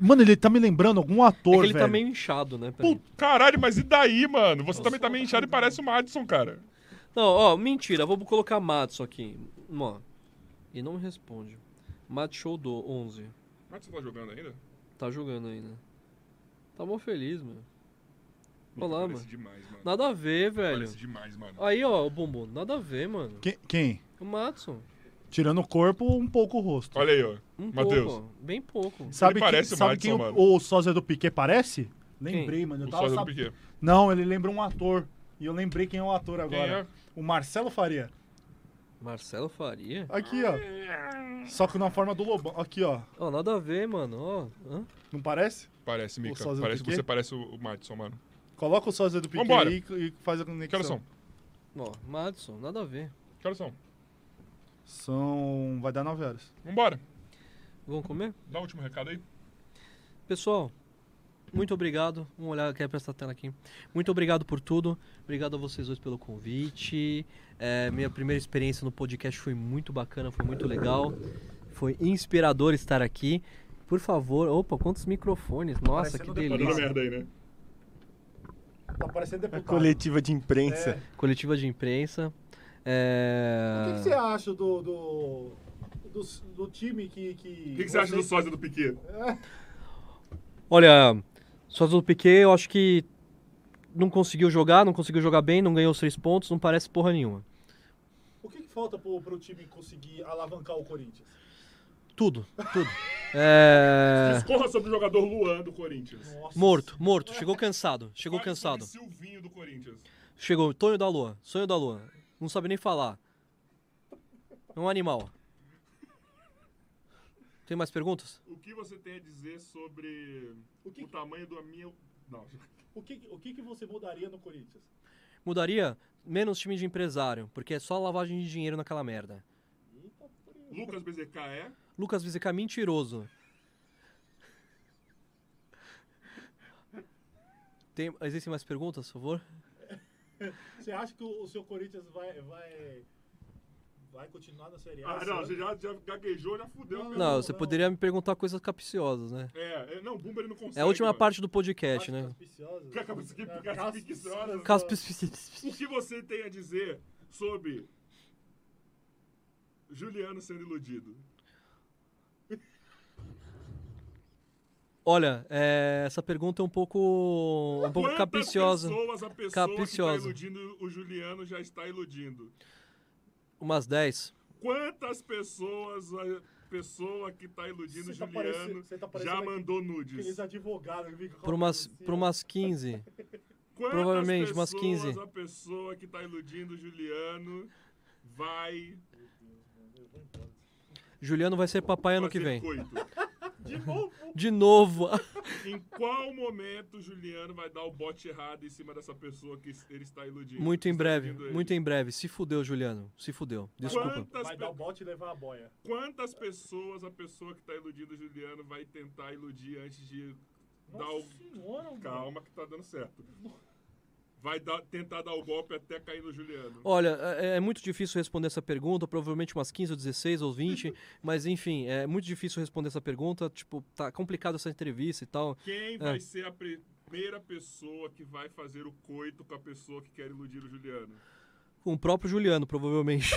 I: Mano, ele tá me lembrando algum ator,
C: É que ele
I: velho.
C: tá meio inchado, né? peraí.
A: Pô, caralho, mas e daí, mano? Você também
I: um
A: tá meio inchado e parece o Madison, cara.
C: Não, ó, mentira. Vou colocar Matson aqui. Mano. E não me responde. Matshow do 11.
A: Mas você tá jogando ainda?
C: Tá jogando ainda. Tá mó feliz, mano. Olá,
A: parece
C: mano.
A: demais, mano.
C: Nada a ver, velho.
A: Parece demais, mano.
C: Aí, ó, o bumbum. Nada a ver, mano.
I: Quem, quem?
C: O Matson.
I: Tirando o corpo, um pouco o rosto.
A: Olha aí, ó.
C: Um
A: Matheus.
C: pouco. ó, Bem pouco.
I: Sabe,
A: parece
I: quem,
A: o
I: sabe
A: Madison,
I: quem
A: mano.
I: o, o sósia do Piquet parece? Lembrei, mano. Eu
A: O
I: tava
A: sósia do
I: sab-
A: Piquet.
I: Não, ele lembra um ator. E eu lembrei quem é o ator
A: Quem
I: agora.
A: é?
I: O Marcelo Faria.
C: Marcelo Faria?
I: Aqui, ó. Só que na forma do Lobão. Aqui, ó.
C: Ó, nada a ver, mano. Ó. Hã?
I: Não parece?
A: Parece, Mika.
I: sósia do
A: Parece que
I: Piquet?
A: você parece o, o Madison, mano.
I: Coloca o sósia do Piquet
A: Vambora.
I: aí e faz a
A: Que
I: conexão.
A: horas são?
C: Ó, Madison, nada a ver.
A: Que horas são?
I: São... Vai dar 9 horas.
A: Vambora.
C: Vamos comer?
A: Dá o último recado aí.
C: Pessoal, muito obrigado. Vamos olhar aqui pra essa tela aqui. Muito obrigado por tudo. Obrigado a vocês dois pelo convite. É, minha primeira experiência no podcast foi muito bacana, foi muito legal. Foi inspirador estar aqui. Por favor, opa, quantos microfones? Nossa, que
A: Tá dando
C: delícia.
A: merda aí, né?
I: Tá parecendo
C: É.
D: A
I: deputado.
D: coletiva de imprensa.
C: Coletiva de imprensa.
H: O
C: É...
H: que, que você acha do. do, do, do time que.
A: O que, que você acha do sósia do Piquet?
C: Olha, só do Piquet, eu acho que não conseguiu jogar, não conseguiu jogar bem, não ganhou os três pontos, não parece porra nenhuma.
H: O que, que falta pro, pro time conseguir alavancar o Corinthians?
C: Tudo, tudo. É...
A: Discorra sobre o jogador Luan do Corinthians.
H: Nossa.
C: Morto, morto, chegou cansado, chegou
A: Fale sobre
C: cansado.
A: Silvinho do Corinthians.
C: Chegou, Tonho da Lua, sonho da Lua. Não sabe nem falar. É um animal. Tem mais perguntas?
A: O que você tem a dizer sobre
H: O que,
A: o tamanho da minha. Não,
H: o que, o que, que você mudaria no Corinthians?
C: Mudaria menos time de empresário, porque é só lavagem de dinheiro naquela merda.
A: Lucas BZK é?
C: Lucas Vizicá mentiroso. Tem, existem mais perguntas, por favor?
H: Você acha que o, o seu Corinthians vai. vai, vai continuar na Série A?
A: Ah, não, você já, já gaguejou, já fudeu. né? a
C: Não,
A: pergunta.
C: você poderia me perguntar coisas capciosas, né?
A: É, é, não, o Bumba ele não consegue.
C: É a última
A: mano.
C: parte do podcast, né?
H: Auspiciosa?
A: Que acaba- que- que- que-
H: Caspis-
A: que- que- que-
C: Caspis-
A: O que você tem a dizer sobre Juliano sendo iludido?
C: Olha, é, essa pergunta é um pouco, um pouco
A: Quantas
C: capciosa.
A: pessoas a pessoa
C: Capriciosa.
A: que está iludindo o Juliano já está iludindo?
C: Umas 10.
A: Quantas pessoas a pessoa que está iludindo o
H: Você tá
A: Juliano
H: parecendo- você tá
A: já
H: parecendo
A: mandou
H: Aqueles
A: nudes?
H: advogados que ficam assim, com a
C: Por umas,
H: cabecinha.
C: por umas 15.
A: Quantas
C: provavelmente, umas
A: pessoas
C: 15.
A: a pessoa que está iludindo o Juliano vai
C: Juliano vai ser papai ano que
A: fazer
C: vem.
A: coito?
C: De novo.
A: Em qual momento o Juliano vai dar o bote errado em cima dessa pessoa que ele está iludindo?
C: Muito em
A: Está
C: breve,
A: iludindo ele?
C: muito em breve. Se fudeu, Juliano. Se fudeu. Desculpa.
A: Quantas,
H: Vai
A: pe-
H: dar o bote e levar a boia.
A: quantas pessoas a pessoa que está iludindo o Juliano vai tentar iludir antes de dar o.
H: senhora, mano.
A: Calma que tá dando certo. Vai dar- tentar dar o golpe até cair no Juliano.
C: Olha, é é muito difícil responder essa pergunta, provavelmente umas 15 ou 16 ou 20, mas enfim, é muito difícil responder essa pergunta, tipo, tá complicado essa entrevista e tal.
A: Quem vai ser a primeira pessoa que vai fazer o coito com a pessoa que quer iludir o Juliano?
C: Com o próprio Juliano, provavelmente.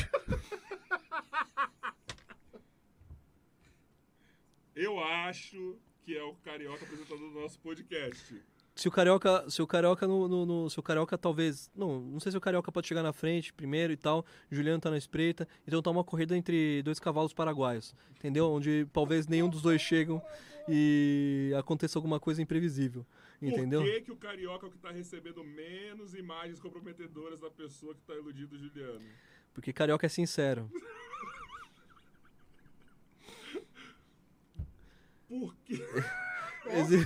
A: Eu acho que é o Carioca apresentador do nosso podcast.
C: Se o Carioca, se o Carioca no, no- no- se o Carioca talvez, não, não sei se o Carioca pode chegar na frente primeiro e tal. Juliano tá na espreita, então tá uma corrida entre dois cavalos paraguaios, entendeu? Onde talvez nenhum dos dois chegam e aconteça alguma coisa imprevisível, entendeu?
A: Por que, que o Carioca é o que tá recebendo menos imagens comprometedoras da pessoa que tá iludindo o Juliano?
C: Porque Carioca é sincero.
A: Por quê?
C: Exi-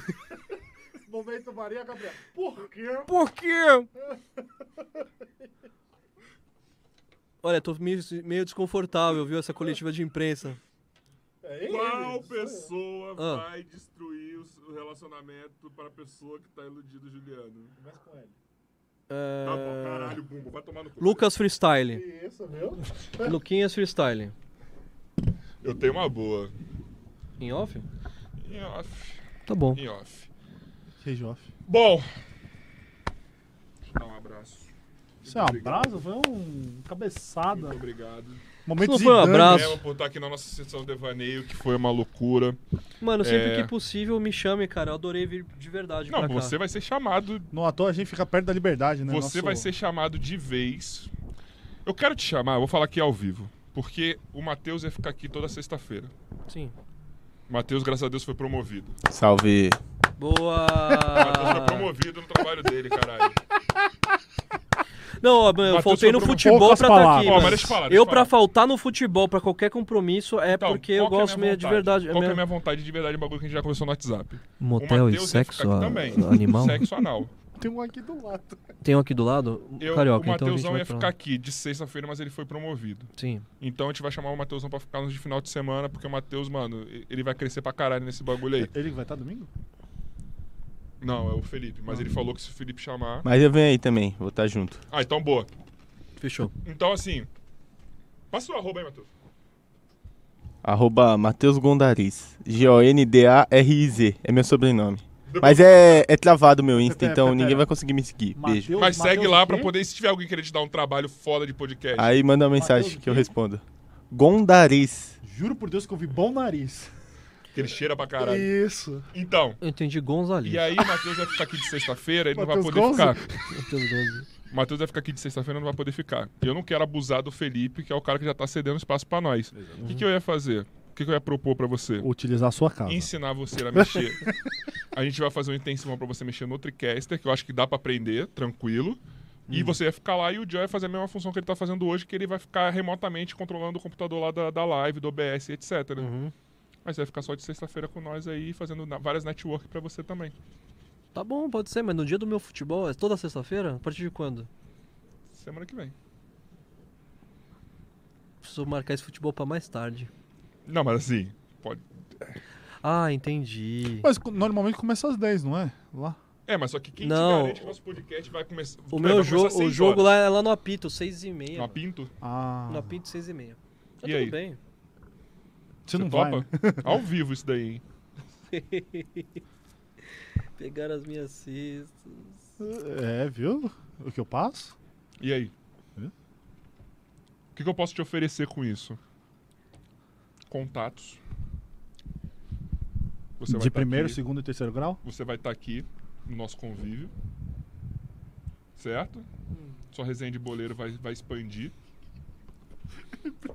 I: Momento Maria Gabriel. Por quê?
C: Por quê? Olha, tô meio, meio desconfortável, viu, essa coletiva de imprensa.
I: É ele?
A: Qual pessoa
C: Ah.
A: vai destruir o s- o relacionamento para a pessoa que tá iludindo o Juliano?
I: Começa com ele.
C: É,
A: Tá bom, caralho, Bumbo, vai tomar no cu.
C: Lucas Freestyle.
I: Isso, viu?
C: Luquinhas Freestyle.
A: Eu tenho uma boa.
C: Em off?
A: Em off,
C: Tá bom.
A: em off.
H: Seja off.
A: Bom. Deixa eu dar um abraço.
I: Isso é um abraço? Foi um cabeçada.
A: Muito obrigado.
C: Isso não
I: Momento
C: foi um
I: Zidane.
H: né?
C: abraço.
A: Mesmo por estar aqui na nossa sessão devaneio, que foi uma loucura.
C: Mano, sempre
A: É.
C: que possível me chame, cara. Eu adorei vir de verdade
A: Não,
C: pra cá.
A: você vai ser chamado
H: Não à toa a gente fica perto da liberdade, né?
A: Você
H: Nosso-
A: vai ser chamado de vez. Eu quero te chamar, eu vou falar aqui ao vivo. Porque o Matheus ia ficar aqui toda sexta-feira.
C: Sim.
A: O Matheus, graças a Deus, foi promovido.
D: Salve.
A: O
C: Boa!
A: Matheus
C: Ah.
A: foi promovido no trabalho dele, caralho.
C: Não, ó, mano, eu
A: Matheus
C: faltei
A: foi
C: no
A: promo-
C: futebol
I: Poucas
C: pra estar aqui.
I: palavras.
C: mano.
A: Ó, mas deixa eu falar, deixa
C: eu,
A: eu falar.
C: pra faltar no futebol, pra qualquer compromisso, é
A: Então,
C: porque eu
A: qual que é a
C: gosto
A: minha
C: mesmo de
A: vontade?
C: verdade. É
A: Qual que é a
C: minha-
A: minha vontade de verdade, um bagulho que a gente já conversou no WhatsApp?
C: Motel
A: o Matheus
C: e
A: ia ficar
C: sexo
A: aqui
C: a-
A: também.
C: animal?
A: Sexo anal.
I: Tem um aqui do lado.
C: Tem um aqui do lado?
A: Eu,
C: Carioca,
A: o
C: então a gente
A: Matheusão
C: vai
A: ia
C: pra
A: ficar
C: lá.
A: aqui de sexta-feira, mas ele foi promovido.
C: Sim.
A: Então a gente vai chamar o Matheusão pra ficar nos de final de semana, porque o Matheus, mano, ele vai crescer pra caralho nesse bagulho aí.
I: Ele vai estar domingo? Ah.
A: Não, é o Felipe, mas ele falou que se o Felipe chamar.
D: Mas eu venho aí também, vou estar junto.
A: Ah, então boa.
C: Fechou.
A: Então assim. Passa o arroba aí, Matheus.
D: Arroba Matheus Gondariz. G-O-N-D-A-R-I-Z. É meu sobrenome. Mas é, é travado o meu Insta,
I: Pera,
D: então
I: pera,
D: ninguém
I: pera.
D: vai conseguir me seguir. Beijo.
A: Mas segue lá pra
I: pra
A: poder, se tiver alguém querendo te dar um trabalho foda de podcast.
I: Ah.
D: Aí manda uma mensagem
I: Matheus o
D: que eu
I: quê?
D: respondo. Gondariz.
I: Juro por Deus que eu vi bom nariz.
A: Que ele cheira pra caralho.
I: Isso.
A: Então,
C: Eu entendi
A: e
C: Gonzalez.
A: aí o Matheus vai ficar aqui de sexta-feira, ele não vai
I: Matheus
A: poder
I: Gonzo?
A: ficar.
C: Matheus Gonzalez.
A: O Matheus vai ficar aqui de sexta-feira, não vai poder ficar. E eu não quero abusar do Felipe, que é o cara que já tá cedendo espaço pra nós. O que, que eu ia fazer? O que, que eu ia propor pra você?
I: Utilizar a sua casa.
A: Ensinar você a mexer. a gente vai fazer um intensivão pra você mexer no TriCaster, que eu acho que dá pra aprender, tranquilo. E você ia ficar lá e o Joe vai fazer a mesma função que ele tá fazendo hoje, que ele vai ficar remotamente controlando o computador lá da, da live, do OBS, etc. né? Mas você vai ficar só de sexta-feira com nós aí, fazendo na- várias network pra você também.
C: Tá bom, pode ser, mas no dia do meu futebol, é toda sexta-feira? A partir de quando?
A: Semana que vem.
C: Preciso marcar esse futebol pra mais tarde.
A: Não, mas assim, pode.
C: Ah, entendi.
H: Mas co- normalmente começa às 10, não é? Lá.
A: É, mas só que quem te
C: Não.
A: garante que nosso podcast vai começar.
C: O
A: vai
C: meu
A: começar
C: jogo,
A: às
C: o
A: seis
C: jogo
A: horas.
C: lá é lá no apito, seis e meia.
A: Na Pinto?
H: Ah.
C: No apito, seis e meia. Tá
A: E
C: tudo
A: aí?
C: bem.
H: Você não vai,
A: topa?
H: né?
A: Ao vivo isso daí, hein?
C: Pegaram as minhas cestas.
H: É, viu? O que eu passo?
A: E aí?
H: Hã?
A: O que, que eu posso te oferecer com isso? Contatos. Você
H: De
A: tá
H: primeiro,
A: aqui,
H: segundo e terceiro grau?
A: Você vai estar aqui no nosso convívio. Certo?
C: Hum.
A: Sua resenha de boleiro vai, vai expandir.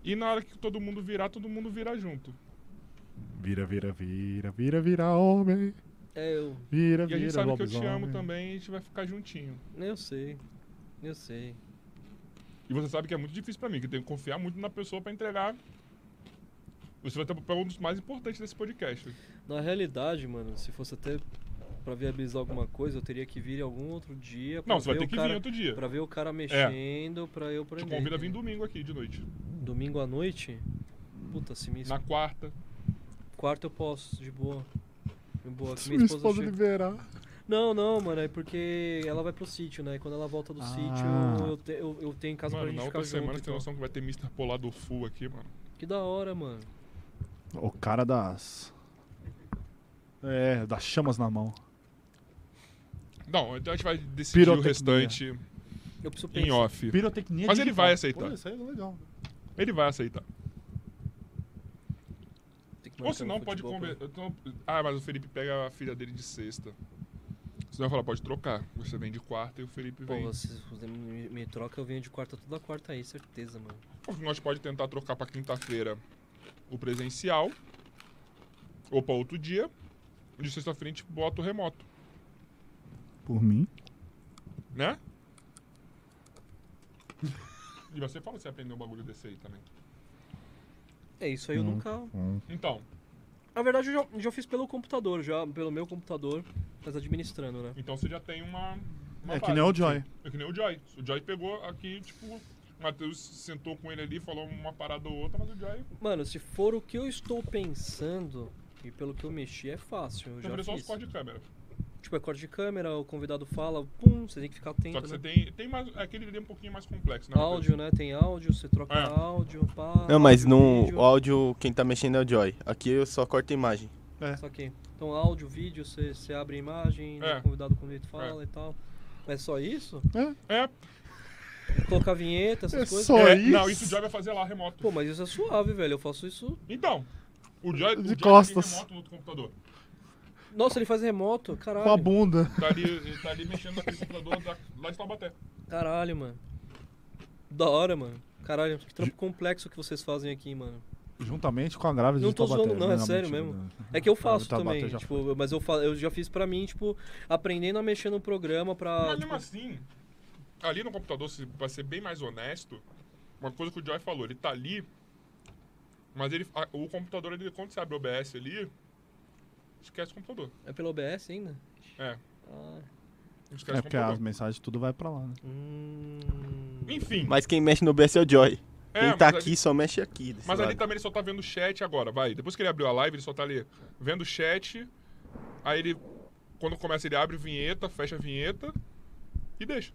A: E na hora que todo mundo virar, todo mundo vira junto.
I: Vira, vira, vira, vira, vira homem.
C: É, eu,
I: Vira,
A: E
I: vira,
A: a gente sabe que eu te
I: lobisomem.
H: né?
A: amo também e a gente vai ficar juntinho.
C: eu sei. Eu sei.
A: E você sabe que é muito difícil pra mim, que eu tenho que confiar muito na pessoa pra entregar. Você vai ter o papel um dos mais importantes desse podcast.
C: Na realidade, mano, se fosse até pra viabilizar alguma coisa, eu teria que vir algum outro dia. Pra
A: Não, você vai
C: ver
A: ter
C: o
A: que
C: cara,
A: vir outro dia. É.
C: Pra ver o cara mexendo, pra eu
A: Te
C: aprender.
A: convido a vir
C: entendeu?
A: domingo aqui de noite.
C: Domingo à noite? Puta, se me
A: Na quarta.
C: Quarto eu posso, de boa. De boa.
I: Se
C: Minha esposa chega-
I: liberar.
C: Não, não, mano, é porque ela vai pro sítio, né? E quando ela volta do sítio, eu, te- eu, eu tenho em casa
A: Mano,
C: pra
A: na
C: gente ficar
A: outra semana
C: junto.
A: você tem
C: então.
A: noção que vai ter Mr. Polado Full aqui, mano.
C: Que da hora, mano.
I: O cara das. É, das chamas na mão.
A: Não, então a gente vai decidir o
I: Pirotecnia.
A: restante.
C: Eu preciso
A: Em
C: pensar.
A: off.
H: Pirotecnia
A: Mas ele
H: digital.
A: vai aceitar.
H: Pô, isso aí é legal.
A: Ele vai aceitar.
C: Tem que
A: Ou
C: marcar
A: se
C: um
A: não, pode
C: futebol pra-
A: comer. Ah, mas o Felipe pega a filha dele de sexta. Senão eu falar, pode trocar. Você vem de quarta e o Felipe
C: Pô,
A: vem.
C: vocês você me, me troca, eu venho de quarta toda quarta aí, certeza, mano.
A: Nós pode tentar trocar pra quinta-feira o presencial. Ou pra outro dia. De sexta-feira a gente bota o remoto,
H: Por mim.
A: né? E você fala que você aprendeu um bagulho desse aí também.
C: É isso aí, eu nunca.
A: Então,
C: Na verdade, eu já, já fiz pelo computador, já pelo meu computador, mas administrando, né?
A: então você já tem uma. uma
H: É que
A: base.
H: nem o Joy.
A: É que nem o Joy. O Joy pegou aqui, tipo, o Matheus sentou com ele ali, falou uma parada ou outra, mas o Joy.
C: Mano, se for o que eu estou pensando e pelo que eu mexi, é fácil. Eu
A: Já
C: já
A: só os
C: fiz.
A: cortes de câmera.
C: Tipo, é corte de câmera, o convidado fala, pum, você tem que ficar
A: Só que
C: atento,
A: você
C: né?
A: tem. Tem mais. Aquele ali é um pouquinho mais complexo, né? Matheus?
C: Áudio, né? Tem áudio, você troca
A: É.
C: áudio, pá.
D: Não, mas
C: áudio,
D: no
C: vídeo.
D: o áudio, quem tá mexendo é o Joy. Aqui eu só corto a imagem.
C: Só que, então áudio, vídeo, você, você abre a imagem,
A: É.
C: o convidado com jeito fala e tal. É só isso?
A: É,
C: Colocar vinheta, essas coisas?
I: Só
A: é,
I: isso?
A: Não, isso o Joy vai fazer lá, remoto.
C: Pô, mas isso é suave, velho. Eu faço isso.
A: Então. O Joy, o
I: De
A: Joy
I: costas.
A: Tem remoto no outro computador.
C: Nossa, ele faz remoto?
I: Com a
C: Caralho.
I: bunda.
A: Tá ali, ele tá ali mexendo naquele computador da, lá de Taubaté.
C: Caralho, mano. Da hora, mano. Caralho, que trampo complexo que vocês fazem aqui, mano.
H: Juntamente com a grávida
C: Não
H: de
C: tô
H: Taubaté,
C: zoando, não, é sério
H: mentira,
C: mesmo.
H: né?
C: É que eu faço
H: Taubaté
C: também,
H: já
C: tipo, mas eu, fa- eu já fiz pra mim, tipo, aprendendo a mexer no programa
D: Ah,
C: pra. tipo,
D: tipo-
A: Mas mesmo assim, ali no computador, se- pra ser bem mais honesto, uma coisa que o Joy falou, ele tá ali, mas ele, a- o computador, ele, quando você abre o OBS ali, esquece o computador.
C: É pelo OBS ainda?
A: É.
C: Ah,
A: Esquece
H: É
A: o
H: porque as
A: computador.
H: mensagens tudo vai pra lá, né?
C: hum.
A: Enfim.
D: Mas quem mexe no BS é o Joy.
A: é,
D: quem tá
A: mas
D: aqui só mexe aqui. desse
A: Mas ali
D: lado.
A: também ele só tá vendo o chat agora, vai. Depois que ele abriu a live, ele só tá ali vendo o chat. Aí ele, quando começa, ele abre a vinheta, fecha a vinheta e deixa.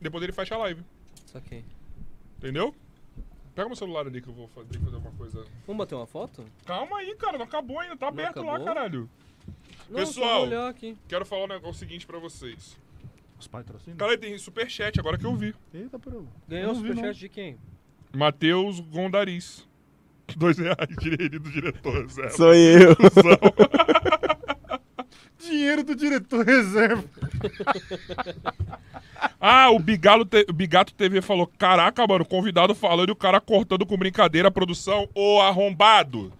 A: Depois ele fecha a live,
C: Saquei.
A: entendeu? Pega meu celular ali que eu vou fazer, fazer alguma coisa.
C: Vamos bater uma foto?
A: Calma aí, cara, não acabou ainda, tá aberto lá,
C: acabou?
A: caralho.
C: Não, só
A: Pessoal.
C: vou olhar aqui.
A: Quero falar o nego- o seguinte pra vocês.
H: Os patrocínios.
A: Cara, tem superchat agora que eu vi.
H: Eita, peraí.
C: Ganhou o
H: não vi,
C: superchat
H: não.
C: de quem?
A: Matheus Gondaris. Dois reais, direito do diretor, Zé.
D: Sou eu.
I: Dinheiro do diretor reserva.
A: Ah, o, Bigalo Te- o Bigato TV falou: Caraca, mano, convidado falando e o cara cortando com brincadeira a produção, ô arrombado.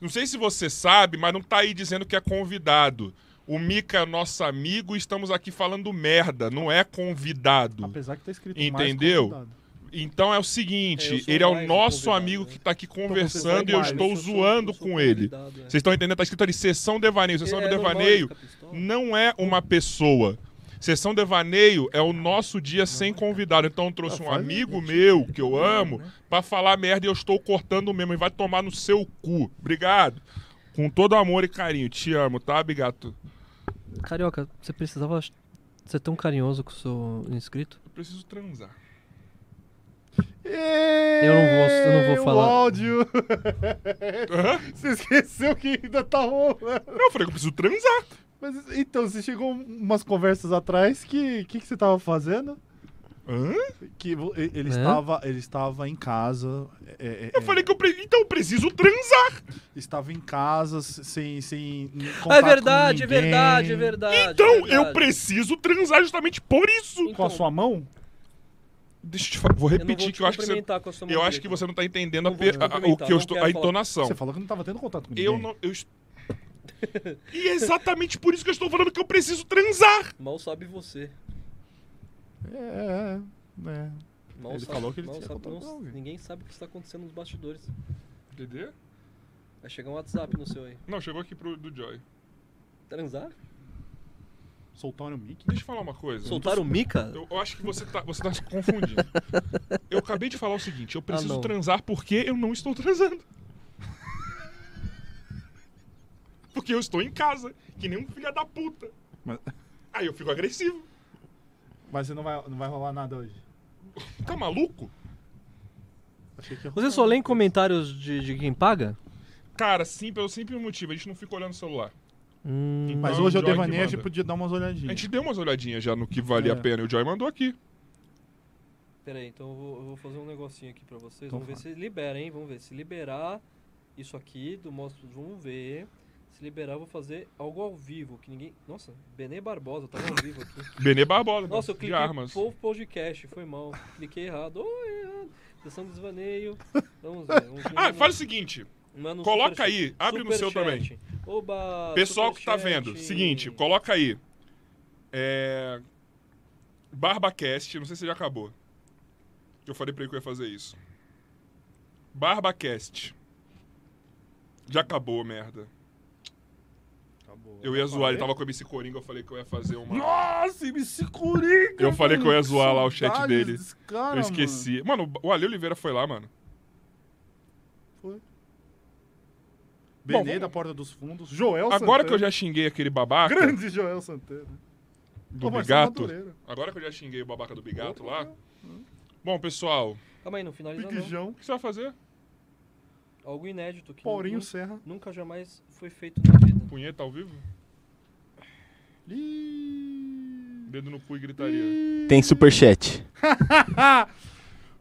A: Não sei se você sabe, mas não tá aí dizendo que é convidado. O Mika é nosso amigo e estamos aqui falando merda, não é convidado.
H: Apesar que tá escrito
A: Entendeu?
H: mais convidado.
A: Então é o
C: É, eu
A: seguinte,
C: sou
A: ele é o
C: mais
A: nosso
C: convidado,
A: amigo
C: né?
A: que tá aqui conversando e
H: são
A: eu
H: iguais,
A: estou
C: eu sou- um
A: zoando
C: eu sou
A: com ele.
C: convidado, é.
A: Vocês estão entendendo? Tá escrito ali sessão devaneio. Sessão
C: É,
A: de
C: é normal
A: devaneio
C: ele ficar pistola.
A: não é uma pessoa. Sessão Devaneio é o nosso dia sem convidado. Então eu trouxe um amigo meu que eu amo pra falar merda e eu estou cortando mesmo. E vai tomar no seu cu. Obrigado. Com todo amor e carinho. Te amo, tá, Bigato?
C: Carioca, você precisava ser tão carinhoso com o seu inscrito?
A: Eu preciso transar.
C: Eu não vou, eu não vou
I: O
C: falar.
I: áudio. Você esqueceu que ainda tá rolando.
A: Não, eu falei que eu preciso transar.
I: Mas então, você chegou umas conversas atrás que. O que, que você tava fazendo?
A: Hã?
H: Que vo- e- ele,
C: Né?
H: estava, ele estava em casa. é, é,
A: Eu
H: é,
A: falei que eu pre... então eu preciso transar.
H: Estava em casa s- sem. sem
C: Ah, é
H: contato com
C: verdade, é
H: ninguém.
C: verdade, é verdade. é
A: Então
C: verdade.
A: eu preciso transar justamente por isso.
H: Com a sua mão?
A: Deixa eu te falar. Vou
C: Então, Eu não vou
A: repetir
C: te
A: que eu acho que você.
C: cumprimentar com a sua mão
A: Eu acho
C: direita.
A: que você não tá entendendo a
C: Não
A: pe-
C: vou te
A: a- a- o
C: cumprimentar,
A: que eu
C: não
A: estou.
C: quero
A: A
C: falar.
A: entonação.
H: Você falou que não tava tendo contato com ninguém.
A: Eu não. Eu est- e é exatamente por isso que eu estou falando que eu preciso transar.
C: Mal sabe você.
I: É, é.
C: Mal
H: Ele
C: sabe,
H: falou que ele
C: mal
H: tinha
C: sabe-
H: contato
C: não-
H: com alguém.
C: Ninguém sabe o que está acontecendo nos bastidores.
A: Entendeu?
C: Vai chegar um WhatsApp no seu aí.
A: Não, chegou aqui pro do Joy.
C: Transar?
H: Soltaram o mic?
A: Deixa eu falar uma coisa.
C: Soltar o Mika?
A: Eu, eu acho que você tá, você tá se confundindo. Eu acabei de falar o seguinte: eu preciso
C: Ah, não.
A: transar porque eu não estou transando. Porque eu estou em casa, que nem um filho da puta.
H: Mas-
A: Aí eu fico agressivo.
H: Mas você não vai, não vai rolar nada hoje.
A: Tá maluco?
H: Achei que ia
C: Você só lê em comentários de, de quem paga?
A: Cara, sim, pelo simples motivo, a gente não fica olhando o celular.
C: Hum,
H: Mas
A: Não,
H: hoje eu
A: Joy que
H: devaneio, a gente
A: manda.
H: podia dar umas
A: A
H: olhadinhas.
A: gente deu umas olhadinhas já no que valia
H: É.
A: a pena. e O Joy mandou aqui.
C: Pera aí, então eu vou, eu vou fazer um negocinho aqui pra vocês.
A: Então
C: vamos ver se libera, hein? Vamos ver. Se liberar isso aqui do mostro. Vamos ver. Se liberar, eu vou fazer algo ao vivo. Que ninguém. Nossa, Benê Barbosa, tava ao vivo aqui.
A: Benê Barbosa,
C: Nossa, eu
A: de
C: cliquei
A: armas.
C: Povo Podcast, foi mal. Cliquei errado. Oi, errado. Sessão desvaneio. Vamos ver. vamos ver,
A: Ah,
C: vamos-
A: faz o seguinte.
C: Manda um
A: Coloca
C: superchat.
A: aí, abre no seu
C: Superchat. Oba,
A: Pessoal que tá
C: superchat.
A: vendo, seguinte, coloca aí. É. BarbaCast, não sei se já acabou. Eu falei pra ele que eu ia fazer isso. BarbaCast. Já acabou, merda.
N: Acabou.
A: Eu ia zoar, ele tava com a MC Coringa, eu falei que eu ia fazer uma.
N: Nossa, MC Coringa!
A: Eu falei que eu ia zoar lá o chat
N: saudades
A: dele.
N: desse cara,
A: eu esqueci. Mano, o Ale Oliveira foi lá, mano.
N: Benê
A: vamos-
N: da Porta dos Fundos. Joel
A: Agora que
N: Santana.
A: eu já xinguei aquele babaca
N: Grande Joel Santana.
A: do
N: Ô, Marcelo
A: Bigato.
N: Madureira.
A: Agora que eu já xinguei o babaca do Bigato lá. Bom, pessoal,
C: Calma aí, não finaliza não.
N: Piquijão.
A: o que você vai fazer?
C: Algo inédito que
N: Paulinho
C: nunca,
N: Serra.
C: nunca jamais foi feito na vida.
A: Punheta ao vivo?
N: Ih.
A: Dedo no cu e gritaria.
D: Tem superchat.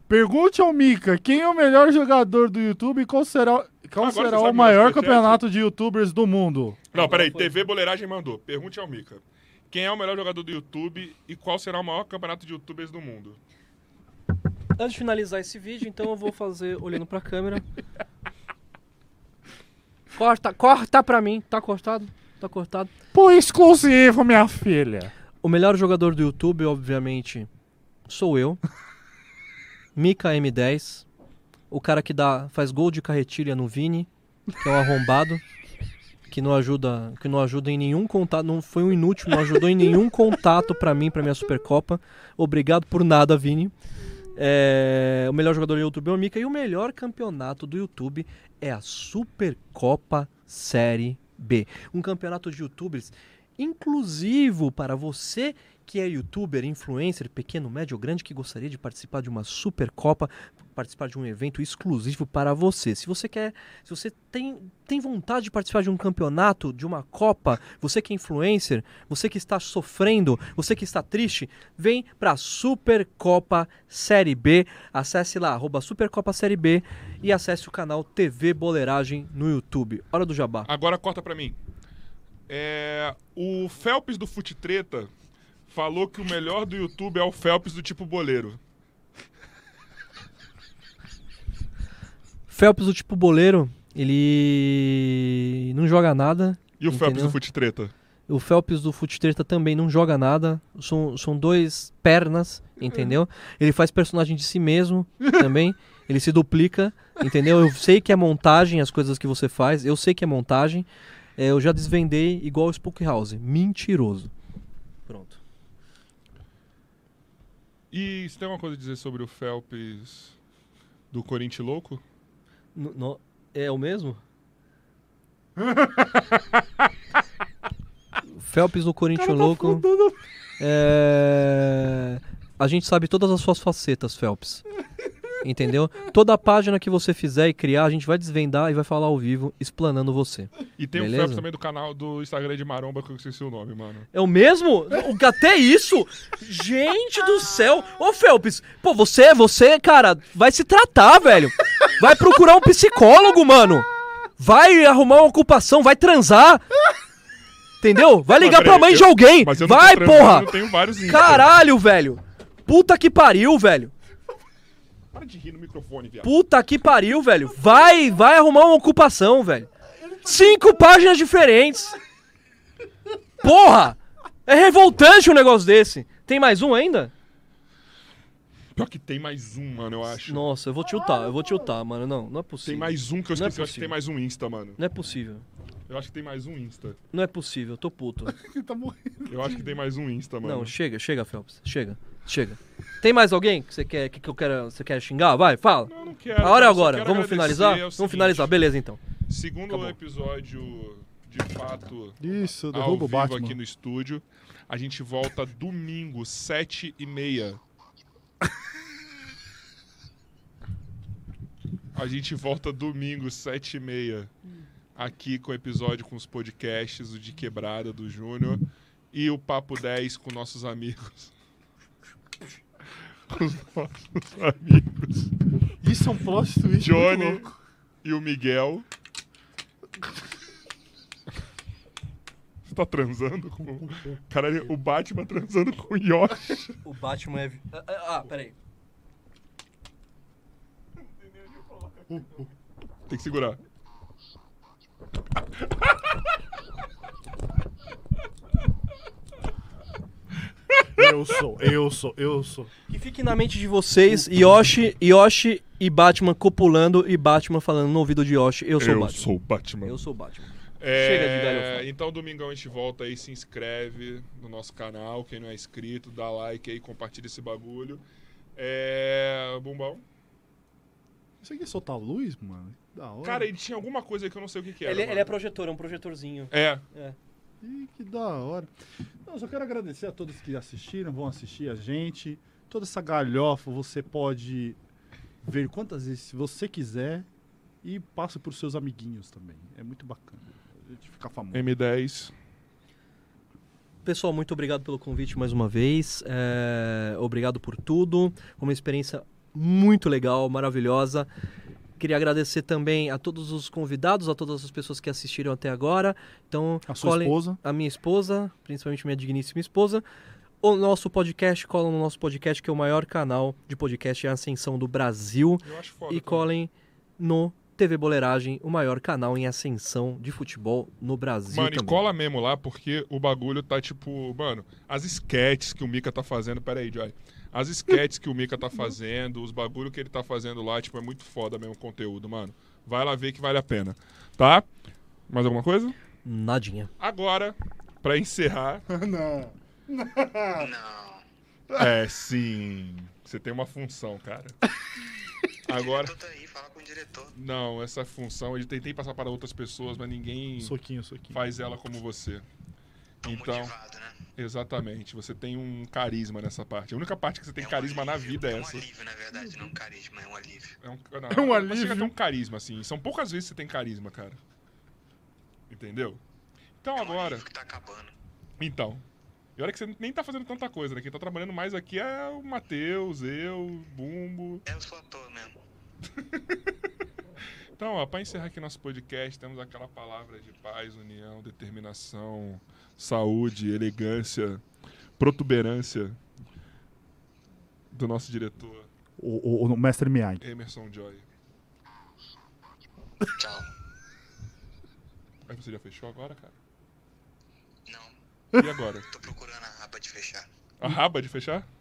H: Pergunte ao Mika quem é o melhor jogador do YouTube e qual será, qual
A: Agora você
H: será
A: sabe
H: o
A: o
H: maior
A: superchat?
H: campeonato de YouTubers do mundo.
A: Não, peraí,
C: foi.
A: TV Boleiragem mandou. Pergunte ao Mika. Quem é o melhor jogador do YouTube e qual será o maior campeonato de youtubers do mundo?
C: Antes de finalizar esse vídeo, então eu vou fazer olhando pra câmera. Corta, corta pra mim. Tá cortado? Tá cortado.
H: Por exclusivo, minha filha.
C: O melhor jogador do YouTube, obviamente, sou eu. Mika M10. O cara que dá, faz gol de carretilha no Vini, que é um arrombado, que não ajuda, que não ajuda em nenhum contato, não foi um inútil, não ajudou em nenhum contato pra mim, pra minha Supercopa. Obrigado por nada, Vini. É, o melhor jogador do YouTube é o Mika e o melhor campeonato do YouTube é a Supercopa Série B. Um campeonato de youtubers inclusivo para você que é youtuber, influencer, pequeno, médio ou grande que gostaria de participar de uma Supercopa, participar de um evento exclusivo para você. Se você quer, se você tem, tem vontade de participar de um campeonato, de uma Copa, você que é influencer, você que está sofrendo, você que está triste, vem para a Supercopa Série B. Acesse lá, arroba Supercopa Série B e acesse o canal TV Boleiragem no YouTube. Hora do Jabá.
A: Agora corta pra mim. É, o Felps do Fute Treta falou que o melhor do YouTube é o Felps do tipo boleiro.
C: Felps, o tipo boleiro, ele não joga nada.
A: E o Felps
C: Entendeu?
A: do Fute Treta?
C: O Felps do Fute Treta também não joga nada. São, são dois pernas, entendeu? Ele faz personagem de si mesmo também. Ele se duplica, entendeu? Eu sei que é montagem as coisas que você faz. Eu sei que é montagem. É, eu já desvendei igual o Spook House. Mentiroso. Pronto.
A: E você tem alguma coisa a dizer sobre o Felps do Corinthians Louco?
C: No- no- é o mesmo? Felps no Corinthians louco. É, A gente sabe todas as suas facetas, Felps. Entendeu? Toda página que você fizer e criar, a gente vai desvendar e vai falar ao vivo, explanando você.
A: E tem o
C: Beleza.
A: Felps também do canal do Instagram de Maromba, que eu esqueci o nome, mano.
C: É o mesmo? O- Até isso? Gente do céu! Ô, Felps, pô, você, você, cara, vai se tratar, velho. Vai procurar um psicólogo, mano. Vai arrumar uma ocupação, vai transar. Entendeu? Vai ligar pra
A: peraí,
C: mãe
A: eu-
C: de alguém.
A: Mas eu não
C: Vai,
A: tô transando,
C: porra!
A: Eu tenho vários links.
C: Caralho, velho. Puta que pariu, velho.
A: Para de rir no microfone, viado.
C: Puta que pariu, velho. Vai, vai arrumar uma ocupação, velho. Cinco páginas diferentes. Porra! É revoltante um negócio desse. Tem mais um ainda?
A: Pior que tem mais um, mano, eu acho.
C: Nossa, eu vou tiltar, eu vou tiltar, mano. Não, não é possível.
A: Tem mais um que eu
C: Não
A: esqueci. eu
C: é
A: acho que tem
C: possível.
A: mais um Insta, mano.
C: Não é possível.
A: Eu acho que tem mais um Insta.
C: Não é possível, eu tô puto.
N: Ele tá morrendo.
A: Eu acho que tem mais um Insta, mano.
C: Não, chega, chega, Phelps. Chega, chega. Tem mais alguém que você quer que, que eu quero, você quer xingar? Vai, fala.
A: Não, não quero.
C: A hora é
A: eu só
C: agora.
A: quero
C: Vamos
A: agradecer,
C: finalizar?
A: é o seguinte,
C: Vamos finalizar, beleza então.
A: Segundo
C: Acabou.
A: episódio, de fato,
H: Isso,
A: ao vivo
H: derruba o Batman.
A: aqui no estúdio. A gente volta domingo, sete e meia. A gente volta domingo, sete e meia. Aqui com o episódio com os podcasts, o de quebrada do Júnior e o Papo 10 com nossos amigos. com os nossos amigos.
H: Isso é um plot twist muito
A: Johnny
H: louco.
A: e o Miguel. Você tá transando com. Caralho, o Batman transando com o Yoshi.
C: O Batman é. Ah, Ah, ah, peraí.
A: Tem que segurar.
H: Eu sou, eu sou, eu sou.
C: Que fique na mente de vocês, Yoshi, Yoshi e Batman copulando e Batman falando no ouvido de Yoshi, eu sou o
A: Eu
C: Batman.
A: sou o Batman.
C: Eu sou o Batman.
A: É,
C: Chega de galhofão.
A: Então, domingão, a gente volta aí, se inscreve no nosso canal. Quem não é inscrito, dá like aí, compartilha esse bagulho. É. Bumbão.
H: Isso aqui é soltar luz, mano? Que Da hora.
A: Cara, ele tinha alguma coisa aí que eu não sei o que, que era.
C: Ele,
A: mano.
C: ele é projetor, é um projetorzinho.
A: É,
H: Ih, que da hora. Não, só quero agradecer a todos que assistiram, vão assistir a gente. Toda essa galhofa você pode ver quantas vezes você quiser e passa por seus amiguinhos também. É muito bacana. A gente fica famoso.
A: M10.
C: Pessoal, muito obrigado pelo convite mais uma vez. É, Obrigado por tudo. Foi Uma experiência muito legal, maravilhosa. Queria agradecer também a todos os convidados, a todas as pessoas que assistiram até agora. Então,
H: A sua
C: colhem-
H: esposa.
C: a minha esposa, principalmente minha digníssima esposa. O nosso podcast, colam no nosso podcast, que é o maior canal de podcast e ascensão do Brasil.
A: Eu acho foda.
C: e
A: também.
C: colhem no TV Boleiragem, o maior canal em ascensão de futebol no Brasil.
A: Mano, e
C: também.
A: cola mesmo lá, porque o bagulho tá tipo. Mano, as sketches que o Mika tá fazendo. Pera aí, Joy. As sketches que o Mika tá fazendo, os bagulho que ele tá fazendo lá, tipo, é muito foda mesmo o conteúdo, mano. Vai lá ver que vale a pena. Tá? Mais alguma coisa?
C: Nadinha.
A: Agora, pra encerrar.
H: Não.
E: Não.
A: É, sim. Você tem uma função, cara. Agora.
E: Tô aí, fala com o diretor.
A: Não, essa função. Eu tentei passar para outras pessoas, mas ninguém
H: Soquinho, soquinho.
A: faz ela como você.
E: Tô
A: Então.
E: motivado, né?
A: Exatamente, você tem um carisma nessa parte. A única parte que você tem
E: É um
A: carisma na
E: alívio,
A: vida é
E: um
A: essa.
E: alívio, na verdade, não um carisma, é um alívio.
A: É um,
H: É um
A: não
H: alívio.
A: chega a ter um carisma, assim. São poucas vezes que você tem carisma, cara. Entendeu? Então
E: É um
A: agora.
E: alívio que tá acabando.
A: Então. E olha que você nem tá fazendo tanta coisa, né? Quem tá trabalhando mais aqui é o Matheus, eu, Bumbo.
E: Eu sou É ator mesmo.
A: Então, ó, pra encerrar aqui nosso podcast, temos aquela palavra de paz, união, determinação, saúde, elegância, protuberância do nosso diretor,
H: O, o, o Mestre Miyagi.
A: Emerson Joy.
E: Tchau.
A: Mas você já fechou agora, cara?
E: Não,
A: E agora?
E: tô procurando a aba de fechar.
A: A raba de fechar?